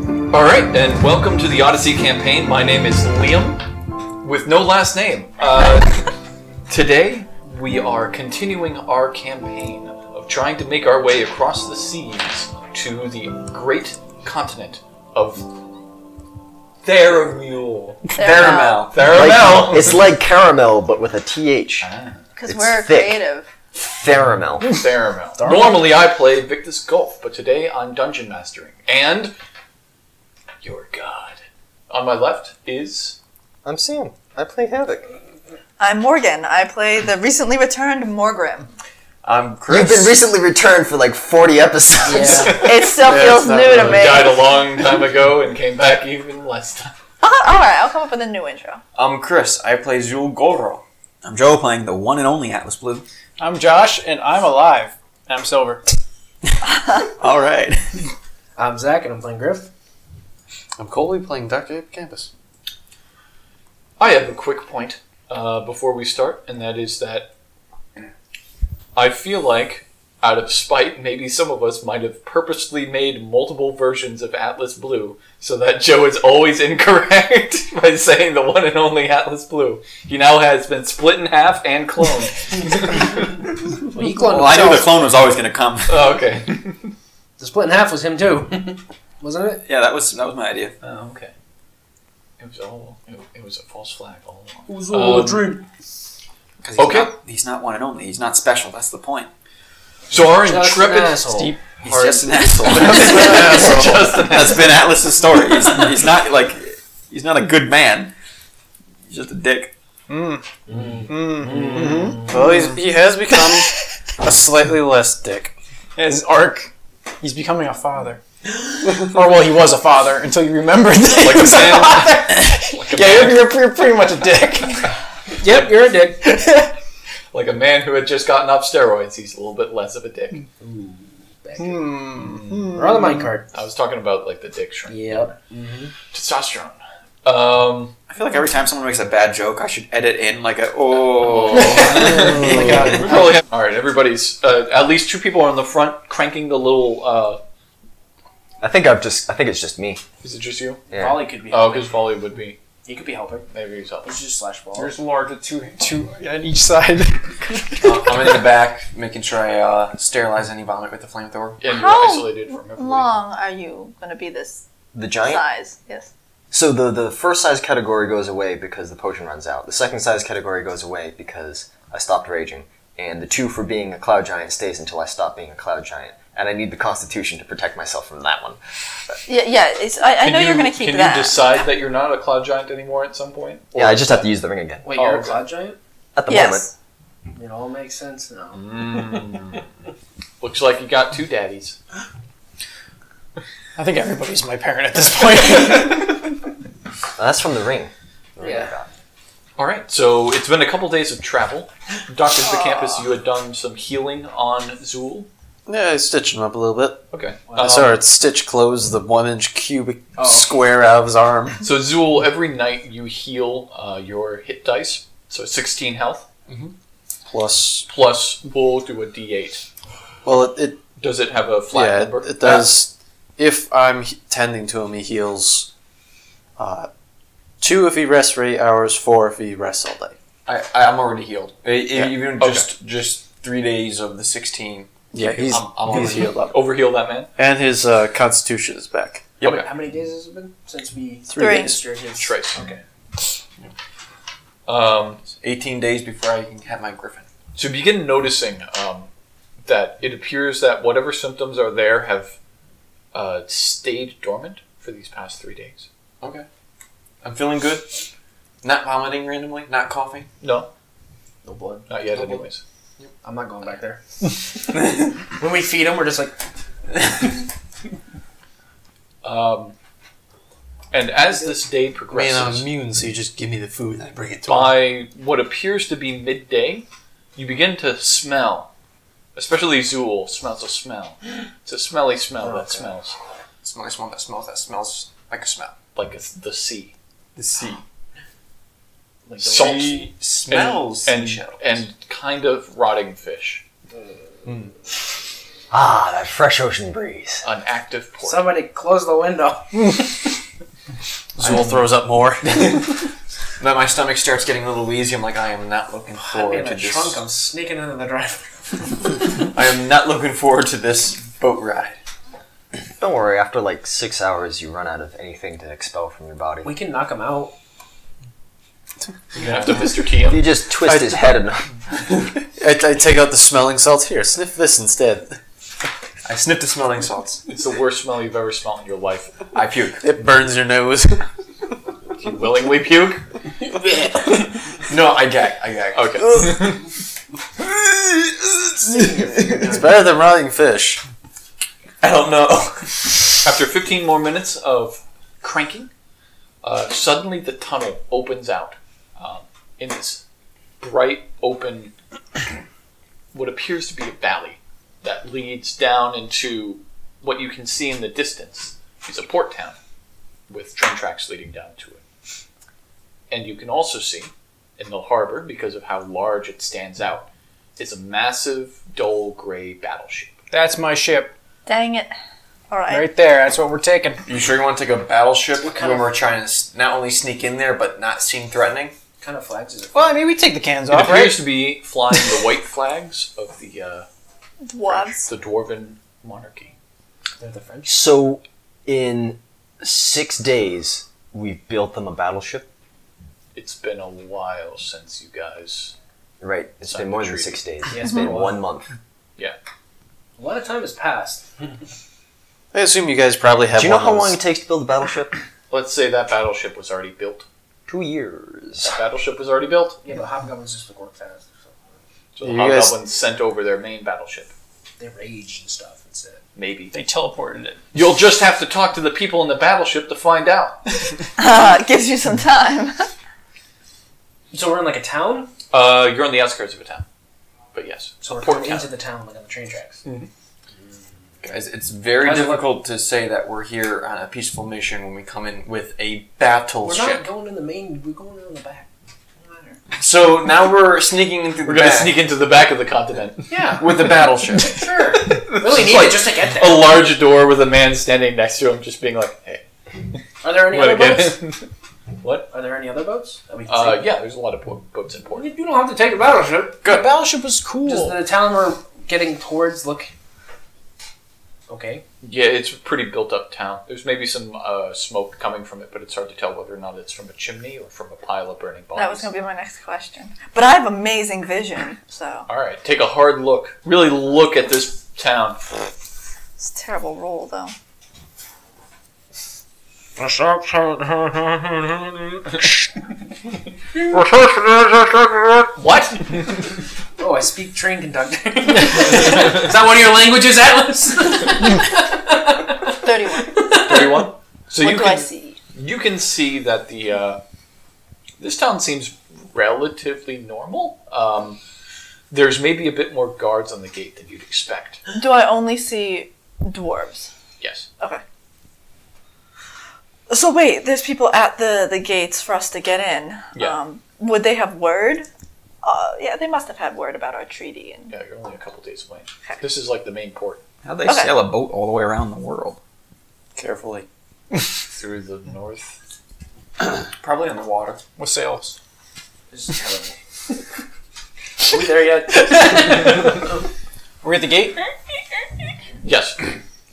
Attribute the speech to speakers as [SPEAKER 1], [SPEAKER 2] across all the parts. [SPEAKER 1] right, and welcome to the Odyssey campaign. My name is Liam, with no last name. Uh, today, we are continuing our campaign of trying to make our way across the seas to the great continent of Theramule.
[SPEAKER 2] Caramel.
[SPEAKER 1] Theramel! Ah,
[SPEAKER 3] Like, it's like caramel, but with a th.
[SPEAKER 4] Because
[SPEAKER 3] It's
[SPEAKER 4] we're
[SPEAKER 3] thick.
[SPEAKER 4] creative.
[SPEAKER 3] Theramel.
[SPEAKER 1] Theramel. Normally, I play Victus Gulf, but today I'm dungeon mastering. And your god. On my left is
[SPEAKER 5] I'm Sam. I play Havoc.
[SPEAKER 4] I'm Morgan. I play the recently returned Morgrim.
[SPEAKER 5] I'm
[SPEAKER 3] You've been recently returned for like 40 episodes.
[SPEAKER 4] It still
[SPEAKER 5] Yeah,
[SPEAKER 4] feels
[SPEAKER 5] it's
[SPEAKER 4] new
[SPEAKER 5] not
[SPEAKER 4] to
[SPEAKER 5] really-
[SPEAKER 4] me.
[SPEAKER 1] died a long time ago and came back even less time.
[SPEAKER 4] Uh-huh, all right, I'll come up with a new intro.
[SPEAKER 5] I'm Chris. I play Zul Goro.
[SPEAKER 6] I'm Joe playing the one and only Atlas Blue.
[SPEAKER 7] I'm Josh, and I'm alive. And I'm Silver.
[SPEAKER 6] All right.
[SPEAKER 2] I'm Zach, and I'm playing Griff.
[SPEAKER 5] I'm Coley playing Dr. Hippocampus.
[SPEAKER 1] I have a quick point uh, before we start, and that is that I feel like, out of spite, maybe some of us might have purposely made multiple versions of Atlas Blue so that Joe is always incorrect by saying the one and only Atlas Blue. He now has been split in half and cloned.
[SPEAKER 2] Well, he
[SPEAKER 5] Oh,
[SPEAKER 2] cloned
[SPEAKER 6] Well, I knew the
[SPEAKER 2] himself.
[SPEAKER 6] clone was always going to come.
[SPEAKER 1] oh, okay.
[SPEAKER 2] The split in half was him too, wasn't it?
[SPEAKER 6] Yeah, that was that was my idea.
[SPEAKER 1] Oh, okay. It was all. It, it was a false flag all along. Um,
[SPEAKER 2] It was
[SPEAKER 1] all a dream.
[SPEAKER 6] 'Cause he's
[SPEAKER 1] Okay.
[SPEAKER 6] Not, he's not one and only. He's not special. That's the point.
[SPEAKER 1] So our
[SPEAKER 2] Just an
[SPEAKER 1] intrepid
[SPEAKER 2] asshole.
[SPEAKER 6] He's
[SPEAKER 1] Hard-
[SPEAKER 6] just an asshole.
[SPEAKER 1] Just an
[SPEAKER 6] That's been Atlas's story. He's, he's not like he's not a good man. He's just a dick.
[SPEAKER 5] Well, he's, he has become a slightly less dick.
[SPEAKER 7] His arc. He's becoming a father. or, well, he was a father until you remembered that
[SPEAKER 1] Like
[SPEAKER 7] he
[SPEAKER 1] a
[SPEAKER 7] was a
[SPEAKER 1] man. like a
[SPEAKER 7] father. yeah,
[SPEAKER 1] man-
[SPEAKER 7] you're, you're, you're pretty much a dick.
[SPEAKER 2] Yep, you're a dick.
[SPEAKER 1] like a man who had just gotten off steroids. He's a little bit less of a dick.
[SPEAKER 2] We're on the minecart.
[SPEAKER 1] I was talking about like the dick shrink.
[SPEAKER 2] Yep.
[SPEAKER 1] Testosterone. Um,
[SPEAKER 6] I feel like every time someone makes a bad joke, I should edit in like a oh.
[SPEAKER 1] we probably have- all right, everybody's uh, at least two people are in the front cranking the little. Uh,
[SPEAKER 3] I think I've just, I think it's just me.
[SPEAKER 1] is it just you?
[SPEAKER 3] Yeah.
[SPEAKER 2] Ollie could be.
[SPEAKER 1] Oh, because Folly would be.
[SPEAKER 2] He could be helping.
[SPEAKER 1] Maybe he's helping.
[SPEAKER 2] just slash ball.
[SPEAKER 7] There's larger two, two on each side.
[SPEAKER 5] Uh, I'm in the back making sure I uh, sterilize any vomit with the flamethrower.
[SPEAKER 1] And you're
[SPEAKER 4] How
[SPEAKER 1] isolated from everybody.
[SPEAKER 4] long are you going to be this
[SPEAKER 3] The giant.
[SPEAKER 4] size? Yes.
[SPEAKER 3] So the, the first size category goes away because the potion runs out. The second size category goes away because I stopped raging. And the two for being a cloud giant stays until I stop being a cloud giant. And I need the constitution to protect myself from that one.
[SPEAKER 4] Yeah, yeah. It's, I, I
[SPEAKER 1] Can
[SPEAKER 4] know you, are
[SPEAKER 1] you-
[SPEAKER 4] going to keep
[SPEAKER 1] Can
[SPEAKER 4] that.
[SPEAKER 1] you decide that you're not a cloud giant anymore at some point?
[SPEAKER 3] Yeah, I just have to use the ring again.
[SPEAKER 2] Wait,
[SPEAKER 1] Oh,
[SPEAKER 2] you're a
[SPEAKER 1] okay.
[SPEAKER 2] cloud giant.
[SPEAKER 3] At the
[SPEAKER 4] yes.
[SPEAKER 2] It all makes sense now.
[SPEAKER 1] Looks like you got two daddies.
[SPEAKER 7] I think everybody's my parent at this point.
[SPEAKER 3] moment. Uh, that's from the ring. The ring I
[SPEAKER 2] Yeah.
[SPEAKER 3] got.
[SPEAKER 1] All right, so it's been a couple days of travel. Doctor the campus, you had done some healing on Zool.
[SPEAKER 5] Yeah, I stitched him up a little bit.
[SPEAKER 1] Okay.
[SPEAKER 5] I
[SPEAKER 1] Um,
[SPEAKER 5] saw it stitch close the one inch cubic
[SPEAKER 2] Oh.
[SPEAKER 5] square out of his arm.
[SPEAKER 1] So Zool, every night you heal uh, your hit dice, so 16 health
[SPEAKER 5] Mm-hmm. Plus,
[SPEAKER 1] plus we'll do a D8.
[SPEAKER 5] well, it, it
[SPEAKER 1] Does it have a flat
[SPEAKER 5] yeah,
[SPEAKER 1] number?
[SPEAKER 5] it, it does. If I'm he- tending to him, he heals uh, two if he rests for eight hours, four if he rests all day.
[SPEAKER 8] I, I'm already healed. E- e-
[SPEAKER 5] Yeah.
[SPEAKER 8] Even
[SPEAKER 1] Okay.
[SPEAKER 8] just just three days of the 16.
[SPEAKER 5] Yeah, he's
[SPEAKER 1] I'm- I'm
[SPEAKER 5] he's
[SPEAKER 1] already-
[SPEAKER 5] healed up,
[SPEAKER 1] Overheal that man.
[SPEAKER 5] and his uh, constitution is back.
[SPEAKER 1] Yep.
[SPEAKER 2] How many days has it been since we
[SPEAKER 5] Three,
[SPEAKER 4] Three.
[SPEAKER 5] days.
[SPEAKER 1] That's right. Okay. Um,
[SPEAKER 8] 18 days before I can have my griffin.
[SPEAKER 1] So you begin noticing um, that it appears that whatever symptoms are there have uh, stayed dormant for these past three days.
[SPEAKER 8] I'm feeling good. Not vomiting randomly. Not coughing.
[SPEAKER 1] No,
[SPEAKER 2] No blood.
[SPEAKER 1] not yet, anyways.
[SPEAKER 2] I'm not going back there. when we feed him, we're just like
[SPEAKER 1] Um, and as this day progresses,
[SPEAKER 5] immune, so you just give me the food and I bring it
[SPEAKER 1] by what appears to be midday, you begin to smell. Especially Zool smells a smell. It's a smelly smell that smells
[SPEAKER 8] It's my smell that smells that smells like a smell.
[SPEAKER 1] like it's the sea.
[SPEAKER 8] The sea.
[SPEAKER 2] like the
[SPEAKER 1] Salt
[SPEAKER 8] smells
[SPEAKER 1] and, and,
[SPEAKER 8] seashells.
[SPEAKER 1] and kind of rotting fish.
[SPEAKER 3] Ah, that fresh ocean breeze.
[SPEAKER 1] An active port.
[SPEAKER 2] Somebody close the window.
[SPEAKER 5] Zool throws up more.
[SPEAKER 8] But my stomach starts getting a little wheezy. I'm like, I am not looking forward
[SPEAKER 2] in
[SPEAKER 8] to
[SPEAKER 2] a
[SPEAKER 8] this.
[SPEAKER 2] trunk. I'm sneaking into the drive.
[SPEAKER 8] I am not looking forward to this boat ride.
[SPEAKER 3] Don't worry, after like six hours, you run out of anything to expel from your body.
[SPEAKER 2] We can knock him out.
[SPEAKER 1] You have to Mr. T him.
[SPEAKER 3] You just twist his head enough.
[SPEAKER 5] I, I take out the smelling salts. Here, sniff this instead.
[SPEAKER 8] I sniff the smelling salts.
[SPEAKER 1] It's the worst smell you've ever smelled in your life.
[SPEAKER 8] I puke.
[SPEAKER 5] It burns your nose.
[SPEAKER 1] You willingly puke?
[SPEAKER 8] No, I gag. I gag.
[SPEAKER 1] Okay.
[SPEAKER 5] it's better than rotting fish.
[SPEAKER 8] I don't know.
[SPEAKER 1] After 15 more minutes of cranking, uh, suddenly the tunnel opens out um, in this bright, open, what appears to be a valley that leads down into what you can see in the distance is a port town with train tracks leading down to it. And you can also see in the harbor, because of how large it stands out, is a massive, dull gray battleship.
[SPEAKER 7] That's my ship.
[SPEAKER 4] Dang it. All right.
[SPEAKER 7] Right there. That's what we're taking.
[SPEAKER 8] You sure you want to take a battleship
[SPEAKER 2] kind
[SPEAKER 8] when
[SPEAKER 2] of-
[SPEAKER 8] we're trying to s- not only sneak in there but not seem threatening?
[SPEAKER 2] What kind of flags is it?
[SPEAKER 7] Well, I mean, we take the cans
[SPEAKER 1] It
[SPEAKER 7] off,
[SPEAKER 1] appears
[SPEAKER 7] right?
[SPEAKER 1] to be flying the white flags of the uh,
[SPEAKER 4] Dwarves.
[SPEAKER 1] the dwarven monarchy.
[SPEAKER 2] They're the French.
[SPEAKER 3] So, in six days, we've built them a battleship.
[SPEAKER 1] It's been a while since you guys.
[SPEAKER 3] Right, it's been more than six days.
[SPEAKER 2] Yeah,
[SPEAKER 3] It's been one month.
[SPEAKER 2] A lot of time has passed.
[SPEAKER 7] Hmm.
[SPEAKER 5] I assume you guys probably have.
[SPEAKER 3] Do you know
[SPEAKER 5] one
[SPEAKER 3] how
[SPEAKER 5] of
[SPEAKER 3] long
[SPEAKER 5] those-
[SPEAKER 3] it takes to build a battleship?
[SPEAKER 1] Let's say that battleship was already built.
[SPEAKER 3] Two years.
[SPEAKER 1] That battleship was already built.
[SPEAKER 2] Yeah, but hobgoblins just like work fast. So
[SPEAKER 1] So the
[SPEAKER 5] You guys-
[SPEAKER 1] hobgoblins sent over their main battleship.
[SPEAKER 2] they rage and stuff instead.
[SPEAKER 1] Maybe
[SPEAKER 7] They teleported it.
[SPEAKER 1] you'll just have to talk to the people in the battleship to find out.
[SPEAKER 4] Ah, gives you some time.
[SPEAKER 2] So we're in like a town.
[SPEAKER 1] Uh, you're on the outskirts of a town, but yes,
[SPEAKER 2] So we're
[SPEAKER 1] Port
[SPEAKER 2] coming
[SPEAKER 1] town.
[SPEAKER 2] into the town like on the train tracks.
[SPEAKER 8] Guys, it's very
[SPEAKER 2] Guys,
[SPEAKER 8] difficult to say that we're here on a peaceful mission when we come in with a
[SPEAKER 2] We're
[SPEAKER 8] battleship.
[SPEAKER 2] not going in the main. We're going in the back. Doesn't matter.
[SPEAKER 8] So now we're sneaking in through
[SPEAKER 1] we're
[SPEAKER 8] the
[SPEAKER 1] gonna
[SPEAKER 8] back
[SPEAKER 1] sneak into the back of the continent.
[SPEAKER 2] Yeah,
[SPEAKER 8] with a battleship.
[SPEAKER 2] sure. really need it just to get there.
[SPEAKER 1] A large door with a man standing next to him, just being like, "Hey,
[SPEAKER 2] Are there any
[SPEAKER 1] what
[SPEAKER 2] other
[SPEAKER 1] again?"
[SPEAKER 2] boats? Are there any other boats that we can
[SPEAKER 1] Uh,
[SPEAKER 2] see?
[SPEAKER 1] yeah, there's a lot of po- boats in port.
[SPEAKER 2] You you don't have to take a battleship.
[SPEAKER 7] The battleship was cool.
[SPEAKER 2] Does the town we're getting towards look okay?
[SPEAKER 1] Yeah, it's a pretty built up town. There's maybe some uh, smoke coming from it, but it's hard to tell whether or not it's from a chimney or from a pile of burning bodies.
[SPEAKER 4] That was going to be my next question. But I have amazing vision, so
[SPEAKER 1] All right, take a hard look. Really look at this town.
[SPEAKER 4] it's a terrible roll, though.
[SPEAKER 1] What?
[SPEAKER 2] Oh, I speak train conductor. Is that one of your languages, Atlas?
[SPEAKER 4] 31.
[SPEAKER 1] Thirty-one. So
[SPEAKER 4] what
[SPEAKER 1] you
[SPEAKER 4] do
[SPEAKER 1] can
[SPEAKER 4] I see?
[SPEAKER 1] you can see that the uh, this town seems relatively normal. Um, there's maybe a bit more guards on the gate than you'd expect.
[SPEAKER 4] Do I only see dwarves?
[SPEAKER 1] Yes.
[SPEAKER 4] So wait, there's people at the, the gates for us to get in.
[SPEAKER 1] Yeah.
[SPEAKER 4] Um, would they have word? Uh, yeah, they must have had word about our treaty. And
[SPEAKER 1] Yeah, you're only a couple days away.
[SPEAKER 4] Okay.
[SPEAKER 1] This is like the main port
[SPEAKER 6] How'd they
[SPEAKER 4] Okay.
[SPEAKER 6] sail a boat all the way around the world?
[SPEAKER 5] Carefully.
[SPEAKER 1] through the north.
[SPEAKER 8] Probably on the water.
[SPEAKER 7] With sails.
[SPEAKER 2] This is terrible.
[SPEAKER 5] Are we there yet?
[SPEAKER 7] We're at the gate.
[SPEAKER 1] Yes.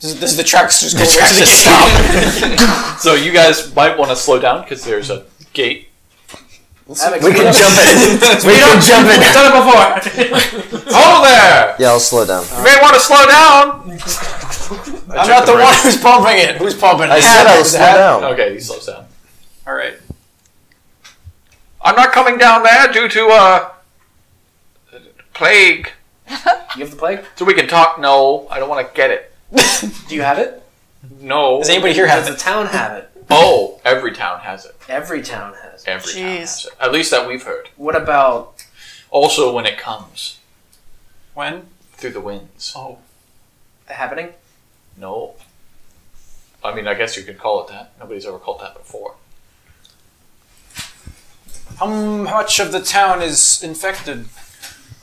[SPEAKER 7] Does, does the tracks just go away?
[SPEAKER 1] So you guys might want to slow down because there's a gate.
[SPEAKER 3] We can jump in. We can jump in.
[SPEAKER 2] Done it before.
[SPEAKER 1] Oh there!
[SPEAKER 3] Yeah, I'll slow down.
[SPEAKER 1] You may want to slow down.
[SPEAKER 7] I'm not the one who's pumping it. Who's pumping it?
[SPEAKER 3] I said I'll slow down.
[SPEAKER 1] Okay, he slows down.
[SPEAKER 7] All right.
[SPEAKER 1] I'm not coming down there due to uh plague.
[SPEAKER 2] You have the plague?
[SPEAKER 1] So we can talk. No, I don't want to get it.
[SPEAKER 2] Do you have it?
[SPEAKER 1] No.
[SPEAKER 7] Does anybody here have
[SPEAKER 2] Does
[SPEAKER 7] it?
[SPEAKER 2] the town have it?
[SPEAKER 1] Oh, every town has it.
[SPEAKER 2] Every town has it.
[SPEAKER 1] Every town
[SPEAKER 4] Jeez.
[SPEAKER 1] has it. At least that we've heard.
[SPEAKER 2] What about
[SPEAKER 1] Also, when it comes
[SPEAKER 7] When?
[SPEAKER 1] through the winds.
[SPEAKER 7] Oh.
[SPEAKER 2] the happening?
[SPEAKER 1] No. I mean, I guess you could call it that. Nobody's ever called that before.
[SPEAKER 7] How much of the town is infected?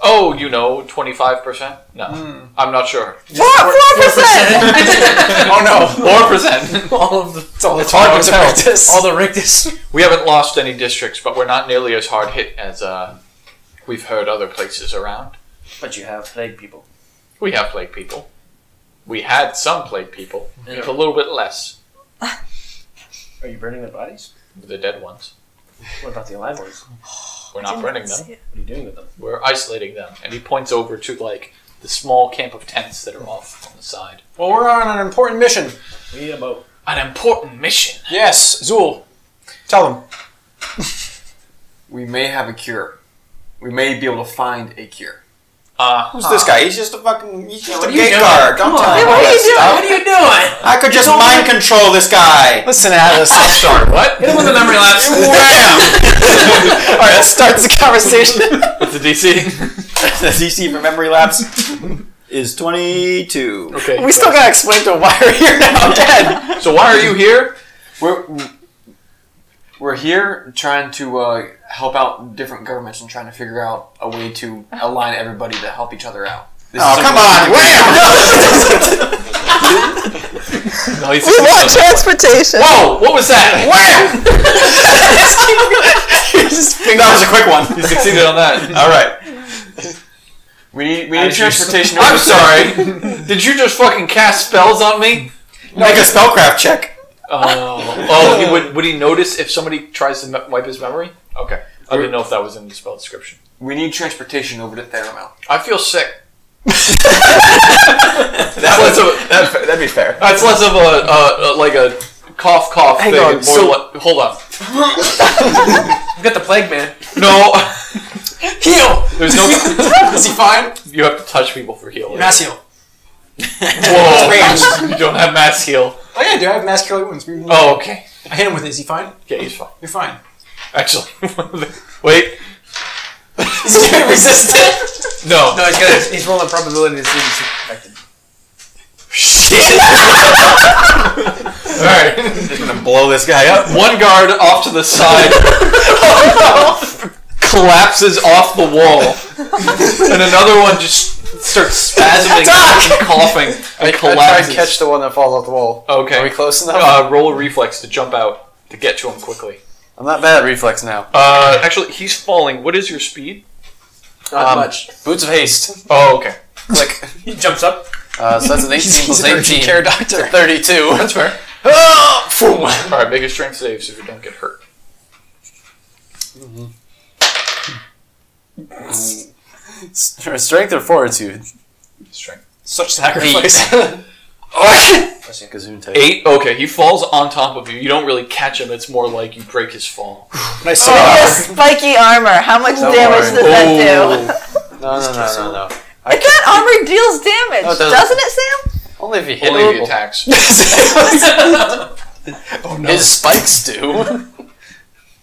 [SPEAKER 1] oh, you know, 25%? No. I'm not sure.
[SPEAKER 4] Four, four percent.
[SPEAKER 1] oh, no. 4%.
[SPEAKER 7] all of the, it's all
[SPEAKER 1] It's hard to tell.
[SPEAKER 7] all the rictus.
[SPEAKER 1] We haven't lost any districts, but we're not nearly as hard hit as uh, we've heard other places around.
[SPEAKER 2] But you have plague people.
[SPEAKER 1] We have plague people. We had some plague people. We have a little bit less
[SPEAKER 2] Are you burning their bodies?
[SPEAKER 1] with the dead ones.
[SPEAKER 2] What about the alive ones?
[SPEAKER 1] We're
[SPEAKER 4] Um,
[SPEAKER 1] not burning them.
[SPEAKER 2] What are you doing with them?
[SPEAKER 1] We're isolating them. And he points over to like the small camp of tents that are off on the side.
[SPEAKER 7] Well, we're on an important mission.
[SPEAKER 2] We need a boat.
[SPEAKER 1] An important mission.
[SPEAKER 7] Yes, Zool. Tell them.
[SPEAKER 8] We may have a cure. We may be able to find a cure.
[SPEAKER 1] Uh,
[SPEAKER 6] Who's this guy? He's just a fucking. He's just
[SPEAKER 2] what are
[SPEAKER 6] a
[SPEAKER 2] you
[SPEAKER 6] gay
[SPEAKER 2] doing?
[SPEAKER 6] guard. Don't tell him all
[SPEAKER 4] what are
[SPEAKER 6] that
[SPEAKER 4] you doing?
[SPEAKER 6] stuff.
[SPEAKER 2] What are you doing?
[SPEAKER 6] I could just mind control this guy.
[SPEAKER 7] Listen, Atlas.
[SPEAKER 1] I'm sorry, what?
[SPEAKER 2] Hit him with a memory lapse.
[SPEAKER 6] All right, that starts the conversation.
[SPEAKER 1] With the DC?
[SPEAKER 6] the DC for memory lapse is twenty-two.
[SPEAKER 1] Okay.
[SPEAKER 6] We still gotta explain to him why we're here now, Dad.
[SPEAKER 1] So why are you here?
[SPEAKER 8] We're we're here trying to uh, help out different governments and trying to figure out a way to align everybody to help each other out. This
[SPEAKER 6] Oh
[SPEAKER 8] is
[SPEAKER 6] come
[SPEAKER 8] something-
[SPEAKER 6] on, wham!
[SPEAKER 1] No, he's
[SPEAKER 4] We want transportation.
[SPEAKER 1] Whoa! What was that?
[SPEAKER 6] Wham! that was a quick one.
[SPEAKER 1] He succeeded on that.
[SPEAKER 6] All right.
[SPEAKER 8] We need we need transportation.
[SPEAKER 1] I'm sorry. Did you just fucking cast spells on me?
[SPEAKER 6] Make a spellcraft check.
[SPEAKER 1] Oh, oh. He would would he notice if somebody tries to me- wipe his memory? Okay, I didn't know if that was in the spell description.
[SPEAKER 8] We need transportation over to Theramount.
[SPEAKER 1] I feel sick.
[SPEAKER 6] That
[SPEAKER 1] was a-
[SPEAKER 6] that, that'd be fair.
[SPEAKER 1] That's less of a, a, a like a cough cough
[SPEAKER 5] Hang
[SPEAKER 1] thing.
[SPEAKER 5] on,
[SPEAKER 1] and more
[SPEAKER 5] so-
[SPEAKER 1] like- hold on.
[SPEAKER 2] We've got the plague man.
[SPEAKER 1] No,
[SPEAKER 7] Heal!
[SPEAKER 1] there's no.
[SPEAKER 7] Is he fine?
[SPEAKER 1] You have to touch people for healing.
[SPEAKER 7] Mass heal.
[SPEAKER 1] Whoa! you don't have mass heal.
[SPEAKER 7] Oh, yeah, dude, I have mass curly wounds.
[SPEAKER 1] Oh, okay.
[SPEAKER 7] I hit him with it. Is he fine?
[SPEAKER 1] Yeah, he's fine.
[SPEAKER 7] You're fine.
[SPEAKER 1] Actually, wait.
[SPEAKER 7] Is he gonna resist it?
[SPEAKER 1] No.
[SPEAKER 2] No, he's got. He's rolling probability to see if he's infected.
[SPEAKER 1] Shit. All right.
[SPEAKER 6] Just gonna blow this guy up.
[SPEAKER 1] One guard off to the side collapses off the wall, and another one just starts spasming and coughing and
[SPEAKER 5] I try and
[SPEAKER 1] collapses.
[SPEAKER 5] catch the one that falls off the wall. Are we
[SPEAKER 1] okay,
[SPEAKER 5] close enough?
[SPEAKER 1] uh, roll a reflex to jump out to get to him quickly.
[SPEAKER 5] I'm not bad at reflex now.
[SPEAKER 1] Uh, actually, he's falling. What is your speed?
[SPEAKER 2] Not
[SPEAKER 5] Um,
[SPEAKER 2] much.
[SPEAKER 5] Boots of haste.
[SPEAKER 1] Oh, okay.
[SPEAKER 5] Click.
[SPEAKER 2] He jumps up.
[SPEAKER 5] Uh, so that's an 18 plus 18.
[SPEAKER 7] care doctor.
[SPEAKER 5] 32.
[SPEAKER 1] That's fair.
[SPEAKER 5] Ah, fool.
[SPEAKER 1] All right, make a strength save so you don't get hurt.
[SPEAKER 5] Strength or fortitude?
[SPEAKER 1] Strength.
[SPEAKER 7] Such sacrifice.
[SPEAKER 5] Gazoon type.
[SPEAKER 1] Eight. Okay, he falls on top of you. You don't really catch him. It's more like you break his fall.
[SPEAKER 7] I saw
[SPEAKER 4] Oh, spiky armor. How much damage does that do?
[SPEAKER 5] No, no, no, no, no.
[SPEAKER 4] If that armor deals damage,
[SPEAKER 5] Oh, it doesn't.
[SPEAKER 4] doesn't. it, Sam?
[SPEAKER 5] Only if you hit
[SPEAKER 1] Only
[SPEAKER 5] it.
[SPEAKER 1] the attacks.
[SPEAKER 2] Oh,
[SPEAKER 5] His spikes do.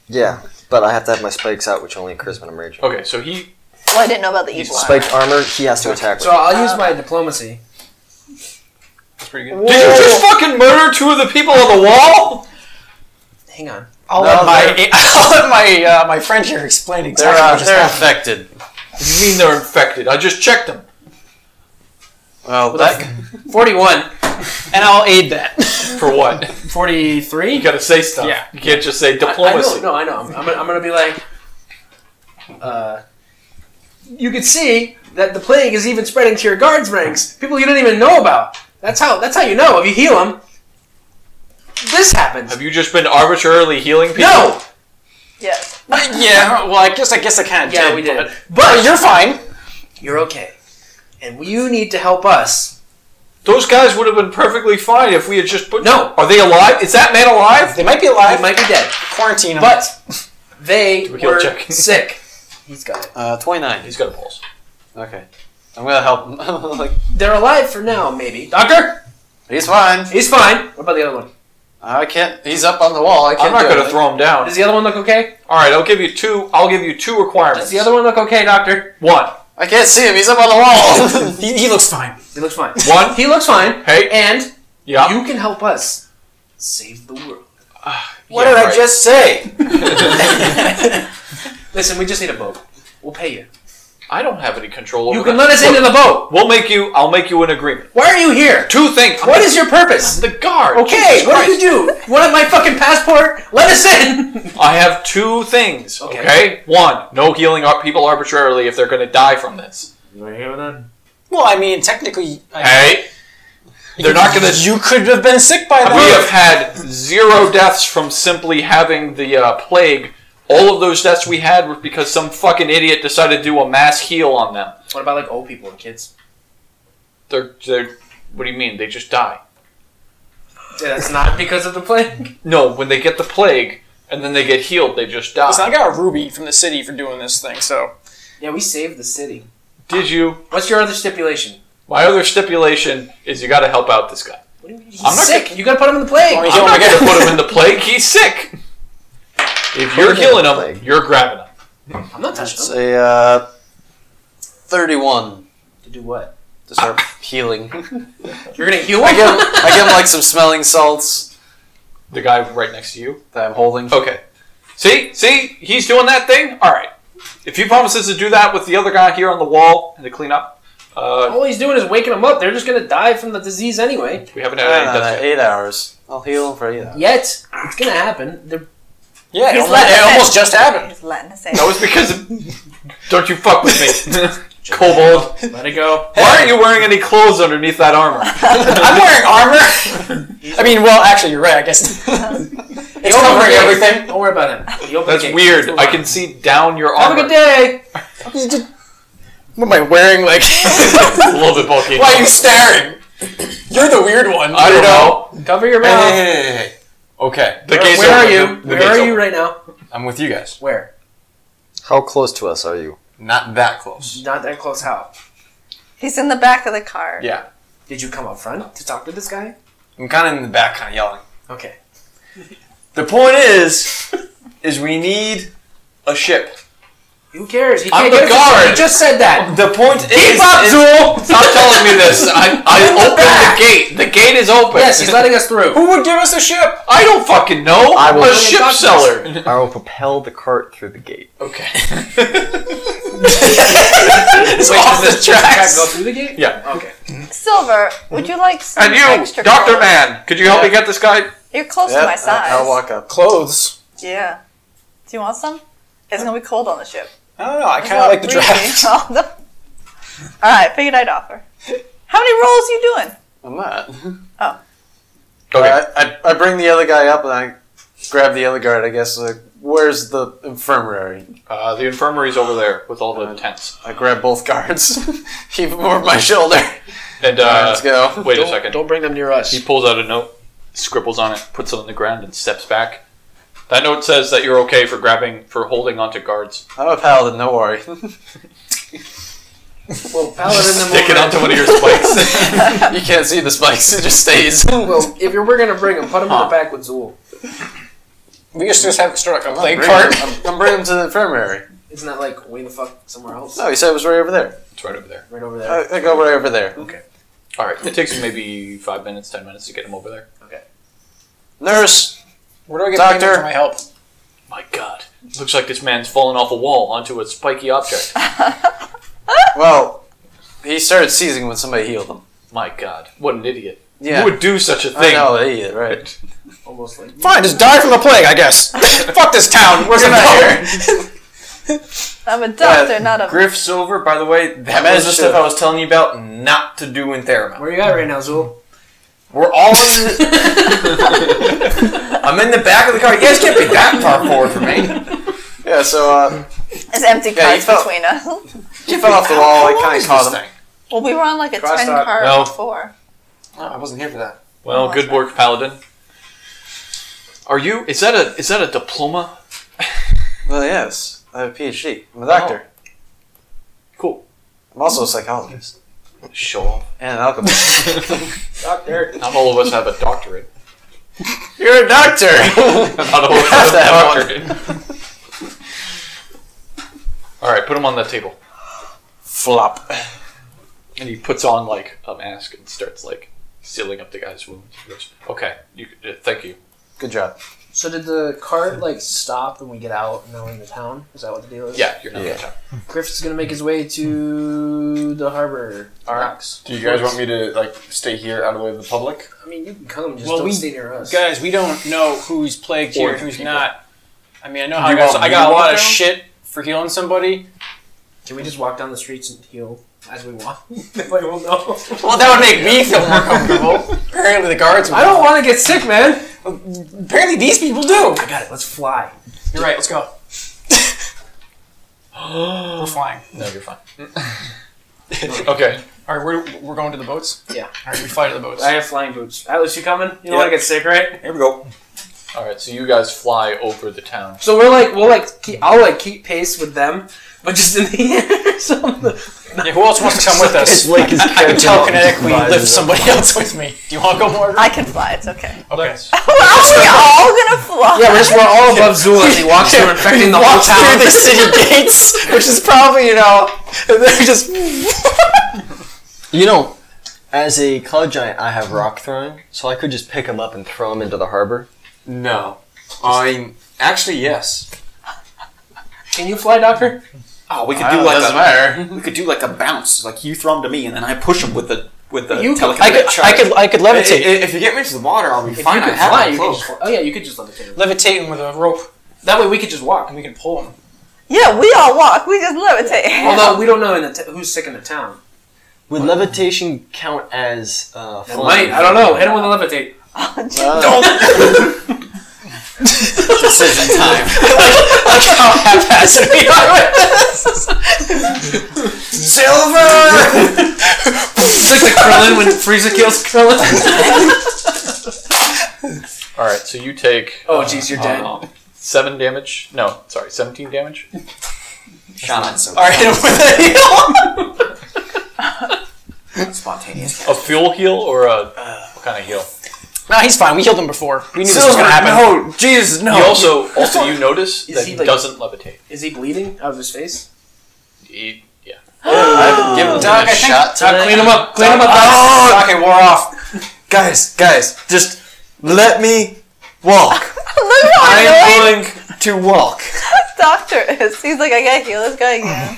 [SPEAKER 3] Yeah, but I have to have my spikes out, which only occurs when I'm raging.
[SPEAKER 1] Okay, so he
[SPEAKER 4] Well, I didn't know about the evil armor.
[SPEAKER 3] Spiked armor, he has to attack with.
[SPEAKER 2] So I'll use my diplomacy.
[SPEAKER 1] Did you just fucking murder two of the people on the wall?
[SPEAKER 2] Hang on.
[SPEAKER 7] I'll, let Uh, my, I'll let my uh, my friend here explain exactly
[SPEAKER 5] They're, uh,
[SPEAKER 7] what just
[SPEAKER 5] they're
[SPEAKER 7] happened.
[SPEAKER 5] infected.
[SPEAKER 1] You mean they're infected? I just checked them.
[SPEAKER 5] Well, that,
[SPEAKER 2] Forty-one.
[SPEAKER 7] And I'll aid that.
[SPEAKER 1] For what? You
[SPEAKER 2] Forty-three.
[SPEAKER 1] gotta say stuff.
[SPEAKER 2] Yeah.
[SPEAKER 1] You can't just say
[SPEAKER 2] I, I know.
[SPEAKER 1] diplomacy.
[SPEAKER 2] No, I know. I'm, I'm, gonna- I'm gonna be like. Uh, you can see that the plague is even spreading to your guards' ranks. People you didn't even know about. That's how. That's how you know. If you heal them, this happens.
[SPEAKER 1] Have you just been arbitrarily healing people?
[SPEAKER 2] No.
[SPEAKER 4] Yes.
[SPEAKER 7] yeah, well, I guess I guess I kind of
[SPEAKER 2] Yeah,
[SPEAKER 7] did.
[SPEAKER 2] we did.
[SPEAKER 7] But you're fine.
[SPEAKER 2] You're okay, and you need to help us.
[SPEAKER 1] Those guys would have been perfectly fine if we had just put.
[SPEAKER 2] No.
[SPEAKER 1] Are they alive? Is that man alive?
[SPEAKER 7] They might be
[SPEAKER 2] They
[SPEAKER 7] alive.
[SPEAKER 2] might be dead,
[SPEAKER 7] quarantine.
[SPEAKER 2] but they
[SPEAKER 1] we kill
[SPEAKER 2] were
[SPEAKER 1] Jack?
[SPEAKER 2] sick. He's got it.
[SPEAKER 5] uh, 29.
[SPEAKER 1] He's got a pulse.
[SPEAKER 5] Okay. I'm gonna help him. like,
[SPEAKER 2] They're alive for now, maybe. Doctor,
[SPEAKER 5] he's fine.
[SPEAKER 2] he's fine. What about the other one?
[SPEAKER 5] I can't. He's up on the wall. I
[SPEAKER 1] I'm
[SPEAKER 5] can't.
[SPEAKER 1] not
[SPEAKER 5] do
[SPEAKER 1] gonna
[SPEAKER 5] anything.
[SPEAKER 1] throw him down.
[SPEAKER 2] Does the other one look okay?
[SPEAKER 1] All right, I'll give you two. I'll give you two requirements.
[SPEAKER 2] Does the other one look okay, Doctor?
[SPEAKER 1] one.
[SPEAKER 5] I can't see him. He's up on the wall.
[SPEAKER 7] he, he looks fine.
[SPEAKER 2] He looks fine.
[SPEAKER 1] One.
[SPEAKER 2] He looks fine,
[SPEAKER 1] Hey.
[SPEAKER 2] and
[SPEAKER 1] Yeah.
[SPEAKER 2] you can help us save the world.
[SPEAKER 5] what
[SPEAKER 1] Yeah,
[SPEAKER 5] did
[SPEAKER 1] right.
[SPEAKER 5] I just say?
[SPEAKER 2] Listen, we just need a boat. We'll pay you.
[SPEAKER 1] I don't have any control over
[SPEAKER 2] You can
[SPEAKER 1] that.
[SPEAKER 2] let us
[SPEAKER 1] Look,
[SPEAKER 2] into the boat.
[SPEAKER 1] We'll make you. I'll make you an agreement.
[SPEAKER 2] Why are you here?
[SPEAKER 1] Two things.
[SPEAKER 2] What is your
[SPEAKER 1] I'm
[SPEAKER 2] purpose?
[SPEAKER 1] the guard?
[SPEAKER 2] Okay,
[SPEAKER 1] Jesus
[SPEAKER 2] what
[SPEAKER 1] Christ.
[SPEAKER 2] did you do? You wanted my fucking passport? Let us in.
[SPEAKER 1] I have two things. Okay.
[SPEAKER 2] Okay.
[SPEAKER 1] One, no healing ar- people arbitrarily if they're going to die from this.
[SPEAKER 7] Well, I mean, technically, I,
[SPEAKER 1] Hey, they're not going to.
[SPEAKER 7] You could have been sick by
[SPEAKER 1] We have had
[SPEAKER 7] then.
[SPEAKER 1] zero deaths from simply having the uh, plague. All of those deaths we had were because some fucking idiot decided to do a mass heal on them.
[SPEAKER 2] What about like old people and kids?
[SPEAKER 1] They're, they're, what do you mean? They just die.
[SPEAKER 2] Yeah, that's not because of the plague.
[SPEAKER 1] No, when they get the plague and then they get healed, they just die.
[SPEAKER 7] Listen, I got a ruby from the city for doing this thing, so
[SPEAKER 2] Yeah, we saved the city.
[SPEAKER 1] Did you?
[SPEAKER 2] What's your other stipulation?
[SPEAKER 1] My other stipulation is you got to help out this guy.
[SPEAKER 2] He's
[SPEAKER 1] I'm not
[SPEAKER 2] sick. You gotta put him in the plague.
[SPEAKER 7] Well,
[SPEAKER 1] I'm
[SPEAKER 7] Oh my
[SPEAKER 1] not going to
[SPEAKER 7] God.
[SPEAKER 1] put him in the plague. He's sick. If you're
[SPEAKER 3] him in
[SPEAKER 1] healing
[SPEAKER 3] the
[SPEAKER 1] him,
[SPEAKER 3] plague.
[SPEAKER 1] you're grabbing him.
[SPEAKER 2] I'm not touching
[SPEAKER 5] It's
[SPEAKER 2] him.
[SPEAKER 5] a uh, 31
[SPEAKER 2] To do what?
[SPEAKER 5] to start
[SPEAKER 6] Ah.
[SPEAKER 5] healing.
[SPEAKER 2] You're gonna heal him.
[SPEAKER 5] I give, I give him like some smelling salts
[SPEAKER 1] The guy right next to you.
[SPEAKER 5] that I'm holding.
[SPEAKER 6] Oh,
[SPEAKER 1] Okay. See, see, he's doing that thing. All right. If he promises to do that with the other guy here on the wall and to clean up, uh,
[SPEAKER 2] All he's doing is waking them up. They're just gonna die from the disease anyway.
[SPEAKER 1] we haven't
[SPEAKER 5] No,
[SPEAKER 1] had
[SPEAKER 5] no,
[SPEAKER 1] any
[SPEAKER 5] no,
[SPEAKER 1] deaths yet.
[SPEAKER 5] uh, eight hours. I'll heal him for eight hours.
[SPEAKER 2] Yet it's gonna happen. They're,
[SPEAKER 7] yeah, it
[SPEAKER 4] He's
[SPEAKER 7] almost,
[SPEAKER 4] letting
[SPEAKER 7] it
[SPEAKER 4] us in.
[SPEAKER 7] almost just happened.
[SPEAKER 4] He's letting us in.
[SPEAKER 1] That was because of. Don't you fuck with me, kobold.
[SPEAKER 2] let it go.
[SPEAKER 1] Why aren't you wearing any clothes underneath that armor?
[SPEAKER 7] I'm wearing armor. I mean, well, actually, you're right. I guess it's covering everything.
[SPEAKER 2] Don't worry about him. He opened
[SPEAKER 1] That's
[SPEAKER 2] the gate.
[SPEAKER 1] weird. I can see down your
[SPEAKER 2] Have
[SPEAKER 1] armor.
[SPEAKER 2] a good day.
[SPEAKER 7] What am I wearing? Like,
[SPEAKER 1] a little bit bulky.
[SPEAKER 7] why are you staring? You're the weird one.
[SPEAKER 1] I don't know.
[SPEAKER 2] Cover your
[SPEAKER 8] Hey,
[SPEAKER 2] mouth.
[SPEAKER 8] hey, hey, hey, hey. Okay,
[SPEAKER 1] The
[SPEAKER 2] where
[SPEAKER 1] gates
[SPEAKER 2] where are
[SPEAKER 1] open.
[SPEAKER 2] you?
[SPEAKER 1] The
[SPEAKER 2] Where
[SPEAKER 1] gates
[SPEAKER 2] are
[SPEAKER 1] open.
[SPEAKER 2] you right now?
[SPEAKER 8] I'm with you guys.
[SPEAKER 2] Where?
[SPEAKER 3] How close to us are you?
[SPEAKER 8] Not that close.
[SPEAKER 2] Not that close. How?
[SPEAKER 4] He's in the back of the car.
[SPEAKER 8] Yeah.
[SPEAKER 2] Did you come up front to talk to this guy?
[SPEAKER 8] I'm kind of in the back, kind of yelling.
[SPEAKER 2] Okay.
[SPEAKER 8] The point is, is we need a ship.
[SPEAKER 2] Who cares? He
[SPEAKER 1] I'm
[SPEAKER 2] can't
[SPEAKER 1] the
[SPEAKER 2] get it from-
[SPEAKER 1] guard.
[SPEAKER 2] He just said that.
[SPEAKER 8] The point is, is-
[SPEAKER 1] Stop telling me this. I, I opened the gate. The gate is open.
[SPEAKER 2] Yes, he's letting us through.
[SPEAKER 7] Who would give us a ship?
[SPEAKER 1] I don't fucking know.
[SPEAKER 3] I will-
[SPEAKER 1] a ship seller.
[SPEAKER 3] I will propel the cart through the gate.
[SPEAKER 1] It's off the tracks.
[SPEAKER 2] Go through the gate.
[SPEAKER 1] Yeah.
[SPEAKER 2] Okay.
[SPEAKER 4] Silver, would you like some
[SPEAKER 1] And you,
[SPEAKER 4] extra
[SPEAKER 1] Doctor
[SPEAKER 4] clothes?
[SPEAKER 1] Man, could you help me get this guy?
[SPEAKER 4] You're close
[SPEAKER 5] Yeah,
[SPEAKER 4] to my
[SPEAKER 5] I-
[SPEAKER 4] size.
[SPEAKER 5] I'll walk up.
[SPEAKER 7] Clothes.
[SPEAKER 4] Yeah. Do you want some? It's gonna be cold on the ship.
[SPEAKER 7] I don't know. I
[SPEAKER 4] It's
[SPEAKER 7] kind of
[SPEAKER 4] not
[SPEAKER 7] like the
[SPEAKER 4] breezy.
[SPEAKER 7] draft.
[SPEAKER 4] All the- All right, figured I'd offer. How many rolls you doing?
[SPEAKER 5] I'm not.
[SPEAKER 1] Okay.
[SPEAKER 5] I, I, I bring the other guy up and I grab the other guard, I guess. Like, where's the infirmary?
[SPEAKER 1] Uh, the infirmary's over there with all the tents.
[SPEAKER 5] I grab both guards, keep them over my shoulder.
[SPEAKER 1] And
[SPEAKER 5] Alright,
[SPEAKER 1] uh,
[SPEAKER 5] let's go.
[SPEAKER 1] wait a second.
[SPEAKER 2] Don't bring them near us.
[SPEAKER 1] He pulls out a note, scribbles on it, puts it on the ground, and steps back. That note says that you're okay for grabbing, for holding onto guards,
[SPEAKER 5] I'm a paladin, don't worry.
[SPEAKER 2] Well, paladin them
[SPEAKER 1] sticking
[SPEAKER 2] over.
[SPEAKER 1] onto one of your spikes.
[SPEAKER 5] you can't see the spikes, it just stays.
[SPEAKER 2] Well, if you're, we're gonna bring him, put him in the back with Zool.
[SPEAKER 7] We just just have to start like a playing
[SPEAKER 5] Bring
[SPEAKER 7] card.
[SPEAKER 5] him- I'm, I'm bringing him to the infirmary.
[SPEAKER 2] Isn't that like way the fuck somewhere else?
[SPEAKER 5] No, he said it was right over there.
[SPEAKER 1] it's right over there.
[SPEAKER 2] Right over there.
[SPEAKER 1] Uh,
[SPEAKER 5] I, I go right over there.
[SPEAKER 1] All right. It takes you maybe five minutes, ten minutes to get him over there.
[SPEAKER 5] Nurse!
[SPEAKER 7] Where do I get
[SPEAKER 5] Doctor.
[SPEAKER 7] payment for my help?
[SPEAKER 1] My God, looks like this man's fallen off a wall onto a spiky object.
[SPEAKER 5] Well, he started seizing when somebody healed him.
[SPEAKER 1] My God, what an idiot!
[SPEAKER 5] Yeah.
[SPEAKER 1] Who would do such a
[SPEAKER 5] I
[SPEAKER 1] thing?
[SPEAKER 5] know, he is, right.
[SPEAKER 2] Almost like.
[SPEAKER 7] Fine, just die from the plague, I guess. Fuck this town. Where's the boat?
[SPEAKER 4] I'm a doctor, not a.
[SPEAKER 8] Griff Silver, by the way, that was
[SPEAKER 5] managed
[SPEAKER 8] the
[SPEAKER 5] to-
[SPEAKER 8] stuff I was telling you about not to do in Theramount.
[SPEAKER 2] Where you at right now, Zool?
[SPEAKER 8] We're all in the... I'm in the back of the car. You guys can't be that far forward for me.
[SPEAKER 5] Yeah, so uh,
[SPEAKER 4] It's empty
[SPEAKER 5] Yeah, you
[SPEAKER 4] cars
[SPEAKER 5] felt-
[SPEAKER 4] between us.
[SPEAKER 5] he fell off the wall, I kind of
[SPEAKER 8] is
[SPEAKER 5] caught
[SPEAKER 8] this
[SPEAKER 5] him.
[SPEAKER 8] thing?
[SPEAKER 4] Well, we were on like a
[SPEAKER 2] Cross
[SPEAKER 4] ten
[SPEAKER 2] out.
[SPEAKER 4] car
[SPEAKER 1] No.
[SPEAKER 4] before.
[SPEAKER 8] Oh, I wasn't here for that.
[SPEAKER 1] Well, good work, Paladin. Are you? Is that a is that a diploma?
[SPEAKER 5] Well, yes, I have a PhD. I'm a doctor.
[SPEAKER 1] Cool.
[SPEAKER 5] I'm also a psychologist
[SPEAKER 1] Sure.
[SPEAKER 5] and an alchemist.
[SPEAKER 2] Doctor.
[SPEAKER 1] Not all of us have a doctorate.
[SPEAKER 5] You're a doctor.
[SPEAKER 1] Not all of us
[SPEAKER 5] have to have
[SPEAKER 1] have a doctorate. all right, put him on that table,
[SPEAKER 5] Flop.
[SPEAKER 1] and he puts on like a mask and starts like sealing up the guy's wounds. He goes, "Okay, you, uh, thank you."
[SPEAKER 5] Good job.
[SPEAKER 2] So did the cart like stop when we get out and now we're in the town? Is that what the deal is?
[SPEAKER 1] Yeah, you're not yeah.
[SPEAKER 2] Griff's gonna make his way to the harbor.
[SPEAKER 8] All right.
[SPEAKER 2] docks.
[SPEAKER 8] Do you guys want me to like stay here out of the way of the public?
[SPEAKER 2] I mean, you can come, just
[SPEAKER 7] Well,
[SPEAKER 2] don't
[SPEAKER 7] we-
[SPEAKER 2] stay near us.
[SPEAKER 7] Guys, we don't know who's plagued here
[SPEAKER 8] Or
[SPEAKER 7] and who's
[SPEAKER 8] people.
[SPEAKER 7] not. I mean, I know how I
[SPEAKER 8] you
[SPEAKER 7] got,
[SPEAKER 8] want
[SPEAKER 7] I got
[SPEAKER 8] me
[SPEAKER 7] a
[SPEAKER 8] to
[SPEAKER 7] lot
[SPEAKER 8] go?
[SPEAKER 7] of shit for healing somebody.
[SPEAKER 2] Can we just walk down the streets and heal as we walk? like, well, no.
[SPEAKER 6] Well, that would make me feel more comfortable. Apparently, the guards.
[SPEAKER 2] I don't want to get sick, man.
[SPEAKER 6] Apparently, these people do.
[SPEAKER 2] I got it. Let's fly.
[SPEAKER 7] You're right, let's go. we're flying.
[SPEAKER 1] No, you're fine. okay.
[SPEAKER 7] All right, we're, we're going to the boats?
[SPEAKER 2] Yeah.
[SPEAKER 7] All right, we fly to the boats.
[SPEAKER 2] I have flying boots. Atlas, you coming? You don't want to get sick, right?
[SPEAKER 6] Here we go.
[SPEAKER 1] All right. So you guys fly over the town.
[SPEAKER 2] So we're like, we'll like, keep, I'll like keep pace with them, but just in the air. so I'm the-
[SPEAKER 7] Yeah, who else wants to come with us?
[SPEAKER 3] Lake is
[SPEAKER 7] I can telekinetically lift somebody else with me. Do you want to go more?
[SPEAKER 4] I can fly. It's okay.
[SPEAKER 7] Okay.
[SPEAKER 4] We're actually all gonna fly.
[SPEAKER 2] yeah, we're just we're all above Zula as he walks through, infecting the whole town.
[SPEAKER 6] through the city gates, which is probably you know they're just.
[SPEAKER 3] You know, as a cloud giant, I have rock throwing, so I could just pick him up and throw him into the harbor.
[SPEAKER 8] No. I mean, actually, yes.
[SPEAKER 2] Can you fly, Doctor?
[SPEAKER 6] Oh, we could
[SPEAKER 5] I
[SPEAKER 6] do
[SPEAKER 5] don't-
[SPEAKER 6] like
[SPEAKER 5] doesn't
[SPEAKER 6] a
[SPEAKER 5] matter.
[SPEAKER 6] we could do like a bounce, like you throw him to me, and then I push him with the with the
[SPEAKER 2] You-
[SPEAKER 6] telekinetic
[SPEAKER 7] I could,
[SPEAKER 6] charge.
[SPEAKER 7] I could, I could
[SPEAKER 8] I-
[SPEAKER 7] levitate.
[SPEAKER 8] I- if you get me to the water, I'll be
[SPEAKER 2] If
[SPEAKER 8] fine.
[SPEAKER 2] you
[SPEAKER 8] I
[SPEAKER 2] could
[SPEAKER 8] have
[SPEAKER 2] fly,
[SPEAKER 8] my
[SPEAKER 2] you could
[SPEAKER 8] cloak.
[SPEAKER 2] just fly. Oh yeah, you could just levitate.
[SPEAKER 7] levitate him with a rope,
[SPEAKER 2] That way we could just walk.
[SPEAKER 7] and we can pull him.
[SPEAKER 4] Yeah, we all walk. We just levitate.
[SPEAKER 2] Although we don't know in the t- who's sick in the town.
[SPEAKER 3] Would levitation count as uh,
[SPEAKER 2] That
[SPEAKER 3] flying?
[SPEAKER 2] might. I don't know. Hit him with a levitate.
[SPEAKER 4] Oh,
[SPEAKER 5] Uh,
[SPEAKER 6] decision time.
[SPEAKER 7] haphazard we are with this.
[SPEAKER 6] Silver.
[SPEAKER 2] It's like Krillin when Frieza kills Krillin.
[SPEAKER 1] All right. So you take
[SPEAKER 2] oh jeez, you're dead.
[SPEAKER 1] uh, seven damage. No, sorry, seventeen damage.
[SPEAKER 6] Shaman. So
[SPEAKER 7] All right, hit him with a heel.
[SPEAKER 6] spontaneous.
[SPEAKER 1] A fuel heal or a what kind of heal?
[SPEAKER 7] No, he's fine. We healed him before. We knew this was
[SPEAKER 5] Silver,
[SPEAKER 7] gonna happen.
[SPEAKER 5] no, Jesus, no.
[SPEAKER 1] You also also you notice
[SPEAKER 2] Is
[SPEAKER 1] that
[SPEAKER 2] he,
[SPEAKER 1] he
[SPEAKER 2] like-
[SPEAKER 1] doesn't levitate.
[SPEAKER 2] Is he bleeding out of his face?
[SPEAKER 1] He, yeah.
[SPEAKER 6] Give him
[SPEAKER 7] Doc,
[SPEAKER 6] a
[SPEAKER 7] I think-
[SPEAKER 6] shot.
[SPEAKER 2] Doc, clean him up. Clean him up.
[SPEAKER 5] Oh, okay, wore off. Guys, guys, just let me walk.
[SPEAKER 4] Look how annoyed
[SPEAKER 5] I'm going to walk.
[SPEAKER 4] this doctor is. He's like, I gotta heal this guy again.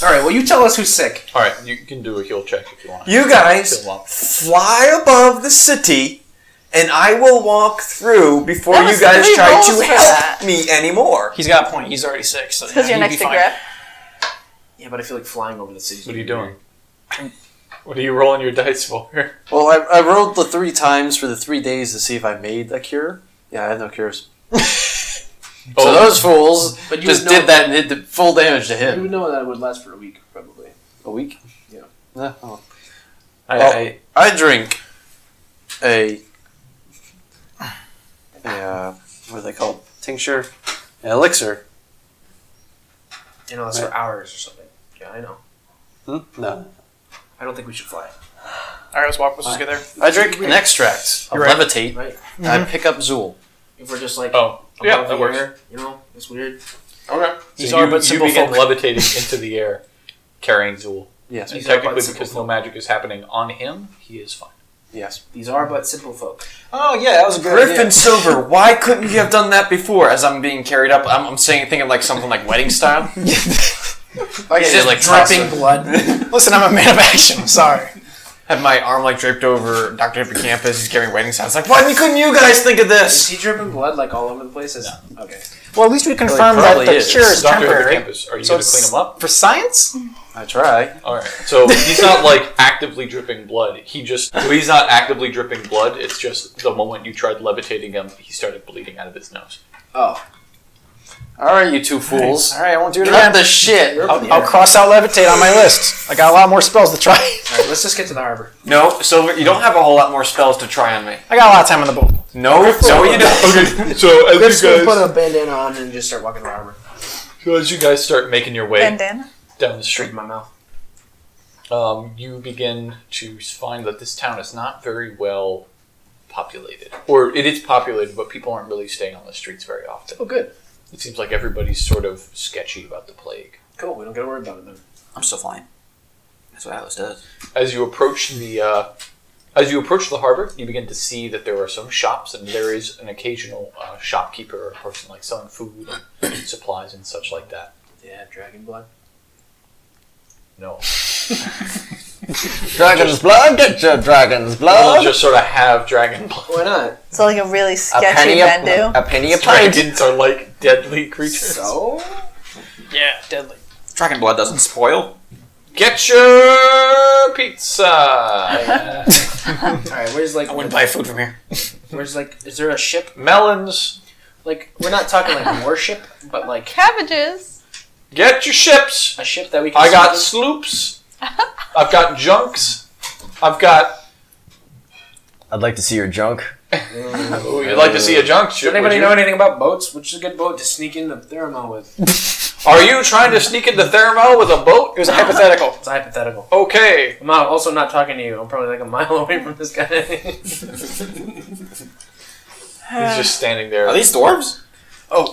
[SPEAKER 2] All right. Well, you tell us who's sick.
[SPEAKER 1] All right. You can do a heal check if you want.
[SPEAKER 5] You guys
[SPEAKER 1] Heal up.
[SPEAKER 5] fly above the city, and I will walk through before
[SPEAKER 4] That
[SPEAKER 5] you
[SPEAKER 4] was
[SPEAKER 5] guys
[SPEAKER 4] three
[SPEAKER 5] try
[SPEAKER 4] rolls
[SPEAKER 5] to
[SPEAKER 4] for
[SPEAKER 5] help
[SPEAKER 4] that.
[SPEAKER 5] me anymore.
[SPEAKER 7] He's got a point. He's already sick, so
[SPEAKER 4] Because
[SPEAKER 7] yeah,
[SPEAKER 4] you're next
[SPEAKER 7] he'd be
[SPEAKER 4] to
[SPEAKER 7] fine.
[SPEAKER 4] Grip.
[SPEAKER 2] Yeah, but I feel like flying over the city.
[SPEAKER 1] What are you doing? What are you rolling your dice for?
[SPEAKER 5] Well, I, I rolled the three times for the three days to see if I made a cure. Yeah, I have no cures.
[SPEAKER 1] Oh.
[SPEAKER 5] So those fools
[SPEAKER 2] Oh. But you
[SPEAKER 5] just
[SPEAKER 2] would know-
[SPEAKER 5] did that and did the full damage to
[SPEAKER 2] You
[SPEAKER 5] him.
[SPEAKER 2] would know that it would last for a week, probably.
[SPEAKER 5] A week?
[SPEAKER 2] Yeah.
[SPEAKER 5] No, oh.
[SPEAKER 8] I,
[SPEAKER 5] Well-
[SPEAKER 8] I,
[SPEAKER 5] I drink a, a uh, what are they called? Tincture, an elixir.
[SPEAKER 2] You know, that's for hours or something. Yeah, I know.
[SPEAKER 5] Hmm? No,
[SPEAKER 2] I don't think we should fly.
[SPEAKER 7] All right, let's walk. Let's just get there.
[SPEAKER 5] I drink an extract. of
[SPEAKER 7] You're right.
[SPEAKER 5] levitate.
[SPEAKER 2] Right?
[SPEAKER 5] and I
[SPEAKER 8] Mm-hmm.
[SPEAKER 5] pick up Zool.
[SPEAKER 2] If we're just like
[SPEAKER 1] Oh, yeah,
[SPEAKER 2] above
[SPEAKER 1] that
[SPEAKER 2] the
[SPEAKER 1] works.
[SPEAKER 2] air, you know, it's weird.
[SPEAKER 8] okay.
[SPEAKER 7] These
[SPEAKER 1] so
[SPEAKER 7] are
[SPEAKER 1] you,
[SPEAKER 7] but
[SPEAKER 1] you
[SPEAKER 7] simple
[SPEAKER 1] begin
[SPEAKER 7] folk.
[SPEAKER 1] levitating into the air, carrying Zool.
[SPEAKER 5] Yes,
[SPEAKER 1] And
[SPEAKER 2] are but
[SPEAKER 1] technically,
[SPEAKER 2] simple
[SPEAKER 1] because no magic is happening on him, he is fine.
[SPEAKER 5] yes.
[SPEAKER 2] These are but simple folk.
[SPEAKER 6] Oh yeah, that was a good
[SPEAKER 8] Griffin Silver, why couldn't you have done that before? As I'm being carried up, I'm, I'm saying thinking like something like wedding style.
[SPEAKER 5] I get
[SPEAKER 8] just
[SPEAKER 5] like
[SPEAKER 8] dropping
[SPEAKER 5] dropping.
[SPEAKER 2] Blood.
[SPEAKER 7] Listen, I'm a man of action. I'm sorry.
[SPEAKER 8] Have my arm like draped over Dr. Hippocampus. He's carrying wedding styles. Like, why couldn't you guys think of
[SPEAKER 2] Is
[SPEAKER 8] this?
[SPEAKER 2] he dripping blood like all over the place? Is- Okay.
[SPEAKER 7] Well, at least we confirmed that
[SPEAKER 5] probably
[SPEAKER 7] the
[SPEAKER 5] is.
[SPEAKER 7] cure is
[SPEAKER 1] Doctor
[SPEAKER 7] temporary.
[SPEAKER 1] Hippocampus, are you
[SPEAKER 7] So
[SPEAKER 1] going to clean
[SPEAKER 7] it's-
[SPEAKER 1] him up?
[SPEAKER 7] For science?
[SPEAKER 5] I try.
[SPEAKER 1] All right. So he's not like actively dripping blood. He just so he's not actively dripping blood. It's just the moment you tried levitating him, he started bleeding out of his nose.
[SPEAKER 2] Oh,
[SPEAKER 5] All right, you two fools.
[SPEAKER 7] All right, I won't do it
[SPEAKER 5] Drop
[SPEAKER 7] again.
[SPEAKER 5] the shit.
[SPEAKER 2] All
[SPEAKER 7] I'll, I'll cross out levitate on my list. I got a lot more spells to try.
[SPEAKER 2] right. Let's just get to the harbor.
[SPEAKER 8] No, Silver, you don't have a whole lot more spells to try on me.
[SPEAKER 7] I got a lot of time on the boat.
[SPEAKER 8] No, no, you don't.
[SPEAKER 1] Okay. So as you
[SPEAKER 2] put
[SPEAKER 1] guys,
[SPEAKER 2] a bandana on and just start walking to the harbor.
[SPEAKER 1] so as you guys start making your way
[SPEAKER 4] Bandana.
[SPEAKER 1] down the
[SPEAKER 2] Straight
[SPEAKER 1] street,
[SPEAKER 2] in my mouth.
[SPEAKER 1] um, you begin to find that this town is not very well populated, or it is populated, but people aren't really staying on the streets very often.
[SPEAKER 2] Oh, good.
[SPEAKER 1] It seems like everybody's sort of sketchy about the plague.
[SPEAKER 2] Cool. We don't got to worry about it then.
[SPEAKER 6] I'm still flying. That's what Alice does.
[SPEAKER 1] as you approach the uh, As you approach the harbor, you begin to see that there are some shops, and there is an occasional uh, shopkeeper or person like selling food and supplies and such like that.
[SPEAKER 2] Yeah, dragon blood.
[SPEAKER 1] No,
[SPEAKER 5] Dragon's blood, get your dragon's
[SPEAKER 1] they'll
[SPEAKER 5] blood.
[SPEAKER 1] just sort of have dragon blood.
[SPEAKER 2] Why not?
[SPEAKER 4] So like a really
[SPEAKER 5] a
[SPEAKER 4] sketchy
[SPEAKER 5] penny
[SPEAKER 4] Bendu.
[SPEAKER 5] a, a penny a pint.
[SPEAKER 1] Dragons are like deadly creatures.
[SPEAKER 5] So
[SPEAKER 7] Yeah, deadly.
[SPEAKER 8] Dragon blood doesn't spoil.
[SPEAKER 1] Get your pizza,
[SPEAKER 2] All right, where's like
[SPEAKER 8] buy food from here.
[SPEAKER 2] where's like is there a ship?
[SPEAKER 1] melons.
[SPEAKER 2] Like we're not talking like a warship, but like
[SPEAKER 4] Cabbages.
[SPEAKER 1] Get your ships.
[SPEAKER 2] a ship that we can.
[SPEAKER 1] I got
[SPEAKER 2] summon?
[SPEAKER 1] sloops. I've got junks. I've got.
[SPEAKER 5] I'd like to see your junk.
[SPEAKER 1] Ooh, you'd like to see a junk ship?
[SPEAKER 2] Does anybody
[SPEAKER 1] would
[SPEAKER 2] know
[SPEAKER 1] you?
[SPEAKER 2] anything about boats? Which is a good boat to sneak into Thermo with?
[SPEAKER 1] Are you trying to sneak into Thermo with a boat?
[SPEAKER 7] It was a hypothetical.
[SPEAKER 2] It's hypothetical.
[SPEAKER 1] Okay.
[SPEAKER 2] I'm not, also not talking to you. I'm probably like a mile away from this guy.
[SPEAKER 1] He's just standing there. Oh,
[SPEAKER 8] Are these dwarves?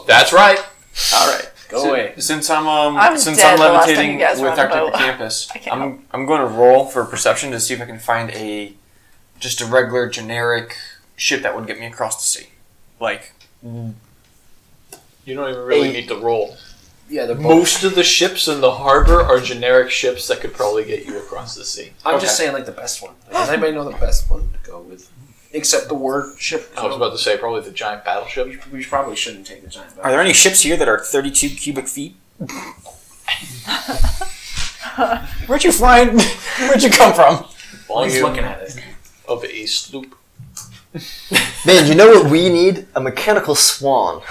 [SPEAKER 1] That's right.
[SPEAKER 8] All right.
[SPEAKER 2] Go away.
[SPEAKER 9] Since I'm um,
[SPEAKER 4] I was
[SPEAKER 9] since
[SPEAKER 4] dead
[SPEAKER 9] I'm
[SPEAKER 4] the last time you
[SPEAKER 9] levitating
[SPEAKER 4] guys were
[SPEAKER 9] with
[SPEAKER 4] on a
[SPEAKER 9] Dr.
[SPEAKER 4] boat.
[SPEAKER 9] Hippocampus,
[SPEAKER 4] I can't
[SPEAKER 9] I'm I'm going to roll for perception to see if I can find a just a regular generic ship that would get me across the sea, like
[SPEAKER 1] You don't even really
[SPEAKER 2] Eight.
[SPEAKER 1] need to roll.
[SPEAKER 2] Yeah, the boat.
[SPEAKER 1] Most of the ships in the harbor are generic ships that could probably get you across the sea.
[SPEAKER 2] I'm
[SPEAKER 9] Okay.
[SPEAKER 2] just saying like the best one. Like, does anybody know the best one to go with? Except the warship.
[SPEAKER 1] I was about to say probably the giant battleship.
[SPEAKER 2] We, we probably shouldn't take the giant.
[SPEAKER 8] Are
[SPEAKER 2] Boat.
[SPEAKER 8] there any ships here that are 32 cubic feet?
[SPEAKER 7] Where'd you find? Where'd you come from?
[SPEAKER 2] He's
[SPEAKER 1] Volume
[SPEAKER 2] looking at it.
[SPEAKER 1] of a sloop.
[SPEAKER 5] Man, you know what we need? A mechanical swan.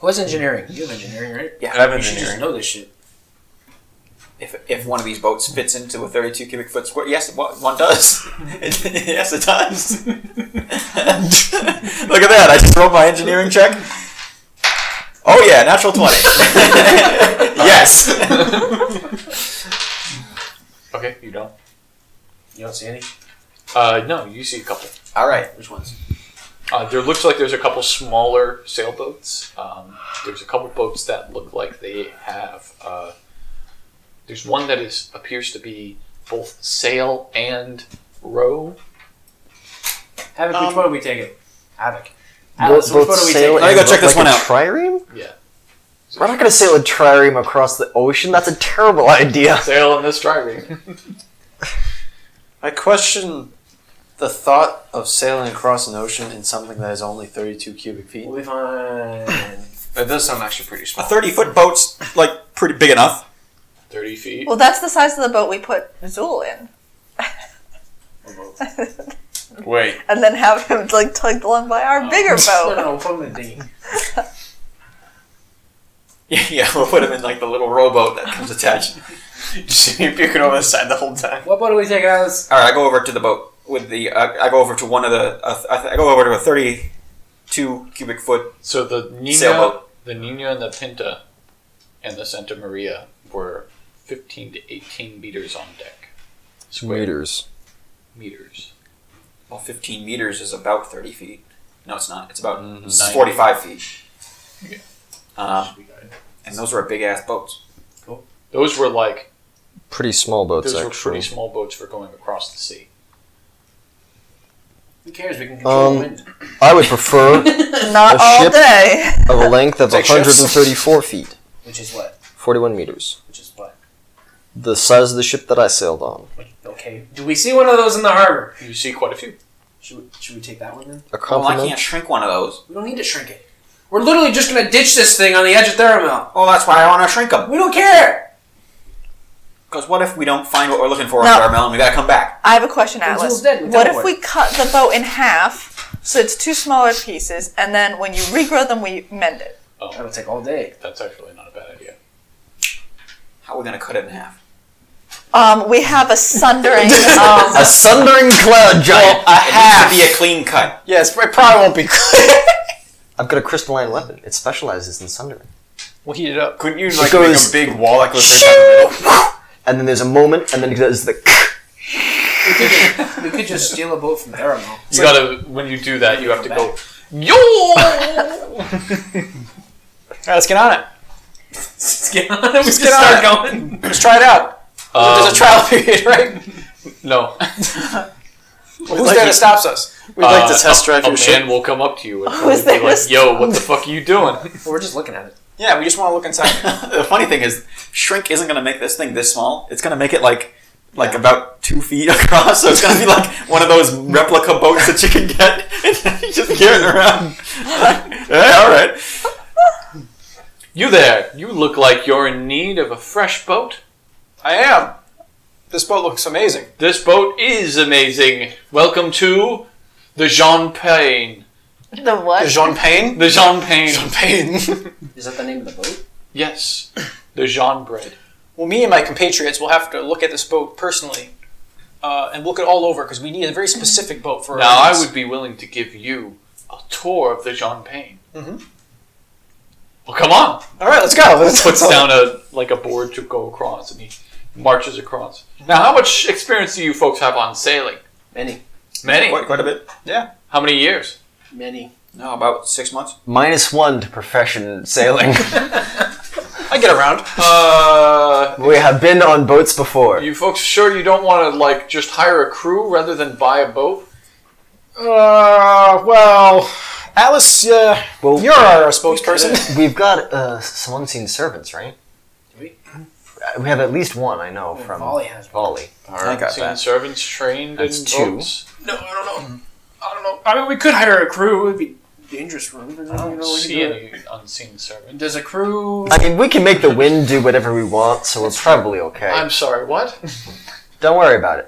[SPEAKER 2] What's engineering? You have engineering, right?
[SPEAKER 8] Yeah, I have
[SPEAKER 2] You should just know this shit.
[SPEAKER 8] If, if one of these boats fits into a 32 cubic foot square, yes, it- one one does. yes, it does. Look at that! I just rolled my engineering check. Oh yeah, natural 20. yes.
[SPEAKER 1] Okay, you don't.
[SPEAKER 2] You don't see any?
[SPEAKER 1] Uh, no, you see a couple.
[SPEAKER 8] All right.
[SPEAKER 2] Which ones?
[SPEAKER 1] Uh, there looks like there's a couple smaller sailboats. Um, there's a couple boats that look like they have. Uh, there's one that is appears to be both sail and row.
[SPEAKER 2] Havoc, which one are we taking? Havoc.
[SPEAKER 5] Both
[SPEAKER 2] Atlas, which one are we
[SPEAKER 5] sail
[SPEAKER 2] taking?
[SPEAKER 8] Let me go
[SPEAKER 5] and
[SPEAKER 8] check
[SPEAKER 5] look
[SPEAKER 8] this
[SPEAKER 5] like
[SPEAKER 8] one
[SPEAKER 5] a
[SPEAKER 8] out.
[SPEAKER 5] Trireme?
[SPEAKER 1] Yeah.
[SPEAKER 5] We're not gonna sail a trireme across the ocean. That's a terrible idea.
[SPEAKER 1] Sail and this driving.
[SPEAKER 3] I question the thought of sailing across an ocean in something that is only 32 cubic feet.
[SPEAKER 2] We'll be fine.
[SPEAKER 9] that does sound actually pretty
[SPEAKER 8] A
[SPEAKER 9] small.
[SPEAKER 8] 30 foot boat's like pretty big enough.
[SPEAKER 1] 30 feet.
[SPEAKER 4] Well, that's the size of the boat we put Zool in,
[SPEAKER 9] Wait,
[SPEAKER 4] and then have him like tugged along by
[SPEAKER 2] Oh.
[SPEAKER 4] our bigger
[SPEAKER 2] no,
[SPEAKER 4] boat.
[SPEAKER 2] no, from the dinghy.
[SPEAKER 8] Yeah, yeah, we'll put him in like the little rowboat that comes attached. Just puking over the side the whole time.
[SPEAKER 2] What boat are we taking, Atlas?
[SPEAKER 8] All right, I go over to the boat with the. I I go over to one of the. Uh, I, th- I go over to a thirty-two cubic foot
[SPEAKER 1] So the Nina,
[SPEAKER 8] sailboat.
[SPEAKER 1] the Nina and the Pinta and the Santa Maria were 15 to 18 meters on deck.
[SPEAKER 5] Meters.
[SPEAKER 1] Meters.
[SPEAKER 8] Well, fifteen meters is about thirty feet. No, it's not. It's about it's
[SPEAKER 1] Nine.
[SPEAKER 8] forty-five feet. Um, and those were big ass boats.
[SPEAKER 1] Those were like,
[SPEAKER 5] Pretty small boats,
[SPEAKER 1] those were pretty small boats for going across the sea.
[SPEAKER 2] Who cares? We can control
[SPEAKER 5] Um,
[SPEAKER 2] the wind.
[SPEAKER 5] I would prefer of
[SPEAKER 4] Not
[SPEAKER 5] A
[SPEAKER 4] all
[SPEAKER 5] ship?
[SPEAKER 4] day.
[SPEAKER 5] a length of
[SPEAKER 8] Take ships.
[SPEAKER 5] 134 feet,
[SPEAKER 2] Which is what?
[SPEAKER 5] 41 meters.
[SPEAKER 2] Which is what?
[SPEAKER 5] The size of the ship that I sailed on.
[SPEAKER 2] Which, okay. Do we see one of those in the harbor?
[SPEAKER 1] You see quite a few.
[SPEAKER 2] Should we, should we take that one then?
[SPEAKER 8] Well,
[SPEAKER 5] A
[SPEAKER 8] Oh, I
[SPEAKER 5] compliment.
[SPEAKER 8] can't shrink one of those.
[SPEAKER 2] We don't need to shrink it. We're literally just gonna ditch this thing on the edge of Theramel.
[SPEAKER 8] Well, Oh, that's why I want to shrink them.
[SPEAKER 2] We don't care.
[SPEAKER 8] Because what if we don't find what we're looking for
[SPEAKER 4] No.
[SPEAKER 8] on Carmel and we gotta come back?
[SPEAKER 4] I have a question,
[SPEAKER 2] Then
[SPEAKER 4] Atlas.
[SPEAKER 2] Zool's dead, we
[SPEAKER 4] What if
[SPEAKER 2] teleport.
[SPEAKER 4] we cut the boat in half so it's two smaller pieces, and then when you regrow them, we mend it?
[SPEAKER 2] That'll take all day.
[SPEAKER 1] That's actually not a bad idea.
[SPEAKER 8] How are we gonna cut it in half?
[SPEAKER 4] Um, we have a sundering. um,
[SPEAKER 5] A sundering cloud giant.
[SPEAKER 8] a half. It needs to be a clean cut.
[SPEAKER 7] Yes, it probably won't be.
[SPEAKER 5] I've got a crystalline weapon. It specializes in sundering.
[SPEAKER 7] we'll heat it up.
[SPEAKER 8] Couldn't you
[SPEAKER 5] like, make a goes-
[SPEAKER 8] big wall like
[SPEAKER 5] And then there's a moment, and then it does the.
[SPEAKER 2] We could just, we could just steal a boat from Theramel.
[SPEAKER 1] You gotta when you do that, you have to go. Yo!
[SPEAKER 7] All right, let's get on it.
[SPEAKER 2] Let's get on it. We
[SPEAKER 7] get on
[SPEAKER 2] start going.
[SPEAKER 7] Let's try it out.
[SPEAKER 1] Um,
[SPEAKER 5] There's a trial period, right?
[SPEAKER 1] no.
[SPEAKER 2] Well, who's there that stops us?
[SPEAKER 7] We'd like to test drive
[SPEAKER 1] a,
[SPEAKER 7] your
[SPEAKER 1] a
[SPEAKER 7] ship.
[SPEAKER 1] man will come up to you and
[SPEAKER 4] Oh, is
[SPEAKER 1] be
[SPEAKER 4] there a
[SPEAKER 1] like, "Yo, what the fuck are you doing?"
[SPEAKER 2] Well, we're just looking at it.
[SPEAKER 8] Yeah, we just want to look inside. the funny thing is, shrink isn't going to make this thing this small. It's going to make it like like about two feet across. So it's going to be like one of those replica boats that you can get and you just carry it around. yeah, all right.
[SPEAKER 1] You there? You look like you're in need of a fresh boat.
[SPEAKER 5] I am. This boat looks amazing.
[SPEAKER 1] This boat is amazing. Welcome to the Jean Pain.
[SPEAKER 4] The what?
[SPEAKER 5] Jean Payne?
[SPEAKER 1] The Jean Pain.
[SPEAKER 5] Payne.
[SPEAKER 2] Is that the name of the boat?
[SPEAKER 1] Yes, the Jean bread.
[SPEAKER 5] well, me and my compatriots will have to look at this boat personally uh, and look it all over because we need a very specific boat for
[SPEAKER 1] Now,
[SPEAKER 5] our
[SPEAKER 1] I
[SPEAKER 5] needs.
[SPEAKER 1] would be willing to give you a tour of the Jean Pain.
[SPEAKER 5] Mhm.
[SPEAKER 1] Well, come on.
[SPEAKER 5] All right, let's go. Let's,
[SPEAKER 1] Puts down a like a board to go across, and he marches across. Now, how much experience do you folks have on sailing?
[SPEAKER 2] Many,
[SPEAKER 1] Many.
[SPEAKER 8] Quite, quite a bit.
[SPEAKER 1] How many years?
[SPEAKER 2] many.
[SPEAKER 8] No, about six months.
[SPEAKER 3] Minus one to profession sailing.
[SPEAKER 5] I get around.
[SPEAKER 1] Uh,
[SPEAKER 3] we have been on boats before.
[SPEAKER 1] you folks sure you don't want to like just hire a crew rather than buy a boat?
[SPEAKER 7] Uh, well, Alice, uh,
[SPEAKER 3] Well-
[SPEAKER 7] you're our spokesperson.
[SPEAKER 3] We've got uh, some unseen servants, right?
[SPEAKER 2] we?
[SPEAKER 3] Uh, We have at least one, I know, from
[SPEAKER 2] Volley has
[SPEAKER 3] Volley.
[SPEAKER 8] I got
[SPEAKER 1] Seen servants trained
[SPEAKER 3] That's
[SPEAKER 1] in
[SPEAKER 3] two.
[SPEAKER 1] boats.
[SPEAKER 2] No, I don't know. I don't know. I mean, we could hire a crew. It would be dangerous for them. I don't know.
[SPEAKER 1] See any unseen servants?
[SPEAKER 2] Does a crew?
[SPEAKER 3] I mean, we can make the wind do whatever we want, so we're probably okay.
[SPEAKER 1] I'm sorry. What?
[SPEAKER 3] Don't worry about it.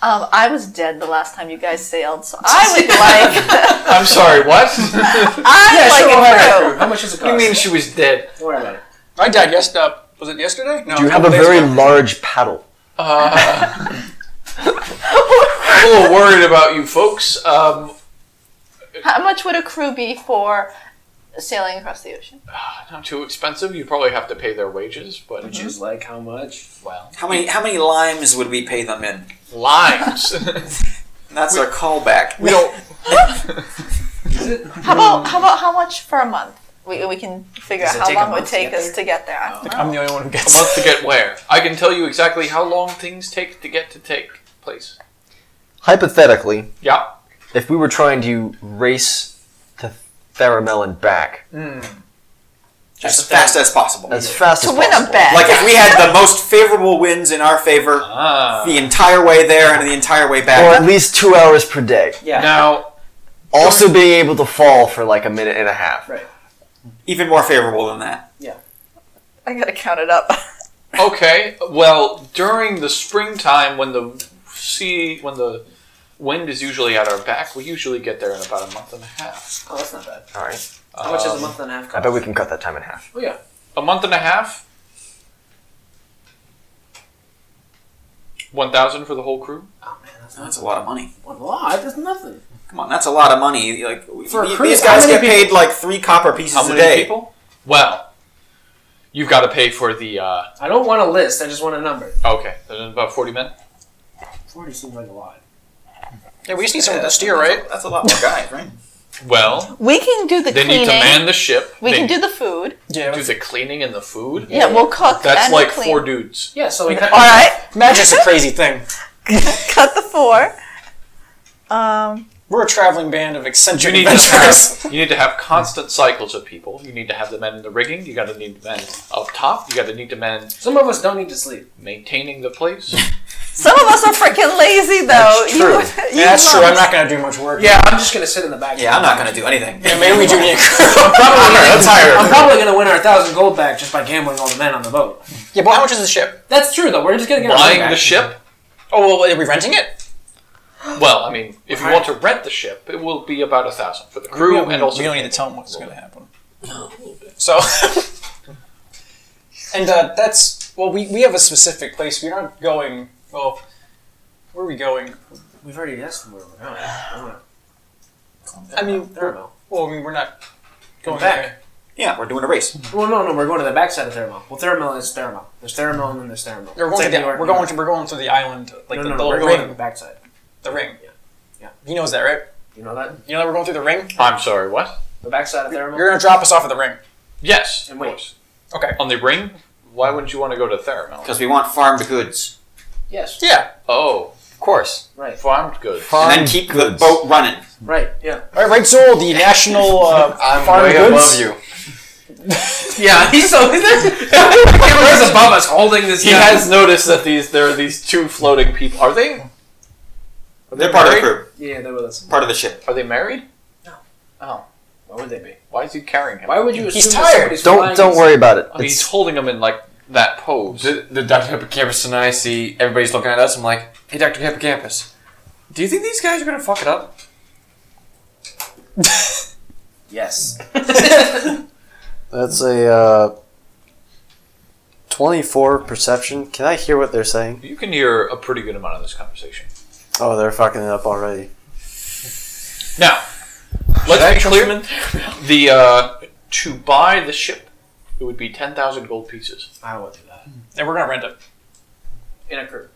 [SPEAKER 4] Um, I was dead the last time you guys sailed, so I would like.
[SPEAKER 1] I'm sorry. What?
[SPEAKER 4] I
[SPEAKER 2] Yeah,
[SPEAKER 4] would
[SPEAKER 2] sure. We'll
[SPEAKER 4] like a
[SPEAKER 2] hire a
[SPEAKER 4] crew.
[SPEAKER 2] crew. How much does it cost?
[SPEAKER 1] you mean she was dead?
[SPEAKER 2] Don't worry about it.
[SPEAKER 5] I died yesterday. Uh, was it yesterday? No.
[SPEAKER 3] You have
[SPEAKER 5] couple
[SPEAKER 3] a
[SPEAKER 5] days
[SPEAKER 3] very
[SPEAKER 5] ago.
[SPEAKER 3] large paddle.
[SPEAKER 1] Uh, I'm a little worried about you folks. Um,
[SPEAKER 4] How much would a crew be for sailing across the ocean?
[SPEAKER 1] not too expensive. You probably have to pay their wages, but
[SPEAKER 2] Which is like how much?
[SPEAKER 1] well,
[SPEAKER 8] How many how many limes would we pay them in?
[SPEAKER 1] limes.
[SPEAKER 8] That's our callback.
[SPEAKER 1] we don't.
[SPEAKER 4] How about how about how much for a month? We, we can figure
[SPEAKER 2] Does
[SPEAKER 4] out
[SPEAKER 2] it
[SPEAKER 4] how
[SPEAKER 2] take a
[SPEAKER 4] long it would
[SPEAKER 2] month to
[SPEAKER 4] take
[SPEAKER 2] get
[SPEAKER 4] us
[SPEAKER 2] there?
[SPEAKER 4] to get there. I don't know.
[SPEAKER 10] I'm the only one who
[SPEAKER 1] A
[SPEAKER 10] gets
[SPEAKER 1] month to get where? I can tell you exactly how long things take to get to take place.
[SPEAKER 3] Hypothetically,
[SPEAKER 1] Yeah.
[SPEAKER 3] if we were trying to race to Theramel and back
[SPEAKER 8] Just as fast as possible.
[SPEAKER 3] as fast
[SPEAKER 4] To
[SPEAKER 3] as
[SPEAKER 4] win
[SPEAKER 3] possible,
[SPEAKER 4] a bet.
[SPEAKER 8] Like if we had the most favorable winds in our favor
[SPEAKER 1] Ah.
[SPEAKER 8] the entire way there and the entire way back.
[SPEAKER 3] or at least two hours per day,
[SPEAKER 1] Now,
[SPEAKER 3] also being able to fall for like a minute and a half.
[SPEAKER 2] Right.
[SPEAKER 8] even more favorable than that.
[SPEAKER 4] I gotta count it up.
[SPEAKER 1] okay. Well, during the springtime, when the sea, when the wind is usually at our back, we usually get there in about a month and a half.
[SPEAKER 2] Oh, that's not bad.
[SPEAKER 3] All right.
[SPEAKER 2] How much does
[SPEAKER 1] Um,
[SPEAKER 2] a month and a half Oh,
[SPEAKER 3] I
[SPEAKER 2] cost?
[SPEAKER 3] bet we can cut that time in half.
[SPEAKER 1] A month and a half. One thousand for the whole crew.
[SPEAKER 2] Oh man, that's not
[SPEAKER 8] That's a lot of money.
[SPEAKER 2] one lot. That's nothing.
[SPEAKER 8] Come on, that's a lot of money. Like we-
[SPEAKER 2] For a
[SPEAKER 8] these,
[SPEAKER 2] cruise,
[SPEAKER 8] these guys
[SPEAKER 2] how many
[SPEAKER 8] get paid like three copper pieces
[SPEAKER 1] How
[SPEAKER 8] a
[SPEAKER 1] many
[SPEAKER 8] day.
[SPEAKER 1] people? Well, you've got to pay for the. Uh,
[SPEAKER 2] I don't want a list. I just want a number.
[SPEAKER 1] okay, then about forty men.
[SPEAKER 2] Forty seems like a lot.
[SPEAKER 5] Yeah, we just need someone to steer, right?
[SPEAKER 8] That's a lot more guys, right?
[SPEAKER 1] Well,
[SPEAKER 4] We can do the
[SPEAKER 1] they
[SPEAKER 4] cleaning.
[SPEAKER 1] need to man the ship.
[SPEAKER 4] we
[SPEAKER 1] they
[SPEAKER 4] can do the food.
[SPEAKER 1] do the cleaning and the food.
[SPEAKER 4] Yeah, we'll cook.
[SPEAKER 1] That's
[SPEAKER 4] and
[SPEAKER 1] like
[SPEAKER 4] clean.
[SPEAKER 1] four dudes.
[SPEAKER 2] Yeah, so we cut.
[SPEAKER 4] All right,
[SPEAKER 7] Magic's a crazy thing.
[SPEAKER 4] cut the four. Um,
[SPEAKER 7] We're a traveling band of eccentric
[SPEAKER 1] You need to
[SPEAKER 7] adventurers.
[SPEAKER 1] have, you need to have constant cycles of people. You need to have the men in the rigging. You got to need the men up top. You got to need the men
[SPEAKER 2] Some of us don't need to sleep.
[SPEAKER 1] maintaining the place.
[SPEAKER 4] some of us are freaking lazy though.
[SPEAKER 7] That's true.
[SPEAKER 4] You, you
[SPEAKER 7] yeah, that's true.
[SPEAKER 4] won't.
[SPEAKER 7] I'm not going to do much work.
[SPEAKER 2] Yeah, I'm just gonna sit in the back.
[SPEAKER 8] Yeah, I'm not gonna do anything.
[SPEAKER 7] Yeah, maybe we do need a crew.
[SPEAKER 2] Probably,
[SPEAKER 7] That's higher.
[SPEAKER 2] I'm probably gonna win our thousand gold back just by gambling all the men on the boat.
[SPEAKER 7] yeah, but how much is the ship?
[SPEAKER 2] That's true though. We're just gonna get our money
[SPEAKER 1] Buying the
[SPEAKER 2] back.
[SPEAKER 1] ship.
[SPEAKER 7] Oh, well, are we renting it?
[SPEAKER 1] Well, I mean, if you want to rent the ship, it will be about a thousand for the crew and also.
[SPEAKER 10] You don't need to tell them what's going to happen.
[SPEAKER 7] So, and uh, that's well, we, we have a specific place. We're not going. Well, where are we going?
[SPEAKER 2] We've already guessed where we're going. I don't know.
[SPEAKER 7] I mean, we're,
[SPEAKER 2] Thermo.
[SPEAKER 7] well, I mean, we're not going
[SPEAKER 2] back.
[SPEAKER 7] there.
[SPEAKER 8] Yeah, we're doing a race.
[SPEAKER 2] Well, no, no, we're going to the backside of Thermo. Well, Thermo is Thermo. There's Thermo and then there's Thermo.
[SPEAKER 7] We're going,
[SPEAKER 2] It's like
[SPEAKER 7] to the,
[SPEAKER 2] New York
[SPEAKER 7] we're
[SPEAKER 2] and
[SPEAKER 7] going to we're going to the island, like
[SPEAKER 2] no,
[SPEAKER 7] the,
[SPEAKER 2] no,
[SPEAKER 7] the
[SPEAKER 2] no, we're
[SPEAKER 7] ring.
[SPEAKER 2] going to the backside.
[SPEAKER 7] The ring.
[SPEAKER 2] Yeah. Yeah.
[SPEAKER 7] He knows that, right?
[SPEAKER 2] You know that?
[SPEAKER 7] You know that we're going through the ring.
[SPEAKER 1] I'm sorry. What?
[SPEAKER 2] The backside of Thermo.
[SPEAKER 7] You're gonna drop us off at the ring.
[SPEAKER 1] Yes.
[SPEAKER 2] And wait.
[SPEAKER 7] Okay.
[SPEAKER 1] On the ring. Why wouldn't you want to go to Theramel?
[SPEAKER 8] Because we want farmed goods.
[SPEAKER 2] Yes.
[SPEAKER 3] Yeah,
[SPEAKER 1] Oh,
[SPEAKER 3] of course.
[SPEAKER 2] Right.
[SPEAKER 1] farmed goods.
[SPEAKER 8] and then keep the boat running.
[SPEAKER 2] Right. Yeah.
[SPEAKER 7] All right, right, Soul, the national uh,
[SPEAKER 11] I'm
[SPEAKER 7] farm
[SPEAKER 11] way
[SPEAKER 7] goods.
[SPEAKER 11] above you.
[SPEAKER 2] Yeah. He's so. Cameron's above us holding this.
[SPEAKER 1] He
[SPEAKER 2] gun.
[SPEAKER 1] has noticed that these there are these two floating people. Are they
[SPEAKER 8] They're part of the
[SPEAKER 1] married?
[SPEAKER 8] crew,
[SPEAKER 2] Yeah, they're with us.
[SPEAKER 8] part of the ship.
[SPEAKER 1] are they married? Oh,
[SPEAKER 2] Why would they be?
[SPEAKER 1] Why is he carrying him?
[SPEAKER 2] Why would you? Assume
[SPEAKER 7] He's
[SPEAKER 2] that
[SPEAKER 7] tired.
[SPEAKER 2] somebody's
[SPEAKER 3] Don't
[SPEAKER 2] flying
[SPEAKER 3] don't
[SPEAKER 2] is-
[SPEAKER 3] worry about it.
[SPEAKER 1] I mean, he's
[SPEAKER 3] It's-
[SPEAKER 1] holding him in like that pose.
[SPEAKER 11] The, the Dr. Hippocampus and I see everybody's looking at us. I'm like, hey, Dr. Hippocampus, do you think these guys are going to fuck it up?
[SPEAKER 2] Yes.
[SPEAKER 5] That's a uh, 24 perception. Can I hear what they're saying?
[SPEAKER 1] You can hear a pretty good amount of this conversation.
[SPEAKER 5] Oh, they're fucking it up already.
[SPEAKER 1] Now, let's be clear. The uh, to buy the ship, it would be ten thousand gold pieces.
[SPEAKER 2] I would do that.
[SPEAKER 7] And we're gonna rent it.
[SPEAKER 2] In a crew.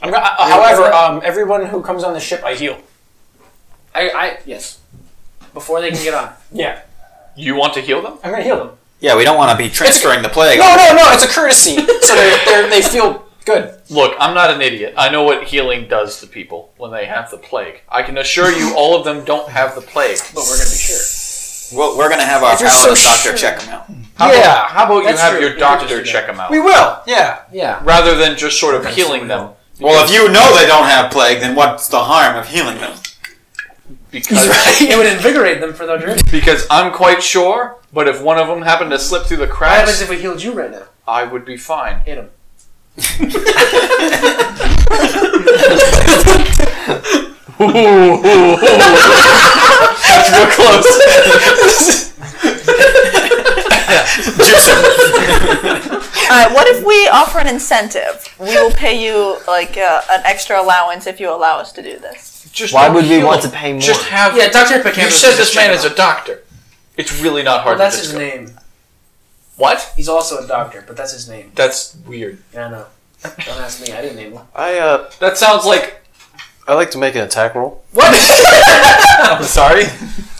[SPEAKER 7] I'm gonna, uh, however, um, everyone who comes on the ship, I heal.
[SPEAKER 2] I. I yes. Before they can get on.
[SPEAKER 7] Yeah,
[SPEAKER 1] You want to heal them?
[SPEAKER 7] I'm gonna heal them.
[SPEAKER 8] Yeah, we don't want to be transferring the plague.
[SPEAKER 7] No, no, no. It's a courtesy, so they're, they're, they feel good.
[SPEAKER 1] Look, I'm not an idiot. I know what healing does to people when they have the plague. I can assure you, all of them don't have the plague.
[SPEAKER 2] But we're gonna be sure.
[SPEAKER 8] Well, we're gonna have our
[SPEAKER 7] If you're so
[SPEAKER 8] power doctor
[SPEAKER 7] sure.
[SPEAKER 8] check them out.
[SPEAKER 1] How
[SPEAKER 7] Yeah,
[SPEAKER 1] about, how about you
[SPEAKER 2] that's
[SPEAKER 1] have
[SPEAKER 2] true.
[SPEAKER 1] your
[SPEAKER 2] We could just
[SPEAKER 1] doctor
[SPEAKER 2] do
[SPEAKER 1] check them out
[SPEAKER 7] We will. Yeah, yeah.
[SPEAKER 1] rather than just sort of healing them?
[SPEAKER 8] Well, if you know they don't have plague, then what's the harm of healing them?
[SPEAKER 1] because
[SPEAKER 2] it would invigorate them for their journey.
[SPEAKER 1] because I'm quite sure. But if one of them happened to slip through the
[SPEAKER 2] What happens
[SPEAKER 1] cracks,
[SPEAKER 2] if we healed you right now?
[SPEAKER 1] I would be fine.
[SPEAKER 2] Hit him.
[SPEAKER 1] Real close.
[SPEAKER 4] Uh, what if we offer an incentive? We will pay you like uh, an extra allowance if you allow us to do this.
[SPEAKER 1] Just
[SPEAKER 3] Why
[SPEAKER 1] don't
[SPEAKER 3] would we
[SPEAKER 1] heal
[SPEAKER 3] want
[SPEAKER 1] them.
[SPEAKER 3] to pay more?
[SPEAKER 1] Just have
[SPEAKER 2] Yeah, Doctor Hippocampus.
[SPEAKER 1] You said this man is a doctor. It's really not hard
[SPEAKER 2] Well, that's
[SPEAKER 1] to
[SPEAKER 2] his
[SPEAKER 1] discover.
[SPEAKER 2] name.
[SPEAKER 1] What?
[SPEAKER 2] He's also a doctor, but that's his name.
[SPEAKER 1] That's weird.
[SPEAKER 2] Yeah, I know. Don't ask me. I didn't name him.
[SPEAKER 5] I uh,
[SPEAKER 1] That sounds like
[SPEAKER 5] I like to make an attack roll.
[SPEAKER 1] what? I'm sorry.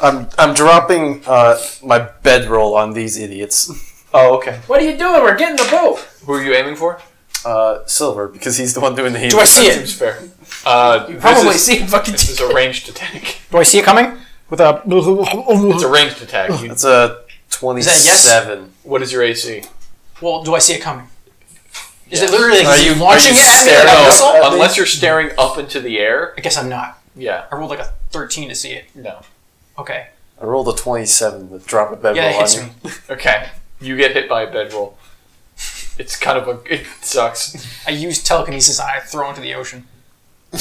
[SPEAKER 5] I'm I'm dropping uh, my bedroll on these idiots.
[SPEAKER 1] Oh, okay.
[SPEAKER 2] What are you doing? We're getting the boat.
[SPEAKER 1] Who are you aiming for?
[SPEAKER 5] Uh, Silver, because he's the one doing the healing.
[SPEAKER 7] Do I see it?
[SPEAKER 1] Seems fair. Uh, you
[SPEAKER 2] Probably
[SPEAKER 1] this is,
[SPEAKER 2] see him fucking.
[SPEAKER 1] this is a ranged attack.
[SPEAKER 7] Do I see it coming? With a.
[SPEAKER 5] Oh,
[SPEAKER 1] It's a ranged attack. You,
[SPEAKER 5] That's a twenty-seven.
[SPEAKER 1] what is your AC?
[SPEAKER 7] well, do I see it coming? Is it literally?
[SPEAKER 5] Are you-
[SPEAKER 7] launching it at me
[SPEAKER 1] Stare-
[SPEAKER 7] like a
[SPEAKER 1] no,
[SPEAKER 7] missile?
[SPEAKER 1] unless you're staring up into the air.
[SPEAKER 7] I guess I'm not.
[SPEAKER 1] Yeah.
[SPEAKER 7] I rolled like a 13 to see it.
[SPEAKER 1] No.
[SPEAKER 7] Okay.
[SPEAKER 5] I rolled a twenty-seven to drop a bedroll
[SPEAKER 7] Yeah, it
[SPEAKER 5] on
[SPEAKER 7] hits
[SPEAKER 5] you.
[SPEAKER 7] me.
[SPEAKER 1] Okay. You get hit by a bedroll. It's kind of a. It sucks.
[SPEAKER 7] I use telekinesis. I throw into the ocean.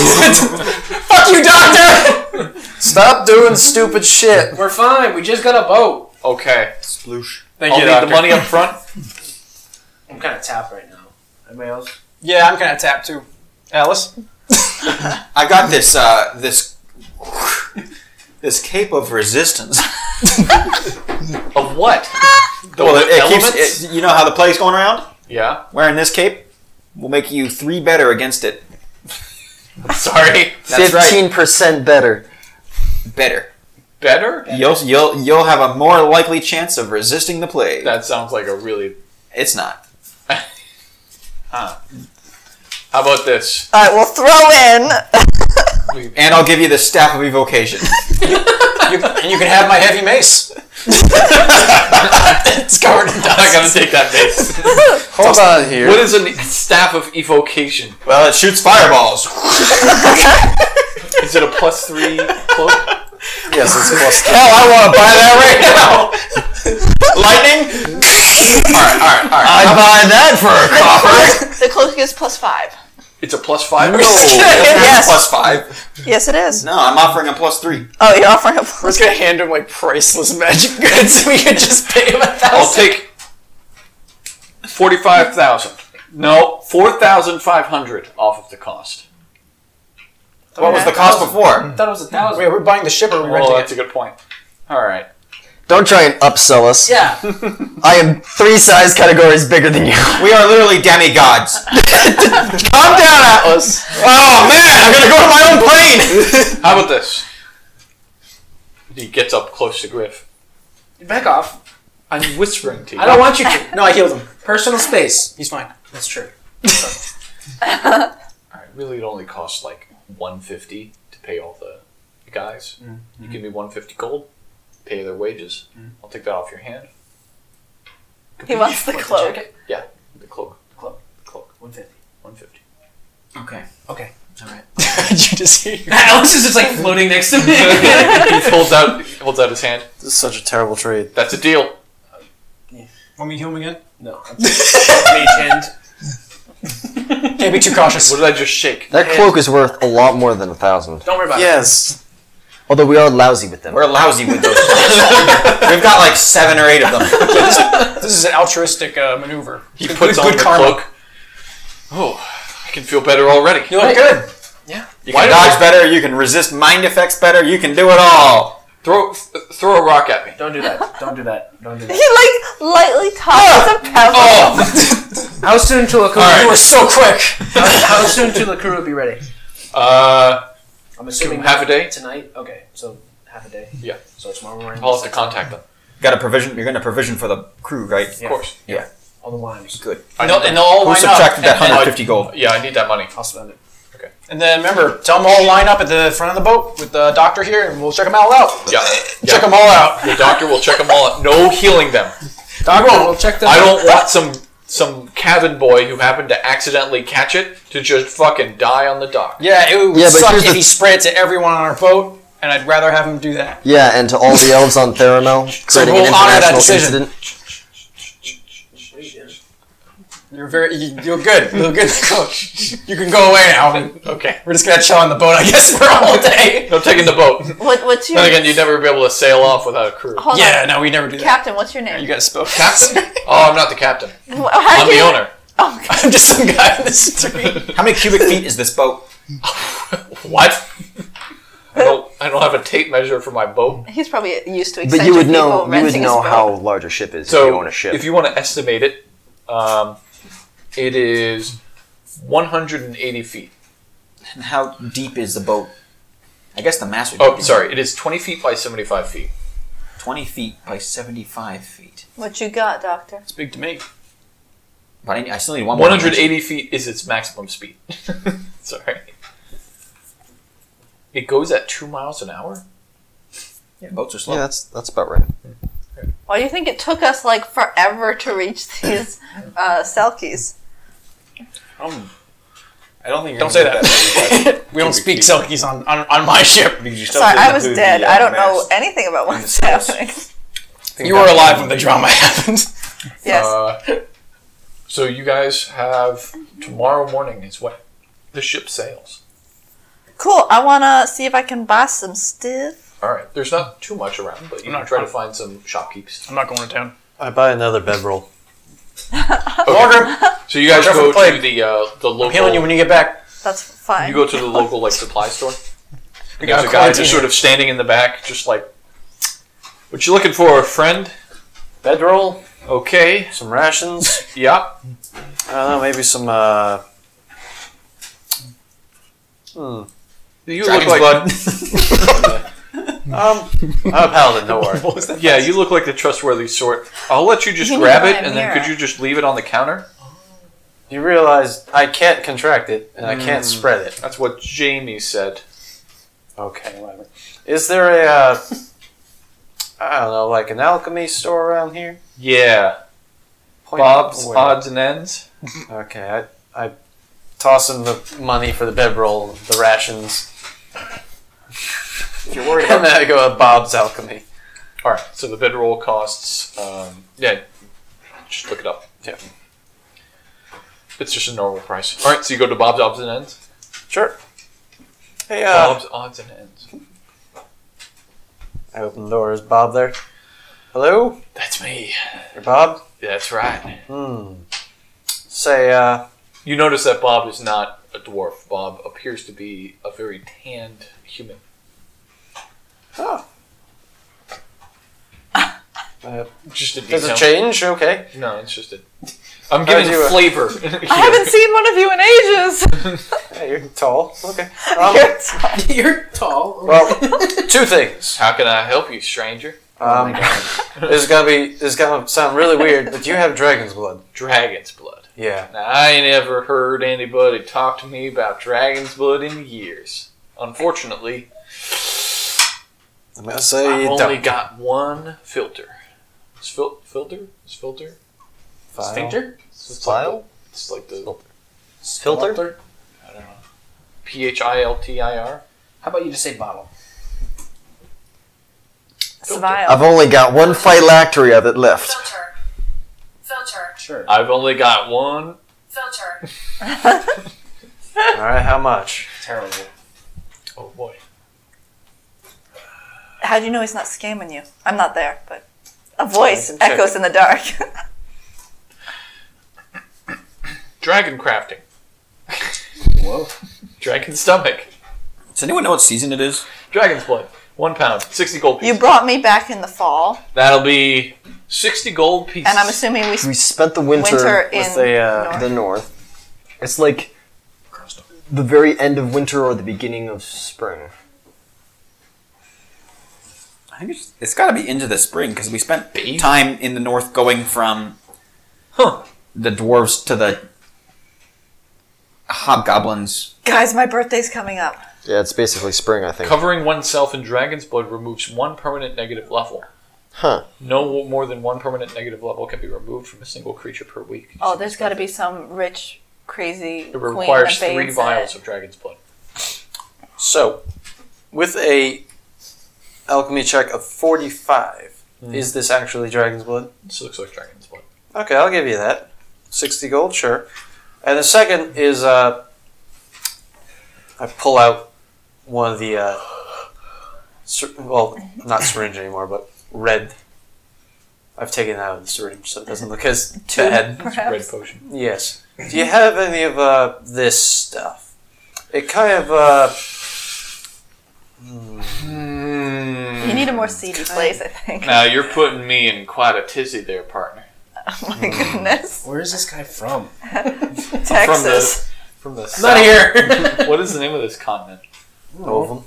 [SPEAKER 5] Fuck you, doctor! Stop doing stupid shit.
[SPEAKER 2] We're fine. We just got a boat.
[SPEAKER 1] Okay.
[SPEAKER 8] Sploosh.
[SPEAKER 11] Thank
[SPEAKER 1] I'll
[SPEAKER 11] you,
[SPEAKER 1] need
[SPEAKER 11] doctor.
[SPEAKER 1] the money up front.
[SPEAKER 2] I'm kind of tapped right now. Anybody else?
[SPEAKER 7] Yeah, I'm gonna tap too. Alice.
[SPEAKER 8] I got this uh, this this cape of resistance.
[SPEAKER 1] Of what? The
[SPEAKER 8] well, it, it
[SPEAKER 1] elements?
[SPEAKER 8] keeps. It, you know how the plague's going around.
[SPEAKER 1] yeah.
[SPEAKER 8] Wearing this cape will make you three better against it.
[SPEAKER 1] Sorry.
[SPEAKER 8] That's right.
[SPEAKER 3] Fifteen percent better.
[SPEAKER 8] Better.
[SPEAKER 1] Better?
[SPEAKER 8] You'll you'll you'll have a more likely chance of resisting the plague.
[SPEAKER 1] That sounds like a really.
[SPEAKER 8] it's not.
[SPEAKER 1] How about this?
[SPEAKER 4] I will throw
[SPEAKER 8] And I'll give you the staff of evocation.
[SPEAKER 7] and you can have my heavy mace. it's covered in
[SPEAKER 1] I'm not
[SPEAKER 7] dust.
[SPEAKER 1] gonna take that base.
[SPEAKER 5] Hold on here.
[SPEAKER 1] what is a staff of evocation?
[SPEAKER 8] well, it shoots fireballs.
[SPEAKER 1] Is it a plus three cloak?
[SPEAKER 5] yes, it's plus.
[SPEAKER 8] Hell, I want to buy that right now. Lightning. all right, all right, all right.
[SPEAKER 3] I buy that for a
[SPEAKER 4] in. the cloak is plus five.
[SPEAKER 1] It's a plus five.
[SPEAKER 8] No, that's
[SPEAKER 4] Yes.
[SPEAKER 8] plus five.
[SPEAKER 4] Yes, it is.
[SPEAKER 8] No, I'm offering a plus three.
[SPEAKER 4] Oh, you're offering a plus.
[SPEAKER 7] gonna hand him like priceless magic goods. We could just pay him a
[SPEAKER 1] I'll
[SPEAKER 7] thousand.
[SPEAKER 1] take forty-five thousand. No, four thousand five hundred off of the cost.
[SPEAKER 8] What was the cost before?
[SPEAKER 2] I thought it was a thousand.
[SPEAKER 7] Wait, we're buying the ship or we're
[SPEAKER 1] Well,
[SPEAKER 7] renting
[SPEAKER 1] Oh, that's
[SPEAKER 7] it?
[SPEAKER 1] a good point. All right.
[SPEAKER 3] Don't try and upsell us.
[SPEAKER 2] Yeah.
[SPEAKER 3] I am three size categories bigger than you.
[SPEAKER 8] We are literally demigods.
[SPEAKER 3] Calm down, Atlas.
[SPEAKER 8] Oh man, I'm gonna go to my own plane.
[SPEAKER 1] How
[SPEAKER 7] Um,
[SPEAKER 1] about this? He gets up close to Griff.
[SPEAKER 2] Back off.
[SPEAKER 1] I'm whispering to you.
[SPEAKER 2] I don't want you to.
[SPEAKER 7] No, I healed him.
[SPEAKER 2] Personal space.
[SPEAKER 7] He's fine.
[SPEAKER 2] That's true.
[SPEAKER 1] All right, really, it only costs like one fifty to pay all the guys.
[SPEAKER 7] Mm-hmm.
[SPEAKER 1] You give me one fifty gold, pay their wages. I'll take that off your hand.
[SPEAKER 4] He wants the cloak.
[SPEAKER 1] The cloak,
[SPEAKER 8] Cloak.
[SPEAKER 1] the cloak,
[SPEAKER 8] One fifty.
[SPEAKER 1] one fifty.
[SPEAKER 8] Okay. Okay. All right.
[SPEAKER 7] you just hear
[SPEAKER 2] Alex is just like floating next to me.
[SPEAKER 1] he holds out, he holds out his hand.
[SPEAKER 5] This is such a terrible trade.
[SPEAKER 1] That's a deal.
[SPEAKER 7] Want me to heal him again?
[SPEAKER 8] No.
[SPEAKER 2] Mage hand.
[SPEAKER 7] Can't be too cautious.
[SPEAKER 1] What did I just shake?
[SPEAKER 3] That cloak is worth a lot more than a thousand.
[SPEAKER 2] Don't worry about it.
[SPEAKER 5] Yes.
[SPEAKER 3] Although we are lousy with them.
[SPEAKER 6] We're lousy with those. We've got like seven or eight of them.
[SPEAKER 7] This is an altruistic uh, maneuver.
[SPEAKER 1] He puts on the cloak. Oh, I can feel better already.
[SPEAKER 7] You look good.
[SPEAKER 6] You
[SPEAKER 1] Why
[SPEAKER 6] can
[SPEAKER 1] do
[SPEAKER 6] dodge
[SPEAKER 1] I-
[SPEAKER 6] better. You can resist mind effects better. You can do it all.
[SPEAKER 1] Throw, th- throw a rock at me.
[SPEAKER 8] Don't do that. Don't do that. Don't do
[SPEAKER 4] He
[SPEAKER 8] that.
[SPEAKER 4] like lightly tosses a pebble.
[SPEAKER 8] Oh.
[SPEAKER 2] How soon till Akuru?
[SPEAKER 7] You were so quick.
[SPEAKER 2] How, how soon till Akuru will be ready?
[SPEAKER 1] Uh,
[SPEAKER 2] I'm
[SPEAKER 1] give him
[SPEAKER 2] assuming
[SPEAKER 1] half a day.
[SPEAKER 2] tonight. Okay, so half a day.
[SPEAKER 1] Yeah.
[SPEAKER 2] So tomorrow morning.
[SPEAKER 1] I'll have to contact them.
[SPEAKER 6] Got a provision. You're gonna provision for the crew, right?
[SPEAKER 1] Of course.
[SPEAKER 2] All the limes.
[SPEAKER 1] I
[SPEAKER 7] No,
[SPEAKER 1] need that-
[SPEAKER 7] and all
[SPEAKER 6] Who
[SPEAKER 7] line
[SPEAKER 6] subtracted that
[SPEAKER 7] up. and,
[SPEAKER 6] 150 gold?
[SPEAKER 1] yeah, I need that money.
[SPEAKER 2] I'll spend it.
[SPEAKER 7] and then remember, tell them all line up at the front of the boat with the doctor here, and we'll check them all out.
[SPEAKER 1] Yeah. yeah.
[SPEAKER 7] Check them all out.
[SPEAKER 1] The doctor will check them all out. No healing them.
[SPEAKER 7] Doctor, we'll check them.
[SPEAKER 1] I don't want some some cabin boy who happened to accidentally catch it to just fucking die on the dock.
[SPEAKER 7] Yeah, it would
[SPEAKER 3] Yeah, but
[SPEAKER 7] suck
[SPEAKER 3] here's
[SPEAKER 7] if
[SPEAKER 3] the-
[SPEAKER 7] he spread it to everyone on our boat, and I'd rather have him do that.
[SPEAKER 3] Yeah, and to all the elves on Theramel, creating an
[SPEAKER 7] we'll honor that
[SPEAKER 3] international
[SPEAKER 7] decision.
[SPEAKER 3] incident.
[SPEAKER 7] You're very, you, you're good. You're good, coach. You can go away now.
[SPEAKER 1] Okay.
[SPEAKER 7] We're just gonna chill on the boat, I guess, for a whole day.
[SPEAKER 1] No taking the boat.
[SPEAKER 4] What, what's your
[SPEAKER 1] then again, you'd never be able to sail off without a crew.
[SPEAKER 4] hold
[SPEAKER 7] Yeah,
[SPEAKER 4] on.
[SPEAKER 7] no, we never do that.
[SPEAKER 4] Captain, what's your
[SPEAKER 7] You
[SPEAKER 4] name?
[SPEAKER 7] gotta spell
[SPEAKER 1] Captain? Oh, I'm not the captain.
[SPEAKER 4] How
[SPEAKER 1] I'm
[SPEAKER 4] do
[SPEAKER 1] the
[SPEAKER 4] you-
[SPEAKER 1] owner.
[SPEAKER 4] Oh, okay.
[SPEAKER 7] I'm just some guy in the street.
[SPEAKER 6] How many cubic feet is this boat?
[SPEAKER 1] What? I don't, I don't have a tape measure for my boat.
[SPEAKER 4] He's probably used to
[SPEAKER 3] But
[SPEAKER 4] eccentric
[SPEAKER 3] you would
[SPEAKER 4] people
[SPEAKER 3] know you would
[SPEAKER 4] renting
[SPEAKER 3] know
[SPEAKER 4] his boat.
[SPEAKER 3] how large a ship is
[SPEAKER 1] So,
[SPEAKER 3] if you own a ship.
[SPEAKER 1] if you want to estimate it, um, it is 180 feet.
[SPEAKER 6] And how deep is the boat? I guess the master.
[SPEAKER 1] Oh, sorry. It is 20 feet by 75 feet.
[SPEAKER 6] 20 feet by 75 feet.
[SPEAKER 4] What you got, doctor?
[SPEAKER 7] It's big to me.
[SPEAKER 6] But I, I still
[SPEAKER 8] Oh,
[SPEAKER 6] need one more. dimension.
[SPEAKER 1] 180 feet is its maximum speed. Sorry. It goes at two miles an hour?
[SPEAKER 6] Yeah, boats are slow.
[SPEAKER 3] yeah, that's that's about right.
[SPEAKER 4] Why do you think it took us like forever to reach these uh, Selkies?
[SPEAKER 8] I don't think. You're
[SPEAKER 1] Don't say that.
[SPEAKER 7] We don't speak Selkies on, on, on my ship.
[SPEAKER 4] Sorry, I was dead.
[SPEAKER 1] uh,
[SPEAKER 4] I don't know uh, anything about what's happening.
[SPEAKER 7] You were alive when the drama happened.
[SPEAKER 4] Yes.
[SPEAKER 1] Uh, so you guys have tomorrow morning is what the ship sails.
[SPEAKER 4] cool. I wanna see if I can buy some stiff.
[SPEAKER 1] All right. There's not too much around, but you
[SPEAKER 7] I'm
[SPEAKER 1] can
[SPEAKER 7] not-
[SPEAKER 1] try to find some shopkeeps.
[SPEAKER 7] I'm not going to town.
[SPEAKER 5] I buy another bedroll.
[SPEAKER 1] Okay. So you guys
[SPEAKER 7] Roger for
[SPEAKER 1] go
[SPEAKER 7] play.
[SPEAKER 1] to the uh, the local.
[SPEAKER 7] I'm healing you when you get back.
[SPEAKER 4] That's fine.
[SPEAKER 1] you go to the local like supply store.
[SPEAKER 7] We
[SPEAKER 1] There's
[SPEAKER 7] got
[SPEAKER 1] a
[SPEAKER 7] a
[SPEAKER 1] guy just sort of standing in the back, just like, "What you looking for, a friend?"
[SPEAKER 5] Bedroll,
[SPEAKER 1] Okay.
[SPEAKER 5] some rations.
[SPEAKER 1] Yeah.
[SPEAKER 5] I don't know, maybe some. uh... Hmm.
[SPEAKER 1] You
[SPEAKER 6] Dragon's
[SPEAKER 1] look like
[SPEAKER 6] blood.
[SPEAKER 5] Um, I'm a paladin. Don't worry.
[SPEAKER 1] yeah, you look like the trustworthy sort. I'll let you just
[SPEAKER 4] You need
[SPEAKER 1] grab
[SPEAKER 4] to
[SPEAKER 1] it,
[SPEAKER 4] buy a
[SPEAKER 1] and then
[SPEAKER 4] mirror.
[SPEAKER 1] could you just leave it on the counter?
[SPEAKER 5] You realize I can't contract it and I can't
[SPEAKER 3] Mm.
[SPEAKER 5] spread it.
[SPEAKER 1] That's what Jamie said.
[SPEAKER 5] Okay, whatever. Is there a, uh, I don't know, like an alchemy store around here?
[SPEAKER 1] Yeah,
[SPEAKER 5] Point
[SPEAKER 1] Bob's
[SPEAKER 5] where?
[SPEAKER 1] odds and ends.
[SPEAKER 5] Okay, I, I toss him the money for the bedroll, the rations.
[SPEAKER 6] If you're worried
[SPEAKER 5] And then I go to Bob's alchemy.
[SPEAKER 1] All right, so the bedroll costs. Um, yeah, just look it up.
[SPEAKER 5] Yeah.
[SPEAKER 1] It's just a normal price. All right, so you go to Bob's odds and ends.
[SPEAKER 5] Sure. Hey, uh,
[SPEAKER 1] Bob's odds and ends.
[SPEAKER 5] I open the door. Is Bob there? Hello?
[SPEAKER 1] That's me.
[SPEAKER 5] You're Bob?
[SPEAKER 1] That's right.
[SPEAKER 5] Hmm. Say, uh,
[SPEAKER 1] You notice that Bob is not a dwarf. Bob appears to be a very tanned human.
[SPEAKER 5] oh. Uh,
[SPEAKER 1] Just a
[SPEAKER 5] does
[SPEAKER 1] detail.
[SPEAKER 5] it change? Okay.
[SPEAKER 1] No, it's just a. I'm giving
[SPEAKER 5] do a-
[SPEAKER 1] flavor.
[SPEAKER 4] I haven't seen one of you in ages.
[SPEAKER 5] Yeah, you're tall. Okay. Um,
[SPEAKER 4] You're tall.
[SPEAKER 2] You're tall.
[SPEAKER 5] well, two things.
[SPEAKER 1] How can I help you, stranger?
[SPEAKER 3] Um, this is gonna be this is gonna sound really weird, but you have dragon's blood.
[SPEAKER 1] Dragon's blood.
[SPEAKER 3] Yeah.
[SPEAKER 1] Now, I ain't ever heard anybody talk to me about dragon's blood in years. Unfortunately,
[SPEAKER 3] I'm gonna say
[SPEAKER 1] I've
[SPEAKER 3] you
[SPEAKER 1] only
[SPEAKER 3] don't.
[SPEAKER 1] got one filter. Is fil- filter? Is filter?
[SPEAKER 3] File.
[SPEAKER 1] Sphincter? It's like
[SPEAKER 5] File?
[SPEAKER 1] the- It's like the
[SPEAKER 5] Filter?
[SPEAKER 1] I don't know. P H I L T I R.
[SPEAKER 2] How about you just say bottle?
[SPEAKER 4] It's vile.
[SPEAKER 5] I've only got one phylactery of it left.
[SPEAKER 12] Filter. Filter.
[SPEAKER 2] Sure.
[SPEAKER 1] I've only got one.
[SPEAKER 12] Filter.
[SPEAKER 3] All right, how much?
[SPEAKER 2] Terrible.
[SPEAKER 1] Oh boy.
[SPEAKER 4] How do you know he's not scamming you? I'm not there, but a voice echoes in the dark.
[SPEAKER 1] Dragon crafting.
[SPEAKER 2] Whoa.
[SPEAKER 1] Dragon stomach.
[SPEAKER 8] Does anyone know what season it is?
[SPEAKER 1] Dragon's blood. One pound. Sixty gold
[SPEAKER 4] you
[SPEAKER 1] pieces.
[SPEAKER 4] brought me back in the fall,
[SPEAKER 1] That'll be sixty gold pieces.
[SPEAKER 4] and I'm assuming we
[SPEAKER 5] We
[SPEAKER 4] spent
[SPEAKER 5] spent the winter,
[SPEAKER 4] winter in
[SPEAKER 3] with the, uh,
[SPEAKER 4] North.
[SPEAKER 5] the north. It's like the very end of winter or the beginning of spring.
[SPEAKER 8] I think it's, it's got to be into the spring because we spent time in the north going from
[SPEAKER 1] Huh.
[SPEAKER 8] the dwarves to the hobgoblins.
[SPEAKER 4] Guys, my birthday's coming up.
[SPEAKER 5] Yeah, it's basically spring, I think.
[SPEAKER 1] Covering oneself in dragon's blood removes one permanent negative level.
[SPEAKER 5] Huh.
[SPEAKER 1] No more than one permanent negative level can be removed from a single creature per week.
[SPEAKER 4] Oh, there's got to be some rich, crazy
[SPEAKER 1] It
[SPEAKER 4] queen uh,
[SPEAKER 1] requires
[SPEAKER 4] that
[SPEAKER 1] three
[SPEAKER 4] bathes
[SPEAKER 1] vials
[SPEAKER 4] in
[SPEAKER 1] of dragon's blood.
[SPEAKER 3] So, with a alchemy check of forty-five, is this actually dragon's blood?
[SPEAKER 1] Hmm. This looks like dragon's blood.
[SPEAKER 3] Okay, I'll give you that. Sixty gold, sure. And the second is uh, I pull out one of the uh, sy- well, not syringe anymore, but red. I've taken it out of the syringe, so it doesn't look as
[SPEAKER 4] it. Two,
[SPEAKER 3] bad.
[SPEAKER 4] perhaps.
[SPEAKER 1] Red potion.
[SPEAKER 3] Yes. Do you have any of uh, this stuff? It kind of uh,
[SPEAKER 4] You need a more seedy place, I think.
[SPEAKER 1] Hmm. Now you're putting me in quite a tizzy there, partner.
[SPEAKER 4] Oh my goodness,
[SPEAKER 2] Where is this guy from?
[SPEAKER 4] Texas.
[SPEAKER 1] From the
[SPEAKER 2] Not here.
[SPEAKER 1] What is the name of this continent?
[SPEAKER 3] Ovland.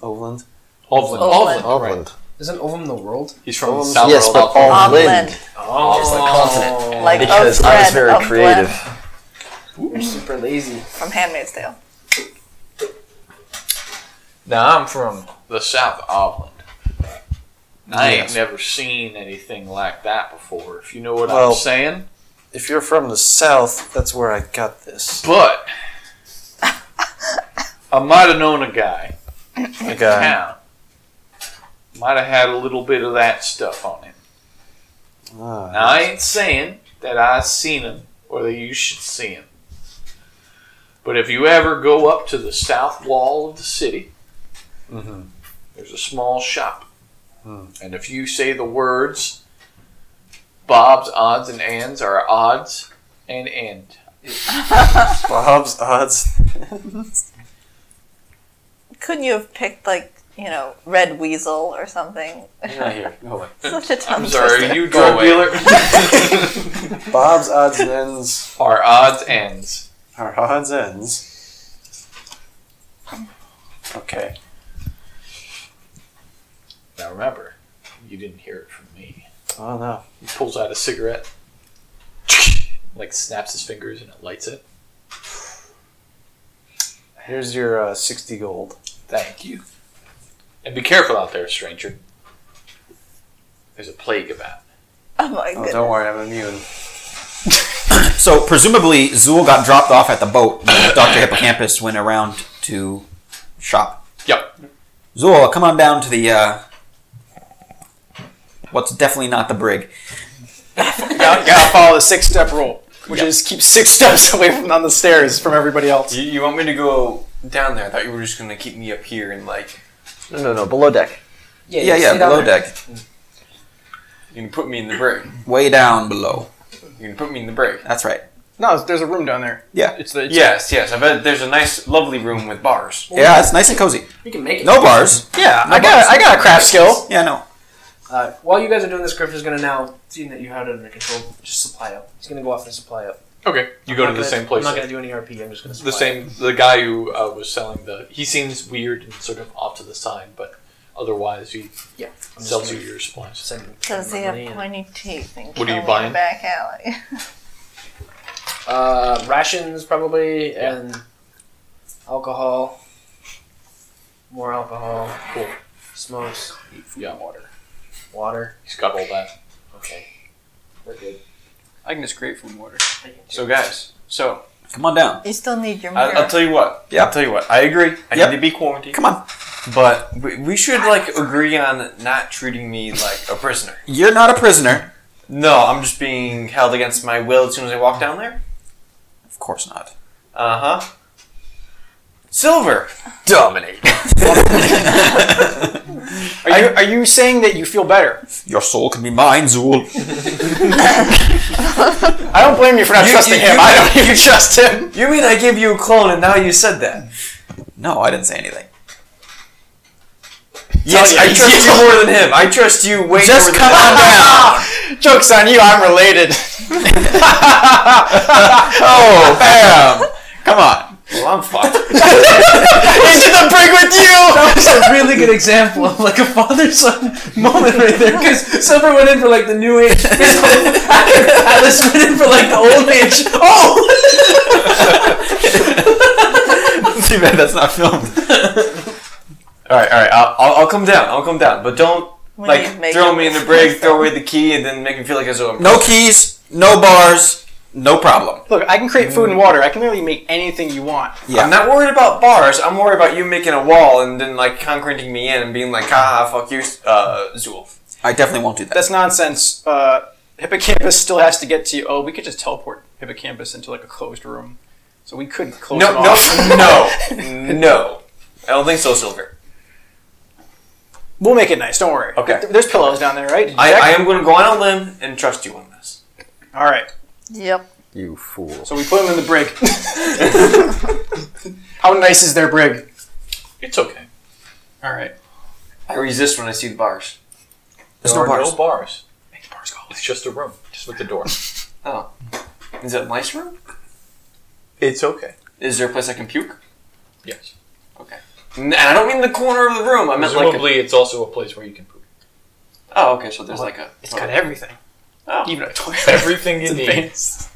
[SPEAKER 3] Ovland.
[SPEAKER 1] Ovland.
[SPEAKER 4] Ovland.
[SPEAKER 5] Auckland.
[SPEAKER 2] Isn't Ovum the world?
[SPEAKER 1] He's from
[SPEAKER 3] Ovland.
[SPEAKER 1] South
[SPEAKER 5] Yes, but
[SPEAKER 4] Of
[SPEAKER 5] Auckland.
[SPEAKER 4] Lynn,
[SPEAKER 1] Oh,
[SPEAKER 5] It's the continent.
[SPEAKER 4] like
[SPEAKER 5] Because
[SPEAKER 4] of
[SPEAKER 5] I
[SPEAKER 4] bread,
[SPEAKER 5] was very
[SPEAKER 4] of
[SPEAKER 5] creative.
[SPEAKER 4] blood
[SPEAKER 2] You're super lazy.
[SPEAKER 4] from Handmaid's Tale.
[SPEAKER 1] Now I'm from the South Ovland. I ain't
[SPEAKER 3] Yes.
[SPEAKER 1] never seen anything like that before, if you know what
[SPEAKER 3] Well-
[SPEAKER 1] I'm saying.
[SPEAKER 3] If you're from the south, that's where I got this.
[SPEAKER 1] But I might have known a guy in
[SPEAKER 3] guy.
[SPEAKER 1] town. Might have had a little bit of that stuff on him.
[SPEAKER 3] Ah.
[SPEAKER 1] Now, I ain't saying that I seen him or that you should see him. But if you ever go up to the south wall of the city,
[SPEAKER 3] Mhm.
[SPEAKER 1] there's a small shop.
[SPEAKER 3] Hmm.
[SPEAKER 1] And if you say the words, Bob's odds and ands are odds and end.
[SPEAKER 3] Bob's odds.
[SPEAKER 4] Couldn't you have picked like you know Red Weasel or something?
[SPEAKER 7] Not here. Go away.
[SPEAKER 4] Such a tongue
[SPEAKER 1] I'm sorry,
[SPEAKER 4] twister.
[SPEAKER 1] you drug dealer.
[SPEAKER 3] Bob's odds and ends
[SPEAKER 1] are odds ends.
[SPEAKER 3] are odds ends. Okay.
[SPEAKER 1] Now remember, you didn't hear it from me.
[SPEAKER 3] Oh no.
[SPEAKER 1] He pulls out a cigarette, like snaps his fingers and it lights it.
[SPEAKER 3] Here's your uh, sixty gold.
[SPEAKER 1] Thank you. And be careful out there, stranger. There's a plague about.
[SPEAKER 4] Oh my
[SPEAKER 3] Oh,
[SPEAKER 4] goodness.
[SPEAKER 3] don't worry, I'm immune.
[SPEAKER 8] So presumably Zool got dropped off at the boat. when Dr. Hippocampus went around to shop.
[SPEAKER 1] Yep.
[SPEAKER 8] Zool, come on down to the uh, what's definitely not the brig.
[SPEAKER 13] gotta, gotta follow the six step rule, which is keep six steps away from on the stairs from everybody else.
[SPEAKER 7] You, you want me to go down there? I thought you were just gonna keep me up here and like
[SPEAKER 5] No, no, no. Below deck.
[SPEAKER 8] Yeah, yeah,
[SPEAKER 2] stay down
[SPEAKER 8] below
[SPEAKER 2] there.
[SPEAKER 8] deck,
[SPEAKER 7] you can put me in the break.
[SPEAKER 8] way down below.
[SPEAKER 7] You can put me in the break.
[SPEAKER 8] That's right.
[SPEAKER 13] No, there's a room down there.
[SPEAKER 7] It's the yes, yes. I bet there's a nice, lovely room with bars.
[SPEAKER 8] Yeah, it's nice and cozy.
[SPEAKER 2] We can make it.
[SPEAKER 8] No bars.
[SPEAKER 13] Yeah, I
[SPEAKER 8] got-
[SPEAKER 13] got I got a craft skill.
[SPEAKER 8] Yeah, no.
[SPEAKER 2] Uh, while you guys are doing this, Griffin's gonna now, seeing that you have it under control, just supply up. He's gonna go off and supply up.
[SPEAKER 1] Okay. You
[SPEAKER 2] I'm
[SPEAKER 1] go
[SPEAKER 2] not
[SPEAKER 1] to the
[SPEAKER 2] gonna-
[SPEAKER 1] same place.
[SPEAKER 2] I'm not gonna do any RP. I'm just gonna supply
[SPEAKER 1] the same. The guy who uh, was selling the. He seems weird and sort of off to the side, but Otherwise, he
[SPEAKER 2] Yeah.
[SPEAKER 1] sells you your supplies.
[SPEAKER 2] Send-
[SPEAKER 4] Because they
[SPEAKER 2] send money
[SPEAKER 4] have
[SPEAKER 2] and-
[SPEAKER 4] pointy teeth and
[SPEAKER 1] What are you
[SPEAKER 4] kill in
[SPEAKER 1] buying?
[SPEAKER 4] the back alley.
[SPEAKER 2] Uh, rations probably and alcohol. More alcohol.
[SPEAKER 1] Cool.
[SPEAKER 2] Smokes.
[SPEAKER 1] Yeah,
[SPEAKER 2] Water.
[SPEAKER 1] he's got all that.
[SPEAKER 2] Okay. We're good.
[SPEAKER 8] I can just create from water. So guys, so
[SPEAKER 6] Come on down.
[SPEAKER 4] you still need your
[SPEAKER 8] I,
[SPEAKER 4] mirror.
[SPEAKER 8] I'll tell you what.
[SPEAKER 6] Yeah.
[SPEAKER 8] I'll tell you what. I agree. I
[SPEAKER 6] Yep.
[SPEAKER 8] need to be quarantined,
[SPEAKER 6] Come on.
[SPEAKER 8] but we, we should like agree on not treating me like a prisoner.
[SPEAKER 6] You're not a prisoner.
[SPEAKER 8] No, I'm just being held against my will as soon as I walk down there.
[SPEAKER 6] Of course not.
[SPEAKER 7] Uh-huh.
[SPEAKER 8] Uh huh. Silver,
[SPEAKER 6] Dominate.
[SPEAKER 7] Are you, are you saying that you feel better?
[SPEAKER 6] Your soul can be mine, Zool.
[SPEAKER 7] I don't blame you for not
[SPEAKER 8] You-
[SPEAKER 7] trusting
[SPEAKER 8] you-
[SPEAKER 7] him.
[SPEAKER 8] you-
[SPEAKER 7] I don't even trust him.
[SPEAKER 8] you mean I gave you a clone and now you said that?
[SPEAKER 6] No, I didn't say anything.
[SPEAKER 8] Yes,
[SPEAKER 6] you,
[SPEAKER 8] I
[SPEAKER 6] he's
[SPEAKER 8] trust you
[SPEAKER 6] evil.
[SPEAKER 8] more than him. I trust you way
[SPEAKER 6] Just
[SPEAKER 8] more
[SPEAKER 6] come
[SPEAKER 8] than
[SPEAKER 6] on
[SPEAKER 8] him.
[SPEAKER 6] down.
[SPEAKER 7] Joke's on you, I'm related.
[SPEAKER 6] Oh, bam. Come on.
[SPEAKER 8] Well, I'm fucked.
[SPEAKER 7] Into the brink with you!
[SPEAKER 2] It's a really good example of like a father son moment right there because Silver went in for like the new age, Atlas went in for like the old age. Oh,
[SPEAKER 6] Too bad that's not filmed.
[SPEAKER 8] all right, all right. I'll, I'll, I'll come down. I'll come down. But don't
[SPEAKER 4] when you
[SPEAKER 8] like
[SPEAKER 4] make
[SPEAKER 8] throw
[SPEAKER 4] it-
[SPEAKER 8] me in the brig, throw away the key, and then make me feel like as though I'm
[SPEAKER 6] No keys, no bars, no problem.
[SPEAKER 7] Look, I can create food and water. I can literally make anything you want.
[SPEAKER 6] Yeah.
[SPEAKER 8] I'm not worried about bars. I'm worried about you making a wall and then like concreting me in and being like, haha, fuck you, uh, Zool.
[SPEAKER 6] I definitely won't do that.
[SPEAKER 7] That's nonsense. Uh, hippocampus still has to get to you. Oh, we could just teleport hippocampus into like a closed room. So we could close
[SPEAKER 8] No,
[SPEAKER 7] it
[SPEAKER 8] no,
[SPEAKER 7] off.
[SPEAKER 8] no, no. I don't think so, Silver.
[SPEAKER 7] We'll make it nice. Don't worry.
[SPEAKER 8] Okay.
[SPEAKER 7] Th- There's pillows down there, right? Did you
[SPEAKER 8] I,
[SPEAKER 7] check?
[SPEAKER 8] I am going to go on a limb and trust you on this.
[SPEAKER 7] All right.
[SPEAKER 4] Yep.
[SPEAKER 3] You fool.
[SPEAKER 7] So we put him in the brig. How nice is their brig?
[SPEAKER 1] It's okay.
[SPEAKER 7] All right.
[SPEAKER 8] I resist when I see the bars.
[SPEAKER 1] There
[SPEAKER 6] There's no
[SPEAKER 1] are
[SPEAKER 6] bars.
[SPEAKER 1] no bars.
[SPEAKER 7] Make the bars go.
[SPEAKER 1] It's just a room, just with the door.
[SPEAKER 8] Is it a nice room?
[SPEAKER 1] it's okay.
[SPEAKER 8] Is there a place I can puke?
[SPEAKER 1] Yes.
[SPEAKER 8] And I don't mean the corner of the room. I meant like. A,
[SPEAKER 1] Presumably, it's also a place where you can poop.
[SPEAKER 8] oh, okay. So there's like a.
[SPEAKER 7] It's got everything.
[SPEAKER 8] Oh.
[SPEAKER 7] Even a toilet.
[SPEAKER 1] Everything you
[SPEAKER 7] It's
[SPEAKER 1] need.
[SPEAKER 7] advanced.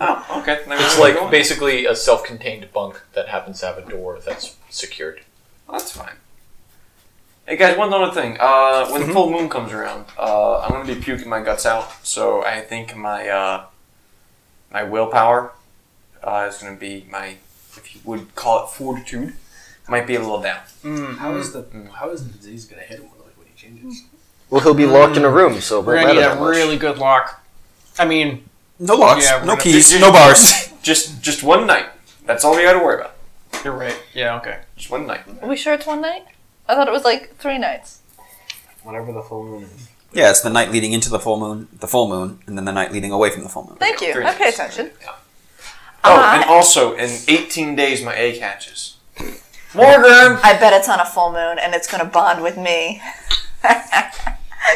[SPEAKER 8] Oh, okay. Then
[SPEAKER 1] It's
[SPEAKER 8] I'm
[SPEAKER 1] like
[SPEAKER 8] going.
[SPEAKER 1] basically a self-contained bunk that happens to have a door that's secured.
[SPEAKER 8] That's fine. Hey guys, one other thing. Uh,
[SPEAKER 6] Mm-hmm.
[SPEAKER 8] when the full moon comes around, uh, I'm gonna be puking my guts out. So I think my uh, my willpower uh, is gonna be my, if you would call it fortitude, might be a little down.
[SPEAKER 7] Mm.
[SPEAKER 2] how is the how is the disease gonna hit him like, when he changes?
[SPEAKER 3] Well, he'll be locked in a room, so it
[SPEAKER 7] Hmm. We're
[SPEAKER 3] won't
[SPEAKER 7] gonna
[SPEAKER 3] matter
[SPEAKER 7] need
[SPEAKER 3] that
[SPEAKER 7] a
[SPEAKER 3] much.
[SPEAKER 7] really good lock. I mean,
[SPEAKER 6] No locks,
[SPEAKER 7] Yeah, we're
[SPEAKER 6] no
[SPEAKER 7] gonna-
[SPEAKER 6] keys, no bars.
[SPEAKER 8] Just just one night. That's all we gotta worry about.
[SPEAKER 7] you're right. Yeah. Okay.
[SPEAKER 8] Just one night.
[SPEAKER 4] Are we sure it's one night? I thought it was like three nights.
[SPEAKER 8] Whenever the full moon is.
[SPEAKER 6] Yeah, it's the night leading into the full moon, the full moon, and then the night leading away from the full moon.
[SPEAKER 4] Thank you.
[SPEAKER 8] Three
[SPEAKER 4] I pay
[SPEAKER 8] nights.
[SPEAKER 4] attention.
[SPEAKER 6] Uh-huh.
[SPEAKER 8] Oh,
[SPEAKER 4] Uh,
[SPEAKER 8] and also in 18 days my egg hatches. Morgan.
[SPEAKER 4] I bet it's on a full moon and it's gonna bond with me.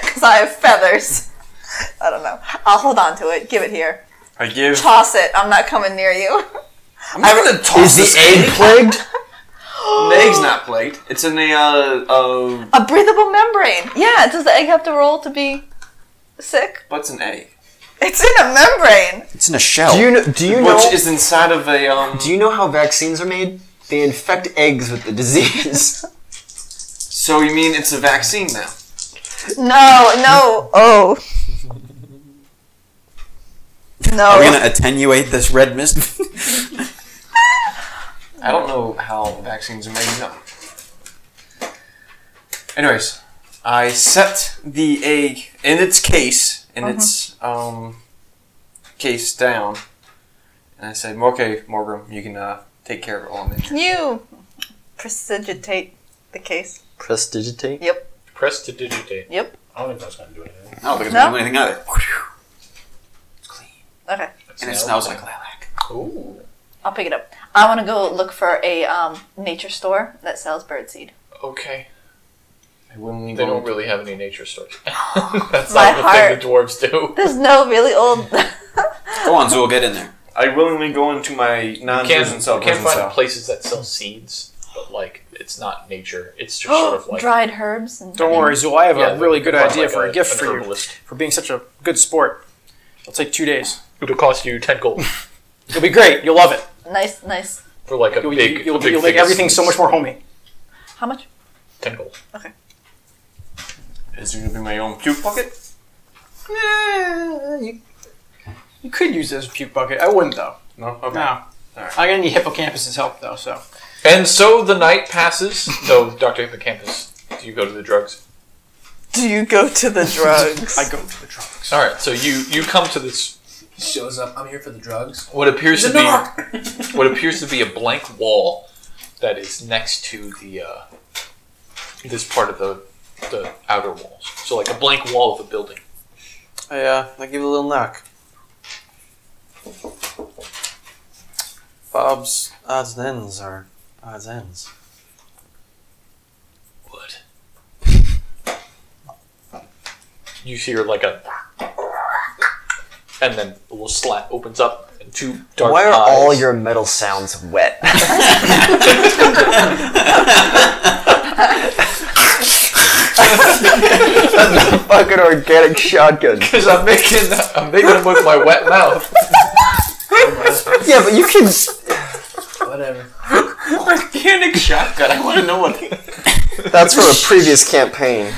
[SPEAKER 4] Because I have feathers. I don't know. I'll hold on to it. Give it here.
[SPEAKER 8] I give.
[SPEAKER 4] Toss it. I'm not coming near you.
[SPEAKER 8] I'm not gonna
[SPEAKER 3] Is
[SPEAKER 8] toss this
[SPEAKER 3] the egg plagued?
[SPEAKER 8] The egg's not plagued. It's in a uh, uh,
[SPEAKER 4] A breathable membrane. Yeah, does the egg have to roll to be sick?
[SPEAKER 8] what's an egg?
[SPEAKER 4] It's in a membrane.
[SPEAKER 6] It's in a shell.
[SPEAKER 3] Do you know? Do you know?
[SPEAKER 8] Which is inside of a um.
[SPEAKER 3] do you know how vaccines are made? They infect eggs with the disease.
[SPEAKER 8] So you mean it's a vaccine now?
[SPEAKER 4] No, no. Oh.
[SPEAKER 6] Are we
[SPEAKER 4] No.
[SPEAKER 6] gonna attenuate this red mist?
[SPEAKER 8] I don't know how vaccines are made now. Anyways, I set the egg in its case, in its
[SPEAKER 1] Mm-hmm.
[SPEAKER 8] um case down, and I said, "Okay, Morgan, you can uh, take care of it while I'm in here."
[SPEAKER 4] Can you prestigitate the case?
[SPEAKER 3] Prestigitate.
[SPEAKER 1] Press to digitate.
[SPEAKER 2] I don't think that's gonna do anything.
[SPEAKER 6] I don't think it's
[SPEAKER 4] No?
[SPEAKER 6] gonna do anything either.
[SPEAKER 4] Okay,
[SPEAKER 6] And it smells like lilac.
[SPEAKER 1] Ooh.
[SPEAKER 4] I'll pick it up. I want to go look for a um, nature store that sells birdseed.
[SPEAKER 1] Okay.
[SPEAKER 8] I wouldn't leave
[SPEAKER 1] They
[SPEAKER 8] them-
[SPEAKER 1] don't really have any nature stores. That's
[SPEAKER 4] My
[SPEAKER 1] not the thing
[SPEAKER 4] heart.
[SPEAKER 1] the dwarves do.
[SPEAKER 4] There's no really old.
[SPEAKER 6] Go on, Zool, get in there.
[SPEAKER 8] I willingly go into my
[SPEAKER 1] You
[SPEAKER 8] non-prison
[SPEAKER 1] can,
[SPEAKER 8] cell.
[SPEAKER 1] you can
[SPEAKER 8] prison
[SPEAKER 1] find
[SPEAKER 8] cell.
[SPEAKER 1] places that sell seeds, but like it It's not nature. It's just sort of like
[SPEAKER 4] dried herbs and
[SPEAKER 7] Don't worry, Zool. I have
[SPEAKER 1] Yeah,
[SPEAKER 7] a really good
[SPEAKER 1] like
[SPEAKER 7] idea for a, gift
[SPEAKER 1] an
[SPEAKER 7] for you
[SPEAKER 1] herbalist.
[SPEAKER 7] for being such a good sport. It'll take two days.
[SPEAKER 1] It'll cost you ten gold
[SPEAKER 7] It'll be great. You'll love it.
[SPEAKER 4] nice, nice.
[SPEAKER 1] for like a
[SPEAKER 7] You'll,
[SPEAKER 1] big.
[SPEAKER 7] you'll,
[SPEAKER 1] a big
[SPEAKER 7] you'll make
[SPEAKER 1] thing of
[SPEAKER 7] everything so
[SPEAKER 1] seeds.
[SPEAKER 7] much more homey.
[SPEAKER 4] How much?
[SPEAKER 1] Ten gold.
[SPEAKER 14] Is it gonna be my own puke bucket?
[SPEAKER 7] Eh, you, you could use this puke bucket. I wouldn't though.
[SPEAKER 14] No. Okay.
[SPEAKER 7] No.
[SPEAKER 14] Alright.
[SPEAKER 7] I'm gonna need hippocampus's help though. So
[SPEAKER 1] And so the night passes. no, Doctor Hippocampus. Do you go to the drugs?
[SPEAKER 4] Do you go to the drugs?
[SPEAKER 7] I go to the trunk.
[SPEAKER 1] All right. So you you come to this
[SPEAKER 2] He shows up. I'm here for the drugs.
[SPEAKER 1] what appears to
[SPEAKER 2] The
[SPEAKER 1] be
[SPEAKER 2] narc.
[SPEAKER 1] what appears to be a blank wall that is next to the uh, this part of the the outer walls. So like a blank wall of a building.
[SPEAKER 8] I, uh, I give it a little knock. Bob's odds and ends are odds ends.
[SPEAKER 1] What? You hear like a and then a little slat opens up and two dark
[SPEAKER 5] Why are
[SPEAKER 1] eyes.
[SPEAKER 5] all your metal sounds wet? That's a fucking organic shotgun.
[SPEAKER 1] Because I'm making I'm making them with my wet mouth.
[SPEAKER 5] Yeah, but you can.
[SPEAKER 2] Whatever.
[SPEAKER 14] Organic shotgun. I want to know what.
[SPEAKER 5] That's from a previous campaign.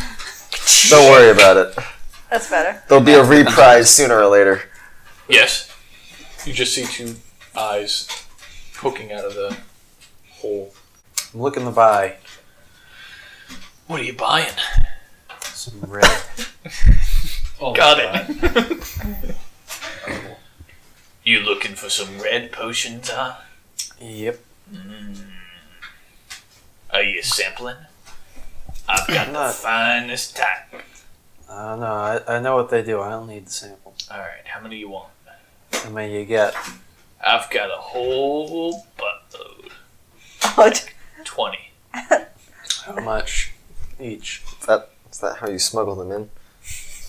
[SPEAKER 5] Don't worry about it.
[SPEAKER 4] That's better.
[SPEAKER 5] There'll be a reprise sooner or later.
[SPEAKER 1] Yes. You just see two eyes poking out of the hole.
[SPEAKER 8] I'm looking to buy
[SPEAKER 1] What are you buying?
[SPEAKER 8] some red.
[SPEAKER 1] Got it. you looking for some red potions, huh? Hmm.
[SPEAKER 8] yep.
[SPEAKER 1] Are you sampling? I've got the
[SPEAKER 8] Not-
[SPEAKER 1] finest type.
[SPEAKER 8] Uh, no, I, I know what they do. I don't need the sample.
[SPEAKER 1] Alright, how many you want?
[SPEAKER 8] How many you get?
[SPEAKER 1] I've got a whole buttload.
[SPEAKER 4] Oh, d-
[SPEAKER 1] 20.
[SPEAKER 8] How much each?
[SPEAKER 5] Is that, is that how you smuggle them in?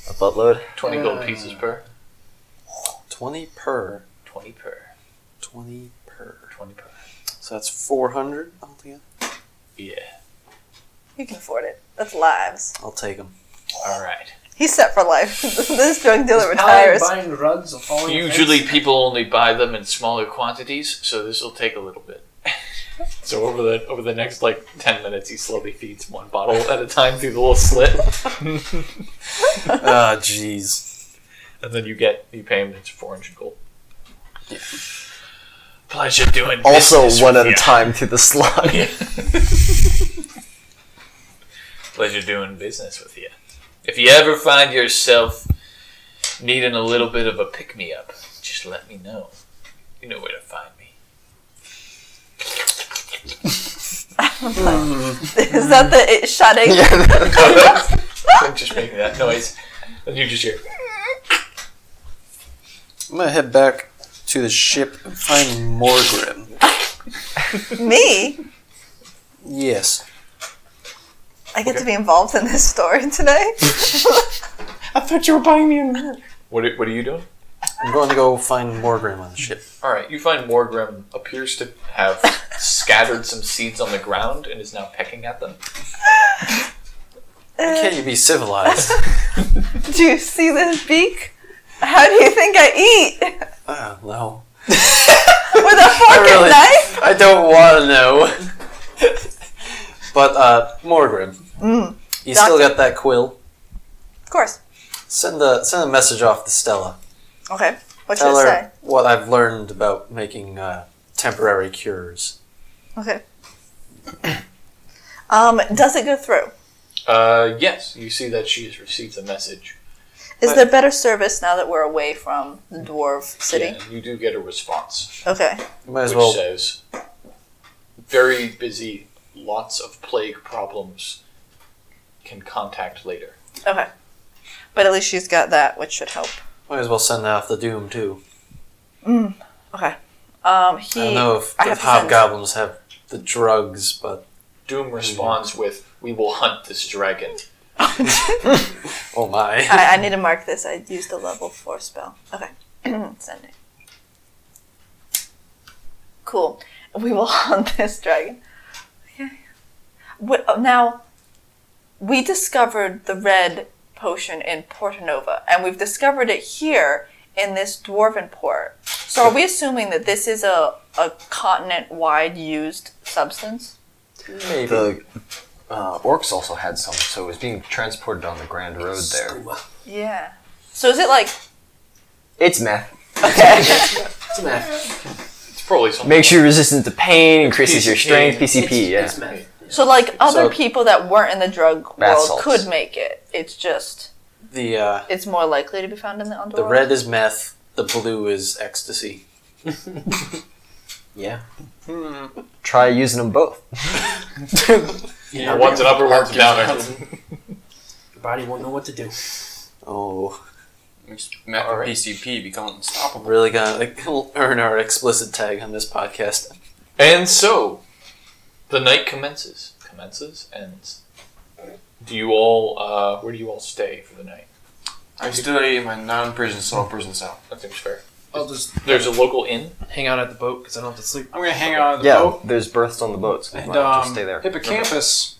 [SPEAKER 5] A buttload?
[SPEAKER 1] 20 gold pieces per?
[SPEAKER 8] 20 Uh, per.
[SPEAKER 1] 20 per.
[SPEAKER 8] 20 per.
[SPEAKER 1] 20 per.
[SPEAKER 8] So that's 400 altogether?
[SPEAKER 1] Yeah.
[SPEAKER 4] you can afford it. That's lives.
[SPEAKER 8] I'll take them.
[SPEAKER 1] Alright.
[SPEAKER 4] He's set for life. this drug dealer
[SPEAKER 2] How
[SPEAKER 4] retires.
[SPEAKER 2] buying drugs will fall in
[SPEAKER 1] Usually people only buy them in smaller quantities, so this will take a little bit. so over the over the next like ten minutes, he slowly feeds one bottle at a time through the little slit,
[SPEAKER 8] Ah, jeez.
[SPEAKER 1] and then you get you pay him it's four hundred gold. Pleasure doing
[SPEAKER 5] Also,
[SPEAKER 1] business
[SPEAKER 5] one at
[SPEAKER 1] with ya.
[SPEAKER 5] a time through the slot.
[SPEAKER 1] Pleasure doing business with you. If you ever find yourself needing a little bit of a pick me up, just let me know. You know where to find me.
[SPEAKER 4] Is that
[SPEAKER 8] Mm.
[SPEAKER 4] the it, shutting?
[SPEAKER 1] I'm just making that noise, and you just hear.
[SPEAKER 8] I'm gonna head back to the ship and find Morgrim.
[SPEAKER 4] Me?
[SPEAKER 8] Yes.
[SPEAKER 4] I get to be involved in this story today.
[SPEAKER 7] I thought you were buying me a mirror.
[SPEAKER 1] What are, what are you doing?
[SPEAKER 8] I'm going to go find Morgrim on the ship.
[SPEAKER 1] All right, you find Morgrim appears to have scattered some seeds on the ground and is now pecking at them.
[SPEAKER 8] Why can't you be civilized?
[SPEAKER 4] do you see this beak? How do you think I eat?
[SPEAKER 8] Ah, no.
[SPEAKER 4] With a fork
[SPEAKER 8] really-
[SPEAKER 4] and knife?
[SPEAKER 8] I don't want to know. but, uh, Morgrim. You still got that quill?
[SPEAKER 4] Mm, Of course.
[SPEAKER 8] Send a, send a message off to Stella.
[SPEAKER 4] Okay. What should
[SPEAKER 8] Tell
[SPEAKER 4] I say?
[SPEAKER 8] her what I've learned about making uh, temporary cures.
[SPEAKER 4] Okay. Um, does it go through?
[SPEAKER 1] Uh, yes, you see that she has received the message.
[SPEAKER 4] Is there better service now that we're away from the dwarf city?
[SPEAKER 1] Yeah, you do get a response,
[SPEAKER 4] Okay.
[SPEAKER 8] You might as
[SPEAKER 1] which
[SPEAKER 8] well
[SPEAKER 1] says, "Very busy, lots of plague problems. Can contact later."
[SPEAKER 4] Okay. But at least she's got that, which should help.
[SPEAKER 8] might as well send that off the Doom too.
[SPEAKER 4] Mm, Um, he.
[SPEAKER 8] I don't know if,
[SPEAKER 4] I
[SPEAKER 8] if
[SPEAKER 4] have to send-
[SPEAKER 8] hobgoblins have the drugs, but
[SPEAKER 1] Doom
[SPEAKER 8] Mm-hmm.
[SPEAKER 1] responds with, "We will hunt this dragon."
[SPEAKER 8] oh my.
[SPEAKER 4] I, I need to mark this. I used a level four spell. Okay. Send it. Cool. We will hunt this dragon. Okay. Wh- oh, Now, we discovered the red potion in Portanova, and we've discovered it here in this dwarven port. So, are we assuming that this is a, a continent wide used substance?
[SPEAKER 3] Maybe. The uh, orcs also had some, so it was being transported on the Grand Road there.
[SPEAKER 4] Yeah. So, is it like.
[SPEAKER 3] It's meth.
[SPEAKER 2] It's meth.
[SPEAKER 1] It's probably something.
[SPEAKER 3] Makes you resistant to pain, increases your strength, PCP, yeah.
[SPEAKER 2] It's meth.
[SPEAKER 4] So, like other
[SPEAKER 5] So-
[SPEAKER 4] people that weren't in the drug
[SPEAKER 3] Bath
[SPEAKER 4] world
[SPEAKER 3] salts.
[SPEAKER 4] could make it. It's just.
[SPEAKER 5] The uh,
[SPEAKER 4] It's more likely to be found in the underworld.
[SPEAKER 5] the red is meth. The blue is ecstasy.
[SPEAKER 3] Try using them both.
[SPEAKER 1] Yeah, one's an upper, one's a downer.
[SPEAKER 2] The body won't know what to do.
[SPEAKER 5] Oh,
[SPEAKER 8] Meth
[SPEAKER 5] All right.
[SPEAKER 8] PCP become unstoppable.
[SPEAKER 5] really gonna like, earn our explicit tag on this podcast.
[SPEAKER 1] And so, the night commences. Commences, ends. Do you all, uh, where do you all stay for the night?
[SPEAKER 8] I stay in my non-prison cell, prison cell.
[SPEAKER 1] That seems fair.
[SPEAKER 2] I'll just
[SPEAKER 1] There's a local inn.
[SPEAKER 2] hang out at the boat because I don't have to sleep.
[SPEAKER 7] I'm gonna hang out on the
[SPEAKER 3] Yeah,
[SPEAKER 7] boat
[SPEAKER 3] there's berths on the boats.
[SPEAKER 7] and
[SPEAKER 3] Why not
[SPEAKER 7] um,
[SPEAKER 3] just stay there.
[SPEAKER 7] hippocampus.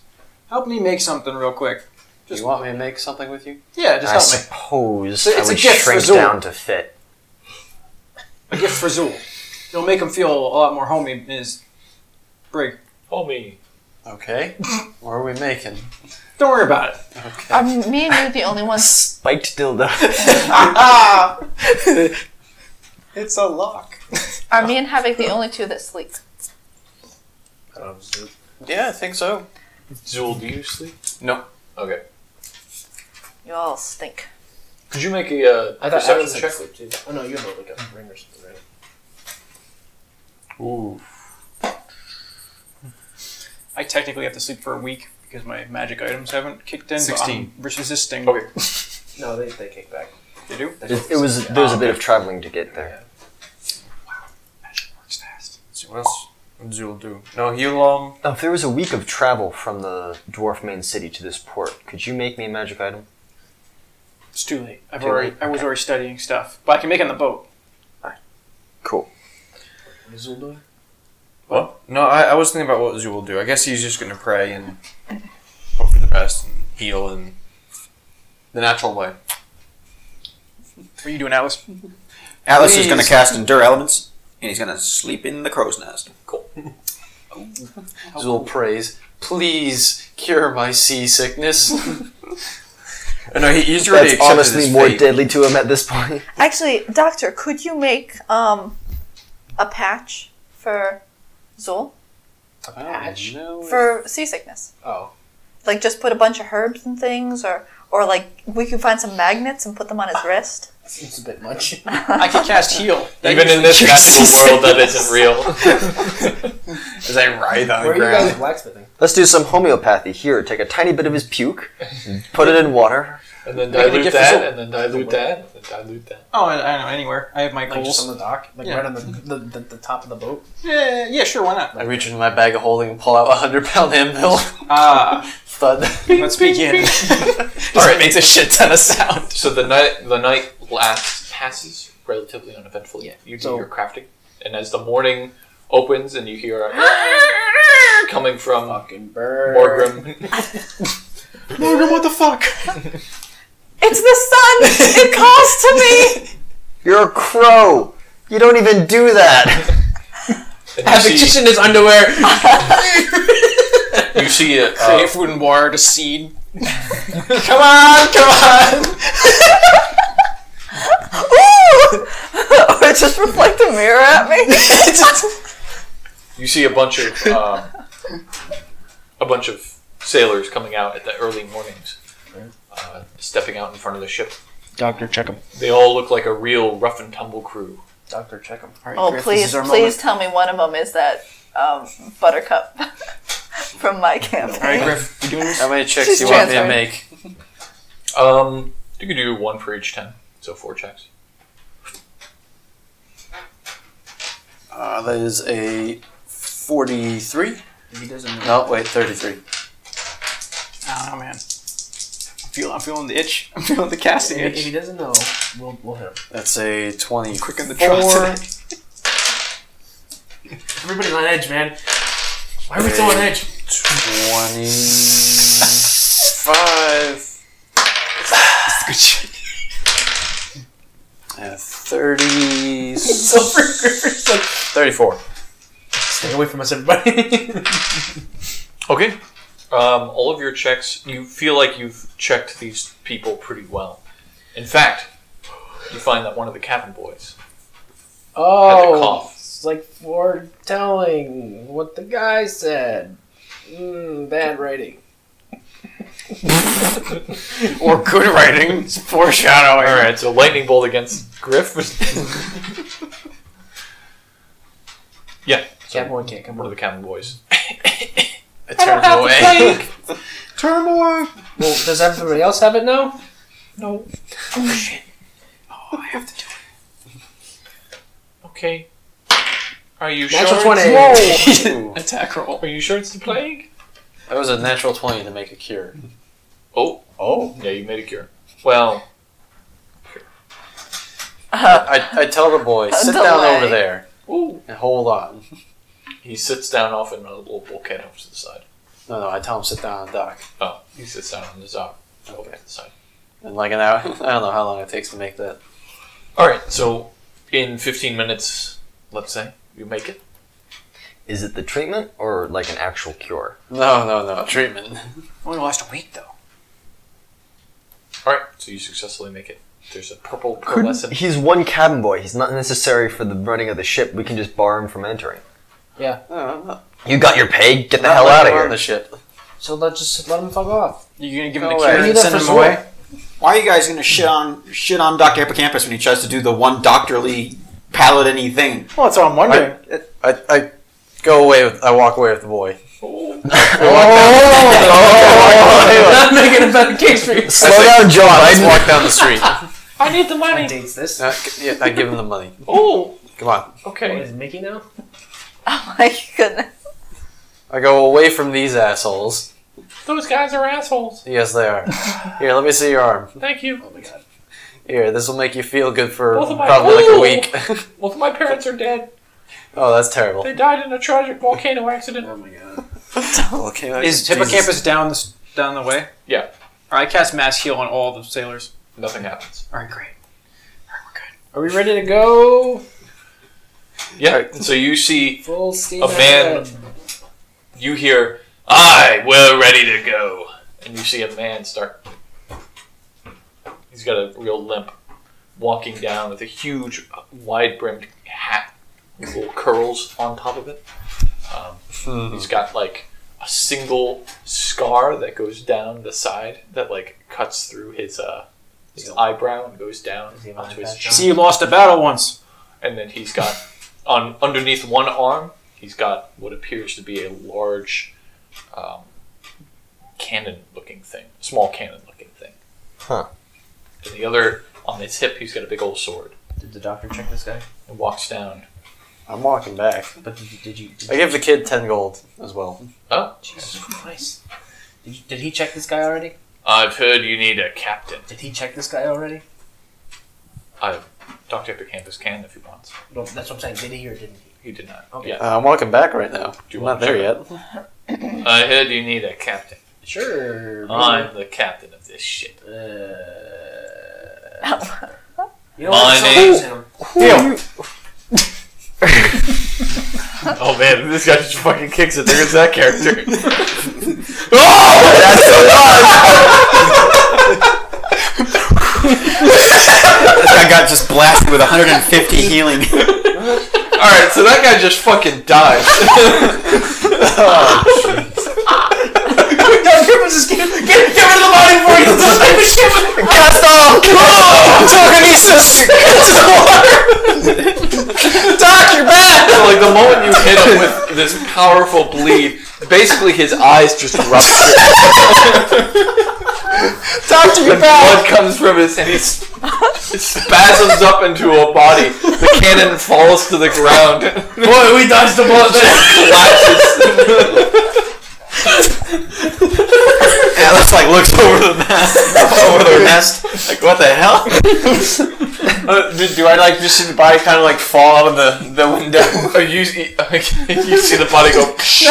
[SPEAKER 7] Help me make something real quick.
[SPEAKER 5] you want me to make something with you?
[SPEAKER 7] Yeah, just
[SPEAKER 3] I
[SPEAKER 7] help me.
[SPEAKER 3] suppose
[SPEAKER 7] It's
[SPEAKER 3] I
[SPEAKER 7] a
[SPEAKER 3] would
[SPEAKER 7] gift for
[SPEAKER 3] shrink
[SPEAKER 7] Zool.
[SPEAKER 3] down to fit.
[SPEAKER 7] A gift for Zool. It'll make him feel a lot more homey in his brig.
[SPEAKER 1] Call me.
[SPEAKER 5] Okay. what are we making?
[SPEAKER 7] Don't worry about it.
[SPEAKER 4] Are me and you the only ones?
[SPEAKER 3] Spiked dildo.
[SPEAKER 7] It's a lock.
[SPEAKER 4] Are me and Havoc the only two that sleep?
[SPEAKER 5] Yeah, I think so.
[SPEAKER 1] Zool, do you sleep?
[SPEAKER 8] No.
[SPEAKER 1] Okay.
[SPEAKER 4] You all stink.
[SPEAKER 1] Could you make a uh, perception check?
[SPEAKER 2] too. Oh no, you have a like a ring or something, right?
[SPEAKER 7] I technically have to sleep for a week because my magic items haven't kicked in.
[SPEAKER 8] 16.
[SPEAKER 7] But I'm resisting.
[SPEAKER 1] Okay.
[SPEAKER 2] No, they they kick back.
[SPEAKER 7] They do?
[SPEAKER 3] It, it was there was a bit of traveling to get there.
[SPEAKER 7] Works fast.
[SPEAKER 8] See what else Zool do? No, he'll um.
[SPEAKER 3] Now, if there was a week of travel from the dwarf main city to this port, could you make me a magic item?
[SPEAKER 7] It's too late. I've
[SPEAKER 3] Too
[SPEAKER 7] already
[SPEAKER 3] late?
[SPEAKER 7] I was already studying stuff. But I can make it on the boat.
[SPEAKER 3] Cool.
[SPEAKER 2] What is Zool doing?
[SPEAKER 8] What? No, I, I was thinking about what Zool will do. I guess he's just gonna pray and hope for the best and heal in the natural way.
[SPEAKER 7] What are you doing, Alice?
[SPEAKER 6] Alice is going to
[SPEAKER 8] Please.
[SPEAKER 6] cast Endure Elements, and he's going to sleep in the crow's nest.
[SPEAKER 5] Zul prays. Please cure my seasickness.
[SPEAKER 8] Uh, no, he, he's already
[SPEAKER 3] That's
[SPEAKER 8] accepted
[SPEAKER 3] honestly
[SPEAKER 8] his
[SPEAKER 3] more
[SPEAKER 8] fate.
[SPEAKER 3] deadly to him at this point.
[SPEAKER 4] Actually, Doctor, could you make um, a patch for Zol
[SPEAKER 5] patch. No,
[SPEAKER 4] for seasickness?
[SPEAKER 5] Oh.
[SPEAKER 4] Like just put a bunch of herbs and things, or or like we could find some magnets and put them on his wrist.
[SPEAKER 2] Seems a bit much.
[SPEAKER 7] I can cast heal. That
[SPEAKER 1] Even in
[SPEAKER 7] usually-
[SPEAKER 1] this magical world that isn't real.
[SPEAKER 8] As I writhe on the
[SPEAKER 2] Where are you guys
[SPEAKER 8] ground.
[SPEAKER 2] blacksmithing?
[SPEAKER 3] Let's do some homeopathy here. Take a tiny bit of his puke, put it in water.
[SPEAKER 1] And then
[SPEAKER 7] Make it a
[SPEAKER 1] dilute
[SPEAKER 7] gift for
[SPEAKER 1] that,
[SPEAKER 7] Zool.
[SPEAKER 1] and then dilute that, and then dilute that.
[SPEAKER 7] Oh, I, I don't know, anywhere. I have my
[SPEAKER 2] Like just on
[SPEAKER 7] goals.
[SPEAKER 2] the dock, like
[SPEAKER 7] Yeah.
[SPEAKER 2] right on the the, the the top of the boat.
[SPEAKER 7] Yeah, yeah, sure, why not?
[SPEAKER 5] I reach into my bag of holding and pull out a hundred pound handbill.
[SPEAKER 7] Ah,
[SPEAKER 5] Thud.
[SPEAKER 7] let's begin.
[SPEAKER 1] All right.
[SPEAKER 5] makes a shit ton of sound.
[SPEAKER 1] So the night the night lasts passes relatively uneventfully. You do
[SPEAKER 2] So-
[SPEAKER 1] your crafting, and as the morning opens, and you hear a coming from
[SPEAKER 2] Fucking bird.
[SPEAKER 1] Morgrim.
[SPEAKER 5] Morgan, what the fuck?
[SPEAKER 4] It's the sun. it calls to me.
[SPEAKER 3] You're a crow. You don't even do that.
[SPEAKER 1] And you see,
[SPEAKER 2] in his underwear.
[SPEAKER 1] you see a,
[SPEAKER 7] Hey,
[SPEAKER 1] uh,
[SPEAKER 7] food and water to seed.
[SPEAKER 5] Come on, come on.
[SPEAKER 4] Ooh! it just reflect a mirror at me.
[SPEAKER 1] uh, you see a bunch of um, a bunch of sailors coming out at the early mornings, uh, stepping out in front of the ship.
[SPEAKER 2] Doctor, check him.
[SPEAKER 1] They all look like a real rough and tumble crew.
[SPEAKER 2] Doctor, check him.
[SPEAKER 4] oh please, please tell me one of them is that um, buttercup from my camp.
[SPEAKER 7] All right, Griff, you doing this?
[SPEAKER 5] How many checks
[SPEAKER 4] She's
[SPEAKER 5] do you want me to
[SPEAKER 4] transferring.
[SPEAKER 5] make?
[SPEAKER 1] Um, you could do one for each ten, so four checks.
[SPEAKER 5] Uh, that is a forty-three.
[SPEAKER 2] He doesn't. Know.
[SPEAKER 5] No, wait, thirty-three.
[SPEAKER 7] Oh, man. I feel, I'm feeling the itch. I'm feeling the casting
[SPEAKER 2] If, if he
[SPEAKER 7] itch.
[SPEAKER 2] doesn't know, we'll we'll hit him.
[SPEAKER 5] That's a twenty.
[SPEAKER 7] Quick in the
[SPEAKER 5] Four.
[SPEAKER 7] trot.
[SPEAKER 2] Everybody's on edge, man. Why are we so on edge?
[SPEAKER 5] Twenty-five.
[SPEAKER 6] Good shit.
[SPEAKER 5] Uh, Thirty.
[SPEAKER 2] Silver Griffin's like,
[SPEAKER 5] Thirty-four.
[SPEAKER 2] stay away from us, everybody.
[SPEAKER 1] Okay. Um, all of your checks, you feel like you've checked these people pretty well. In fact, you find that one of the cabin boys. Had to
[SPEAKER 2] Oh,
[SPEAKER 1] cough.
[SPEAKER 2] it's like foretelling what the guy said. Mm, bad writing.
[SPEAKER 5] Or good writing. It's foreshadowing.
[SPEAKER 1] All right, so lightning bolt against Griff. yeah, so
[SPEAKER 2] Catwoman can't come
[SPEAKER 1] one of
[SPEAKER 2] over.
[SPEAKER 1] the cabin boys.
[SPEAKER 5] I turned him away.
[SPEAKER 2] Turn Well, does everybody else have it now? No. Oh shit.
[SPEAKER 5] Oh,
[SPEAKER 1] Okay. Are you
[SPEAKER 2] Natural
[SPEAKER 1] sure?
[SPEAKER 2] twenty.
[SPEAKER 1] It's,
[SPEAKER 7] Attack roll.
[SPEAKER 1] are you sure it's the plague?
[SPEAKER 5] That was a natural twenty to make a cure.
[SPEAKER 1] Oh,
[SPEAKER 5] Oh.
[SPEAKER 1] yeah, you made a cure. Well,
[SPEAKER 5] I, I tell the boy, sit down
[SPEAKER 4] delay.
[SPEAKER 5] over there
[SPEAKER 1] ooh.
[SPEAKER 5] and hold on.
[SPEAKER 1] he sits down off in a little bulkhead off to the side.
[SPEAKER 5] No, no, I tell him sit down on the dock.
[SPEAKER 1] Oh, he sits down on the dock over to the side.
[SPEAKER 5] In like an hour. I don't know how long it takes to make that.
[SPEAKER 1] All right, so in 15 minutes, let's say, you make it.
[SPEAKER 3] Is it the treatment or like an actual cure?
[SPEAKER 5] No, no, no. Treatment.
[SPEAKER 7] Only lost a week though.
[SPEAKER 1] All right, so you successfully make it. There's a purple pearlescent.
[SPEAKER 3] He's one cabin boy. He's not necessary for the running of the ship. We can just bar him from entering.
[SPEAKER 5] No, I'm not,
[SPEAKER 3] You got your pay. Get the
[SPEAKER 5] Oh. not
[SPEAKER 3] hell out of
[SPEAKER 5] letting him on
[SPEAKER 3] here.
[SPEAKER 5] the ship.
[SPEAKER 2] So let's just let him fuck off.
[SPEAKER 7] You're gonna give him
[SPEAKER 5] No
[SPEAKER 7] the
[SPEAKER 5] way.
[SPEAKER 7] cure
[SPEAKER 2] Leave
[SPEAKER 7] and
[SPEAKER 2] that
[SPEAKER 7] send
[SPEAKER 2] for
[SPEAKER 7] him
[SPEAKER 2] sure.
[SPEAKER 7] away.
[SPEAKER 6] Why are you guys gonna shit on shit on Doctor Hippocampus when he tries to do the one doctorly paladin thing?
[SPEAKER 7] Well, that's what I'm
[SPEAKER 5] I,
[SPEAKER 7] wondering.
[SPEAKER 5] I, I go away. With, I walk away with the boy. Oh.
[SPEAKER 2] Not making a better case for yourself.
[SPEAKER 3] Slow down, John.
[SPEAKER 5] Let's
[SPEAKER 3] I
[SPEAKER 5] walk down the street.
[SPEAKER 1] I need the
[SPEAKER 2] Who
[SPEAKER 1] money.
[SPEAKER 2] dates this?
[SPEAKER 5] Uh, yeah, I give him the money.
[SPEAKER 1] Oh,
[SPEAKER 5] Come on.
[SPEAKER 2] What
[SPEAKER 1] okay.
[SPEAKER 2] is it, Mickey now?
[SPEAKER 4] Oh my goodness.
[SPEAKER 5] I go away from these assholes.
[SPEAKER 1] Those guys are assholes.
[SPEAKER 5] Yes, they are. Here, let me see your arm.
[SPEAKER 1] Thank you.
[SPEAKER 5] Here, this will make you feel good for
[SPEAKER 1] Both of my-
[SPEAKER 5] probably like a
[SPEAKER 1] Ooh.
[SPEAKER 5] week.
[SPEAKER 1] Both of my parents are dead.
[SPEAKER 5] oh, that's terrible.
[SPEAKER 1] They died in a tragic volcano accident.
[SPEAKER 5] Okay,
[SPEAKER 7] Is hippocampus down the s- down the way?
[SPEAKER 1] Yeah.
[SPEAKER 7] All right, I cast mass heal on all the sailors.
[SPEAKER 1] Nothing happens.
[SPEAKER 7] All right, great.
[SPEAKER 2] Are we ready to go?
[SPEAKER 1] Yeah. So you see,
[SPEAKER 2] Full steam
[SPEAKER 1] A man-
[SPEAKER 2] ahead.
[SPEAKER 1] you hear, "I we're ready to go," and you see a man start. He's got a real limp, walking down with a huge, wide-brimmed hat, with little curls on top of it. Um, He's got like a single scar that goes down the side that like cuts through his uh his eyebrow and goes down
[SPEAKER 2] he
[SPEAKER 1] onto
[SPEAKER 2] lying
[SPEAKER 1] his
[SPEAKER 2] back
[SPEAKER 1] chin.
[SPEAKER 7] See, you lost a battle once.
[SPEAKER 1] and then he's got on underneath one arm he's got what appears to be a large um, cannon looking thing small cannon looking thing
[SPEAKER 3] Huh.
[SPEAKER 1] and the other on his hip he's got a big old sword
[SPEAKER 15] Did the doctor check this guy?
[SPEAKER 1] and walks down
[SPEAKER 5] I'm walking back.
[SPEAKER 15] But did you? Did you? Did,
[SPEAKER 5] I give the kid ten gold as well.
[SPEAKER 1] oh
[SPEAKER 15] Jesus Christ! Did, you, did he check this guy already?
[SPEAKER 1] i've heard you need a captain
[SPEAKER 15] Did he check this guy already?
[SPEAKER 1] dr hippocampus can if he wants
[SPEAKER 15] Well, that's what I'm saying. Did he or didn't he?
[SPEAKER 1] he did not
[SPEAKER 15] Okay.
[SPEAKER 1] yeah
[SPEAKER 5] Uh, I'm walking back right now.
[SPEAKER 1] Do you
[SPEAKER 5] I'm
[SPEAKER 1] want
[SPEAKER 5] not there
[SPEAKER 1] to-
[SPEAKER 5] yet.
[SPEAKER 1] i heard you need a captain
[SPEAKER 15] Sure.
[SPEAKER 1] i'm the captain of this ship
[SPEAKER 15] Uh, you
[SPEAKER 1] My
[SPEAKER 15] what?
[SPEAKER 1] name-
[SPEAKER 15] Someone's him.
[SPEAKER 1] oh man this guy just fucking kicks it there's that character
[SPEAKER 6] I got just blasted with 150 healing.
[SPEAKER 1] All right, so that guy just fucking died.
[SPEAKER 2] Doug Griffiths is getting- get, get, rid of the body before he does the ship.
[SPEAKER 3] Cast off! Telekinesis!
[SPEAKER 1] Doc, you're back. So, like the moment you hit him with this powerful bleed, basically his eyes just rupture. Doctor, you're back. Blood comes from his and he s- spasms up into a body. The cannon falls to the ground. Boy, we dodged the bullet. collapses.
[SPEAKER 6] Alice like looks over the nest, over the nest. Like what the hell?
[SPEAKER 8] Uh, do, do I like just see the body kind of like fall out of the, the window?
[SPEAKER 1] Oh, you, see- you see the body go
[SPEAKER 8] Next.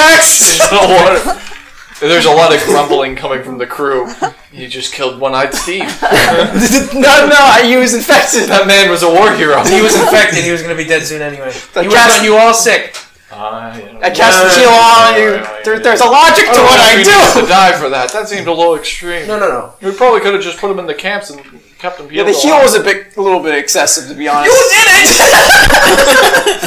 [SPEAKER 1] into the water. There's a lot of grumbling coming from the crew. You just killed one-eyed Steve.
[SPEAKER 2] no, no, I, he was infected.
[SPEAKER 1] That man was a war hero.
[SPEAKER 2] He was infected. He was going to be dead soon anyway.
[SPEAKER 7] I
[SPEAKER 2] He was
[SPEAKER 7] cast-
[SPEAKER 2] on you all sick.
[SPEAKER 1] I
[SPEAKER 7] cast the heal on you. There, there's a logic to what I
[SPEAKER 1] Oh, To
[SPEAKER 7] do.
[SPEAKER 1] die for that. That seemed a little extreme.
[SPEAKER 2] No, no, no.
[SPEAKER 1] We probably could have just put him in the camps and kept him.
[SPEAKER 7] Yeah, the heal was a bit, a little bit excessive to be honest.
[SPEAKER 2] did it!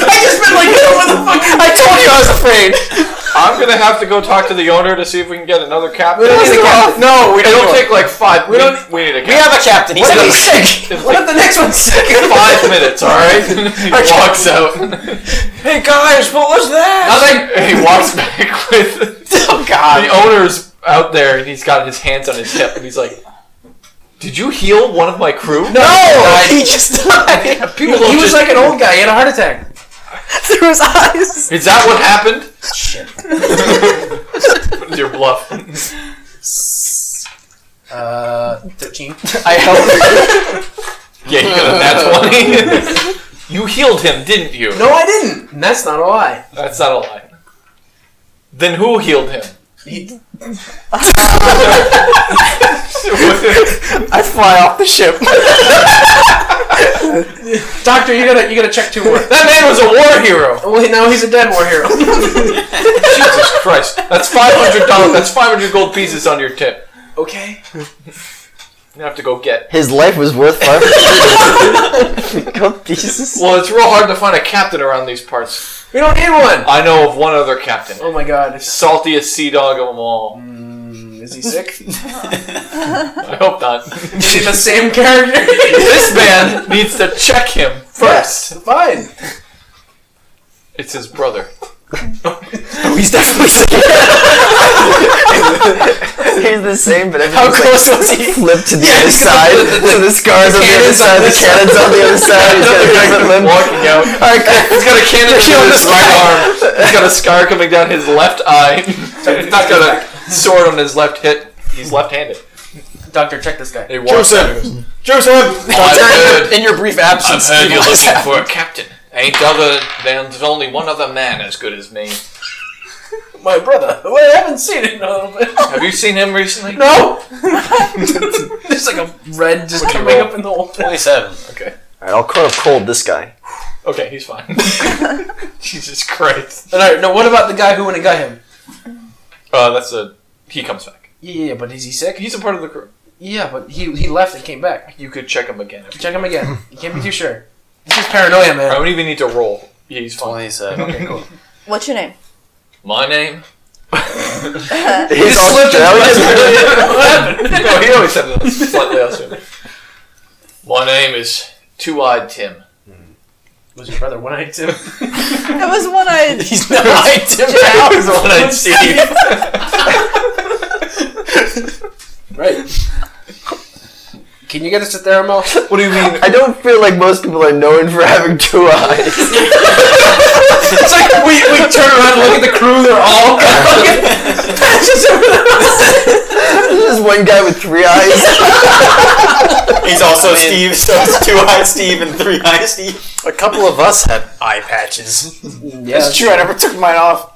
[SPEAKER 2] I just been like, yo, what the fuck?
[SPEAKER 7] I told you I was afraid.
[SPEAKER 1] I'm gonna have to go talk to the owner to see if we can get another captain.
[SPEAKER 2] don't need a cap-
[SPEAKER 7] No, we
[SPEAKER 1] It'll
[SPEAKER 7] don't.
[SPEAKER 1] take like five. We don't. We need a
[SPEAKER 7] we
[SPEAKER 1] captain.
[SPEAKER 7] have a captain. He's
[SPEAKER 2] What if
[SPEAKER 7] got-
[SPEAKER 2] he's sick?
[SPEAKER 1] It's
[SPEAKER 2] What
[SPEAKER 1] like
[SPEAKER 2] if the next one's sick?
[SPEAKER 1] five minutes. All right. he walks out.
[SPEAKER 7] hey guys, what was that?
[SPEAKER 1] Nothing. He walks back with
[SPEAKER 7] Oh God.
[SPEAKER 1] the owner's out there, and he's got his hands on his hip, and he's like, "Did you heal one of my crew? No.
[SPEAKER 7] No, he just died.
[SPEAKER 1] People
[SPEAKER 2] He
[SPEAKER 1] don't
[SPEAKER 2] was
[SPEAKER 1] just-
[SPEAKER 2] like an old guy. He had a heart attack.
[SPEAKER 4] through his eyes.
[SPEAKER 1] Is that what happened?
[SPEAKER 15] Shit.
[SPEAKER 1] It's Your bluff.
[SPEAKER 2] Uh, 13.
[SPEAKER 7] I helped.
[SPEAKER 1] Yeah, you got a nat twenty. you healed him, didn't you?
[SPEAKER 2] No, I didn't. And that's not a lie.
[SPEAKER 1] That's not a lie. Then who healed him?
[SPEAKER 2] He-
[SPEAKER 7] I fly off the ship.
[SPEAKER 2] Doctor, you gotta, you gotta check two more.
[SPEAKER 1] that man was a war hero.
[SPEAKER 2] Oh, Wait, no, he's a dead war hero.
[SPEAKER 1] Oh, Jesus Christ. That's five hundred dollars. That's five hundred gold pieces on your tip.
[SPEAKER 2] okay.
[SPEAKER 1] You have to go get.
[SPEAKER 3] His life was worth five. Gold pieces.
[SPEAKER 1] Well, it's real hard to find a captain around these parts.
[SPEAKER 2] We don't need one.
[SPEAKER 1] I know of one other captain.
[SPEAKER 2] Oh my god. Is,
[SPEAKER 1] Saltiest sea dog of them all.
[SPEAKER 2] is he sick?
[SPEAKER 1] I hope not.
[SPEAKER 2] Is he the same character?
[SPEAKER 1] this man needs to check him first.
[SPEAKER 2] Yes, fine.
[SPEAKER 1] It's his brother.
[SPEAKER 7] Oh, he's definitely sick.
[SPEAKER 3] He's the same, but
[SPEAKER 7] How
[SPEAKER 3] everything's
[SPEAKER 7] close was he?
[SPEAKER 3] flipped to the other side. So the scars on the other side, the cannons on the other side. He's got a different limb.
[SPEAKER 1] Walking out. He's got a cannon through his right arm. He's got a scar coming down his left eye. He's not got a sword on his left hip. He's left-handed.
[SPEAKER 2] Doctor, check this guy.
[SPEAKER 1] He walks out and goes,
[SPEAKER 7] Joseph,
[SPEAKER 1] I've heard-
[SPEAKER 7] in your brief
[SPEAKER 1] I've
[SPEAKER 7] absence,
[SPEAKER 1] heard
[SPEAKER 7] he
[SPEAKER 1] you're
[SPEAKER 7] was-
[SPEAKER 1] looking for a captain. Ain't other there's only one other man as good as me.
[SPEAKER 2] My brother. Wait, I haven't seen it in a little bit.
[SPEAKER 1] Have you seen him recently?
[SPEAKER 2] No! There's like a red just coming
[SPEAKER 1] roll?
[SPEAKER 2] up in the whole thing.
[SPEAKER 15] Twenty-seven.
[SPEAKER 3] Alright, I'll curve cold this guy.
[SPEAKER 1] Okay, he's fine. Jesus Christ.
[SPEAKER 2] Alright, now what about the guy who went and got him?
[SPEAKER 1] Uh, that's a he comes back.
[SPEAKER 2] Yeah, yeah, yeah, but is he sick?
[SPEAKER 1] He's a part of the crew.
[SPEAKER 2] Yeah, but he, he left and came back.
[SPEAKER 1] You could check him again. If
[SPEAKER 2] Check him again. You can't be too sure. This is paranoia,
[SPEAKER 1] I
[SPEAKER 2] man.
[SPEAKER 1] don't even need to roll. Yeah, he's fine.
[SPEAKER 15] Twenty-seven.
[SPEAKER 2] Okay, cool.
[SPEAKER 4] What's your name?
[SPEAKER 1] My name?
[SPEAKER 3] He's Australian.
[SPEAKER 1] no, he always said it slightly Australian. My name is Two Eyed Tim.
[SPEAKER 2] Was your brother one eyed too?
[SPEAKER 4] It was one I.
[SPEAKER 7] He's not right to
[SPEAKER 1] That was what I'd see.
[SPEAKER 2] Right. Can you get us a Theramel?
[SPEAKER 1] What do you mean?
[SPEAKER 3] I don't feel like most people are known for having two eyes.
[SPEAKER 2] it's like we, we turn around and look at the crew, they're all patches over
[SPEAKER 3] There's just one guy with three eyes.
[SPEAKER 6] He's also Steve, so it's two eyed Steve and three eyed Steve.
[SPEAKER 5] A couple of us had eye patches.
[SPEAKER 2] Yeah,
[SPEAKER 7] It's true. I never took mine off.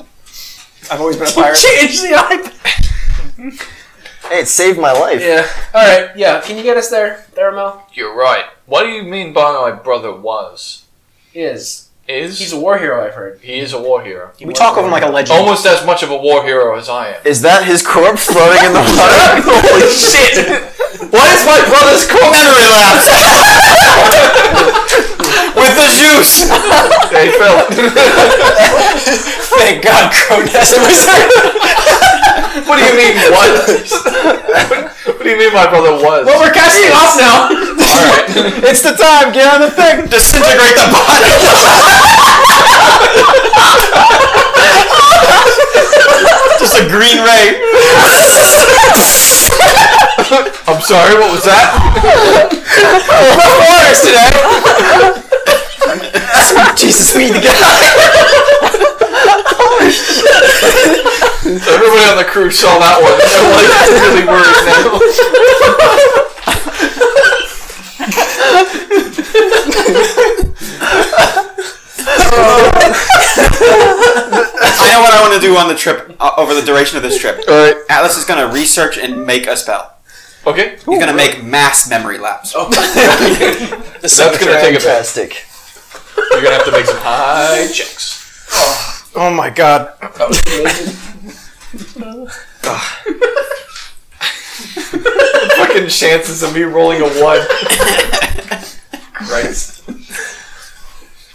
[SPEAKER 7] I've always been a pirate.
[SPEAKER 2] Change the eye.
[SPEAKER 3] Hey, it saved my life.
[SPEAKER 2] Yeah. Alright, yeah. Can you get us there, Theramel?
[SPEAKER 1] You're right. What do you mean by my brother was?
[SPEAKER 2] Is.
[SPEAKER 1] Is
[SPEAKER 2] He's a war hero, I've heard.
[SPEAKER 1] he is a war hero.
[SPEAKER 7] We talk of him like a legend.
[SPEAKER 1] Almost as much of a war hero as I am.
[SPEAKER 3] Is that his corpse floating in the water? Holy shit!
[SPEAKER 1] Why is my brother's corpse still out?
[SPEAKER 7] With the juice!
[SPEAKER 1] Hey, Phil.
[SPEAKER 7] Thank God Cronus was there.
[SPEAKER 1] what do you mean what? what do you mean my brother was?
[SPEAKER 2] Well, we're casting off now!
[SPEAKER 1] All right.
[SPEAKER 7] It's the time. Get on the thing. Disintegrate the body.
[SPEAKER 6] Just a green ray.
[SPEAKER 1] I'm sorry. What was that?
[SPEAKER 7] Waters today. Jesus, we need to get out.
[SPEAKER 1] Everybody on the crew saw that one. They're like really worried now.
[SPEAKER 6] to do on the trip uh, over the duration of this trip?
[SPEAKER 1] All right.
[SPEAKER 6] Atlas is going to research and make a spell.
[SPEAKER 1] Okay.
[SPEAKER 6] He's going to make mass memory laps.
[SPEAKER 1] That's gonna take a bit.
[SPEAKER 3] Fantastic.
[SPEAKER 1] You're gonna have to make some high checks.
[SPEAKER 5] Oh my god. Ah.
[SPEAKER 1] Fucking chances of me rolling a one. Right.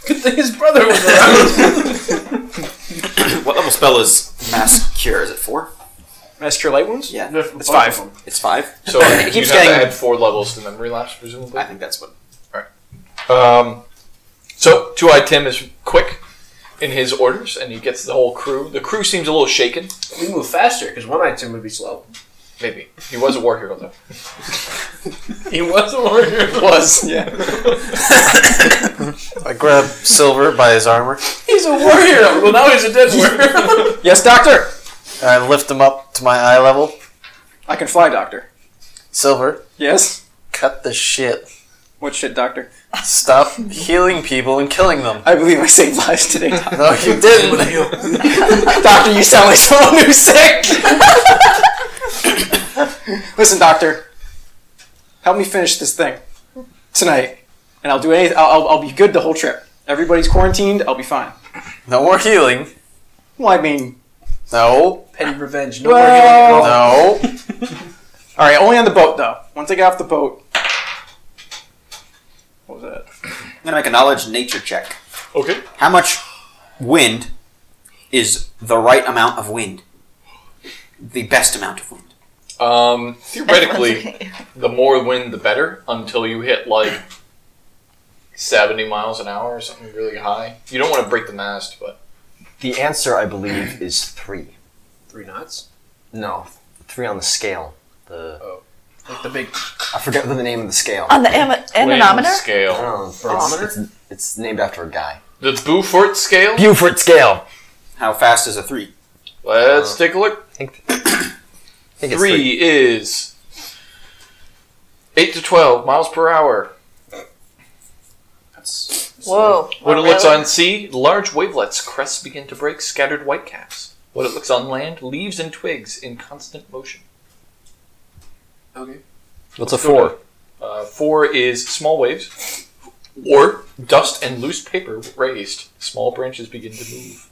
[SPEAKER 2] Good thing his brother was around.
[SPEAKER 6] What level spell is mass cure? Is it four?
[SPEAKER 7] Mass cure light wounds?
[SPEAKER 6] Yeah.
[SPEAKER 7] It's five.
[SPEAKER 6] It's five?
[SPEAKER 1] So
[SPEAKER 6] It
[SPEAKER 1] you
[SPEAKER 6] keeps
[SPEAKER 1] have to
[SPEAKER 6] getting-
[SPEAKER 1] add four levels to memory lapse, presumably.
[SPEAKER 6] I think that's what.
[SPEAKER 1] Um, so two eyed Tim is quick in his orders, and he gets the whole crew. The crew seems a little shaken.
[SPEAKER 2] We move faster because one eye Tim would be slow.
[SPEAKER 1] Maybe he was a war hero though.
[SPEAKER 2] He was a warrior.
[SPEAKER 7] Was, yeah.
[SPEAKER 5] I grab Silver by his armor.
[SPEAKER 2] He's a warrior. Well, now he's a dead warrior.
[SPEAKER 7] Yes, doctor!
[SPEAKER 5] And I lift him up to my eye level.
[SPEAKER 7] I can fly, doctor.
[SPEAKER 5] Silver,
[SPEAKER 7] Yes?
[SPEAKER 5] cut the shit.
[SPEAKER 7] What shit, doctor?
[SPEAKER 5] Stop healing people and killing them.
[SPEAKER 7] I believe I saved lives today, doctor.
[SPEAKER 5] No, you didn't.
[SPEAKER 7] doctor, you sound like someone who's sick! Listen, doctor. Help me finish this thing tonight, and I'll do anything. I'll, I'll, I'll be good the whole trip. Everybody's quarantined, I'll be fine.
[SPEAKER 5] No more healing.
[SPEAKER 7] Well, I mean,
[SPEAKER 5] No.
[SPEAKER 2] Petty revenge. No warrior.
[SPEAKER 7] well,
[SPEAKER 5] No.
[SPEAKER 7] All right, only on the boat though. Once I get off the boat, what was that?
[SPEAKER 6] I'm going to make a knowledge nature check.
[SPEAKER 1] Okay.
[SPEAKER 6] How much wind is the right amount of wind? The best amount of wind.
[SPEAKER 1] Um, theoretically, the more wind, the better. Until you hit like seventy miles an hour or something really high. You don't want to break the mast, but
[SPEAKER 3] The answer, I believe, is three.
[SPEAKER 2] Three knots.
[SPEAKER 3] No, three on the scale. The
[SPEAKER 2] Like the big
[SPEAKER 3] I forget the name of the scale.
[SPEAKER 4] On the am-
[SPEAKER 1] wind
[SPEAKER 4] anemometer?
[SPEAKER 3] I
[SPEAKER 1] scale,
[SPEAKER 3] don't know, it's-
[SPEAKER 2] Barometer?
[SPEAKER 3] It's, it's named after a guy.
[SPEAKER 1] the Beaufort scale.
[SPEAKER 3] Buford scale.
[SPEAKER 6] How fast is a three?
[SPEAKER 1] Let's take a look.
[SPEAKER 3] I think, I think it's three.
[SPEAKER 1] Three is eight to twelve miles per hour.
[SPEAKER 4] Whoa.
[SPEAKER 1] When it
[SPEAKER 4] Wow,
[SPEAKER 1] looks
[SPEAKER 4] really?
[SPEAKER 1] on sea, large wavelets, crests begin to break, scattered whitecaps. When it looks on land, leaves and twigs in constant motion.
[SPEAKER 2] Okay.
[SPEAKER 3] What's a four?
[SPEAKER 1] Uh, four is small waves, or dust and loose paper raised. Small branches begin to move.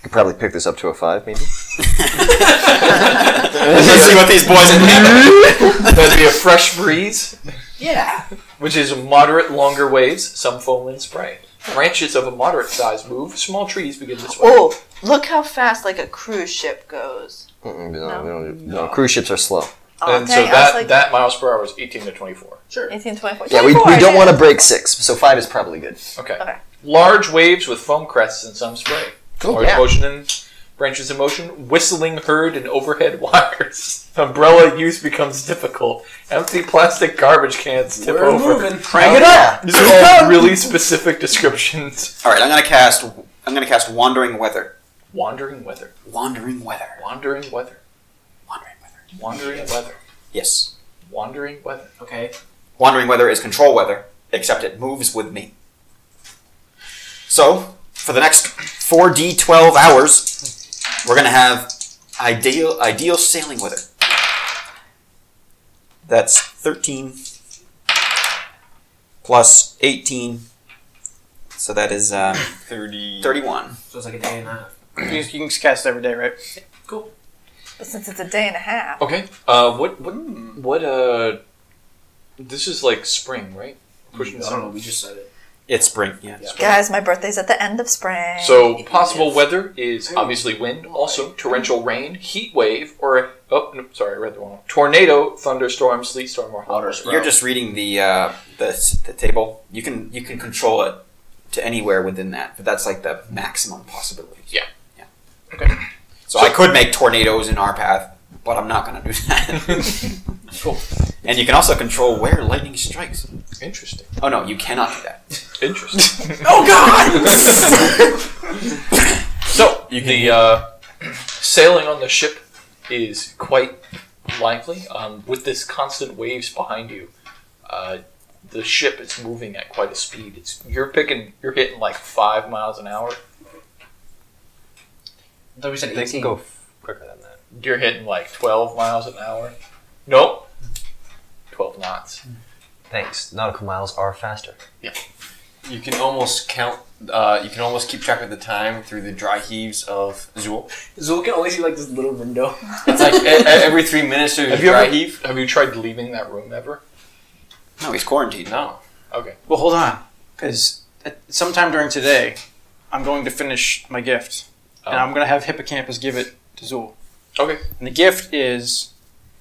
[SPEAKER 3] You could probably pick this up to a five, maybe.
[SPEAKER 6] Let's see what these boys can handle.
[SPEAKER 1] That'd be a fresh breeze,
[SPEAKER 2] yeah.
[SPEAKER 1] which is moderate, longer waves, some foam and spray. Branches of a moderate size move, small trees begin to sway.
[SPEAKER 4] Oh, look how fast like a cruise ship goes.
[SPEAKER 3] Mm-mm, No, we don't- no, cruise ships are slow.
[SPEAKER 4] Oh,
[SPEAKER 1] And so
[SPEAKER 4] dang, I was
[SPEAKER 1] that,
[SPEAKER 4] like
[SPEAKER 1] that miles per hour is 18 to 24.
[SPEAKER 4] 18, 24.
[SPEAKER 3] Yeah, we,
[SPEAKER 4] 24,
[SPEAKER 3] we don't
[SPEAKER 4] yeah.
[SPEAKER 3] want to break six, so five is probably good.
[SPEAKER 1] Okay.
[SPEAKER 4] Okay.
[SPEAKER 1] Large waves with foam crests and some spray. Large
[SPEAKER 3] yeah.
[SPEAKER 1] motion and branches in motion, whistling heard and overhead wires. Umbrella use becomes difficult. Empty plastic garbage cans tip
[SPEAKER 2] We're
[SPEAKER 1] over. Um,
[SPEAKER 2] moving.
[SPEAKER 3] Bring it up.
[SPEAKER 1] These are all really specific descriptions.
[SPEAKER 6] All right, I'm going to cast. I'm going to cast wandering weather.
[SPEAKER 1] Wandering weather.
[SPEAKER 6] Wandering weather.
[SPEAKER 1] Wandering weather.
[SPEAKER 6] Wandering weather.
[SPEAKER 1] Wandering weather.
[SPEAKER 6] Yes.
[SPEAKER 1] Wandering weather.
[SPEAKER 2] Okay.
[SPEAKER 6] Wandering weather is control weather, except it moves with me. So, for the next 4d12 hours, we're going to have ideal ideal sailing weather. That's 13 plus 18. So that is uh, 30. 31.
[SPEAKER 2] So it's like a day and a half.
[SPEAKER 7] You, you can cast every day, right?
[SPEAKER 4] But Since it's a day and a half.
[SPEAKER 1] Okay. Uh, what, what,
[SPEAKER 2] Hmm.
[SPEAKER 1] what, uh, this is like spring, right? Pushing
[SPEAKER 2] I don't know.
[SPEAKER 1] summer.
[SPEAKER 2] We just said it.
[SPEAKER 6] It's spring, yeah.
[SPEAKER 4] Guys, my birthday's at the end of spring.
[SPEAKER 1] So possible weather is obviously wind, also torrential rain, heat wave, or oh, no, sorry, I read the wrong one. Tornado, thunderstorm, sleet storm, or hot.
[SPEAKER 6] You're just reading the, uh, the the table. You can you can control it to anywhere within that, but that's like the maximum possibility.
[SPEAKER 1] Yeah.
[SPEAKER 6] Yeah.
[SPEAKER 1] Okay.
[SPEAKER 6] So, I could make tornadoes in our path, but I'm not going to do that.
[SPEAKER 1] Cool.
[SPEAKER 6] And you can also control where lightning strikes.
[SPEAKER 1] Interesting.
[SPEAKER 6] Oh no, you cannot do that.
[SPEAKER 1] Interesting.
[SPEAKER 2] Oh God!
[SPEAKER 1] so the uh, sailing on the ship is quite lively. Um, with this constant waves behind you, uh, the ship is moving at quite a speed. It's you're picking, you're hitting like five miles an hour.
[SPEAKER 15] thought we said
[SPEAKER 3] They can
[SPEAKER 15] 18.
[SPEAKER 3] go f- quicker than that.
[SPEAKER 1] You're hitting like 12 miles an hour. Nope. 12 knots.
[SPEAKER 3] Thanks. Nautical miles are faster.
[SPEAKER 8] You can almost count. Uh, you can almost keep track of the time through the dry heaves of Zool.
[SPEAKER 2] Zool can only see like this little window.
[SPEAKER 8] It's like e- e- every three minutes there's
[SPEAKER 1] Have
[SPEAKER 8] a
[SPEAKER 1] you
[SPEAKER 8] dry
[SPEAKER 1] ever-
[SPEAKER 8] heave.
[SPEAKER 1] Have you tried leaving that room ever?
[SPEAKER 6] No, he's quarantined.
[SPEAKER 8] No,
[SPEAKER 7] Well, hold on, because sometime during today, I'm going to finish my gift,
[SPEAKER 5] Oh.
[SPEAKER 7] and I'm going to have Hippocampus give it to Zool.
[SPEAKER 1] Okay.
[SPEAKER 7] And the gift is,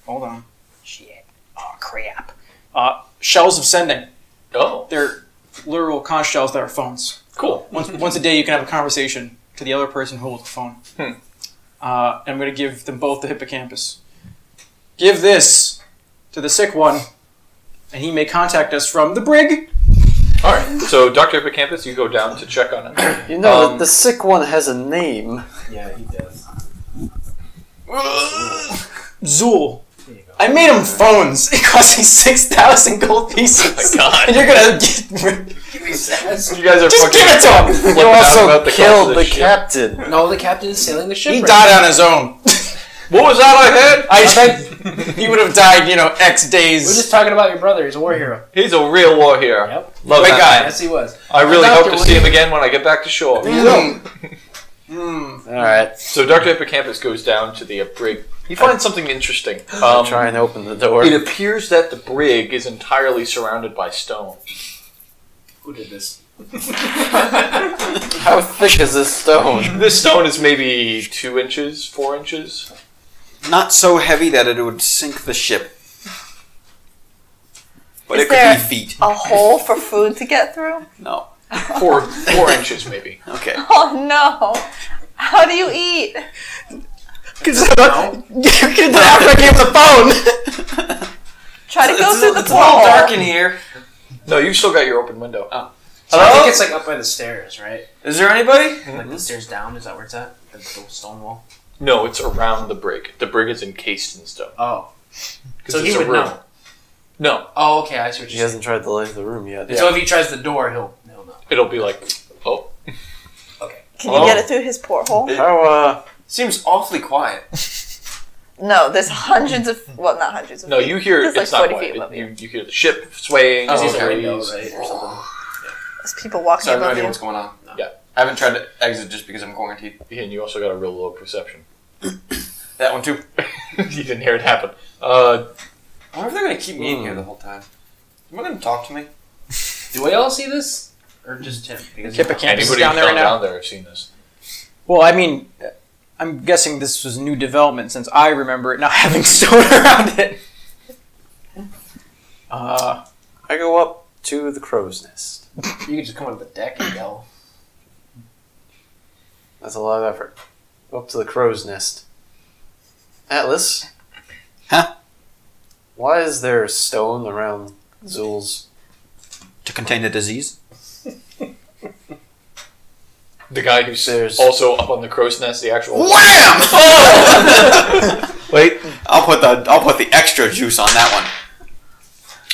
[SPEAKER 7] hold on,
[SPEAKER 15] Shit. Oh, crap.
[SPEAKER 7] uh, shells of sending.
[SPEAKER 1] Oh,
[SPEAKER 7] They're literal conch shells that are phones.
[SPEAKER 1] cool.
[SPEAKER 7] Once, once a day, you can have a conversation to the other person who holds the phone.
[SPEAKER 1] Hmm.
[SPEAKER 7] Uh, and I'm going to give them both the Hippocampus. Give this to the sick one, and he may contact us from the brig.
[SPEAKER 1] All right. So, Dr. Hippocampus, you go down to check on him.
[SPEAKER 5] You know
[SPEAKER 1] Um,
[SPEAKER 5] that the sick one has a name.
[SPEAKER 15] Yeah, he does.
[SPEAKER 7] Zool.
[SPEAKER 15] There you go.
[SPEAKER 7] I made him phones. It cost me six thousand gold
[SPEAKER 15] Oh
[SPEAKER 7] pieces.
[SPEAKER 1] God.
[SPEAKER 7] And you're gonna get rid-
[SPEAKER 1] You guys are
[SPEAKER 7] just
[SPEAKER 1] fucking
[SPEAKER 7] give it to him.
[SPEAKER 1] flipping
[SPEAKER 5] You
[SPEAKER 1] out
[SPEAKER 5] also
[SPEAKER 1] about the cost
[SPEAKER 5] killed
[SPEAKER 1] of
[SPEAKER 5] the
[SPEAKER 1] this shit.
[SPEAKER 5] captain.
[SPEAKER 2] No, the captain is sailing the ship.
[SPEAKER 7] He
[SPEAKER 2] right
[SPEAKER 7] died on his own.
[SPEAKER 1] What was that I
[SPEAKER 7] I
[SPEAKER 1] had?
[SPEAKER 7] said he would have died, you know, X
[SPEAKER 2] now. We're just
[SPEAKER 7] days.
[SPEAKER 2] talking about your brother. He's a war hero.
[SPEAKER 1] He's a real war hero.
[SPEAKER 2] Yep.
[SPEAKER 1] Love
[SPEAKER 5] Great
[SPEAKER 1] that
[SPEAKER 5] guy.
[SPEAKER 1] man.
[SPEAKER 2] Yes, he was.
[SPEAKER 1] I really
[SPEAKER 2] Dr.
[SPEAKER 1] hope to see him again when I get back to shore.
[SPEAKER 7] Hmm. Mm.
[SPEAKER 5] All right,
[SPEAKER 1] So Dr. Hippocampus goes down to the uh, brig. He finds something interesting. Um,
[SPEAKER 5] try and open the door.
[SPEAKER 1] it appears that the brig is entirely surrounded by stone.
[SPEAKER 15] Who did this?
[SPEAKER 5] How thick is this stone?
[SPEAKER 1] This stone is maybe two inches, four inches.
[SPEAKER 6] Not so heavy that it would sink the ship. But
[SPEAKER 4] Is
[SPEAKER 6] it could
[SPEAKER 4] there-
[SPEAKER 6] be feet.
[SPEAKER 4] A hole for food to get through?
[SPEAKER 6] No.
[SPEAKER 1] Four, four inches maybe.
[SPEAKER 6] Okay.
[SPEAKER 4] Oh no! How do you eat?
[SPEAKER 5] you get the after gave the phone.
[SPEAKER 4] Try to go through the
[SPEAKER 6] it's a little
[SPEAKER 4] porthole.
[SPEAKER 6] dark in here.
[SPEAKER 1] No, you've still got your open window. Uh,
[SPEAKER 15] So I think it's like up by the stairs, right?
[SPEAKER 6] Is there anybody?
[SPEAKER 15] Like the stairs down, is that where it's at? The, the stone wall?
[SPEAKER 1] No, it's around the brig. The brig is encased in stone.
[SPEAKER 15] Oh.
[SPEAKER 1] 'Cause
[SPEAKER 15] So he
[SPEAKER 1] it's a
[SPEAKER 15] would
[SPEAKER 1] room.
[SPEAKER 15] know.
[SPEAKER 1] No,
[SPEAKER 15] Oh, okay, I see what
[SPEAKER 5] He
[SPEAKER 15] you're saying.
[SPEAKER 5] hasn't tried to leave the room yet.
[SPEAKER 15] So if he tries the door, he'll, he'll know.
[SPEAKER 1] it'll be like, oh,
[SPEAKER 4] Can you get
[SPEAKER 6] Oh.
[SPEAKER 4] it through his porthole?
[SPEAKER 5] How uh,
[SPEAKER 8] seems awfully quiet.
[SPEAKER 4] No, there's hundreds of well, not hundreds of.
[SPEAKER 1] no, you hear
[SPEAKER 4] It's
[SPEAKER 1] it's,
[SPEAKER 4] like
[SPEAKER 1] not
[SPEAKER 4] 40
[SPEAKER 1] quiet.
[SPEAKER 4] feet above
[SPEAKER 1] You, you hear the ship swaying.
[SPEAKER 8] Oh,
[SPEAKER 1] the
[SPEAKER 8] okay.
[SPEAKER 1] breeze.
[SPEAKER 15] right? Or something.
[SPEAKER 4] There's people walking
[SPEAKER 8] So I have no
[SPEAKER 4] above
[SPEAKER 8] idea
[SPEAKER 4] you.
[SPEAKER 8] what's going on.
[SPEAKER 1] Yeah.
[SPEAKER 8] I haven't tried to exit just because I'm quarantined.
[SPEAKER 1] And you also got a real low perception.
[SPEAKER 8] That one too.
[SPEAKER 1] you didn't hear it happen. Uh,
[SPEAKER 8] I wonder if they're gonna keep me in here the whole time. Am I gonna talk to me?
[SPEAKER 15] Do we all see this? Or just him? Because he-
[SPEAKER 7] Hippocampus is
[SPEAKER 1] anybody
[SPEAKER 7] down
[SPEAKER 1] down
[SPEAKER 7] there right now.
[SPEAKER 1] down there have seen this.
[SPEAKER 7] Well, I mean, I'm guessing this was new development since I remember it not having stone around it. Uh,
[SPEAKER 5] I go up to the crow's nest.
[SPEAKER 15] you could just come up the deck and yell.
[SPEAKER 5] That's a lot of effort. Go up to the crow's nest. Atlas.
[SPEAKER 6] Huh?
[SPEAKER 5] Why is there stone around Zool's?
[SPEAKER 6] To contain the disease?
[SPEAKER 1] The guy who's
[SPEAKER 5] There's-
[SPEAKER 1] also up on the crow's nest, the actual.
[SPEAKER 6] Wait. I'll put the I'll put the extra juice on that one.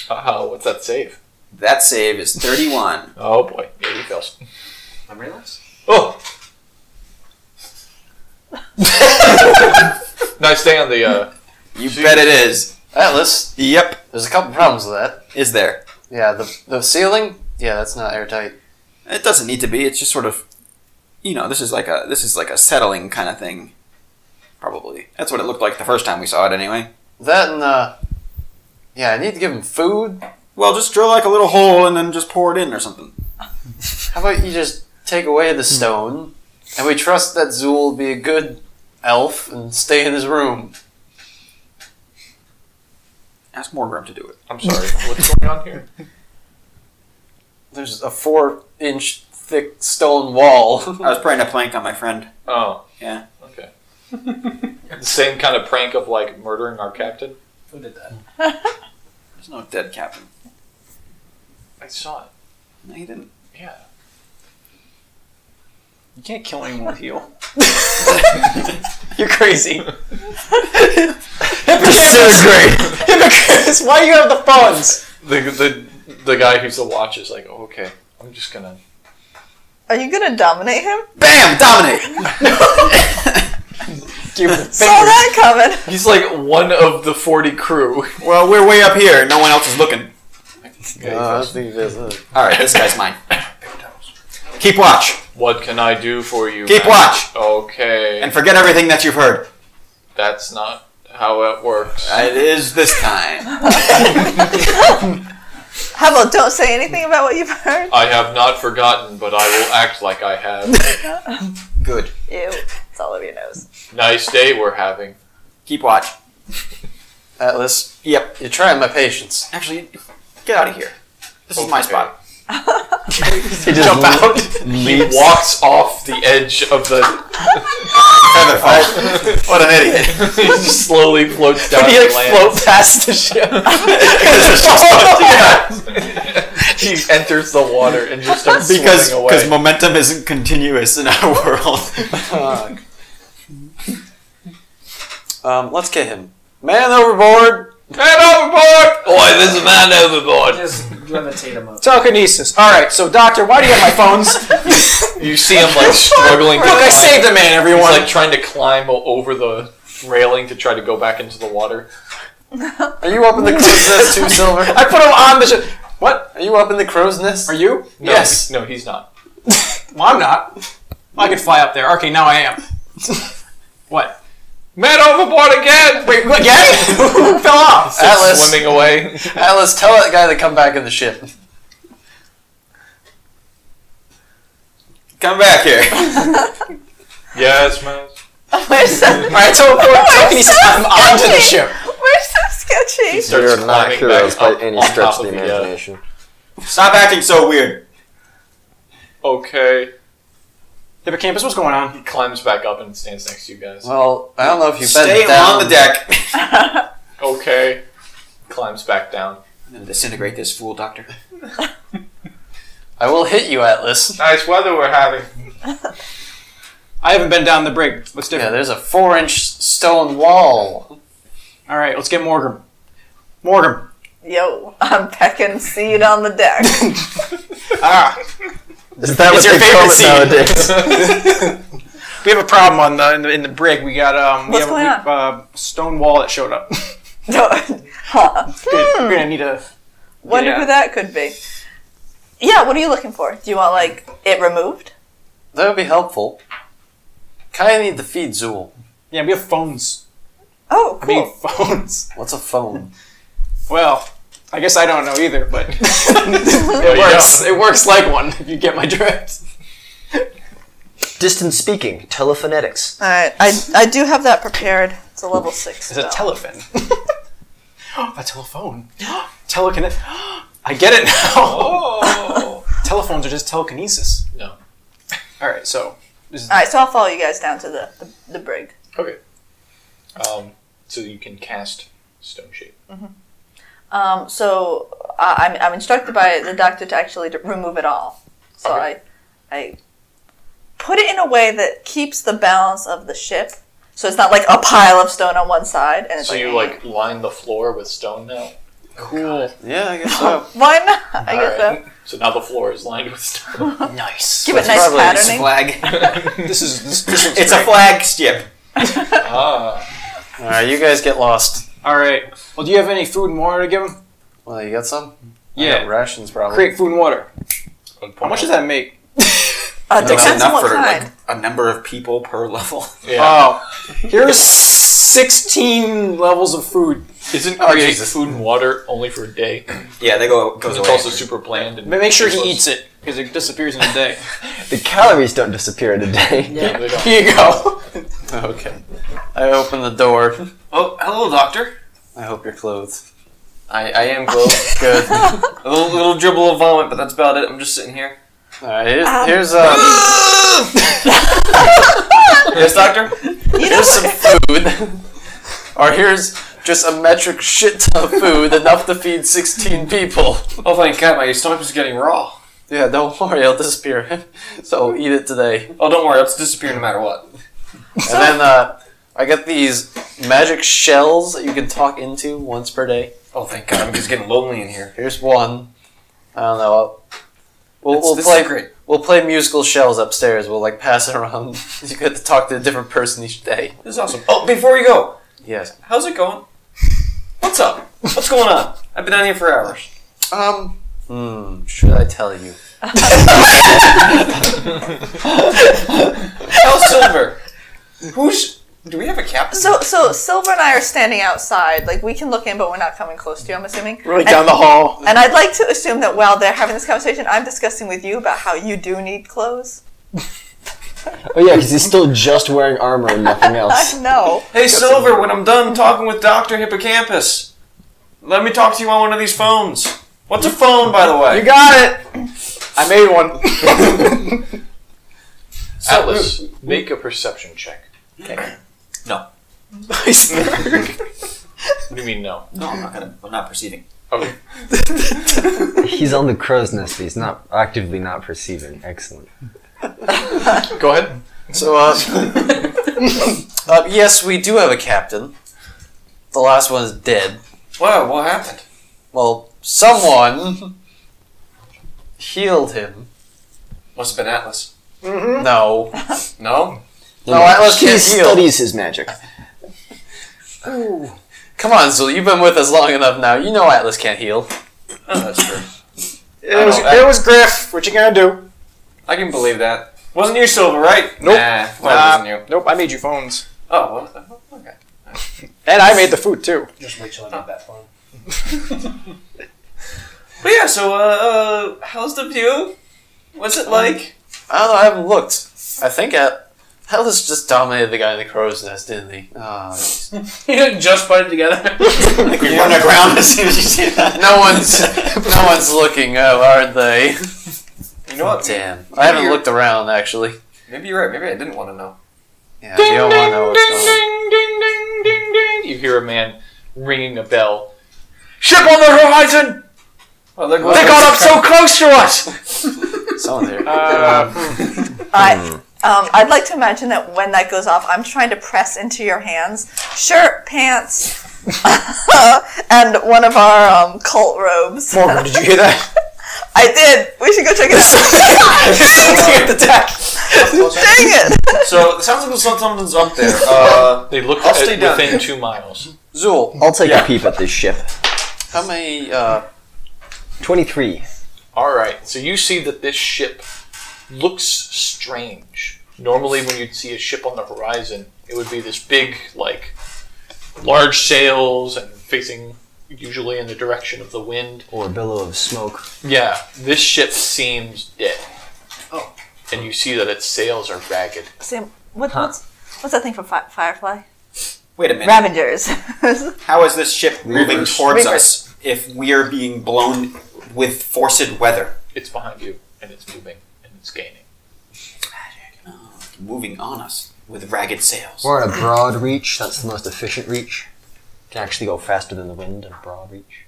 [SPEAKER 1] Uh, what's that save?
[SPEAKER 6] That save is 31.
[SPEAKER 1] Oh boy, yeah, he fails.
[SPEAKER 15] I'm realized.
[SPEAKER 1] Oh, nice day on the. Uh,
[SPEAKER 6] you bet it is.
[SPEAKER 5] Atlas.
[SPEAKER 6] Yep,
[SPEAKER 5] There's a couple problems with that.
[SPEAKER 6] is there.
[SPEAKER 5] Yeah, the the ceiling. Yeah, that's not airtight.
[SPEAKER 6] It doesn't need to be. It's just sort of you know, this is like a this is like a settling kind of thing. Probably. That's what it looked like the first time we saw it anyway.
[SPEAKER 5] That and uh, yeah, I need to give him food.
[SPEAKER 6] Well, just drill like a little hole and then just pour it in or something.
[SPEAKER 5] How about you just take away the stone, and we trust that Zool will be a good elf and stay in his room.
[SPEAKER 6] Ask Morgrim to do it.
[SPEAKER 1] I'm sorry, what's going on here?
[SPEAKER 5] There's a four inch thick stone wall.
[SPEAKER 8] Uh,
[SPEAKER 6] I was playing a plank on my friend.
[SPEAKER 1] Oh,
[SPEAKER 6] Yeah.
[SPEAKER 1] okay. the same kind of prank of like murdering our captain.
[SPEAKER 15] Who did that?
[SPEAKER 6] There's no dead captain.
[SPEAKER 1] I saw it.
[SPEAKER 6] No, he didn't.
[SPEAKER 1] Yeah.
[SPEAKER 7] you can't kill anyone with heal.
[SPEAKER 5] You're crazy.
[SPEAKER 7] Hippocampus, Hippocampus, why do you have the phones?
[SPEAKER 1] The the the guy who's the watch is like, oh, okay, I'm just gonna.
[SPEAKER 4] Are you gonna dominate him?
[SPEAKER 6] Bam! Dominate!
[SPEAKER 7] Give her the
[SPEAKER 4] Saw that coming.
[SPEAKER 1] He's like one of the 40 crew.
[SPEAKER 6] Well, we're way up here. No one else is looking.
[SPEAKER 5] Uh, I think that's it.
[SPEAKER 6] All right, this guy's mine. Keep watch
[SPEAKER 1] What can I do for you?
[SPEAKER 6] Keep
[SPEAKER 1] man?
[SPEAKER 6] watch.
[SPEAKER 1] Okay.
[SPEAKER 6] and forget everything that you've heard.
[SPEAKER 1] That's not how it works.
[SPEAKER 6] It is this time.
[SPEAKER 4] How about don't say anything about what you've heard?
[SPEAKER 1] I have not forgotten, but I will act like I have.
[SPEAKER 6] Good.
[SPEAKER 4] Ew, it's all over your nose.
[SPEAKER 1] nice day we're having.
[SPEAKER 6] Keep watch.
[SPEAKER 5] Atlas,
[SPEAKER 6] Yep.
[SPEAKER 5] you're trying my patience.
[SPEAKER 6] Actually, get out of here. This is my
[SPEAKER 1] Okay.
[SPEAKER 6] spot.
[SPEAKER 3] He just
[SPEAKER 1] Jump
[SPEAKER 3] le-
[SPEAKER 1] out. He
[SPEAKER 3] leaps.
[SPEAKER 1] walks off the edge of the.
[SPEAKER 6] Feather fall. what an idiot.
[SPEAKER 1] he just slowly floats down.
[SPEAKER 7] But he
[SPEAKER 1] and
[SPEAKER 7] like float
[SPEAKER 1] lands.
[SPEAKER 7] past the ship.
[SPEAKER 1] He enters the water and just starts
[SPEAKER 6] because
[SPEAKER 1] swimming away.
[SPEAKER 6] because momentum isn't continuous in our world.
[SPEAKER 5] Fuck. um, let's get him. Man overboard!
[SPEAKER 1] Man overboard! Boy, this is man overboard.
[SPEAKER 15] Just levitate him up.
[SPEAKER 7] Telekinesis. All right, so doctor, why do you have my phones?
[SPEAKER 1] You see him like struggling. to
[SPEAKER 7] Look, I
[SPEAKER 1] climb.
[SPEAKER 7] saved a man,
[SPEAKER 1] He's
[SPEAKER 7] everyone.
[SPEAKER 1] like trying to climb o- over the railing to try to go back into the water.
[SPEAKER 5] Are you up in the crow's nest too, Silver?
[SPEAKER 7] I put him on the ship. What?
[SPEAKER 5] Are you up in the crow's nest?
[SPEAKER 7] Are you?
[SPEAKER 1] No,
[SPEAKER 7] yes.
[SPEAKER 1] he- no, he's not.
[SPEAKER 7] Well, I'm not. I could fly up there. Okay, now I am. what?
[SPEAKER 1] Man overboard again!
[SPEAKER 7] Wait, what? Again? Who fell off?
[SPEAKER 5] Atlas,
[SPEAKER 1] Swimming away.
[SPEAKER 5] Atlas, tell that guy to come back in the ship.
[SPEAKER 6] Come back here.
[SPEAKER 1] yes, man.
[SPEAKER 4] We're so,
[SPEAKER 7] All right, so telekinesis. I'm onto the ship.
[SPEAKER 4] we're so sketchy.
[SPEAKER 1] starts
[SPEAKER 3] You're not
[SPEAKER 1] climbing
[SPEAKER 3] heroes
[SPEAKER 1] back
[SPEAKER 3] by
[SPEAKER 1] up
[SPEAKER 3] any
[SPEAKER 1] on
[SPEAKER 3] stretch
[SPEAKER 1] top
[SPEAKER 3] of the
[SPEAKER 1] of the, uh,
[SPEAKER 3] imagination.
[SPEAKER 6] Stop acting so weird.
[SPEAKER 1] Okay.
[SPEAKER 7] Hippocampus, what's going on?
[SPEAKER 1] He climbs back up and stands next to you guys.
[SPEAKER 5] Well, I don't know if you've
[SPEAKER 6] Stay
[SPEAKER 5] been down
[SPEAKER 6] on the deck.
[SPEAKER 1] Okay. Climbs back down.
[SPEAKER 6] I'm gonna disintegrate this fool, Doctor.
[SPEAKER 5] I will hit you, Atlas.
[SPEAKER 1] Nice weather we're having.
[SPEAKER 7] I haven't been down the brig. What's
[SPEAKER 5] Yeah,
[SPEAKER 7] different?
[SPEAKER 5] there's a four-inch stone wall.
[SPEAKER 7] All right, let's get Morgan. Morgan.
[SPEAKER 4] Yo, I'm pecking seed on the deck.
[SPEAKER 7] Ah,
[SPEAKER 3] Is that
[SPEAKER 7] It's
[SPEAKER 3] what they
[SPEAKER 7] your
[SPEAKER 3] call
[SPEAKER 7] favorite
[SPEAKER 3] it nowadays?
[SPEAKER 7] we have a problem on the in the, in the brig. We got um,
[SPEAKER 4] What's
[SPEAKER 7] we
[SPEAKER 4] going
[SPEAKER 7] have a uh, stone wall that showed up.
[SPEAKER 4] huh.
[SPEAKER 7] Good. We're gonna need a.
[SPEAKER 4] Wonder
[SPEAKER 7] Yeah.
[SPEAKER 4] who that could be. Yeah, what are you looking for? Do you want like it removed?
[SPEAKER 5] That would be helpful. Kinda need to feed Zool.
[SPEAKER 7] Yeah, we have phones.
[SPEAKER 4] Oh,
[SPEAKER 7] We
[SPEAKER 4] cool.
[SPEAKER 7] have phones.
[SPEAKER 5] What's a phone?
[SPEAKER 7] Well, I guess I don't know either, but
[SPEAKER 1] There
[SPEAKER 7] it
[SPEAKER 1] you
[SPEAKER 7] works.
[SPEAKER 1] go.
[SPEAKER 7] It works like one. If you get my drift.
[SPEAKER 3] Distance speaking, telephonetics.
[SPEAKER 4] All right, I I do have that prepared. It's a level six.
[SPEAKER 7] It's a
[SPEAKER 4] spell.
[SPEAKER 7] telephone. a telephone. Telekinesis. I get it now. Oh. Telephones are just telekinesis.
[SPEAKER 1] No.
[SPEAKER 7] All right, so this is
[SPEAKER 4] All right, so I'll follow you guys down to the the, the brig.
[SPEAKER 1] Okay. Um, so you can cast stone shape.
[SPEAKER 4] Um, so uh, I'm I'm instructed by the doctor to actually to remove it all. So I I put it in a way that keeps the balance of the ship, so it's not like a pile of stone on one side and it's
[SPEAKER 1] So
[SPEAKER 4] like,
[SPEAKER 1] you like line the floor with stone now.
[SPEAKER 7] cool.
[SPEAKER 5] Yeah, I guess so.
[SPEAKER 4] why not? I guess so.
[SPEAKER 1] Alright. So now the floor is lined with stone.
[SPEAKER 7] Nice.
[SPEAKER 4] Give it nice patterning.
[SPEAKER 6] flag.
[SPEAKER 7] This is this, this looks
[SPEAKER 6] it's
[SPEAKER 7] great.
[SPEAKER 6] a flag ship.
[SPEAKER 1] ah.
[SPEAKER 5] Alright, you guys get lost.
[SPEAKER 7] All right. Well, do you have any food and water to give him?
[SPEAKER 5] Well, you got some? I got
[SPEAKER 7] Yeah.
[SPEAKER 5] rations, probably.
[SPEAKER 7] Create food and water. How
[SPEAKER 1] How
[SPEAKER 7] much does that make?
[SPEAKER 4] Uh,
[SPEAKER 6] That's
[SPEAKER 4] depends on
[SPEAKER 6] enough
[SPEAKER 4] what
[SPEAKER 6] for
[SPEAKER 4] kind.
[SPEAKER 6] like a number of people per level.
[SPEAKER 1] Yeah.
[SPEAKER 7] Oh, here's sixteen levels of food.
[SPEAKER 1] Isn't
[SPEAKER 6] Oh,
[SPEAKER 1] create
[SPEAKER 6] Jesus.
[SPEAKER 1] food and water only for a day?
[SPEAKER 6] Yeah, they go goes
[SPEAKER 1] It's
[SPEAKER 6] away.
[SPEAKER 1] also super bland. And
[SPEAKER 7] Ma- Make sure he
[SPEAKER 1] useless.
[SPEAKER 7] eats it because it disappears in a day.
[SPEAKER 3] The calories don't disappear in a day.
[SPEAKER 1] Yeah, they don't.
[SPEAKER 7] Here you go.
[SPEAKER 5] Okay. I open the door.
[SPEAKER 8] Oh, hello, doctor.
[SPEAKER 5] I hope you're clothed.
[SPEAKER 8] I, I am glow.
[SPEAKER 5] Good.
[SPEAKER 8] a little, little dribble of vomit, but that's about it. I'm just sitting here.
[SPEAKER 5] Alright, here's, here's, uh,
[SPEAKER 8] Yes, doctor.
[SPEAKER 4] You know
[SPEAKER 5] here's some
[SPEAKER 4] what?
[SPEAKER 5] food. or here's just a metric shit ton of food, enough to feed 16 people.
[SPEAKER 8] Oh, thank God, my stomach was getting raw.
[SPEAKER 5] Yeah, don't worry, I'll disappear. so eat it today.
[SPEAKER 8] Oh, don't worry, it's disappearing no matter what.
[SPEAKER 5] And then uh, I got these magic shells that you can talk into once per day.
[SPEAKER 8] Oh, thank God, I'm just getting lonely in here.
[SPEAKER 5] Here's one. I don't know. We'll,
[SPEAKER 8] It's-
[SPEAKER 5] we'll
[SPEAKER 8] this
[SPEAKER 5] play.
[SPEAKER 8] is great.
[SPEAKER 5] We'll play musical shells upstairs. We'll like pass it around. you get to talk to a different person each day.
[SPEAKER 8] This is awesome. Oh, before you go,
[SPEAKER 5] Yes.
[SPEAKER 8] how's it going? What's up? What's going on? I've been down here for hours.
[SPEAKER 5] Um. Hmm. Should I tell you?
[SPEAKER 8] How's Silver? Who's? Do we have a captain?
[SPEAKER 4] So, so Silver and I are standing outside. Like we can look in, but we're not coming close to you. I'm assuming.
[SPEAKER 7] We're like
[SPEAKER 4] and,
[SPEAKER 7] down the hall.
[SPEAKER 4] And I'd like to assume that while they're having this conversation, I'm discussing with you about how you do need clothes.
[SPEAKER 3] Oh yeah, because he's still just wearing armor and nothing else.
[SPEAKER 4] I know.
[SPEAKER 8] Hey, Silver, when I'm done talking with Dr. Hippocampus, let me talk to you on one of these phones. What's a phone, by the way?
[SPEAKER 7] You got it. I made one.
[SPEAKER 1] Atlas, Uh, make a perception check.
[SPEAKER 7] I swear.
[SPEAKER 1] What do you mean no?
[SPEAKER 6] No, I'm not gonna. I'm not proceeding.
[SPEAKER 1] Okay.
[SPEAKER 3] He's on the crow's nest. He's not actively not perceiving. Excellent.
[SPEAKER 1] Go ahead.
[SPEAKER 5] So, uh, uh, yes, we do have a captain. The last one is dead.
[SPEAKER 8] Wow, what happened?
[SPEAKER 5] Well, someone healed him.
[SPEAKER 8] Must have been Atlas.
[SPEAKER 5] No,
[SPEAKER 8] No?
[SPEAKER 5] no, Atlas
[SPEAKER 3] He
[SPEAKER 5] can't heal.
[SPEAKER 3] studies his magic.
[SPEAKER 5] Come on, Zul, you've been with us long enough now. You know Atlas can't heal.
[SPEAKER 8] Oh, that's true.
[SPEAKER 7] It was, it was Griff. What you gonna do?
[SPEAKER 8] I can believe that. Wasn't you, Silver, right?
[SPEAKER 7] Nope.
[SPEAKER 8] Nah, well, it
[SPEAKER 7] Nah.
[SPEAKER 8] wasn't you.
[SPEAKER 7] Nope, I made you phones.
[SPEAKER 8] Oh, well, the hell? okay.
[SPEAKER 7] And I made the food too.
[SPEAKER 15] Just wait till I get that phone.
[SPEAKER 8] But yeah, so, uh, uh, how's the view? What's it like?
[SPEAKER 5] I don't know. I haven't looked. I think At- Atlas just dominated the guy in the crow's nest, didn't he? Ah, jeez.
[SPEAKER 15] You didn't just put it together.
[SPEAKER 6] Like we run around as soon as you see that.
[SPEAKER 5] no one's no one's looking, oh, aren't they?
[SPEAKER 8] You know what?
[SPEAKER 5] Damn, I haven't looked around actually.
[SPEAKER 8] Maybe you're right. Maybe I didn't want to know.
[SPEAKER 5] Yeah, you don't want to know what's going on.
[SPEAKER 1] ding, ding, ding, ding. You hear a man ringing a bell. Ship on the horizon!
[SPEAKER 8] Well, Oh, look,
[SPEAKER 1] They got up so close to us!
[SPEAKER 5] Someone there.
[SPEAKER 4] I,
[SPEAKER 6] Hmm.
[SPEAKER 4] um, I'd like to imagine that when that goes off, I'm trying to press into your hands shirt, pants, and one of our um, cult robes.
[SPEAKER 7] Morgan, did you hear that?
[SPEAKER 4] I did. We should go check it out. Dang it!
[SPEAKER 8] So, it sounds like something's up there. Uh,
[SPEAKER 1] They look
[SPEAKER 8] I'll
[SPEAKER 1] at
[SPEAKER 8] stay
[SPEAKER 1] it
[SPEAKER 8] down.
[SPEAKER 1] within two miles.
[SPEAKER 5] Zool,
[SPEAKER 3] I'll take
[SPEAKER 8] Yeah.
[SPEAKER 3] a peep at this ship.
[SPEAKER 5] how many? Uh,
[SPEAKER 3] Twenty-three.
[SPEAKER 1] Alright, so you see that this ship looks strange. Normally, when you'd see a ship on the horizon, it would be this big, like, large sails and facing usually in the direction of the wind.
[SPEAKER 3] Or a billow of smoke.
[SPEAKER 1] Yeah, this ship seems dead. And you see that its sails are ragged.
[SPEAKER 4] Sam, what, what's, what's that thing for fi- Firefly?
[SPEAKER 6] Wait a minute.
[SPEAKER 4] Ravengers.
[SPEAKER 6] How is this ship moving
[SPEAKER 3] Reavers.
[SPEAKER 6] towards
[SPEAKER 4] Reavers.
[SPEAKER 6] us if we are being blown with forced weather?
[SPEAKER 1] It's behind you, and it's moving, and it's gaining.
[SPEAKER 6] Moving on us with ragged sails.
[SPEAKER 3] We're on a broad reach. That's the most efficient reach. Can actually go faster than the wind on a broad reach.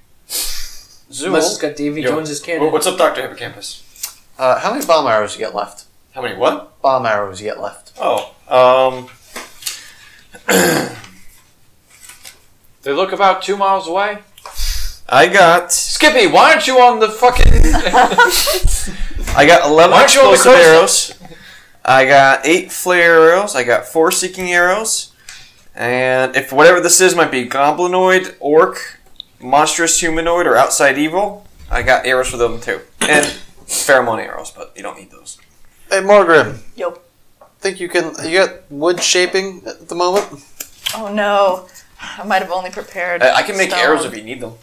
[SPEAKER 2] Unless it's
[SPEAKER 5] Zool,
[SPEAKER 2] got Davy
[SPEAKER 8] Yo.
[SPEAKER 2] Jones's
[SPEAKER 8] wh-
[SPEAKER 2] cannon.
[SPEAKER 8] what's up, Dr. Hippocampus?
[SPEAKER 5] uh, how many bomb arrows you get left?
[SPEAKER 8] How many what?
[SPEAKER 5] Bomb arrows you get left?
[SPEAKER 8] Oh, um,
[SPEAKER 1] They look about two miles away.
[SPEAKER 5] I got.
[SPEAKER 1] Skippy, why aren't you on the fucking?
[SPEAKER 5] I got eleven
[SPEAKER 1] Why aren't you on the
[SPEAKER 5] explosive
[SPEAKER 1] coast?
[SPEAKER 5] arrows.
[SPEAKER 8] I got eight flare arrows. I got four seeking arrows, and if whatever this is might be goblinoid, orc, monstrous humanoid, or outside evil, I got arrows for them too, and pheromone arrows. But you don't need those.
[SPEAKER 5] Hey, Morgrim.
[SPEAKER 4] Yo.
[SPEAKER 5] Think you can? You got wood shaping at the moment?
[SPEAKER 4] oh no. I might have only prepared.
[SPEAKER 8] I, I can make
[SPEAKER 4] stone.
[SPEAKER 8] arrows if you need them.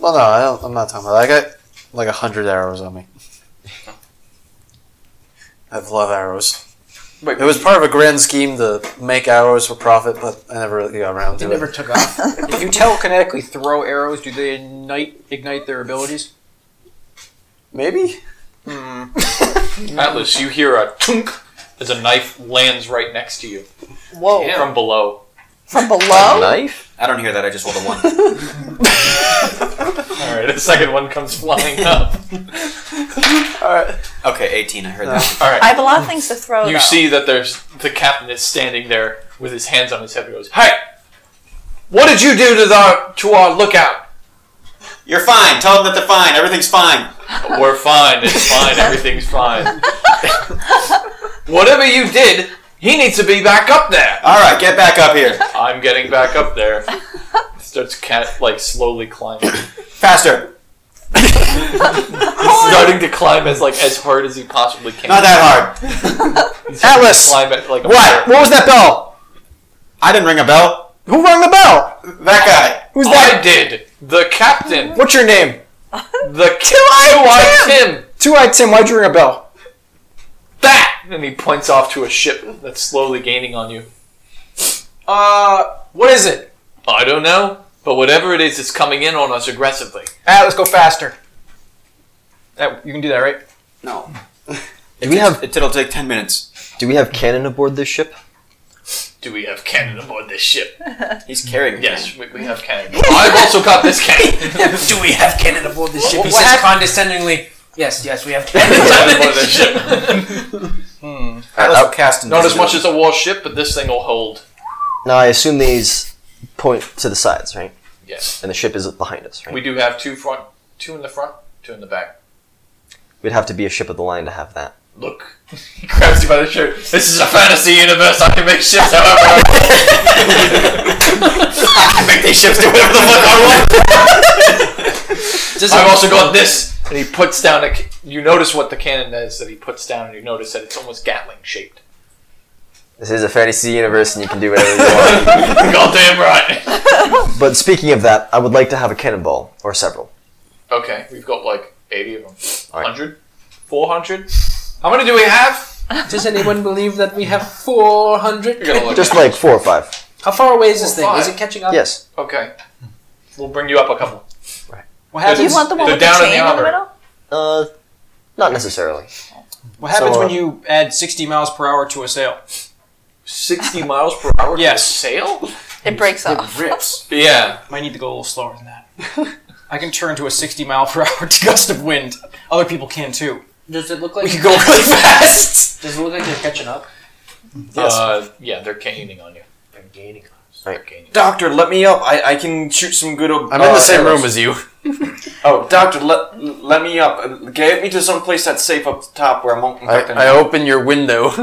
[SPEAKER 5] Well, no, I don't, I'm not talking about. that. I got like a hundred arrows on me. I love arrows.
[SPEAKER 8] Wait,
[SPEAKER 5] It was part of a grand scheme to make arrows for profit, but I never really got around
[SPEAKER 15] They
[SPEAKER 5] to
[SPEAKER 15] never
[SPEAKER 5] it.
[SPEAKER 15] took off.
[SPEAKER 7] if you telekinetically throw arrows, do they ignite, ignite their abilities?
[SPEAKER 5] Maybe.
[SPEAKER 1] Atlas, you hear a tunk as a knife lands right next to you Oh,
[SPEAKER 4] Whoa.
[SPEAKER 1] from below.
[SPEAKER 4] From below?
[SPEAKER 3] Knife?
[SPEAKER 6] I don't hear that. I just rolled a one.
[SPEAKER 1] All right, the second one comes flying up.
[SPEAKER 5] All right.
[SPEAKER 6] okay, 18. I heard that.
[SPEAKER 1] All right,
[SPEAKER 4] I have a lot of things to throw.
[SPEAKER 1] you
[SPEAKER 4] though.
[SPEAKER 1] see that there's the captain is standing there with his hands on his head. and goes, "Hey, what did you do to the to our lookout?"
[SPEAKER 6] You're fine. Tell them that they're fine. Everything's fine.
[SPEAKER 1] We're fine. It's fine. Everything's fine. Whatever you did, he needs to be back up there.
[SPEAKER 6] All right, get back up here.
[SPEAKER 1] I'm getting back up there. Starts cat like slowly climbing,
[SPEAKER 6] Faster.
[SPEAKER 1] starting to climb as like as hard as he possibly can.
[SPEAKER 6] Not that hard.
[SPEAKER 1] He's starting to
[SPEAKER 7] Atlas!
[SPEAKER 1] Climb at, like a
[SPEAKER 7] What?
[SPEAKER 1] bear.
[SPEAKER 7] What was that bell?
[SPEAKER 6] I didn't ring a bell.
[SPEAKER 7] Who rang the bell?
[SPEAKER 6] That guy.
[SPEAKER 7] Who's that?
[SPEAKER 1] I did. The captain.
[SPEAKER 7] What's your name?
[SPEAKER 1] The two-eyed Tim.
[SPEAKER 7] Two-eyed Tim. Why'd you ring a bell?
[SPEAKER 1] That. And he points off to a ship that's slowly gaining on you.
[SPEAKER 7] Uh, what is it?
[SPEAKER 1] I don't know, but whatever it is, it's coming in on us aggressively.
[SPEAKER 7] Ah, let's go faster. That you can do that, right?
[SPEAKER 6] No.
[SPEAKER 3] Do we have
[SPEAKER 6] It, it'll take ten minutes.
[SPEAKER 3] do we have cannon aboard this ship?
[SPEAKER 1] Do we have cannon aboard this ship?
[SPEAKER 6] He's carrying.
[SPEAKER 1] Yes, we, we have cannon. I've also got this cannon.
[SPEAKER 15] Do we have cannon aboard this ship?
[SPEAKER 7] What-
[SPEAKER 15] he
[SPEAKER 7] what
[SPEAKER 15] says
[SPEAKER 7] hap-
[SPEAKER 15] condescendingly. Yes, yes, we have cannon
[SPEAKER 1] aboard
[SPEAKER 15] aboard
[SPEAKER 1] this
[SPEAKER 15] this
[SPEAKER 1] ship.
[SPEAKER 5] Uh,
[SPEAKER 6] I'll cast.
[SPEAKER 1] Not as much as a warship, but this thing will hold.
[SPEAKER 3] Now I assume these point to the sides, right?
[SPEAKER 1] Yes.
[SPEAKER 3] And the ship is behind us, right?
[SPEAKER 1] We do have two front, two in the front, two in the back.
[SPEAKER 3] We'd have to be a ship of the line to have that.
[SPEAKER 1] Look, he grabs you by the shirt. This is a fantasy universe. I can make ships however I want.
[SPEAKER 6] Make these ships do whatever the fuck I want.
[SPEAKER 15] Does
[SPEAKER 1] I've
[SPEAKER 15] it-
[SPEAKER 1] also got this. And he puts down a. ca- You notice what the cannon is that he puts down, and you notice that it's almost Gatling shaped.
[SPEAKER 3] This is a fantasy universe, and you can do whatever you want.
[SPEAKER 1] Goddamn right.
[SPEAKER 3] But speaking of that, I would like to have a cannonball or several.
[SPEAKER 1] Okay, we've got like eighty of them.
[SPEAKER 3] All right.
[SPEAKER 1] 100? 400? How many do we have?
[SPEAKER 2] Does anyone believe that we have 400?
[SPEAKER 1] You're gonna look
[SPEAKER 3] Just like four or five.
[SPEAKER 2] How far away is this thing?
[SPEAKER 1] Four,
[SPEAKER 2] Is
[SPEAKER 1] five.
[SPEAKER 2] it catching up?
[SPEAKER 3] Yes.
[SPEAKER 1] Okay. We'll bring you up a couple.
[SPEAKER 7] What
[SPEAKER 1] Good.
[SPEAKER 4] Do
[SPEAKER 7] happens?
[SPEAKER 4] you want the one
[SPEAKER 1] They're
[SPEAKER 4] with the
[SPEAKER 1] down in
[SPEAKER 4] chain
[SPEAKER 1] the
[SPEAKER 4] in the,
[SPEAKER 1] armor.
[SPEAKER 4] middle?
[SPEAKER 3] Uh, not necessarily.
[SPEAKER 7] What happens
[SPEAKER 3] So, uh,
[SPEAKER 7] when you add 60 miles per hour to a sail?
[SPEAKER 1] 60 miles per hour to
[SPEAKER 7] Yes.
[SPEAKER 1] sail?
[SPEAKER 4] It breaks off.
[SPEAKER 7] Rips.
[SPEAKER 1] Yeah.
[SPEAKER 7] Might need to go a little slower than that. I can turn to a 60 mile per hour gust of wind. Other people can too.
[SPEAKER 15] Does it look like
[SPEAKER 7] We could go really fast.
[SPEAKER 15] Does it look like they're catching up?
[SPEAKER 7] Yes.
[SPEAKER 1] Uh, yeah, they're caning on you.
[SPEAKER 15] They're gaining.
[SPEAKER 1] They're caning.
[SPEAKER 8] Doctor, let me up. I, I can shoot some good. I'm
[SPEAKER 5] I'm in the same room as you.
[SPEAKER 8] Oh, doctor, let let me up. Uh, Get me to some place that's safe up the top where I won't
[SPEAKER 5] I,
[SPEAKER 8] infect
[SPEAKER 5] I
[SPEAKER 8] anyone.
[SPEAKER 5] open your window.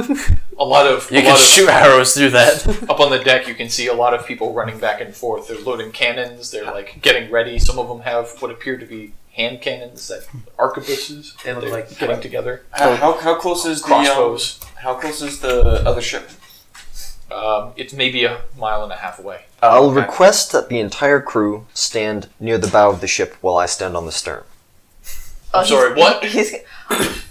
[SPEAKER 1] A lot of.
[SPEAKER 5] You
[SPEAKER 1] a
[SPEAKER 5] can
[SPEAKER 1] lot of,
[SPEAKER 5] shoot arrows through that.
[SPEAKER 1] Up on the deck, you can see a lot of people running back and forth. They're loading cannons, they're like getting ready. Some of them have what appear to be hand cannons, that arquebuses.
[SPEAKER 15] They look
[SPEAKER 1] They're
[SPEAKER 15] like-
[SPEAKER 1] getting together.
[SPEAKER 8] How, how, how close is the um,
[SPEAKER 1] Crossbows.
[SPEAKER 8] how close is the other ship?
[SPEAKER 1] Um, it's maybe a mile and a half away.
[SPEAKER 3] I'll request that the entire crew stand near the bow of the ship while I stand on the stern.
[SPEAKER 4] Oh, he's-
[SPEAKER 1] sorry, what?
[SPEAKER 4] He's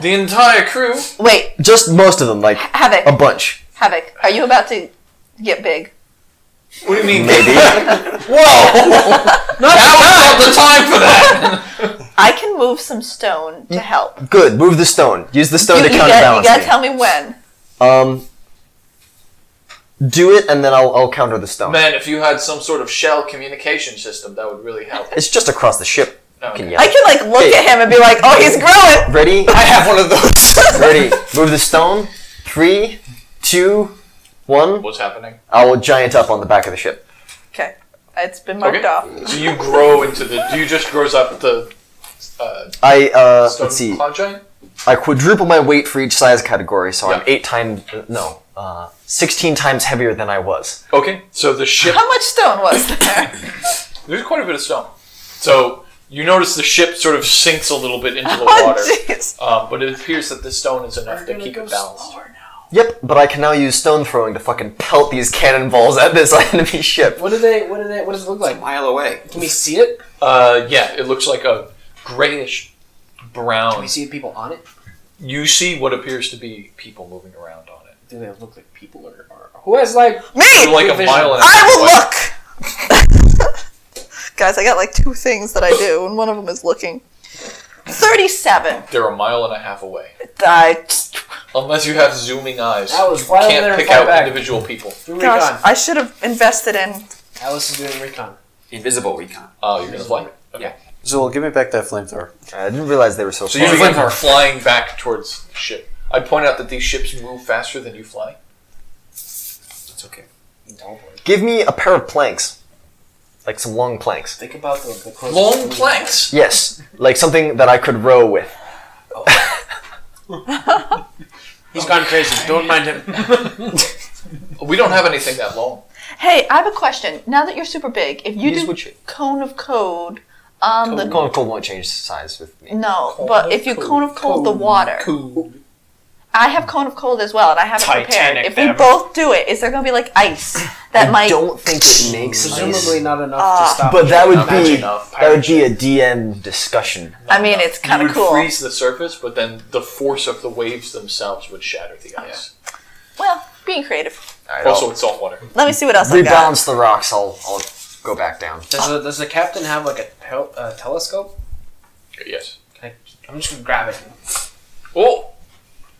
[SPEAKER 1] The entire crew.
[SPEAKER 4] wait,
[SPEAKER 3] Just most of them, like a
[SPEAKER 4] havoc,
[SPEAKER 3] bunch.
[SPEAKER 4] havoc. Are you about to get big?
[SPEAKER 1] What do you mean?
[SPEAKER 3] Maybe.
[SPEAKER 1] Now is not the time for that!
[SPEAKER 4] I can move some stone to help.
[SPEAKER 3] Good. Move the stone. Use the stone
[SPEAKER 4] you,
[SPEAKER 3] to
[SPEAKER 4] you gotta, you
[SPEAKER 3] counterbalance
[SPEAKER 4] gotta
[SPEAKER 3] me.
[SPEAKER 4] tell me when.
[SPEAKER 3] um, do it, and then I'll, I'll counter the stone.
[SPEAKER 1] Man, if you had some sort of shell communication system, that would really help.
[SPEAKER 3] It's just across the ship.
[SPEAKER 1] No,
[SPEAKER 3] Can
[SPEAKER 1] okay.
[SPEAKER 3] you?
[SPEAKER 4] I can like look
[SPEAKER 3] Hey.
[SPEAKER 4] at him and be like, "Oh, he's growing."
[SPEAKER 3] Ready?
[SPEAKER 7] I have one of those.
[SPEAKER 3] Ready. Move the stone. Three, two, one.
[SPEAKER 1] What's happening?
[SPEAKER 3] I'll giant up on the back of the ship.
[SPEAKER 4] Okay, it's been marked
[SPEAKER 1] Okay.
[SPEAKER 4] off.
[SPEAKER 1] So you grow into the. You just grows up the uh,
[SPEAKER 3] I uh,
[SPEAKER 1] stone
[SPEAKER 3] let's see.
[SPEAKER 1] cloud giant.
[SPEAKER 3] I quadruple my weight for each size category, so I'm
[SPEAKER 1] Yeah.
[SPEAKER 3] eight times no, uh, sixteen times heavier than I was.
[SPEAKER 1] Okay, so the ship.
[SPEAKER 4] How much stone was there?
[SPEAKER 1] There's quite a bit of stone. So you notice the ship sort of sinks a little bit into the
[SPEAKER 4] oh,
[SPEAKER 1] water,
[SPEAKER 4] jeez.
[SPEAKER 1] um, but it appears that the stone is enough to keep it balanced.
[SPEAKER 3] Yep, but I can now use stone throwing to fucking pelt these cannonballs at this enemy ship.
[SPEAKER 2] What do they, what do they, what does it look like?
[SPEAKER 6] mile away.
[SPEAKER 2] Can we see it?
[SPEAKER 1] Uh, yeah, it looks like a grayish
[SPEAKER 15] Are
[SPEAKER 1] brown.
[SPEAKER 15] we seeing people on it?
[SPEAKER 1] You see what appears to be people moving around on it.
[SPEAKER 2] Do they look like people or, or who has like
[SPEAKER 1] You're
[SPEAKER 4] Me,
[SPEAKER 1] like a
[SPEAKER 2] Vision.
[SPEAKER 1] mile and a
[SPEAKER 4] I
[SPEAKER 1] half
[SPEAKER 4] will
[SPEAKER 1] away.
[SPEAKER 4] look. Guys, I got like two things that I do, and one of them is looking. Thirty-seven.
[SPEAKER 1] They're a mile and a half away.
[SPEAKER 4] I,
[SPEAKER 1] Unless you have zooming eyes,
[SPEAKER 2] That was
[SPEAKER 1] you
[SPEAKER 2] wild there
[SPEAKER 1] can't
[SPEAKER 2] and
[SPEAKER 1] pick
[SPEAKER 2] far
[SPEAKER 1] out
[SPEAKER 2] back.
[SPEAKER 1] individual people.
[SPEAKER 2] doing
[SPEAKER 4] gosh,
[SPEAKER 2] recon?
[SPEAKER 4] I should have invested in.
[SPEAKER 2] Alice is doing recon.
[SPEAKER 6] Invisible recon.
[SPEAKER 1] Oh, you're gonna fly.
[SPEAKER 5] Zul, give me back that flamethrower.
[SPEAKER 3] I didn't realize they were so
[SPEAKER 1] So
[SPEAKER 3] far.
[SPEAKER 1] you begin flying back towards the ship. I'd point out that these ships move faster than you fly.
[SPEAKER 3] Give me a pair of planks. like some long planks.
[SPEAKER 15] Think about the, the closest
[SPEAKER 2] Long
[SPEAKER 15] thing.
[SPEAKER 2] planks.
[SPEAKER 3] Yes, like something that I could row with.
[SPEAKER 15] He's gone crazy. Don't mind him.
[SPEAKER 1] We don't have anything that long.
[SPEAKER 4] Hey, I have a question. Now that you're super big, if you
[SPEAKER 3] Use
[SPEAKER 4] do
[SPEAKER 3] what you-
[SPEAKER 4] cone of code on the
[SPEAKER 3] Cold, cold won't change size with me.
[SPEAKER 4] no, but if you cone of cold the water, I have cone of cold as well, and I haven't prepared.
[SPEAKER 15] Titanic
[SPEAKER 4] If we
[SPEAKER 15] them.
[SPEAKER 4] both do it, is there going to be like ice that
[SPEAKER 3] I
[SPEAKER 4] might?
[SPEAKER 3] don't think it makes
[SPEAKER 2] Presumably
[SPEAKER 3] sense.
[SPEAKER 2] not enough
[SPEAKER 4] Ah.
[SPEAKER 2] to stop.
[SPEAKER 3] But that would
[SPEAKER 2] magic
[SPEAKER 3] be
[SPEAKER 2] of
[SPEAKER 3] that would be
[SPEAKER 2] piracy.
[SPEAKER 3] a DM discussion.
[SPEAKER 4] I mean, it's kind
[SPEAKER 1] you
[SPEAKER 4] of
[SPEAKER 1] would
[SPEAKER 4] cool.
[SPEAKER 1] freeze the surface, but then the force of the waves themselves would shatter the ice.
[SPEAKER 4] Well, being creative.
[SPEAKER 3] All right,
[SPEAKER 1] Also, it's salt water.
[SPEAKER 4] Let me see what else
[SPEAKER 3] I'll
[SPEAKER 4] I got.
[SPEAKER 3] rebalance the rocks. I'll I'll go back down.
[SPEAKER 15] Does the, does the captain have like a tel- uh, telescope?
[SPEAKER 1] Yes.
[SPEAKER 15] Can I, I'm just gonna grab it.
[SPEAKER 1] Oh,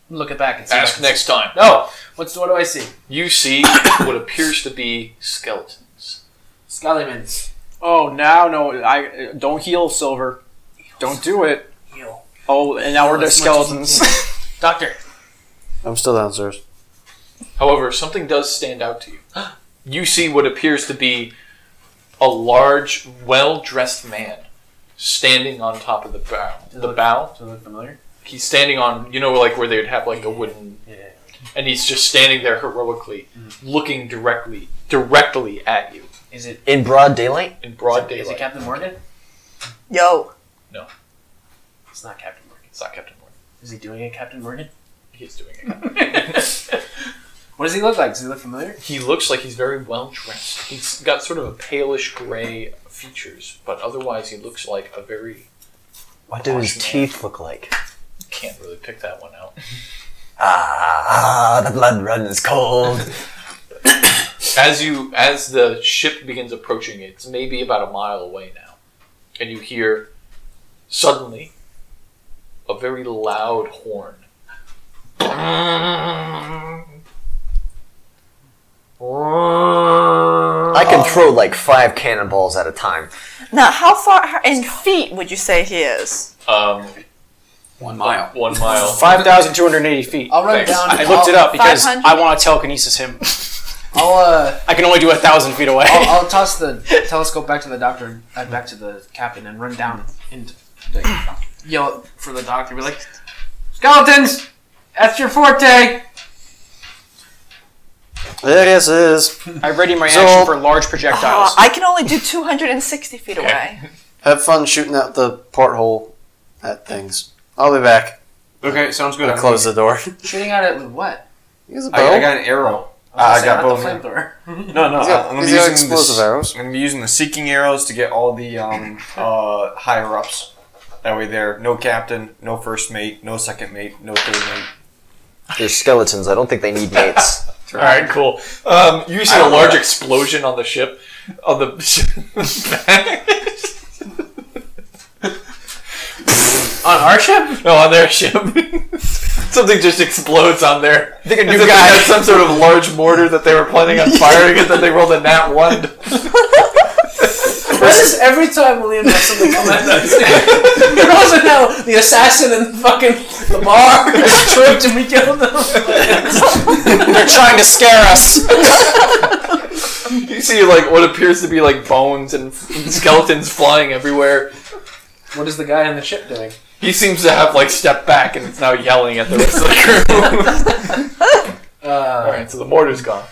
[SPEAKER 15] and Look it back and see.
[SPEAKER 1] ask next time.
[SPEAKER 15] No. What's what do I see?
[SPEAKER 1] You see what appears to be skeletons.
[SPEAKER 15] Skeletons.
[SPEAKER 7] Oh, now no, I don't heal silver. Don't do it.
[SPEAKER 15] Heal.
[SPEAKER 7] Oh, and now we're
[SPEAKER 15] Heal
[SPEAKER 7] the
[SPEAKER 15] as much as you
[SPEAKER 7] skeletons.
[SPEAKER 15] Doctor.
[SPEAKER 5] I'm still downstairs.
[SPEAKER 1] However, something does stand out to you. You see what appears to be a large, well dressed man standing on top of the bow. The bow?
[SPEAKER 15] Does it look familiar?
[SPEAKER 1] He's standing on, you know, like where they'd have like a wooden.
[SPEAKER 15] Yeah. Mm.
[SPEAKER 1] And he's just standing there heroically, looking directly, directly at you
[SPEAKER 15] Is it?
[SPEAKER 3] In broad daylight,
[SPEAKER 1] in broad
[SPEAKER 15] Is it
[SPEAKER 1] daylight.
[SPEAKER 15] Captain Morgan?
[SPEAKER 4] Yo,
[SPEAKER 15] It's not Captain Morgan.
[SPEAKER 1] It's not Captain Morgan.
[SPEAKER 15] Is he doing it, Captain Morgan?
[SPEAKER 1] He's doing it.
[SPEAKER 15] What does he look like? Does he look familiar?
[SPEAKER 1] He looks like he's very well dressed. He's got sort of a palish gray features, but otherwise he looks like a very.
[SPEAKER 3] what do his
[SPEAKER 1] Gosh,
[SPEAKER 3] teeth look like?
[SPEAKER 1] Can't really pick that one out.
[SPEAKER 3] Ah, ah, the blood runs cold.
[SPEAKER 1] As you as the ship begins approaching, it's maybe about a mile away now, and you hear suddenly a very loud horn.
[SPEAKER 3] I can throw like five cannonballs at a time.
[SPEAKER 4] now how far how- in feet would you say he is?
[SPEAKER 1] Um,
[SPEAKER 6] One mile.
[SPEAKER 1] one mile.
[SPEAKER 7] Five thousand two hundred eighty feet.
[SPEAKER 2] I'll run
[SPEAKER 1] Thanks.
[SPEAKER 2] down.
[SPEAKER 7] I looked it up because
[SPEAKER 4] 500?
[SPEAKER 7] I want to telekinesis him.
[SPEAKER 2] I'll uh,
[SPEAKER 7] I can only do a thousand feet away.
[SPEAKER 2] I'll, I'll toss the telescope back to the doctor, uh, back to the captain, and run down and like, yell for the doctor. Be like, skeletons, that's your forte.
[SPEAKER 5] There it is.
[SPEAKER 7] I ready my
[SPEAKER 5] So-
[SPEAKER 7] action for large projectiles.
[SPEAKER 4] Uh, I can only do 260 feet away.
[SPEAKER 5] Have fun shooting out the porthole at things. I'll be back.
[SPEAKER 8] Okay, sounds good.
[SPEAKER 5] I close the door.
[SPEAKER 2] Shooting at it with what?
[SPEAKER 5] Use a bow.
[SPEAKER 8] I, I got an arrow.
[SPEAKER 2] was
[SPEAKER 8] I got
[SPEAKER 2] gonna say,
[SPEAKER 8] both.
[SPEAKER 2] not the flamethrower.
[SPEAKER 8] No, no. I'm
[SPEAKER 5] He's got,
[SPEAKER 8] gonna
[SPEAKER 5] he's
[SPEAKER 8] be
[SPEAKER 5] got
[SPEAKER 8] using
[SPEAKER 5] explosive
[SPEAKER 8] the,
[SPEAKER 5] arrows.
[SPEAKER 8] I'm gonna be using the seeking arrows to get all the um, uh, higher ups. That way, there no captain, no first mate, no second mate, no third mate.
[SPEAKER 3] They're skeletons. I don't think they need mates.
[SPEAKER 1] All right, cool. Um, you see a large explosion on the ship, on the ship.
[SPEAKER 2] On our ship?
[SPEAKER 1] no, on their ship. Something just explodes on there.
[SPEAKER 3] I think a
[SPEAKER 1] As if they had some sort of large mortar that they were planning on firing, and then they rolled a nat one.
[SPEAKER 2] This is every time William does something come at us. You're also now the assassin in the fucking the bar is tripped and we killed them.
[SPEAKER 7] They're trying to scare us.
[SPEAKER 1] You see, like what appears to be like bones and skeletons flying everywhere.
[SPEAKER 2] what is the guy on the ship doing?
[SPEAKER 1] He seems to have like stepped back and is now yelling at the rest of the crew. All
[SPEAKER 2] Uh,
[SPEAKER 1] right, so the mortar's gone.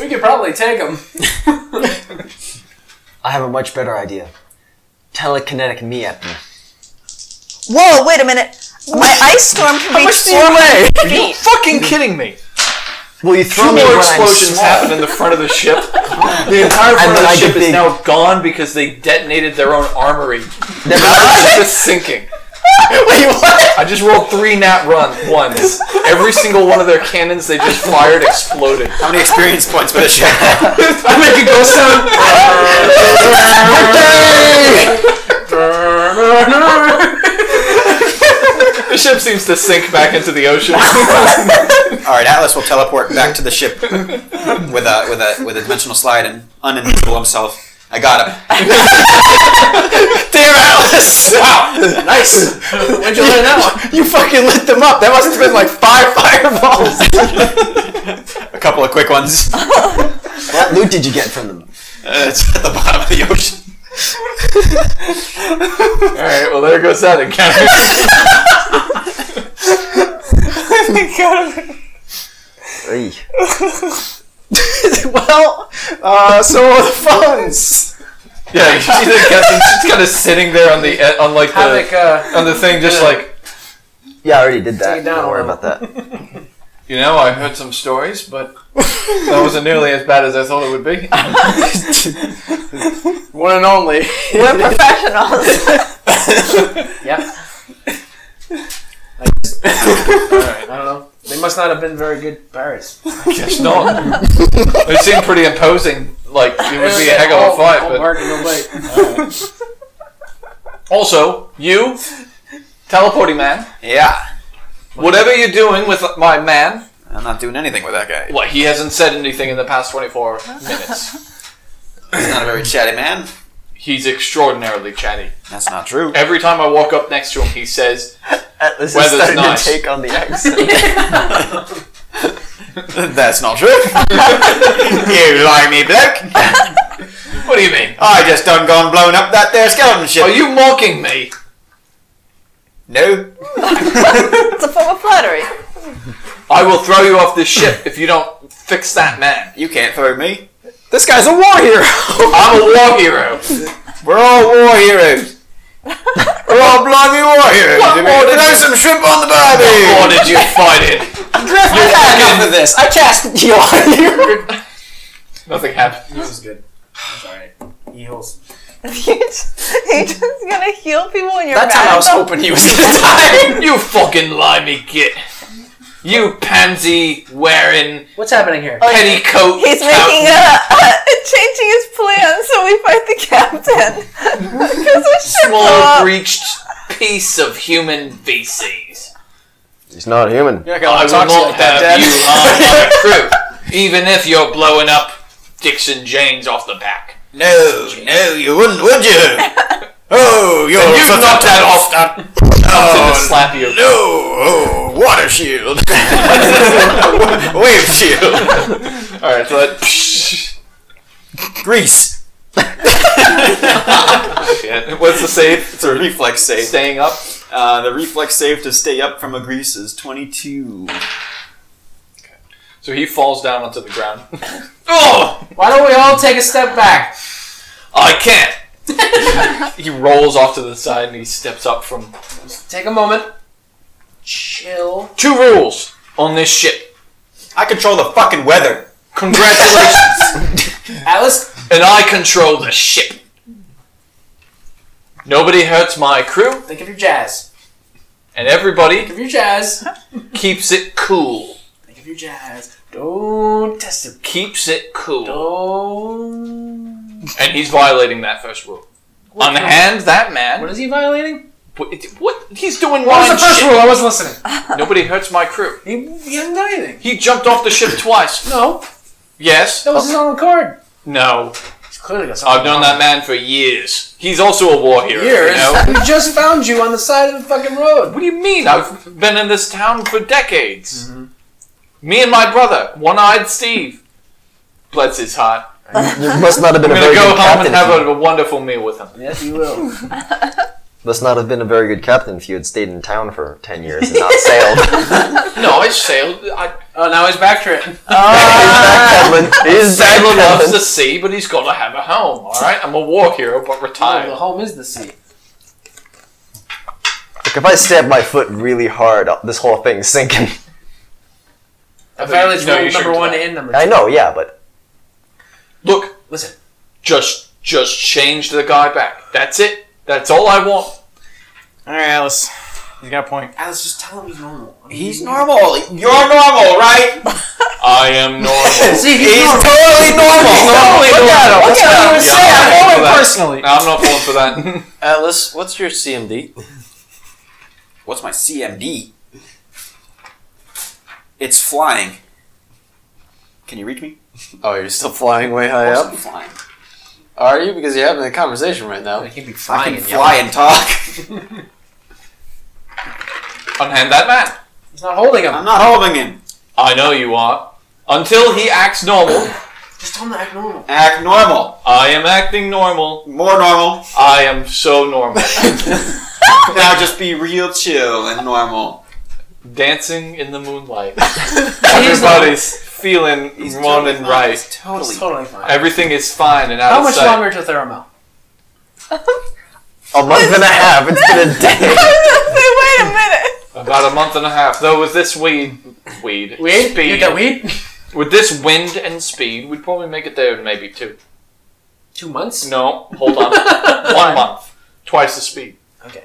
[SPEAKER 2] We could probably take him.
[SPEAKER 3] I have a much better idea. Telekinetic me at them.
[SPEAKER 4] Whoa, wait a minute. My ice storm can reach
[SPEAKER 3] do you weigh?
[SPEAKER 4] 400
[SPEAKER 1] Are you
[SPEAKER 4] feet.
[SPEAKER 1] fucking kidding me?
[SPEAKER 3] Will you
[SPEAKER 1] Two
[SPEAKER 3] throw me
[SPEAKER 1] more
[SPEAKER 3] when
[SPEAKER 1] explosions
[SPEAKER 3] I'm
[SPEAKER 1] happen
[SPEAKER 3] small?
[SPEAKER 1] in the front of the ship. The entire
[SPEAKER 3] And
[SPEAKER 1] front
[SPEAKER 3] then
[SPEAKER 1] of the
[SPEAKER 3] I
[SPEAKER 1] ship
[SPEAKER 3] get
[SPEAKER 1] is
[SPEAKER 3] big.
[SPEAKER 1] now gone because they detonated their own armory. The
[SPEAKER 3] Never
[SPEAKER 1] ship is sinking.
[SPEAKER 3] Wait, what?
[SPEAKER 1] I just rolled three nat run ones. Every single one of their cannons they just fired exploded.
[SPEAKER 6] How many experience points would it show?
[SPEAKER 1] I make a ghost sound. The ship seems to sink back into the ocean.
[SPEAKER 6] All right, Atlas will teleport back to the ship with a with a with a dimensional slide and uninvisible himself. I got him.
[SPEAKER 3] Damn Atlas!
[SPEAKER 6] Wow,
[SPEAKER 3] Nice.
[SPEAKER 2] When'd you learn that one?
[SPEAKER 3] You fucking lit them up. That must have been like five fireballs.
[SPEAKER 6] a couple of quick ones.
[SPEAKER 3] what loot did you get from them?
[SPEAKER 6] Uh, it's at the bottom of the ocean.
[SPEAKER 1] All right, well there goes that encounter.
[SPEAKER 3] Oy.
[SPEAKER 7] well, uh, so are the funds.
[SPEAKER 1] yeah, you see the captain just kind of sitting there on the e- on like
[SPEAKER 2] Havoc,
[SPEAKER 1] the
[SPEAKER 2] uh,
[SPEAKER 1] on the thing, just like
[SPEAKER 3] Yeah, I already did
[SPEAKER 2] Take
[SPEAKER 3] that.
[SPEAKER 2] it down
[SPEAKER 3] Don't worry
[SPEAKER 2] a little.
[SPEAKER 3] about that.
[SPEAKER 1] you know, I heard some stories, but that wasn't nearly as bad as I thought it would be.
[SPEAKER 7] One and only.
[SPEAKER 4] We're professionals.
[SPEAKER 2] I don't know. They must not have been very good pirates.
[SPEAKER 1] Guess not. It seemed pretty imposing. Like it would be a heck of
[SPEAKER 2] All-
[SPEAKER 1] a fight,
[SPEAKER 2] all
[SPEAKER 1] but
[SPEAKER 2] bark and no bite.
[SPEAKER 1] Also, you, teleporting man,
[SPEAKER 6] Yeah.
[SPEAKER 1] whatever you're doing with my man,
[SPEAKER 6] I'm not doing anything with that guy.
[SPEAKER 1] well, he hasn't said anything in the past 24 minutes.
[SPEAKER 6] He's not a very chatty man.
[SPEAKER 1] He's extraordinarily chatty.
[SPEAKER 6] That's not true.
[SPEAKER 1] Every time I walk up next to him, he says,
[SPEAKER 3] Atlas is
[SPEAKER 1] Weather's
[SPEAKER 3] starting
[SPEAKER 1] nice.
[SPEAKER 3] to take on the accent.
[SPEAKER 6] That's not true. you lie me, bloke.
[SPEAKER 1] What do you mean?
[SPEAKER 6] I just done gone blown up that there skeleton ship.
[SPEAKER 1] Are you mocking me?
[SPEAKER 6] No.
[SPEAKER 4] it's a form of flattery.
[SPEAKER 1] I will throw you off this ship if you don't fix that man.
[SPEAKER 6] You can't throw me.
[SPEAKER 7] This guy's a war hero.
[SPEAKER 1] I'm a war hero.
[SPEAKER 6] We're all war heroes. We're all bloody war heroes.
[SPEAKER 1] What
[SPEAKER 6] I mean,
[SPEAKER 1] more
[SPEAKER 6] we
[SPEAKER 1] did
[SPEAKER 6] can have
[SPEAKER 1] you-
[SPEAKER 6] some shrimp on the barbie.
[SPEAKER 1] Or did you fight it?
[SPEAKER 7] I had enough of this. I cast heal on you.
[SPEAKER 1] Nothing happened.
[SPEAKER 15] This is good. It's alright. He heals.
[SPEAKER 4] you just, you just gonna heal people in your
[SPEAKER 7] That time I was hoping he was gonna die.
[SPEAKER 1] You fucking limey git. You pansy wearing
[SPEAKER 2] What's happening here?
[SPEAKER 1] petticoat.
[SPEAKER 4] Oh, He's making a, a changing his plan so we fight the captain because the ship blew
[SPEAKER 1] small
[SPEAKER 4] up.
[SPEAKER 1] breached piece of human feces.
[SPEAKER 3] He's not human.
[SPEAKER 7] You're
[SPEAKER 1] I
[SPEAKER 7] not gonna
[SPEAKER 1] will
[SPEAKER 7] talk to
[SPEAKER 1] not
[SPEAKER 7] that guy,
[SPEAKER 1] have
[SPEAKER 7] Dad.
[SPEAKER 1] you on my crew, even if you're blowing up Dixon Janes off the back.
[SPEAKER 6] No, no, you wouldn't, would you? Oh, you're
[SPEAKER 1] you've
[SPEAKER 6] such a
[SPEAKER 1] knocked that off.
[SPEAKER 6] bastard.
[SPEAKER 1] I'm gonna
[SPEAKER 6] Oh,
[SPEAKER 1] slap you.
[SPEAKER 6] no, oh, water shield. Wave shield.
[SPEAKER 1] All right, so that. Shit.
[SPEAKER 6] Grease.
[SPEAKER 1] What's the save?
[SPEAKER 6] It's a reflex save.
[SPEAKER 1] Staying up.
[SPEAKER 6] Uh, the reflex save to stay up from a grease is 22.
[SPEAKER 1] So he falls down onto the ground.
[SPEAKER 6] Oh!
[SPEAKER 2] Why don't we all take a step back?
[SPEAKER 1] I can't. he rolls off to the side and he steps up from.
[SPEAKER 2] Take a moment. Chill.
[SPEAKER 1] Two rules on this ship.
[SPEAKER 6] I control the fucking weather.
[SPEAKER 1] Congratulations,
[SPEAKER 2] Alice,
[SPEAKER 1] and I control the ship. Nobody hurts my crew,
[SPEAKER 2] think of your jazz.
[SPEAKER 1] and everybody
[SPEAKER 2] Think of your jazz.
[SPEAKER 1] keeps it cool.
[SPEAKER 2] Think of your jazz. Don't test it.
[SPEAKER 1] Keeps it cool.
[SPEAKER 2] Don't.
[SPEAKER 1] And he's violating that first rule. Unhand that man.
[SPEAKER 2] What is he violating?
[SPEAKER 1] What, what? He's doing
[SPEAKER 2] What was
[SPEAKER 1] wrong
[SPEAKER 2] the first
[SPEAKER 1] shit.
[SPEAKER 2] rule? I wasn't listening.
[SPEAKER 1] Nobody hurts my crew.
[SPEAKER 2] He, he hasn't done anything.
[SPEAKER 1] He jumped off the ship twice.
[SPEAKER 2] No,
[SPEAKER 1] Yes.
[SPEAKER 2] that was his own accord.
[SPEAKER 1] No.
[SPEAKER 2] He's clearly got something.
[SPEAKER 1] I've known that man for years. He's also a war hero.
[SPEAKER 2] Years.
[SPEAKER 1] You know?
[SPEAKER 2] We just found you on the side of the fucking road.
[SPEAKER 1] What do you mean? I've been in this town for decades.
[SPEAKER 2] Mm-hmm.
[SPEAKER 1] Me and my brother, one-eyed Steve. Bless his heart.
[SPEAKER 3] You must not have been a
[SPEAKER 1] I'm gonna
[SPEAKER 3] very
[SPEAKER 1] go home
[SPEAKER 3] good captain.
[SPEAKER 1] and
[SPEAKER 3] if
[SPEAKER 1] have
[SPEAKER 3] you-
[SPEAKER 1] a, a wonderful meal with him.
[SPEAKER 2] Yes, you will.
[SPEAKER 3] Must not have been a very good captain if you had stayed in town for ten years and not sailed.
[SPEAKER 1] No, I sailed. I,
[SPEAKER 2] Oh, now he's backtracking.
[SPEAKER 3] He's back captain. He's back
[SPEAKER 1] Ah! Sailor loves the
[SPEAKER 3] captain.
[SPEAKER 1] sea, but he's got to have a home. All right, I'm a war hero, but
[SPEAKER 2] Oh, the
[SPEAKER 1] retired.
[SPEAKER 2] home is the sea.
[SPEAKER 3] Look, if I stamp my foot really hard, uh, this whole thing's sinking.
[SPEAKER 2] Apparently, it's
[SPEAKER 1] No, you
[SPEAKER 2] rule number
[SPEAKER 1] shouldn't
[SPEAKER 2] one
[SPEAKER 1] do that.
[SPEAKER 2] and number two.
[SPEAKER 3] I know, yeah, but
[SPEAKER 1] Look,
[SPEAKER 2] Listen,
[SPEAKER 1] just just change the guy back. That's it. That's all I want.
[SPEAKER 7] All right, Alice. You got a point.
[SPEAKER 2] Alice, just tell him he's normal. I mean,
[SPEAKER 6] He's normal.
[SPEAKER 8] Uh,
[SPEAKER 6] You're normal, right?
[SPEAKER 1] I am normal.
[SPEAKER 2] See, he's,
[SPEAKER 6] He's
[SPEAKER 2] normal.
[SPEAKER 6] totally normal.
[SPEAKER 3] totally
[SPEAKER 6] Look at him.
[SPEAKER 3] normal.
[SPEAKER 6] Look
[SPEAKER 7] I
[SPEAKER 6] at
[SPEAKER 7] don't
[SPEAKER 6] him.
[SPEAKER 7] even say
[SPEAKER 1] I'm not
[SPEAKER 7] I know
[SPEAKER 1] for
[SPEAKER 7] him
[SPEAKER 1] that.
[SPEAKER 7] personally.
[SPEAKER 1] No, I'm not falling for that.
[SPEAKER 5] Atlas, what's your CMD?
[SPEAKER 6] What's my CMD? It's flying. Can you reach me?
[SPEAKER 5] Oh, you're still flying way high
[SPEAKER 6] Of course
[SPEAKER 5] up.
[SPEAKER 6] I'm flying.
[SPEAKER 5] Are you? Because you're having a conversation right now.
[SPEAKER 15] I can't be
[SPEAKER 6] I
[SPEAKER 15] flying.
[SPEAKER 6] can fly and talk.
[SPEAKER 1] Unhand that man.
[SPEAKER 2] he's not holding him.
[SPEAKER 6] I'm not holding him.
[SPEAKER 1] I know you are. Until he acts normal,
[SPEAKER 2] Just tell him to act normal.
[SPEAKER 6] Act normal.
[SPEAKER 1] I am acting normal.
[SPEAKER 6] More normal.
[SPEAKER 1] I am so normal.
[SPEAKER 6] now just be real chill and normal.
[SPEAKER 1] Dancing in the moonlight. Everybody's feeling one and right.
[SPEAKER 6] Totally.
[SPEAKER 2] It's totally fine.
[SPEAKER 1] Everything is fine and out
[SPEAKER 2] How
[SPEAKER 1] of
[SPEAKER 2] much
[SPEAKER 1] sight.
[SPEAKER 2] longer to Theramel?
[SPEAKER 3] A month and a half. It's been a day.
[SPEAKER 4] I was gonna say, wait a minute.
[SPEAKER 1] About a month and a half. Though with this weed, weed,
[SPEAKER 2] Weed?
[SPEAKER 1] speed,
[SPEAKER 2] You got weed?
[SPEAKER 1] with this wind and speed, we'd probably make it there in maybe two.
[SPEAKER 2] Two months?
[SPEAKER 1] No, hold on, one month, twice the speed.
[SPEAKER 2] Okay.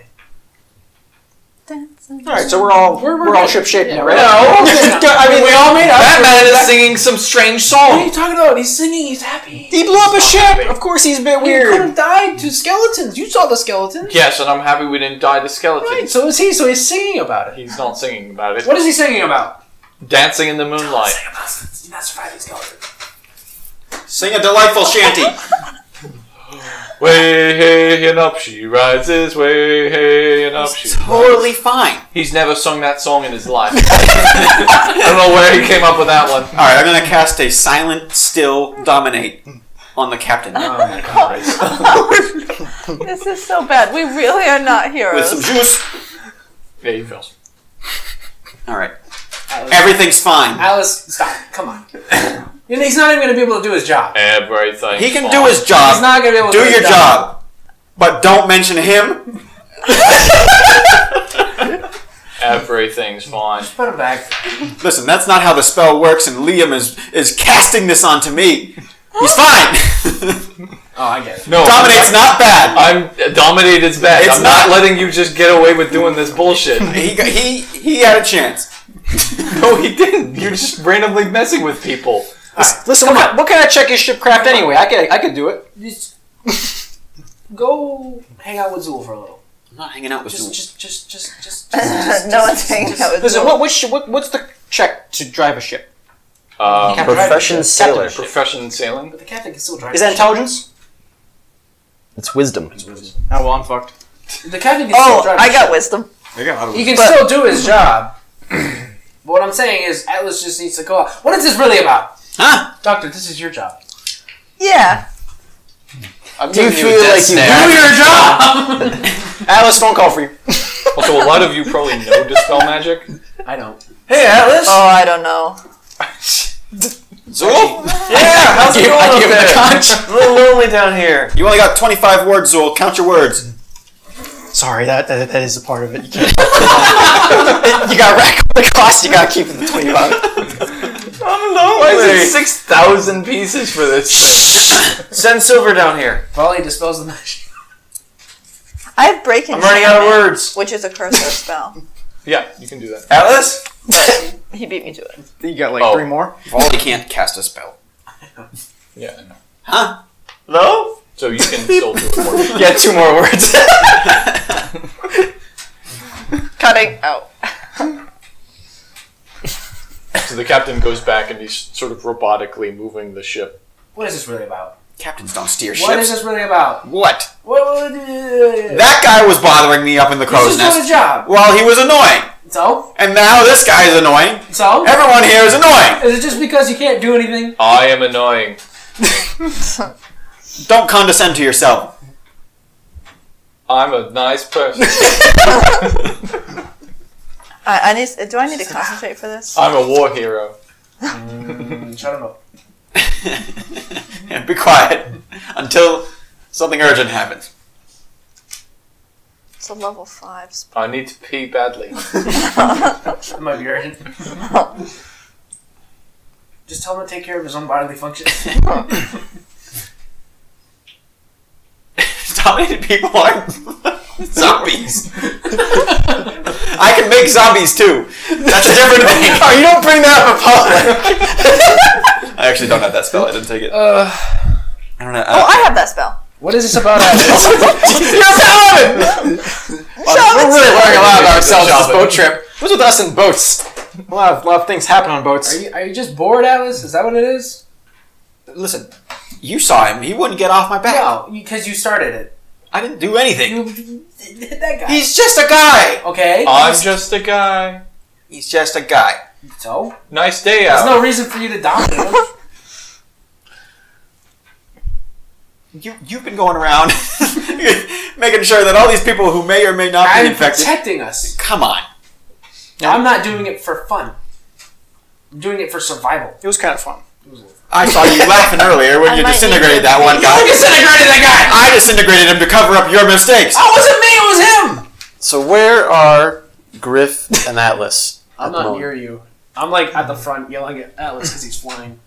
[SPEAKER 7] All right, so we're all we're, we're, all ship shape now, right?
[SPEAKER 1] I mean, we all made up. That man is singing some strange
[SPEAKER 2] What are
[SPEAKER 1] song.
[SPEAKER 2] you talking about? He's singing. He's happy.
[SPEAKER 7] He blew up a ship. Of course, he's a bit
[SPEAKER 2] He could
[SPEAKER 7] weird.
[SPEAKER 2] have died to skeletons. You saw the skeletons.
[SPEAKER 1] Yes, and I'm happy we didn't die to skeletons.
[SPEAKER 2] Right, so is he. So he's singing about it.
[SPEAKER 1] He's not singing about it.
[SPEAKER 2] What is he singing about?
[SPEAKER 1] Dancing in the moonlight.
[SPEAKER 2] He's not surviving skeletons.
[SPEAKER 6] Sing a delightful shanty.
[SPEAKER 1] Way hey and up she rises. Way hey and up she.
[SPEAKER 6] totally fine.
[SPEAKER 1] He's never sung that song in his life. I don't know where he came up with that one.
[SPEAKER 6] All right, I'm gonna cast a silent, still dominate on the captain
[SPEAKER 4] This is so bad. We really are not
[SPEAKER 6] with
[SPEAKER 4] heroes.
[SPEAKER 6] some juice.
[SPEAKER 1] Yeah, he fails.
[SPEAKER 6] All right, everything's fine.
[SPEAKER 2] Alice, stop. Come on. You know, he's not even going to be able to do his job.
[SPEAKER 1] Everything.
[SPEAKER 6] He can do his job.
[SPEAKER 2] He's not going to be able to
[SPEAKER 6] do
[SPEAKER 2] his
[SPEAKER 6] your job, but don't mention him.
[SPEAKER 1] Everything's fine.
[SPEAKER 2] Put him back.
[SPEAKER 6] Listen, that's not how the spell works, and Liam is is casting this onto me. He's fine.
[SPEAKER 2] Oh, I get it.
[SPEAKER 1] No,
[SPEAKER 6] Dominate's not bad. Uh,
[SPEAKER 1] I'm dominated's bad.
[SPEAKER 6] It's
[SPEAKER 1] I'm not,
[SPEAKER 6] not-
[SPEAKER 1] letting you just get away with doing this bullshit.
[SPEAKER 6] He got, he he had a chance.
[SPEAKER 1] no, he didn't. You're just randomly messing with people.
[SPEAKER 7] Listen, what, kind- what can I check his shipcraft anyway? I could I could do it.
[SPEAKER 2] Just go hang out with Zool for a little.
[SPEAKER 6] I'm not hanging out with
[SPEAKER 2] Just,
[SPEAKER 6] you.
[SPEAKER 2] just, just, just, just.
[SPEAKER 4] no one's hanging out with
[SPEAKER 7] Listen,
[SPEAKER 4] Zool.
[SPEAKER 7] what, what, sh- what what's the check to drive a ship?
[SPEAKER 1] Um,
[SPEAKER 3] Profession sailor.
[SPEAKER 1] profession in sailing.
[SPEAKER 2] But the captain can still drive.
[SPEAKER 7] Is that intelligence?
[SPEAKER 3] It's wisdom.
[SPEAKER 8] Oh, well, I'm fucked.
[SPEAKER 2] The captain can still
[SPEAKER 4] Oh,
[SPEAKER 2] drive.
[SPEAKER 4] I got wisdom.
[SPEAKER 2] He can still do his job. but what I'm saying is, Atlas just needs to go out. What is this really about?
[SPEAKER 6] Huh?
[SPEAKER 2] Doctor, this is your job.
[SPEAKER 4] Yeah.
[SPEAKER 3] Do you feel like you
[SPEAKER 7] your job. Alice, phone call for you.
[SPEAKER 1] Also, a lot of you probably know dispel magic.
[SPEAKER 2] I don't.
[SPEAKER 7] Hey, Alice.
[SPEAKER 4] Oh, I don't know.
[SPEAKER 6] Zool?
[SPEAKER 7] yeah, how's it going? I give him the conch.
[SPEAKER 8] A little lonely down here.
[SPEAKER 6] You only got 25 words, Zool. Count your words.
[SPEAKER 7] Sorry, that, that that is a part of it. You, can't- you got to rack up the cost. You got to keep it the twenty bucks.
[SPEAKER 1] Why is it six thousand pieces for this?
[SPEAKER 8] Send Silver down here.
[SPEAKER 2] Volley dispels the magic.
[SPEAKER 4] I have breaking.
[SPEAKER 8] I'm running out of
[SPEAKER 4] Command,
[SPEAKER 8] words.
[SPEAKER 4] Which is a cursor spell,
[SPEAKER 1] Yeah, you can do that.
[SPEAKER 8] Atlas?
[SPEAKER 4] but he beat me to it.
[SPEAKER 7] You got like
[SPEAKER 1] Oh.
[SPEAKER 7] three more.
[SPEAKER 6] Volley can't cast a spell.
[SPEAKER 1] Yeah, I know.
[SPEAKER 8] No?
[SPEAKER 1] So you can still do it.
[SPEAKER 7] Yeah, two more words.
[SPEAKER 4] Cutting out.
[SPEAKER 1] So the captain goes back and he's sort of robotically moving the ship.
[SPEAKER 2] What is this really about?
[SPEAKER 6] Captains don't steer
[SPEAKER 2] What is
[SPEAKER 6] ships.
[SPEAKER 2] this really about?
[SPEAKER 6] What?
[SPEAKER 2] What? what, what that
[SPEAKER 6] That guy was bothering me up in the crow's
[SPEAKER 2] this is not a
[SPEAKER 6] nest.
[SPEAKER 2] job.
[SPEAKER 6] Well, he was annoying.
[SPEAKER 2] So,
[SPEAKER 6] And now this guy is annoying.
[SPEAKER 2] so
[SPEAKER 6] Everyone here is annoying.
[SPEAKER 2] is it just because you can't do anything?
[SPEAKER 1] I am annoying.
[SPEAKER 6] Don't condescend to yourself.
[SPEAKER 1] I'm a nice person.
[SPEAKER 4] I, I need. Do I need to concentrate for this?
[SPEAKER 1] I'm a war hero.
[SPEAKER 2] Shut him up.
[SPEAKER 6] Be quiet until something urgent happens.
[SPEAKER 4] It's a level five spell.
[SPEAKER 1] I need to pee badly.
[SPEAKER 4] Oh,
[SPEAKER 2] That might be urgent. just tell him to take care of his own bodily functions.
[SPEAKER 6] Dominated people are zombies. I can make zombies too. That's a different thing.
[SPEAKER 7] oh, you don't bring that up in public.
[SPEAKER 6] I actually don't have that spell. I didn't take it.
[SPEAKER 2] Uh,
[SPEAKER 6] I don't know.
[SPEAKER 4] Oh, I have that spell.
[SPEAKER 2] what is this about? Atlas?
[SPEAKER 7] We're really learning a lot about ourselves
[SPEAKER 1] Good
[SPEAKER 7] this
[SPEAKER 1] job,
[SPEAKER 7] boat trip. What's with us in boats? A lot of, lot of things happen on boats.
[SPEAKER 2] Are you are you just bored, Atlas? Is that what it is?
[SPEAKER 6] Listen, you saw him. He wouldn't get off my back.
[SPEAKER 2] No, because you started it.
[SPEAKER 6] I didn't do anything.
[SPEAKER 2] You hit that guy.
[SPEAKER 6] He's just a guy.
[SPEAKER 2] okay.
[SPEAKER 1] I'm just a guy.
[SPEAKER 6] He's just a guy.
[SPEAKER 2] so
[SPEAKER 1] Nice day
[SPEAKER 2] there's
[SPEAKER 1] out.
[SPEAKER 2] no reason for you to dominate. him.
[SPEAKER 6] you you've been going around making sure that all these people who may or may not be
[SPEAKER 2] I'm
[SPEAKER 6] infected.
[SPEAKER 2] protecting us.
[SPEAKER 6] Come on.
[SPEAKER 2] I'm not doing it for fun. I'm doing it for survival.
[SPEAKER 7] It was kind of fun.
[SPEAKER 6] I saw you laughing earlier when
[SPEAKER 4] I
[SPEAKER 6] you
[SPEAKER 4] might need
[SPEAKER 6] disintegrated that
[SPEAKER 4] to-
[SPEAKER 6] one guy.
[SPEAKER 2] I disintegrated that guy.
[SPEAKER 6] I disintegrated him to cover up your mistakes.
[SPEAKER 2] Oh, it wasn't me. It was him.
[SPEAKER 5] So where are Griff and Atlas? at
[SPEAKER 2] I'm
[SPEAKER 5] the
[SPEAKER 2] not
[SPEAKER 5] moment?
[SPEAKER 2] near you. I'm like at the front yelling at Atlas because he's flying.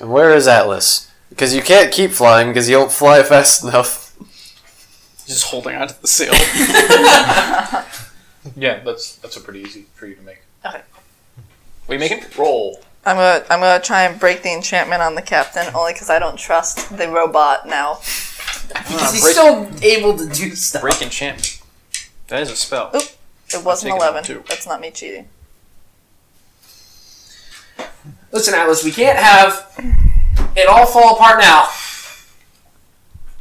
[SPEAKER 5] And where is Atlas? Because you can't keep flying because you don't fly fast enough.
[SPEAKER 7] Just holding onto the sail.
[SPEAKER 1] Yeah, that's that's a pretty easy for you to make.
[SPEAKER 4] Okay.
[SPEAKER 1] What are you making? Roll.
[SPEAKER 4] I'm gonna I'm gonna try and break the enchantment on the captain only because I don't trust the robot now.
[SPEAKER 15] Because he's still able to do stuff.
[SPEAKER 5] Break enchantment. That is a spell.
[SPEAKER 4] It was an
[SPEAKER 5] taking it
[SPEAKER 4] eleven.
[SPEAKER 5] too.
[SPEAKER 4] That's not me cheating.
[SPEAKER 2] Listen, Atlas, we can't have it all fall apart now.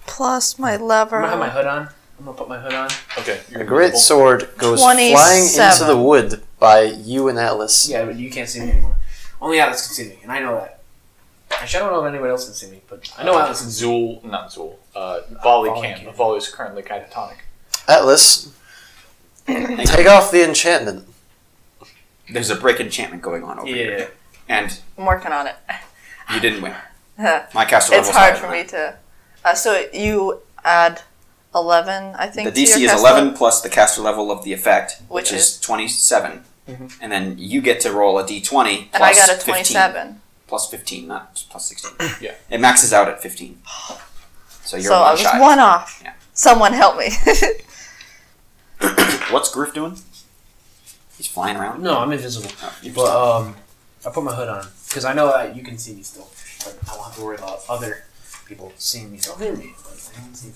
[SPEAKER 4] Plus my
[SPEAKER 2] I'm gonna have my
[SPEAKER 4] lever.
[SPEAKER 2] hood on. I'm gonna put my hood on.
[SPEAKER 1] Okay. You're
[SPEAKER 5] A great sword goes
[SPEAKER 4] 27.
[SPEAKER 5] flying into the wood by you and Atlas.
[SPEAKER 2] Yeah, but you can't see me anymore. Only Atlas can see me, and I know that. Actually, I don't know if anybody else can see me, but I know Atlas. Is-
[SPEAKER 1] Zool, not Zool. Uh, volley
[SPEAKER 2] Volley
[SPEAKER 1] can.
[SPEAKER 2] can.
[SPEAKER 1] The volley is currently catatonic.
[SPEAKER 5] Atlas, take off the enchantment.
[SPEAKER 6] There's a break enchantment going on over here,
[SPEAKER 2] yeah.
[SPEAKER 6] and
[SPEAKER 4] I'm working on it.
[SPEAKER 6] you didn't win. My caster
[SPEAKER 4] it's
[SPEAKER 6] level's
[SPEAKER 4] hard
[SPEAKER 6] higher
[SPEAKER 4] for
[SPEAKER 6] than
[SPEAKER 4] me to. Uh, so you add eleven, I think. to
[SPEAKER 6] that. The
[SPEAKER 4] your
[SPEAKER 6] DC is
[SPEAKER 4] cast
[SPEAKER 6] 11
[SPEAKER 4] level?
[SPEAKER 6] plus the caster level of the effect,
[SPEAKER 4] Which
[SPEAKER 6] which,
[SPEAKER 4] is-
[SPEAKER 6] is, 27,
[SPEAKER 7] Mm-hmm.
[SPEAKER 6] and then you get to roll a d20
[SPEAKER 4] and I
[SPEAKER 6] plus
[SPEAKER 4] got a
[SPEAKER 6] 15.
[SPEAKER 4] twenty-seven.
[SPEAKER 6] plus 15, not plus 16.
[SPEAKER 1] Yeah.
[SPEAKER 6] It maxes out at 15. So you're
[SPEAKER 4] so I
[SPEAKER 6] one
[SPEAKER 4] was
[SPEAKER 6] shy.
[SPEAKER 4] one off.
[SPEAKER 6] Yeah.
[SPEAKER 4] Someone help me.
[SPEAKER 6] What's Griff doing? He's flying around.
[SPEAKER 2] no, I'm invisible.
[SPEAKER 6] Oh, you're
[SPEAKER 2] But
[SPEAKER 6] still-
[SPEAKER 2] um, I put my hood on because I know that you can see me still. Like I don't have to worry about other people seeing me. They'll hear me. but they won't see me.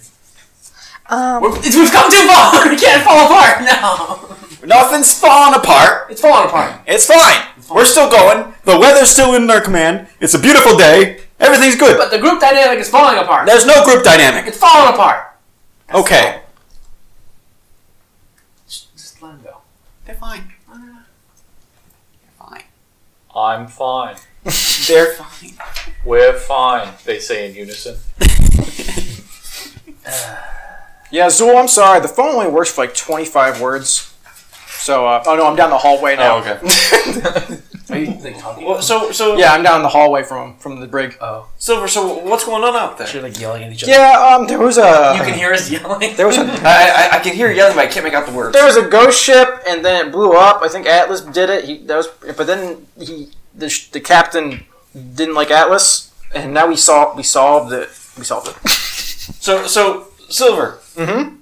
[SPEAKER 4] um,
[SPEAKER 2] We've, it's- we've come too far. We can't fall apart now.
[SPEAKER 6] Nothing's falling apart.
[SPEAKER 2] It's falling apart.
[SPEAKER 6] It's fine. We're still going. The weather's still in our command. It's a beautiful day. Everything's good.
[SPEAKER 2] But the group dynamic is falling apart.
[SPEAKER 6] There's no group dynamic.
[SPEAKER 2] It's falling apart.
[SPEAKER 6] Okay.
[SPEAKER 2] Just, just let him go.
[SPEAKER 6] They're fine. They're fine.
[SPEAKER 1] I'm fine.
[SPEAKER 6] They're fine.
[SPEAKER 1] We're fine. They say in unison.
[SPEAKER 7] yeah, Zool, I'm sorry. The phone only works for like 25 words. So, uh, oh no, I'm down the hallway now.
[SPEAKER 8] Oh, okay.
[SPEAKER 2] Are you like, talking?
[SPEAKER 8] Well, so so
[SPEAKER 7] Yeah, I'm down the hallway from from the brig.
[SPEAKER 8] Silver. So what's going on out there?
[SPEAKER 2] You're like yelling at each other.
[SPEAKER 7] Yeah, um, there was a
[SPEAKER 2] You can hear us yelling.
[SPEAKER 7] there was a
[SPEAKER 8] I, I I can hear yelling, but I can't make out the words.
[SPEAKER 7] there was a ghost ship, and then it blew up. I think Atlas did it. He that was, but then he the, sh- the captain didn't like Atlas, and now we saw we solved it. We solved it.
[SPEAKER 8] So so Silver.
[SPEAKER 7] Mhm.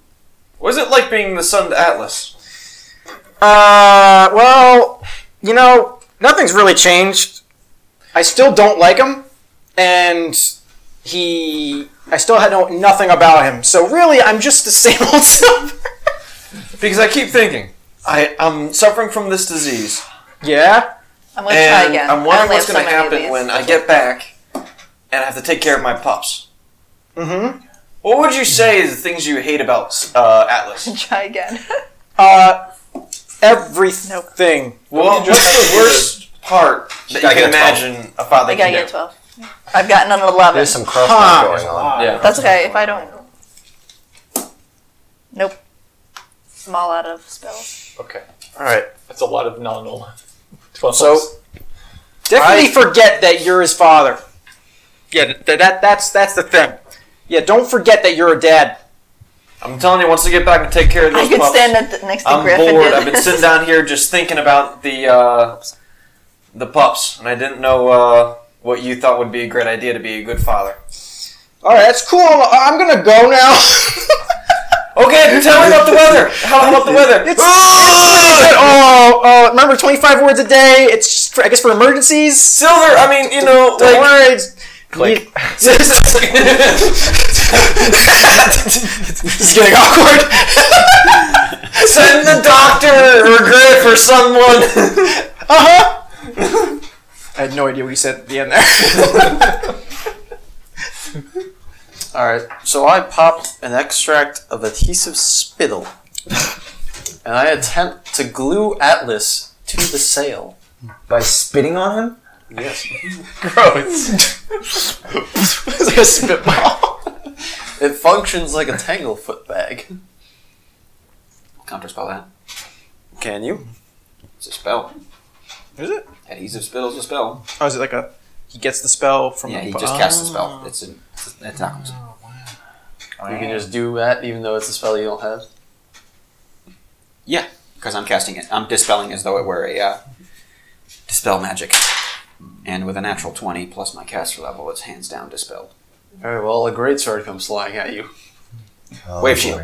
[SPEAKER 8] What is it like being the son to Atlas?
[SPEAKER 7] Uh, well, you know, nothing's really changed. I still don't like him, and he. I still had no, nothing about him. So really, I'm just the same old Silver.
[SPEAKER 8] Because I keep thinking I I'm suffering from this disease,
[SPEAKER 7] yeah.
[SPEAKER 4] I'm gonna try
[SPEAKER 8] and
[SPEAKER 4] again.
[SPEAKER 8] I'm
[SPEAKER 4] I
[SPEAKER 8] wondering
[SPEAKER 4] only
[SPEAKER 8] what's
[SPEAKER 4] have so
[SPEAKER 8] going to
[SPEAKER 4] many of
[SPEAKER 8] happen
[SPEAKER 4] these.
[SPEAKER 8] when I get back, and I have to take care of my pups.
[SPEAKER 7] Mm-hmm.
[SPEAKER 8] What would you say is the things you hate about uh, Atlas?
[SPEAKER 4] try again.
[SPEAKER 7] Uh, everything.
[SPEAKER 8] Well, what's the worst part that you
[SPEAKER 3] gotta
[SPEAKER 8] can
[SPEAKER 3] get a 12.
[SPEAKER 8] imagine a father
[SPEAKER 4] I gotta
[SPEAKER 8] can
[SPEAKER 4] get
[SPEAKER 8] do?
[SPEAKER 4] twelve. I've gotten an eleven.
[SPEAKER 3] There's some crosstalk
[SPEAKER 7] Huh.
[SPEAKER 3] going on.
[SPEAKER 8] Yeah.
[SPEAKER 4] That's okay if I don't. Nope. I'm all out of spells.
[SPEAKER 1] Okay.
[SPEAKER 5] All right.
[SPEAKER 1] That's a lot of nominal. Twelve.
[SPEAKER 5] So
[SPEAKER 7] Definitely
[SPEAKER 5] I-
[SPEAKER 7] forget that you're his father. Yeah, th- th- that that's that's the thing. Yeah, don't forget that you're a dad.
[SPEAKER 8] I'm telling you, once I get back and take care of those
[SPEAKER 4] I could
[SPEAKER 8] pups,
[SPEAKER 4] stand at the, next to
[SPEAKER 8] I'm
[SPEAKER 4] Griff and
[SPEAKER 8] bored.
[SPEAKER 4] do
[SPEAKER 8] I've been
[SPEAKER 4] this.
[SPEAKER 8] sitting down here just thinking about the uh, the pups, and I didn't know uh, what you thought would be a great idea to be a good father.
[SPEAKER 7] All right, that's cool. I- I'm gonna go now.
[SPEAKER 8] Okay, tell me about the weather. How about the weather?
[SPEAKER 7] It's oh, oh, remember 25 words a day. It's just for, I guess for emergencies.
[SPEAKER 8] Silver. I mean, you know,
[SPEAKER 7] Don't
[SPEAKER 8] like
[SPEAKER 7] worry. it's-
[SPEAKER 5] Click.
[SPEAKER 7] This is getting awkward.
[SPEAKER 8] send the doctor or Griff or someone.
[SPEAKER 7] Uh huh. I had no idea what he said at the end there.
[SPEAKER 5] All right. So I pop an extract of adhesive spittle, and I attempt to glue Atlas to the sail.
[SPEAKER 3] By spitting on him?
[SPEAKER 5] Yes.
[SPEAKER 1] gross.
[SPEAKER 7] it's like a spitball.
[SPEAKER 5] It functions like a tanglefoot bag.
[SPEAKER 6] Counter spell that.
[SPEAKER 5] Can you?
[SPEAKER 6] It's a spell.
[SPEAKER 7] Is it?
[SPEAKER 6] Adhesive spell is a spell.
[SPEAKER 7] Oh, is it like a? He gets the spell from.
[SPEAKER 6] yeah,
[SPEAKER 7] the, Oh.
[SPEAKER 6] he just casts the spell. It's an attack.
[SPEAKER 5] You can just do that even though it's a spell you don't have.
[SPEAKER 6] Because I'm casting it. I'm dispelling as though it were a uh, dispel magic. And with a natural 20 plus my caster level, it's hands down dispelled.
[SPEAKER 5] Alright, well, a great sword comes flying at you.
[SPEAKER 3] Oh,
[SPEAKER 6] Wave
[SPEAKER 3] boy.
[SPEAKER 6] shield.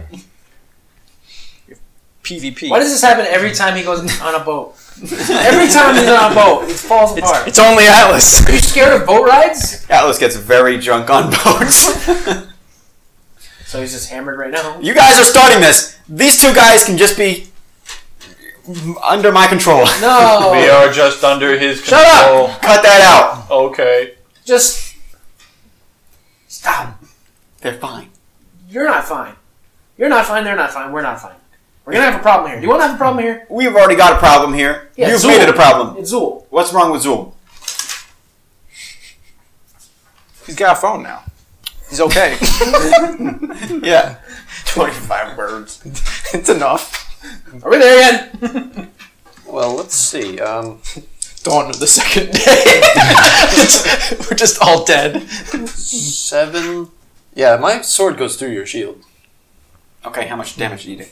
[SPEAKER 7] PvP.
[SPEAKER 2] Why does this happen every time he goes on a boat? Every time he's on a boat, it falls apart.
[SPEAKER 7] It's only Atlas.
[SPEAKER 2] Are you scared of boat rides?
[SPEAKER 6] Atlas gets very drunk on boats.
[SPEAKER 2] So he's just hammered right now.
[SPEAKER 6] you guys are starting this. These two guys can just be under my control.
[SPEAKER 1] We
[SPEAKER 2] No,
[SPEAKER 1] are just under his control.
[SPEAKER 6] Shut up! Cut that out.
[SPEAKER 1] Okay.
[SPEAKER 2] just stop.
[SPEAKER 6] They're fine.
[SPEAKER 2] You're not fine. You're not fine. They're not fine. We're not fine. We're gonna have a problem here. Do you want to have a problem here?
[SPEAKER 6] We've already got a problem here.
[SPEAKER 2] Yeah,
[SPEAKER 6] You've
[SPEAKER 2] Zool.
[SPEAKER 6] made it a problem.
[SPEAKER 2] It's Zool.
[SPEAKER 6] What's wrong with Zool?
[SPEAKER 7] He's got a phone now. He's okay.
[SPEAKER 6] Yeah.
[SPEAKER 5] 25 words.
[SPEAKER 7] it's enough.
[SPEAKER 2] Are we there again?
[SPEAKER 5] Well, let's see. Um,
[SPEAKER 7] Dawn of the second day. It's- we're just all dead.
[SPEAKER 5] seven. Yeah, my sword goes through your shield.
[SPEAKER 6] Okay, how much damage do you do?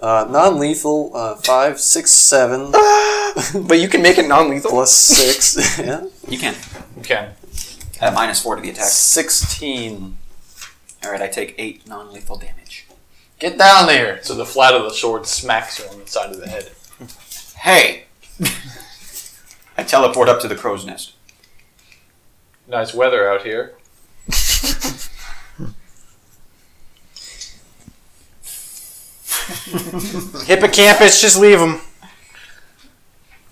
[SPEAKER 5] Uh, non lethal, uh, five, six, seven,
[SPEAKER 7] but you can make it non-lethal.
[SPEAKER 5] plus six. yeah.
[SPEAKER 6] You can.
[SPEAKER 1] Okay.
[SPEAKER 6] At minus 4 to the attack.
[SPEAKER 5] 16.
[SPEAKER 6] Alright, I take 8 non lethal damage.
[SPEAKER 5] Get down there!
[SPEAKER 1] So the flat of the sword smacks her on the side of the head.
[SPEAKER 6] Hey! I teleport up to the crow's nest.
[SPEAKER 1] Nice weather out here.
[SPEAKER 7] Hippocampus, just leave him.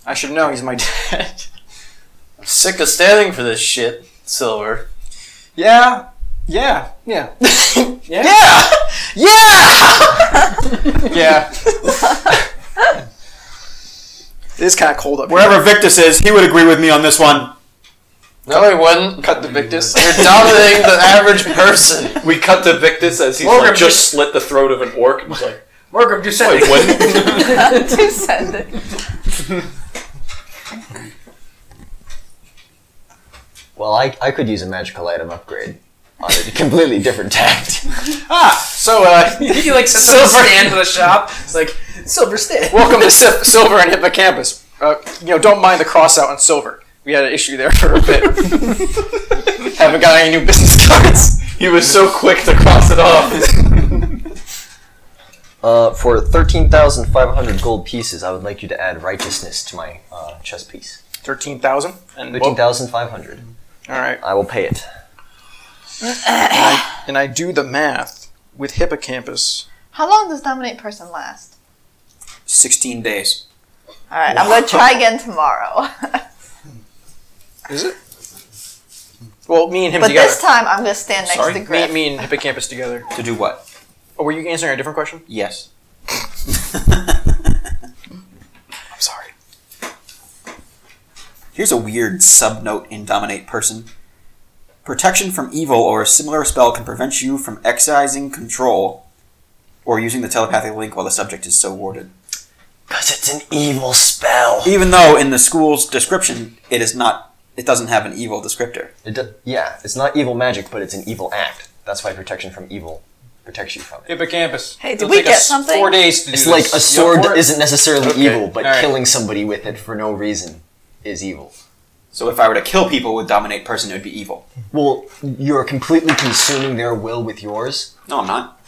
[SPEAKER 7] I should know. He's my dad.
[SPEAKER 5] I'm sick of standing for this shit, Silver.
[SPEAKER 7] Yeah. Yeah. Yeah.
[SPEAKER 2] Yeah.
[SPEAKER 7] Yeah. Yeah. yeah. it is kind of cold up here.
[SPEAKER 6] Wherever Victus is, he would agree with me on this one.
[SPEAKER 5] No, I wouldn't. Cut the Victus. You're dominating the average person.
[SPEAKER 1] We cut to Victus as he's
[SPEAKER 2] Morgan,
[SPEAKER 1] like, just slit the throat of an orc. And he's like,
[SPEAKER 2] Morgan, just said
[SPEAKER 1] wait,
[SPEAKER 2] it.
[SPEAKER 1] what?
[SPEAKER 4] to send it.
[SPEAKER 3] Well, I, I could use a magical item upgrade on a completely different tact.
[SPEAKER 7] So, uh,
[SPEAKER 2] He like sends him a stand to the shop. It's like silver stand.
[SPEAKER 7] welcome to Sil- Silver and Hippocampus. Uh, you know, don't mind the cross out on Silver. We had an issue there for a bit. Haven't got any new business cards.
[SPEAKER 1] he was so quick to cross it off.
[SPEAKER 3] Uh, for 13,500 gold pieces, I would like you to add righteousness to my uh, chess piece.
[SPEAKER 7] Thirteen thousand. And well,
[SPEAKER 3] 13,500.
[SPEAKER 7] all right.
[SPEAKER 3] I will pay it.
[SPEAKER 7] And I do the math with Hippocampus.
[SPEAKER 4] How long does dominate person last?
[SPEAKER 6] 16 days.
[SPEAKER 4] All right, I'm gonna try again tomorrow,
[SPEAKER 7] Is it? Well, me and him
[SPEAKER 4] but
[SPEAKER 7] together.
[SPEAKER 4] this time I'm gonna stand next
[SPEAKER 6] Sorry?
[SPEAKER 4] to
[SPEAKER 7] me,
[SPEAKER 4] Griff.
[SPEAKER 7] me and Hippocampus together.
[SPEAKER 6] To do what?
[SPEAKER 7] Oh, were you answering a different question?
[SPEAKER 6] Yes.
[SPEAKER 7] I'm sorry.
[SPEAKER 6] Here's a weird subnote in Dominate Person. Protection from evil or a similar spell can prevent you from exercising control or using the telepathic link while the subject is so warded.
[SPEAKER 3] Because it's an evil spell.
[SPEAKER 6] Even though in the school's description it is not it doesn't have an evil descriptor.
[SPEAKER 3] It do- yeah, it's not evil magic, but it's an evil act. That's why protection from evil protects you from it.
[SPEAKER 15] Hippocampus.
[SPEAKER 4] Hey, did we get something?
[SPEAKER 15] Four days to
[SPEAKER 3] It's
[SPEAKER 15] do
[SPEAKER 3] like
[SPEAKER 15] this.
[SPEAKER 3] a sword
[SPEAKER 15] Yeah,
[SPEAKER 3] that
[SPEAKER 15] four-
[SPEAKER 3] isn't necessarily
[SPEAKER 15] Okay,
[SPEAKER 3] evil, but
[SPEAKER 15] all right.
[SPEAKER 3] killing somebody with it for no reason is evil.
[SPEAKER 6] So if I were to kill people with Dominate Person it would be evil.
[SPEAKER 3] Well, you're completely consuming their will with yours.
[SPEAKER 6] No, I'm not.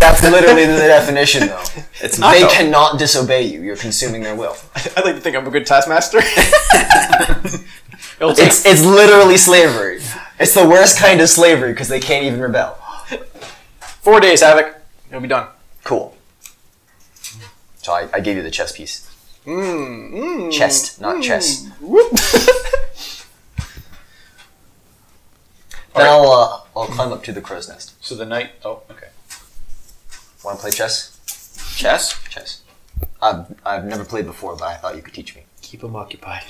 [SPEAKER 3] That's literally the definition, though.
[SPEAKER 6] It's not
[SPEAKER 3] they
[SPEAKER 6] though.
[SPEAKER 3] cannot disobey you. You're consuming their will.
[SPEAKER 7] I'd like to think I'm a good taskmaster. It'll take-
[SPEAKER 3] It's, it's literally slavery. It's the worst kind of slavery because they can't even rebel.
[SPEAKER 7] four days, Havoc. It'll be done.
[SPEAKER 3] Cool. So I, I gave you the chess piece.
[SPEAKER 7] Mm,
[SPEAKER 3] Mm-hmm.
[SPEAKER 7] mm,
[SPEAKER 3] Chest, not chess.
[SPEAKER 7] Whoop.
[SPEAKER 3] Then I'll, uh, I'll climb up to the crow's nest.
[SPEAKER 1] So the knight. Oh, okay.
[SPEAKER 3] Want to play chess?
[SPEAKER 6] Chess?
[SPEAKER 3] Chess. I've, I've never played before, but I thought you could teach me.
[SPEAKER 15] Keep him occupied.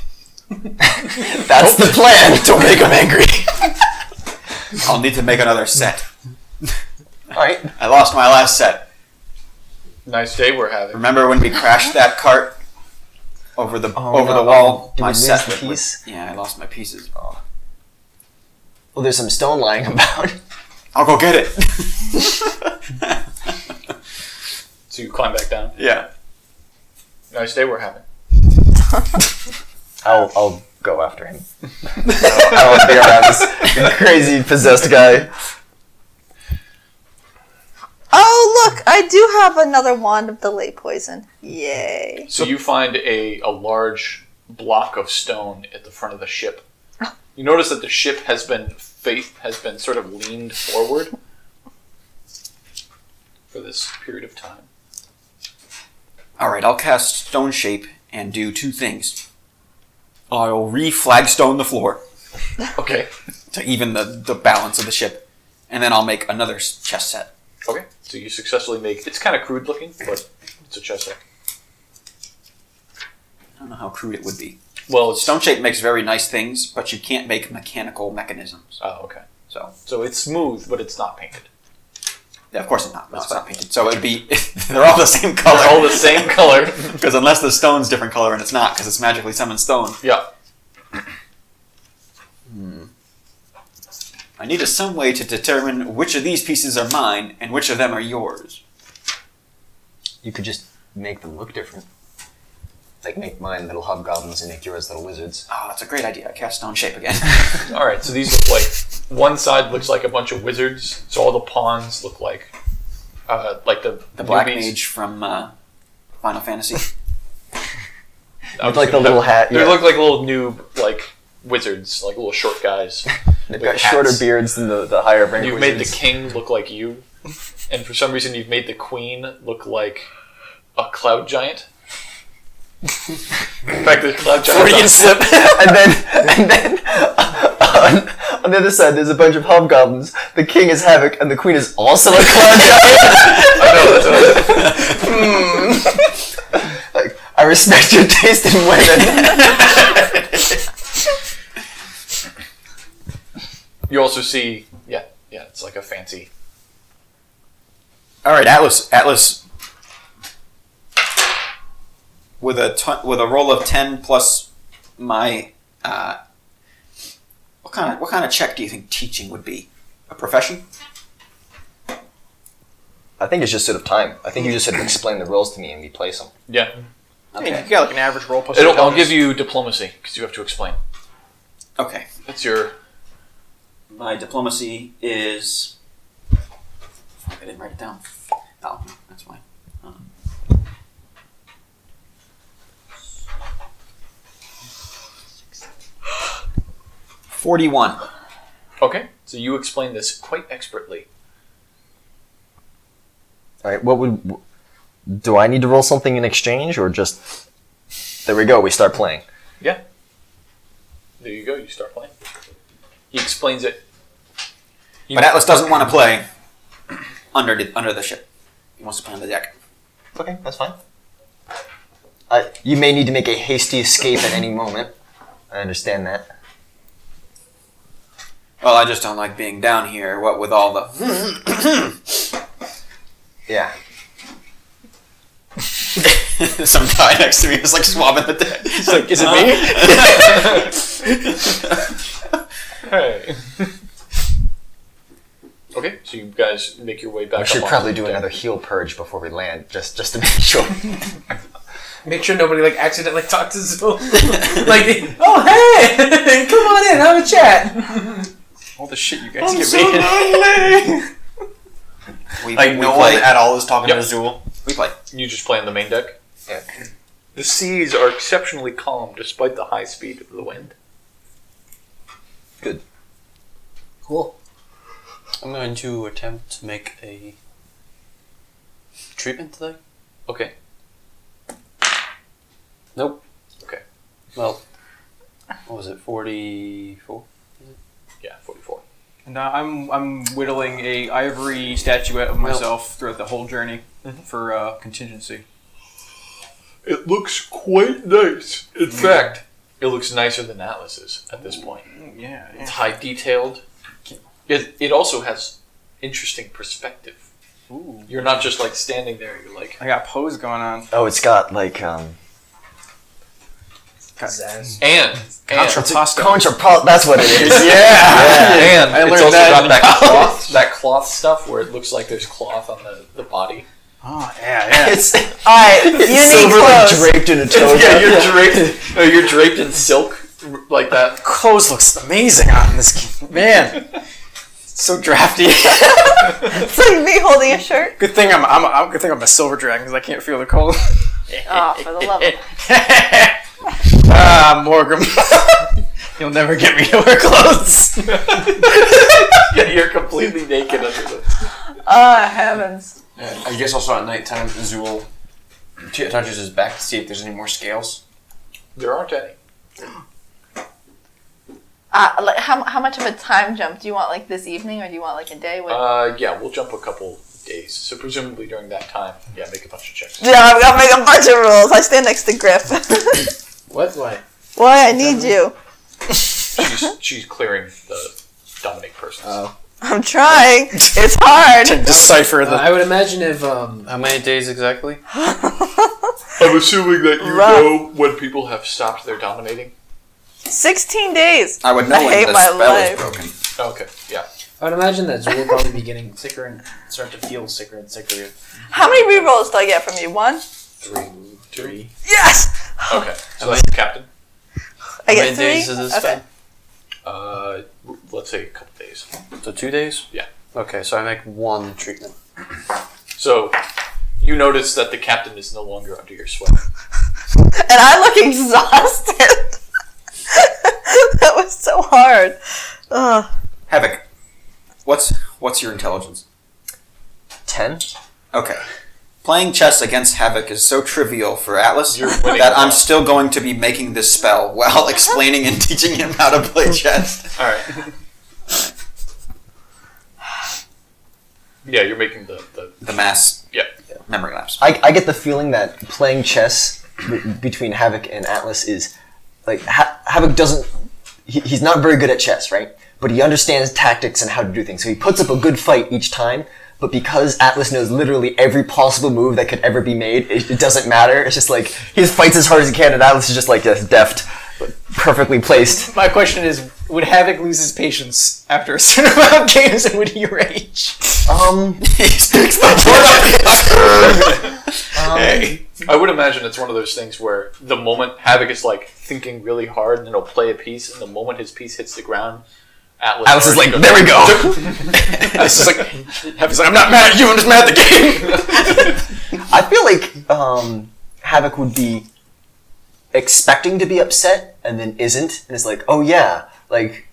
[SPEAKER 3] That's the plan. Don't make them angry.
[SPEAKER 6] I'll need to make another set.
[SPEAKER 3] All right.
[SPEAKER 6] I lost my last set.
[SPEAKER 1] Nice day we're having.
[SPEAKER 6] Remember when we crashed that cart over the
[SPEAKER 3] Oh,
[SPEAKER 6] over
[SPEAKER 3] no.
[SPEAKER 6] the wall?
[SPEAKER 3] Did we
[SPEAKER 6] my
[SPEAKER 3] lose
[SPEAKER 6] set
[SPEAKER 3] the
[SPEAKER 6] went with-
[SPEAKER 3] piece? Oh.
[SPEAKER 6] Yeah, I lost my pieces.
[SPEAKER 3] Well, there's some stone lying about.
[SPEAKER 6] I'll go get it.
[SPEAKER 1] So you climb back down.
[SPEAKER 6] yeah.
[SPEAKER 1] Nice day we're having.
[SPEAKER 3] I'll, I'll go after him. I won't be around this crazy possessed guy.
[SPEAKER 4] Oh, look, I do have another wand of delay poison. Yay.
[SPEAKER 1] So you find a, a large block of stone at the front of the ship. You notice that the ship has been faith has been sort of leaned forward for this period of time.
[SPEAKER 6] All right, I'll cast Stone Shape and do two things. I'll re-flagstone the floor
[SPEAKER 1] Okay.
[SPEAKER 6] to even the, the balance of the ship, and then I'll make another s- chess set.
[SPEAKER 1] Okay. So you successfully make it's kind of crude looking, but it's a chess set.
[SPEAKER 6] I don't know how crude it would be.
[SPEAKER 1] Well, it's
[SPEAKER 6] Stone Shape makes very nice things, but you can't make mechanical mechanisms.
[SPEAKER 1] oh, okay.
[SPEAKER 6] So,
[SPEAKER 1] So it's smooth, but it's not painted.
[SPEAKER 6] yeah, of course it's not. No, it's not painted. So it would be they're all the same color.
[SPEAKER 1] All the same color.
[SPEAKER 6] Because unless the stone's different color, and it's not, because it's magically summoned stone.
[SPEAKER 1] Yeah.
[SPEAKER 6] I needed some way to determine which of these pieces are mine and which of them are yours.
[SPEAKER 3] You could just make them look different. Like make mine little hobgoblins and make yours little wizards.
[SPEAKER 6] Oh, that's a great idea. I cast Stone Shape again.
[SPEAKER 1] All right, so these look like one side looks like a bunch of wizards, so all the pawns look like uh, like the
[SPEAKER 6] the Black
[SPEAKER 1] newbies.
[SPEAKER 6] Mage from uh, Final Fantasy.
[SPEAKER 1] I was
[SPEAKER 3] With, like,
[SPEAKER 1] gonna-
[SPEAKER 3] the little hat,
[SPEAKER 1] They
[SPEAKER 3] yeah.
[SPEAKER 1] look like little noob like wizards, like little short guys.
[SPEAKER 3] They've
[SPEAKER 1] With
[SPEAKER 3] got shorter
[SPEAKER 1] hats.
[SPEAKER 3] beards than the, the higher rank
[SPEAKER 1] You've made the
[SPEAKER 3] wizards.
[SPEAKER 1] king look like you, and for some reason you've made the queen look like a cloud giant. In fact, the cloud giant.
[SPEAKER 3] Freudian slip. and then, and then on, on the other side, there's a bunch of hobgoblins. The king is Havoc, and the queen is also a clown giant. Hmm. Like, I respect your taste in women.
[SPEAKER 1] You also see, yeah, yeah, it's like a fancy.
[SPEAKER 6] All right, Atlas. Atlas. With a ton, with a roll of ten plus my uh, what kind of what kind of check do you think teaching would be? A profession?
[SPEAKER 3] I think it's just sort of time. I think you just sort of explain the rules to me and we place them.
[SPEAKER 1] Yeah,
[SPEAKER 6] Okay.
[SPEAKER 7] You got like an average roll
[SPEAKER 3] Oh,
[SPEAKER 7] plus.
[SPEAKER 1] It'll, I'll give you diplomacy because you have to explain.
[SPEAKER 6] Okay.
[SPEAKER 1] That's your
[SPEAKER 6] My diplomacy is. Fuck, I didn't write it down. Oh, no, that's fine. Um, Forty-one.
[SPEAKER 1] okay. So you explain this quite expertly.
[SPEAKER 3] All right, what would. Do I need to roll something in exchange, or just. There we go, we start playing.
[SPEAKER 1] There you go. You start playing. He explains it. You-
[SPEAKER 6] But Atlas doesn't want to play under the, under the ship. He wants to play on the deck.
[SPEAKER 3] Okay, that's fine. I, you may need to make a hasty escape at any moment. I understand that.
[SPEAKER 6] Well, I just don't like being down here. What with all the
[SPEAKER 3] Yeah.
[SPEAKER 6] some guy next to me is like swabbing the deck. He's like, is it me?
[SPEAKER 1] Hey. okay, so you guys make your way back.
[SPEAKER 3] We
[SPEAKER 1] up
[SPEAKER 3] should
[SPEAKER 1] onto
[SPEAKER 3] probably
[SPEAKER 1] the
[SPEAKER 3] do
[SPEAKER 1] deck.
[SPEAKER 3] another heal purge before we land, just just to make sure.
[SPEAKER 2] Make sure nobody like accidentally talked to Zoe. like, oh hey, come on in, have a chat.
[SPEAKER 5] All the shit you guys give
[SPEAKER 6] so
[SPEAKER 5] me.
[SPEAKER 6] we,
[SPEAKER 8] Like
[SPEAKER 6] we
[SPEAKER 8] no one
[SPEAKER 6] play.
[SPEAKER 8] at all is talking
[SPEAKER 1] Yep.
[SPEAKER 8] to Azul.
[SPEAKER 6] We play.
[SPEAKER 1] You just play on the main deck.
[SPEAKER 3] Yeah.
[SPEAKER 1] The seas are exceptionally calm despite the high speed of the wind.
[SPEAKER 5] Cool. I'm going to attempt to make a treatment today.
[SPEAKER 1] Okay.
[SPEAKER 5] Nope.
[SPEAKER 1] Okay.
[SPEAKER 5] Well, what was it? Forty-four.
[SPEAKER 1] Yeah, forty-four.
[SPEAKER 16] And uh, I'm I'm whittling a ivory statuette of myself throughout the whole journey
[SPEAKER 7] Mm-hmm.
[SPEAKER 16] for uh, contingency.
[SPEAKER 1] It looks quite nice. In fact, Mm. it looks nicer than
[SPEAKER 7] Mm,
[SPEAKER 1] Atlas's at this point.
[SPEAKER 16] Yeah.
[SPEAKER 1] It's high detailed. It, it also has interesting perspective. You're not just like standing there. You're like
[SPEAKER 16] I got pose going on.
[SPEAKER 3] Oh, it's got like um.
[SPEAKER 2] Pizzazz.
[SPEAKER 1] and
[SPEAKER 16] Contrapasta.
[SPEAKER 3] Contrapasta. That's what it is.
[SPEAKER 1] yeah, and
[SPEAKER 16] I
[SPEAKER 1] it's
[SPEAKER 16] learned
[SPEAKER 1] also
[SPEAKER 16] that
[SPEAKER 1] got
[SPEAKER 16] in
[SPEAKER 1] that
[SPEAKER 16] college.
[SPEAKER 1] cloth, that cloth stuff where it looks like there's cloth on the, the body.
[SPEAKER 16] Oh yeah, yeah.
[SPEAKER 3] It's
[SPEAKER 4] All right, you need
[SPEAKER 3] silver like
[SPEAKER 4] clothes.
[SPEAKER 3] draped in a
[SPEAKER 16] Oh,
[SPEAKER 3] toga.
[SPEAKER 1] yeah, you're draped. no, you're draped in silk like that.
[SPEAKER 7] Clothes looks amazing on this game. man. So drafty.
[SPEAKER 4] It's like me holding a shirt.
[SPEAKER 7] good thing I'm, I'm, I'm good thing I'm a silver dragon because I can't feel the cold.
[SPEAKER 4] Oh, for the love of
[SPEAKER 7] ah, Morgrim. You'll never get me to wear clothes.
[SPEAKER 1] Yeah, you're completely naked under the.
[SPEAKER 4] Ah, heavens.
[SPEAKER 8] Yeah, I guess also at nighttime, Zool t- touches his back to see if there's any more scales.
[SPEAKER 1] There aren't any.
[SPEAKER 4] Uh, like, how, how much of a time jump do you want, like this evening, or do you want like a day? What-
[SPEAKER 1] Uh, yeah, we'll jump a couple days. So presumably during that time, yeah, make a bunch of checks.
[SPEAKER 4] yeah, I've got to make a bunch of rules. I stand next to Griff.
[SPEAKER 2] What? What?
[SPEAKER 4] Why I need you.
[SPEAKER 1] She's she's clearing the Dominic person.
[SPEAKER 3] Oh.
[SPEAKER 4] I'm trying. It's hard.
[SPEAKER 7] Decipher
[SPEAKER 2] Uh,
[SPEAKER 7] the.
[SPEAKER 2] I would imagine if um,
[SPEAKER 5] How many days exactly?
[SPEAKER 1] I'm assuming that you
[SPEAKER 4] Rough.
[SPEAKER 1] know when people have stopped their dominating.
[SPEAKER 4] 16 days.
[SPEAKER 6] I would know
[SPEAKER 4] I hate
[SPEAKER 6] when the
[SPEAKER 4] my
[SPEAKER 6] spell
[SPEAKER 4] life.
[SPEAKER 6] is broken.
[SPEAKER 1] Oh, Okay, yeah.
[SPEAKER 2] I would imagine that Zool will probably be getting sicker and start to feel sicker and sicker.
[SPEAKER 4] How many rerolls do I get from you? One?
[SPEAKER 1] Three, three.
[SPEAKER 4] Yes!
[SPEAKER 1] Okay, so that's your captain.
[SPEAKER 4] I
[SPEAKER 5] How
[SPEAKER 4] get
[SPEAKER 5] many
[SPEAKER 4] three?
[SPEAKER 5] days is this
[SPEAKER 4] okay.
[SPEAKER 1] Uh, let's say a couple days.
[SPEAKER 5] So two days.
[SPEAKER 1] Yeah.
[SPEAKER 5] Okay, so I make one treatment.
[SPEAKER 1] So you notice that the captain is no longer under your sweat.
[SPEAKER 4] And I look exhausted. that was so hard. Oh. Ugh.
[SPEAKER 6] Havoc, what's what's your intelligence? Ten. Okay. Playing chess against Havoc is so trivial for Atlas
[SPEAKER 1] You're winning
[SPEAKER 6] that I'm
[SPEAKER 1] now.
[SPEAKER 6] still going to be making this spell while explaining and teaching him how to play chess.
[SPEAKER 1] All right. yeah, you're making the, the
[SPEAKER 6] The mass
[SPEAKER 1] yeah.
[SPEAKER 6] memory lapse.
[SPEAKER 3] I, I get the feeling that playing chess b- between Havoc and Atlas is like ha- Havoc doesn't. He, he's not very good at chess, right? But he understands tactics and how to do things. So he puts up a good fight each time. But because Atlas knows literally every possible move that could ever be made, it, it doesn't matter. It's just like he just fights as hard as he can, and Atlas is just like yes, deft, but perfectly placed.
[SPEAKER 7] Uh, My question is, would Havoc lose his patience after a certain amount of games, and would he rage?
[SPEAKER 3] Um,
[SPEAKER 6] he sticks the board up. hey.
[SPEAKER 1] I would imagine it's one of those things where the moment Havoc is like thinking really hard, and then he'll play a piece, and the moment his piece hits the ground, Atlas,
[SPEAKER 3] Atlas is like,
[SPEAKER 1] already goes-
[SPEAKER 3] there we go.
[SPEAKER 7] This is like, Havoc's like, I'm not mad at you, I'm just mad at the game.
[SPEAKER 3] I feel like um, Havoc would be expecting to be upset and then isn't, and it's like, oh yeah, like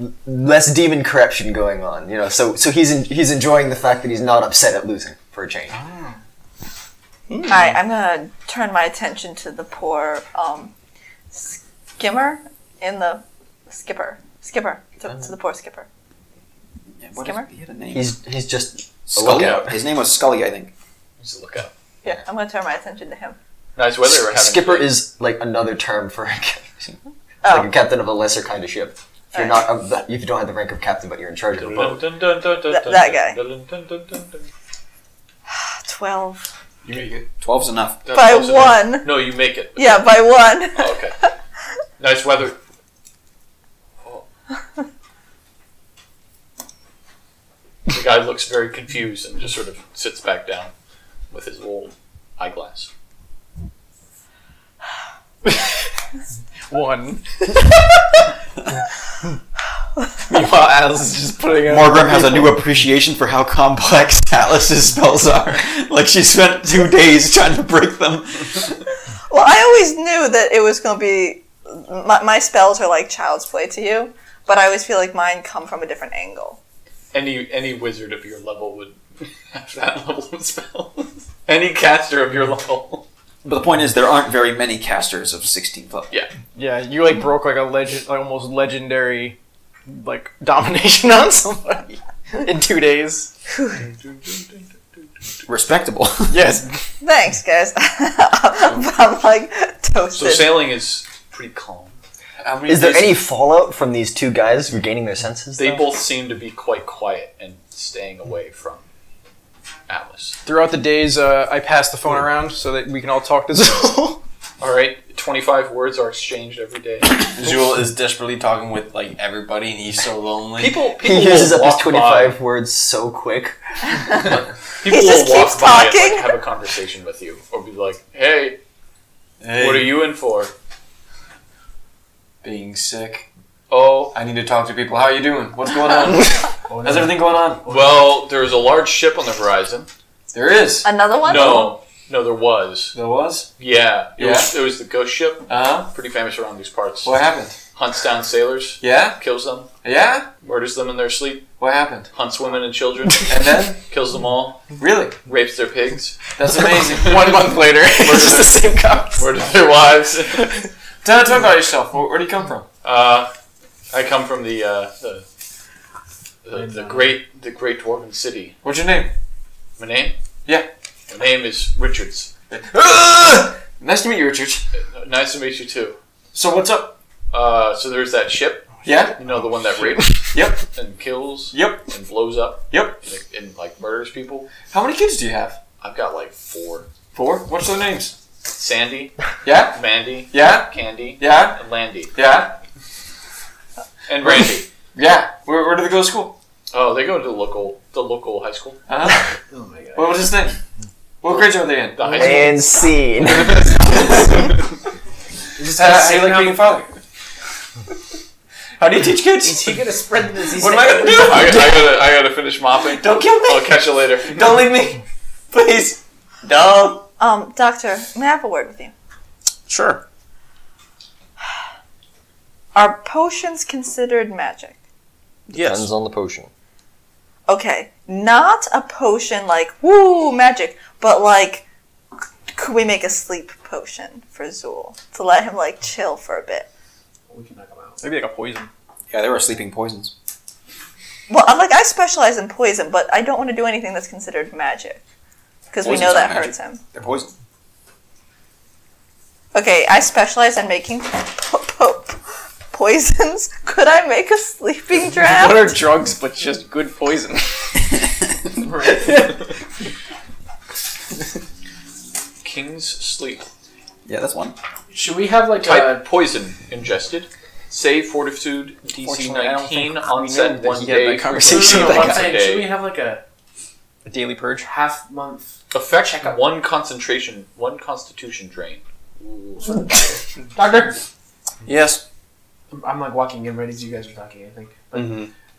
[SPEAKER 3] l- less demon corruption going on, you know. So so he's en- he's enjoying the fact that he's not upset at losing for a change.
[SPEAKER 1] Ah.
[SPEAKER 4] Alright, I'm gonna turn my attention to the poor um, skimmer in the skipper. Skipper. To, to the poor skipper.
[SPEAKER 6] Yeah, what
[SPEAKER 4] Skimmer?
[SPEAKER 6] is- he had a name.
[SPEAKER 3] He's he's just
[SPEAKER 6] Scully.
[SPEAKER 1] Lookout.
[SPEAKER 6] His name was Scully, I think.
[SPEAKER 1] He's a lookout.
[SPEAKER 4] Yeah, I'm gonna turn my attention to him.
[SPEAKER 1] Nice weather. we're having
[SPEAKER 3] skipper
[SPEAKER 1] today.
[SPEAKER 3] is like another term for a captain.
[SPEAKER 4] Oh.
[SPEAKER 3] like a captain of a lesser kind of ship. If you're not of the, if you don't have the rank of captain, but you're in charge of a boat.
[SPEAKER 4] That- that guy. 12.
[SPEAKER 1] You make it.
[SPEAKER 6] Twelve's enough.
[SPEAKER 1] That's
[SPEAKER 4] By
[SPEAKER 1] close enough.
[SPEAKER 4] one.
[SPEAKER 1] No, you make it.
[SPEAKER 4] Yeah, by one.
[SPEAKER 1] Oh, okay. nice weather. Oh. The guy looks very confused and just sort of sits back down with his little eyeglass.
[SPEAKER 7] One. Meanwhile, Atlas is just putting it.
[SPEAKER 6] Morgrim has a new appreciation for how complex Atlas's spells are. Like she spent two days trying to break them.
[SPEAKER 4] Well, I always knew that it was going to be my, my spells are like child's play to you, but I always feel like mine come from a different angle.
[SPEAKER 1] Any any wizard of your level would have that level of spell. any caster of your level.
[SPEAKER 6] But the point is, there aren't very many casters of 16 plus.
[SPEAKER 1] Yeah.
[SPEAKER 7] Yeah, you
[SPEAKER 15] Um,
[SPEAKER 7] like broke like a legend, like almost legendary, like domination on somebody in two days.
[SPEAKER 6] Respectable.
[SPEAKER 7] Yes,
[SPEAKER 4] Thanks, guys. I'm like
[SPEAKER 1] So
[SPEAKER 4] toasted.
[SPEAKER 1] sailing is pretty calm.
[SPEAKER 8] How many
[SPEAKER 3] Is there
[SPEAKER 8] days-
[SPEAKER 3] any fallout from these two guys regaining their senses?
[SPEAKER 1] They
[SPEAKER 3] though?
[SPEAKER 1] both seem to be quite quiet and staying away from Alice.
[SPEAKER 16] Throughout the days, uh, I pass the phone around so that we can all talk to Zool.
[SPEAKER 1] All right, 25 words are exchanged every day.
[SPEAKER 8] Zool is desperately talking with like everybody, and he's so lonely.
[SPEAKER 1] People, people
[SPEAKER 3] He uses
[SPEAKER 1] will
[SPEAKER 3] up his
[SPEAKER 1] walk
[SPEAKER 3] 25 words so quick.
[SPEAKER 1] by- People
[SPEAKER 4] He just
[SPEAKER 1] will walk
[SPEAKER 4] keeps
[SPEAKER 1] by and,
[SPEAKER 4] talking.
[SPEAKER 1] like, have a conversation with you, or be like, "Hey, what are you in for?"
[SPEAKER 8] Being sick.
[SPEAKER 1] Oh,
[SPEAKER 8] I need to talk to people. How are you doing? What's going on? How's everything going on?
[SPEAKER 1] well, there's a large ship on the horizon.
[SPEAKER 8] There is.
[SPEAKER 4] Another one?
[SPEAKER 1] No, no, there was.
[SPEAKER 8] There was.
[SPEAKER 1] Yeah, it,
[SPEAKER 8] Yeah?
[SPEAKER 1] Was, it was the ghost ship,
[SPEAKER 8] Uh huh.
[SPEAKER 1] pretty famous around these parts.
[SPEAKER 8] What happened?
[SPEAKER 1] Hunts down sailors,
[SPEAKER 8] Yeah.
[SPEAKER 1] kills them,
[SPEAKER 8] Yeah.
[SPEAKER 1] murders them in their sleep,
[SPEAKER 8] What happened?
[SPEAKER 1] hunts women and children,
[SPEAKER 8] And then
[SPEAKER 1] kills them all,
[SPEAKER 8] really,
[SPEAKER 1] rapes their pigs,
[SPEAKER 8] that's amazing.
[SPEAKER 16] One month later,
[SPEAKER 1] murders,
[SPEAKER 16] it's just the
[SPEAKER 1] their,
[SPEAKER 16] same cop.
[SPEAKER 1] murders their wives.
[SPEAKER 8] Tell tell me about yourself. Where, where do you come from?
[SPEAKER 1] Uh, I come from the uh, the, the, the great the great dwarven city.
[SPEAKER 8] What's your name?
[SPEAKER 1] My name?
[SPEAKER 8] Yeah.
[SPEAKER 1] My name is Richards.
[SPEAKER 8] nice to meet you, Richard.
[SPEAKER 1] Uh, Nice to meet you too.
[SPEAKER 8] So what's up?
[SPEAKER 1] Uh, so there's that ship,
[SPEAKER 8] Yeah.
[SPEAKER 1] you know, the one that rapes
[SPEAKER 8] Yep.
[SPEAKER 1] and kills
[SPEAKER 8] Yep.
[SPEAKER 1] and blows up
[SPEAKER 8] Yep.
[SPEAKER 1] and, and like murders people.
[SPEAKER 8] How many kids do you have?
[SPEAKER 1] I've got like four:
[SPEAKER 8] Four. What's their names?
[SPEAKER 1] Sandy,
[SPEAKER 8] Yeah.
[SPEAKER 1] Mandy,
[SPEAKER 8] Yeah.
[SPEAKER 1] Candy,
[SPEAKER 8] Yeah.
[SPEAKER 1] and Landy,
[SPEAKER 8] Yeah.
[SPEAKER 1] and Randy.
[SPEAKER 8] Yeah. Where, where do they go to school?
[SPEAKER 1] Oh, they go to the local the local high school.
[SPEAKER 8] Uh huh.
[SPEAKER 1] Oh my god.
[SPEAKER 8] What was his name? What grades are they in?
[SPEAKER 1] The high school.
[SPEAKER 3] And scene.
[SPEAKER 8] How do you like being a father? How do you teach
[SPEAKER 15] Is
[SPEAKER 8] kids?
[SPEAKER 15] he gonna spread the disease?
[SPEAKER 8] What am I gonna do?
[SPEAKER 1] I, I gotta I gotta finish mopping.
[SPEAKER 8] Don't kill me!
[SPEAKER 1] I'll catch you later.
[SPEAKER 8] Don't leave me! Please! Don't!
[SPEAKER 4] Um, doctor, may I have a word with you?
[SPEAKER 5] Sure.
[SPEAKER 4] Are potions considered magic?
[SPEAKER 5] Yes.
[SPEAKER 3] Depends on the potion.
[SPEAKER 4] Okay, not a potion like woo magic, but like, c- could we make a sleep potion for Zool to let him like chill for a bit?
[SPEAKER 15] We can knock him out.
[SPEAKER 16] Maybe like a poison.
[SPEAKER 6] Yeah, they were sleeping poisons.
[SPEAKER 4] Well, I'm like I specialize in poison, but I don't want to do anything that's considered magic because we
[SPEAKER 6] Poison's
[SPEAKER 4] know
[SPEAKER 6] not
[SPEAKER 4] that
[SPEAKER 6] magic.
[SPEAKER 4] hurts him.
[SPEAKER 6] They're poison.
[SPEAKER 4] Okay, I specialize in making po- po- poisons. Could I make a sleeping
[SPEAKER 16] What
[SPEAKER 4] draught?
[SPEAKER 16] are drugs but just good poison?
[SPEAKER 1] King's sleep.
[SPEAKER 6] Yeah, that's one.
[SPEAKER 2] Should we have like
[SPEAKER 1] Type
[SPEAKER 2] a
[SPEAKER 16] Uh,
[SPEAKER 1] poison ingested. Save fortitude DC
[SPEAKER 16] Fortunately, I don't
[SPEAKER 1] 19
[SPEAKER 16] think
[SPEAKER 1] on
[SPEAKER 16] we knew
[SPEAKER 1] set
[SPEAKER 16] that
[SPEAKER 1] one
[SPEAKER 16] he had
[SPEAKER 1] day.
[SPEAKER 16] that conversation
[SPEAKER 1] No,
[SPEAKER 16] with
[SPEAKER 1] no,
[SPEAKER 16] that
[SPEAKER 1] no,
[SPEAKER 16] guy.
[SPEAKER 1] once a
[SPEAKER 15] should we
[SPEAKER 1] day.
[SPEAKER 15] have like a
[SPEAKER 16] A daily purge.
[SPEAKER 15] half month?
[SPEAKER 1] Affect
[SPEAKER 15] Check up.
[SPEAKER 1] one concentration, one constitution drain.
[SPEAKER 15] Doctor,
[SPEAKER 5] Yes.
[SPEAKER 15] I'm like walking in right as you guys are talking. I think. But,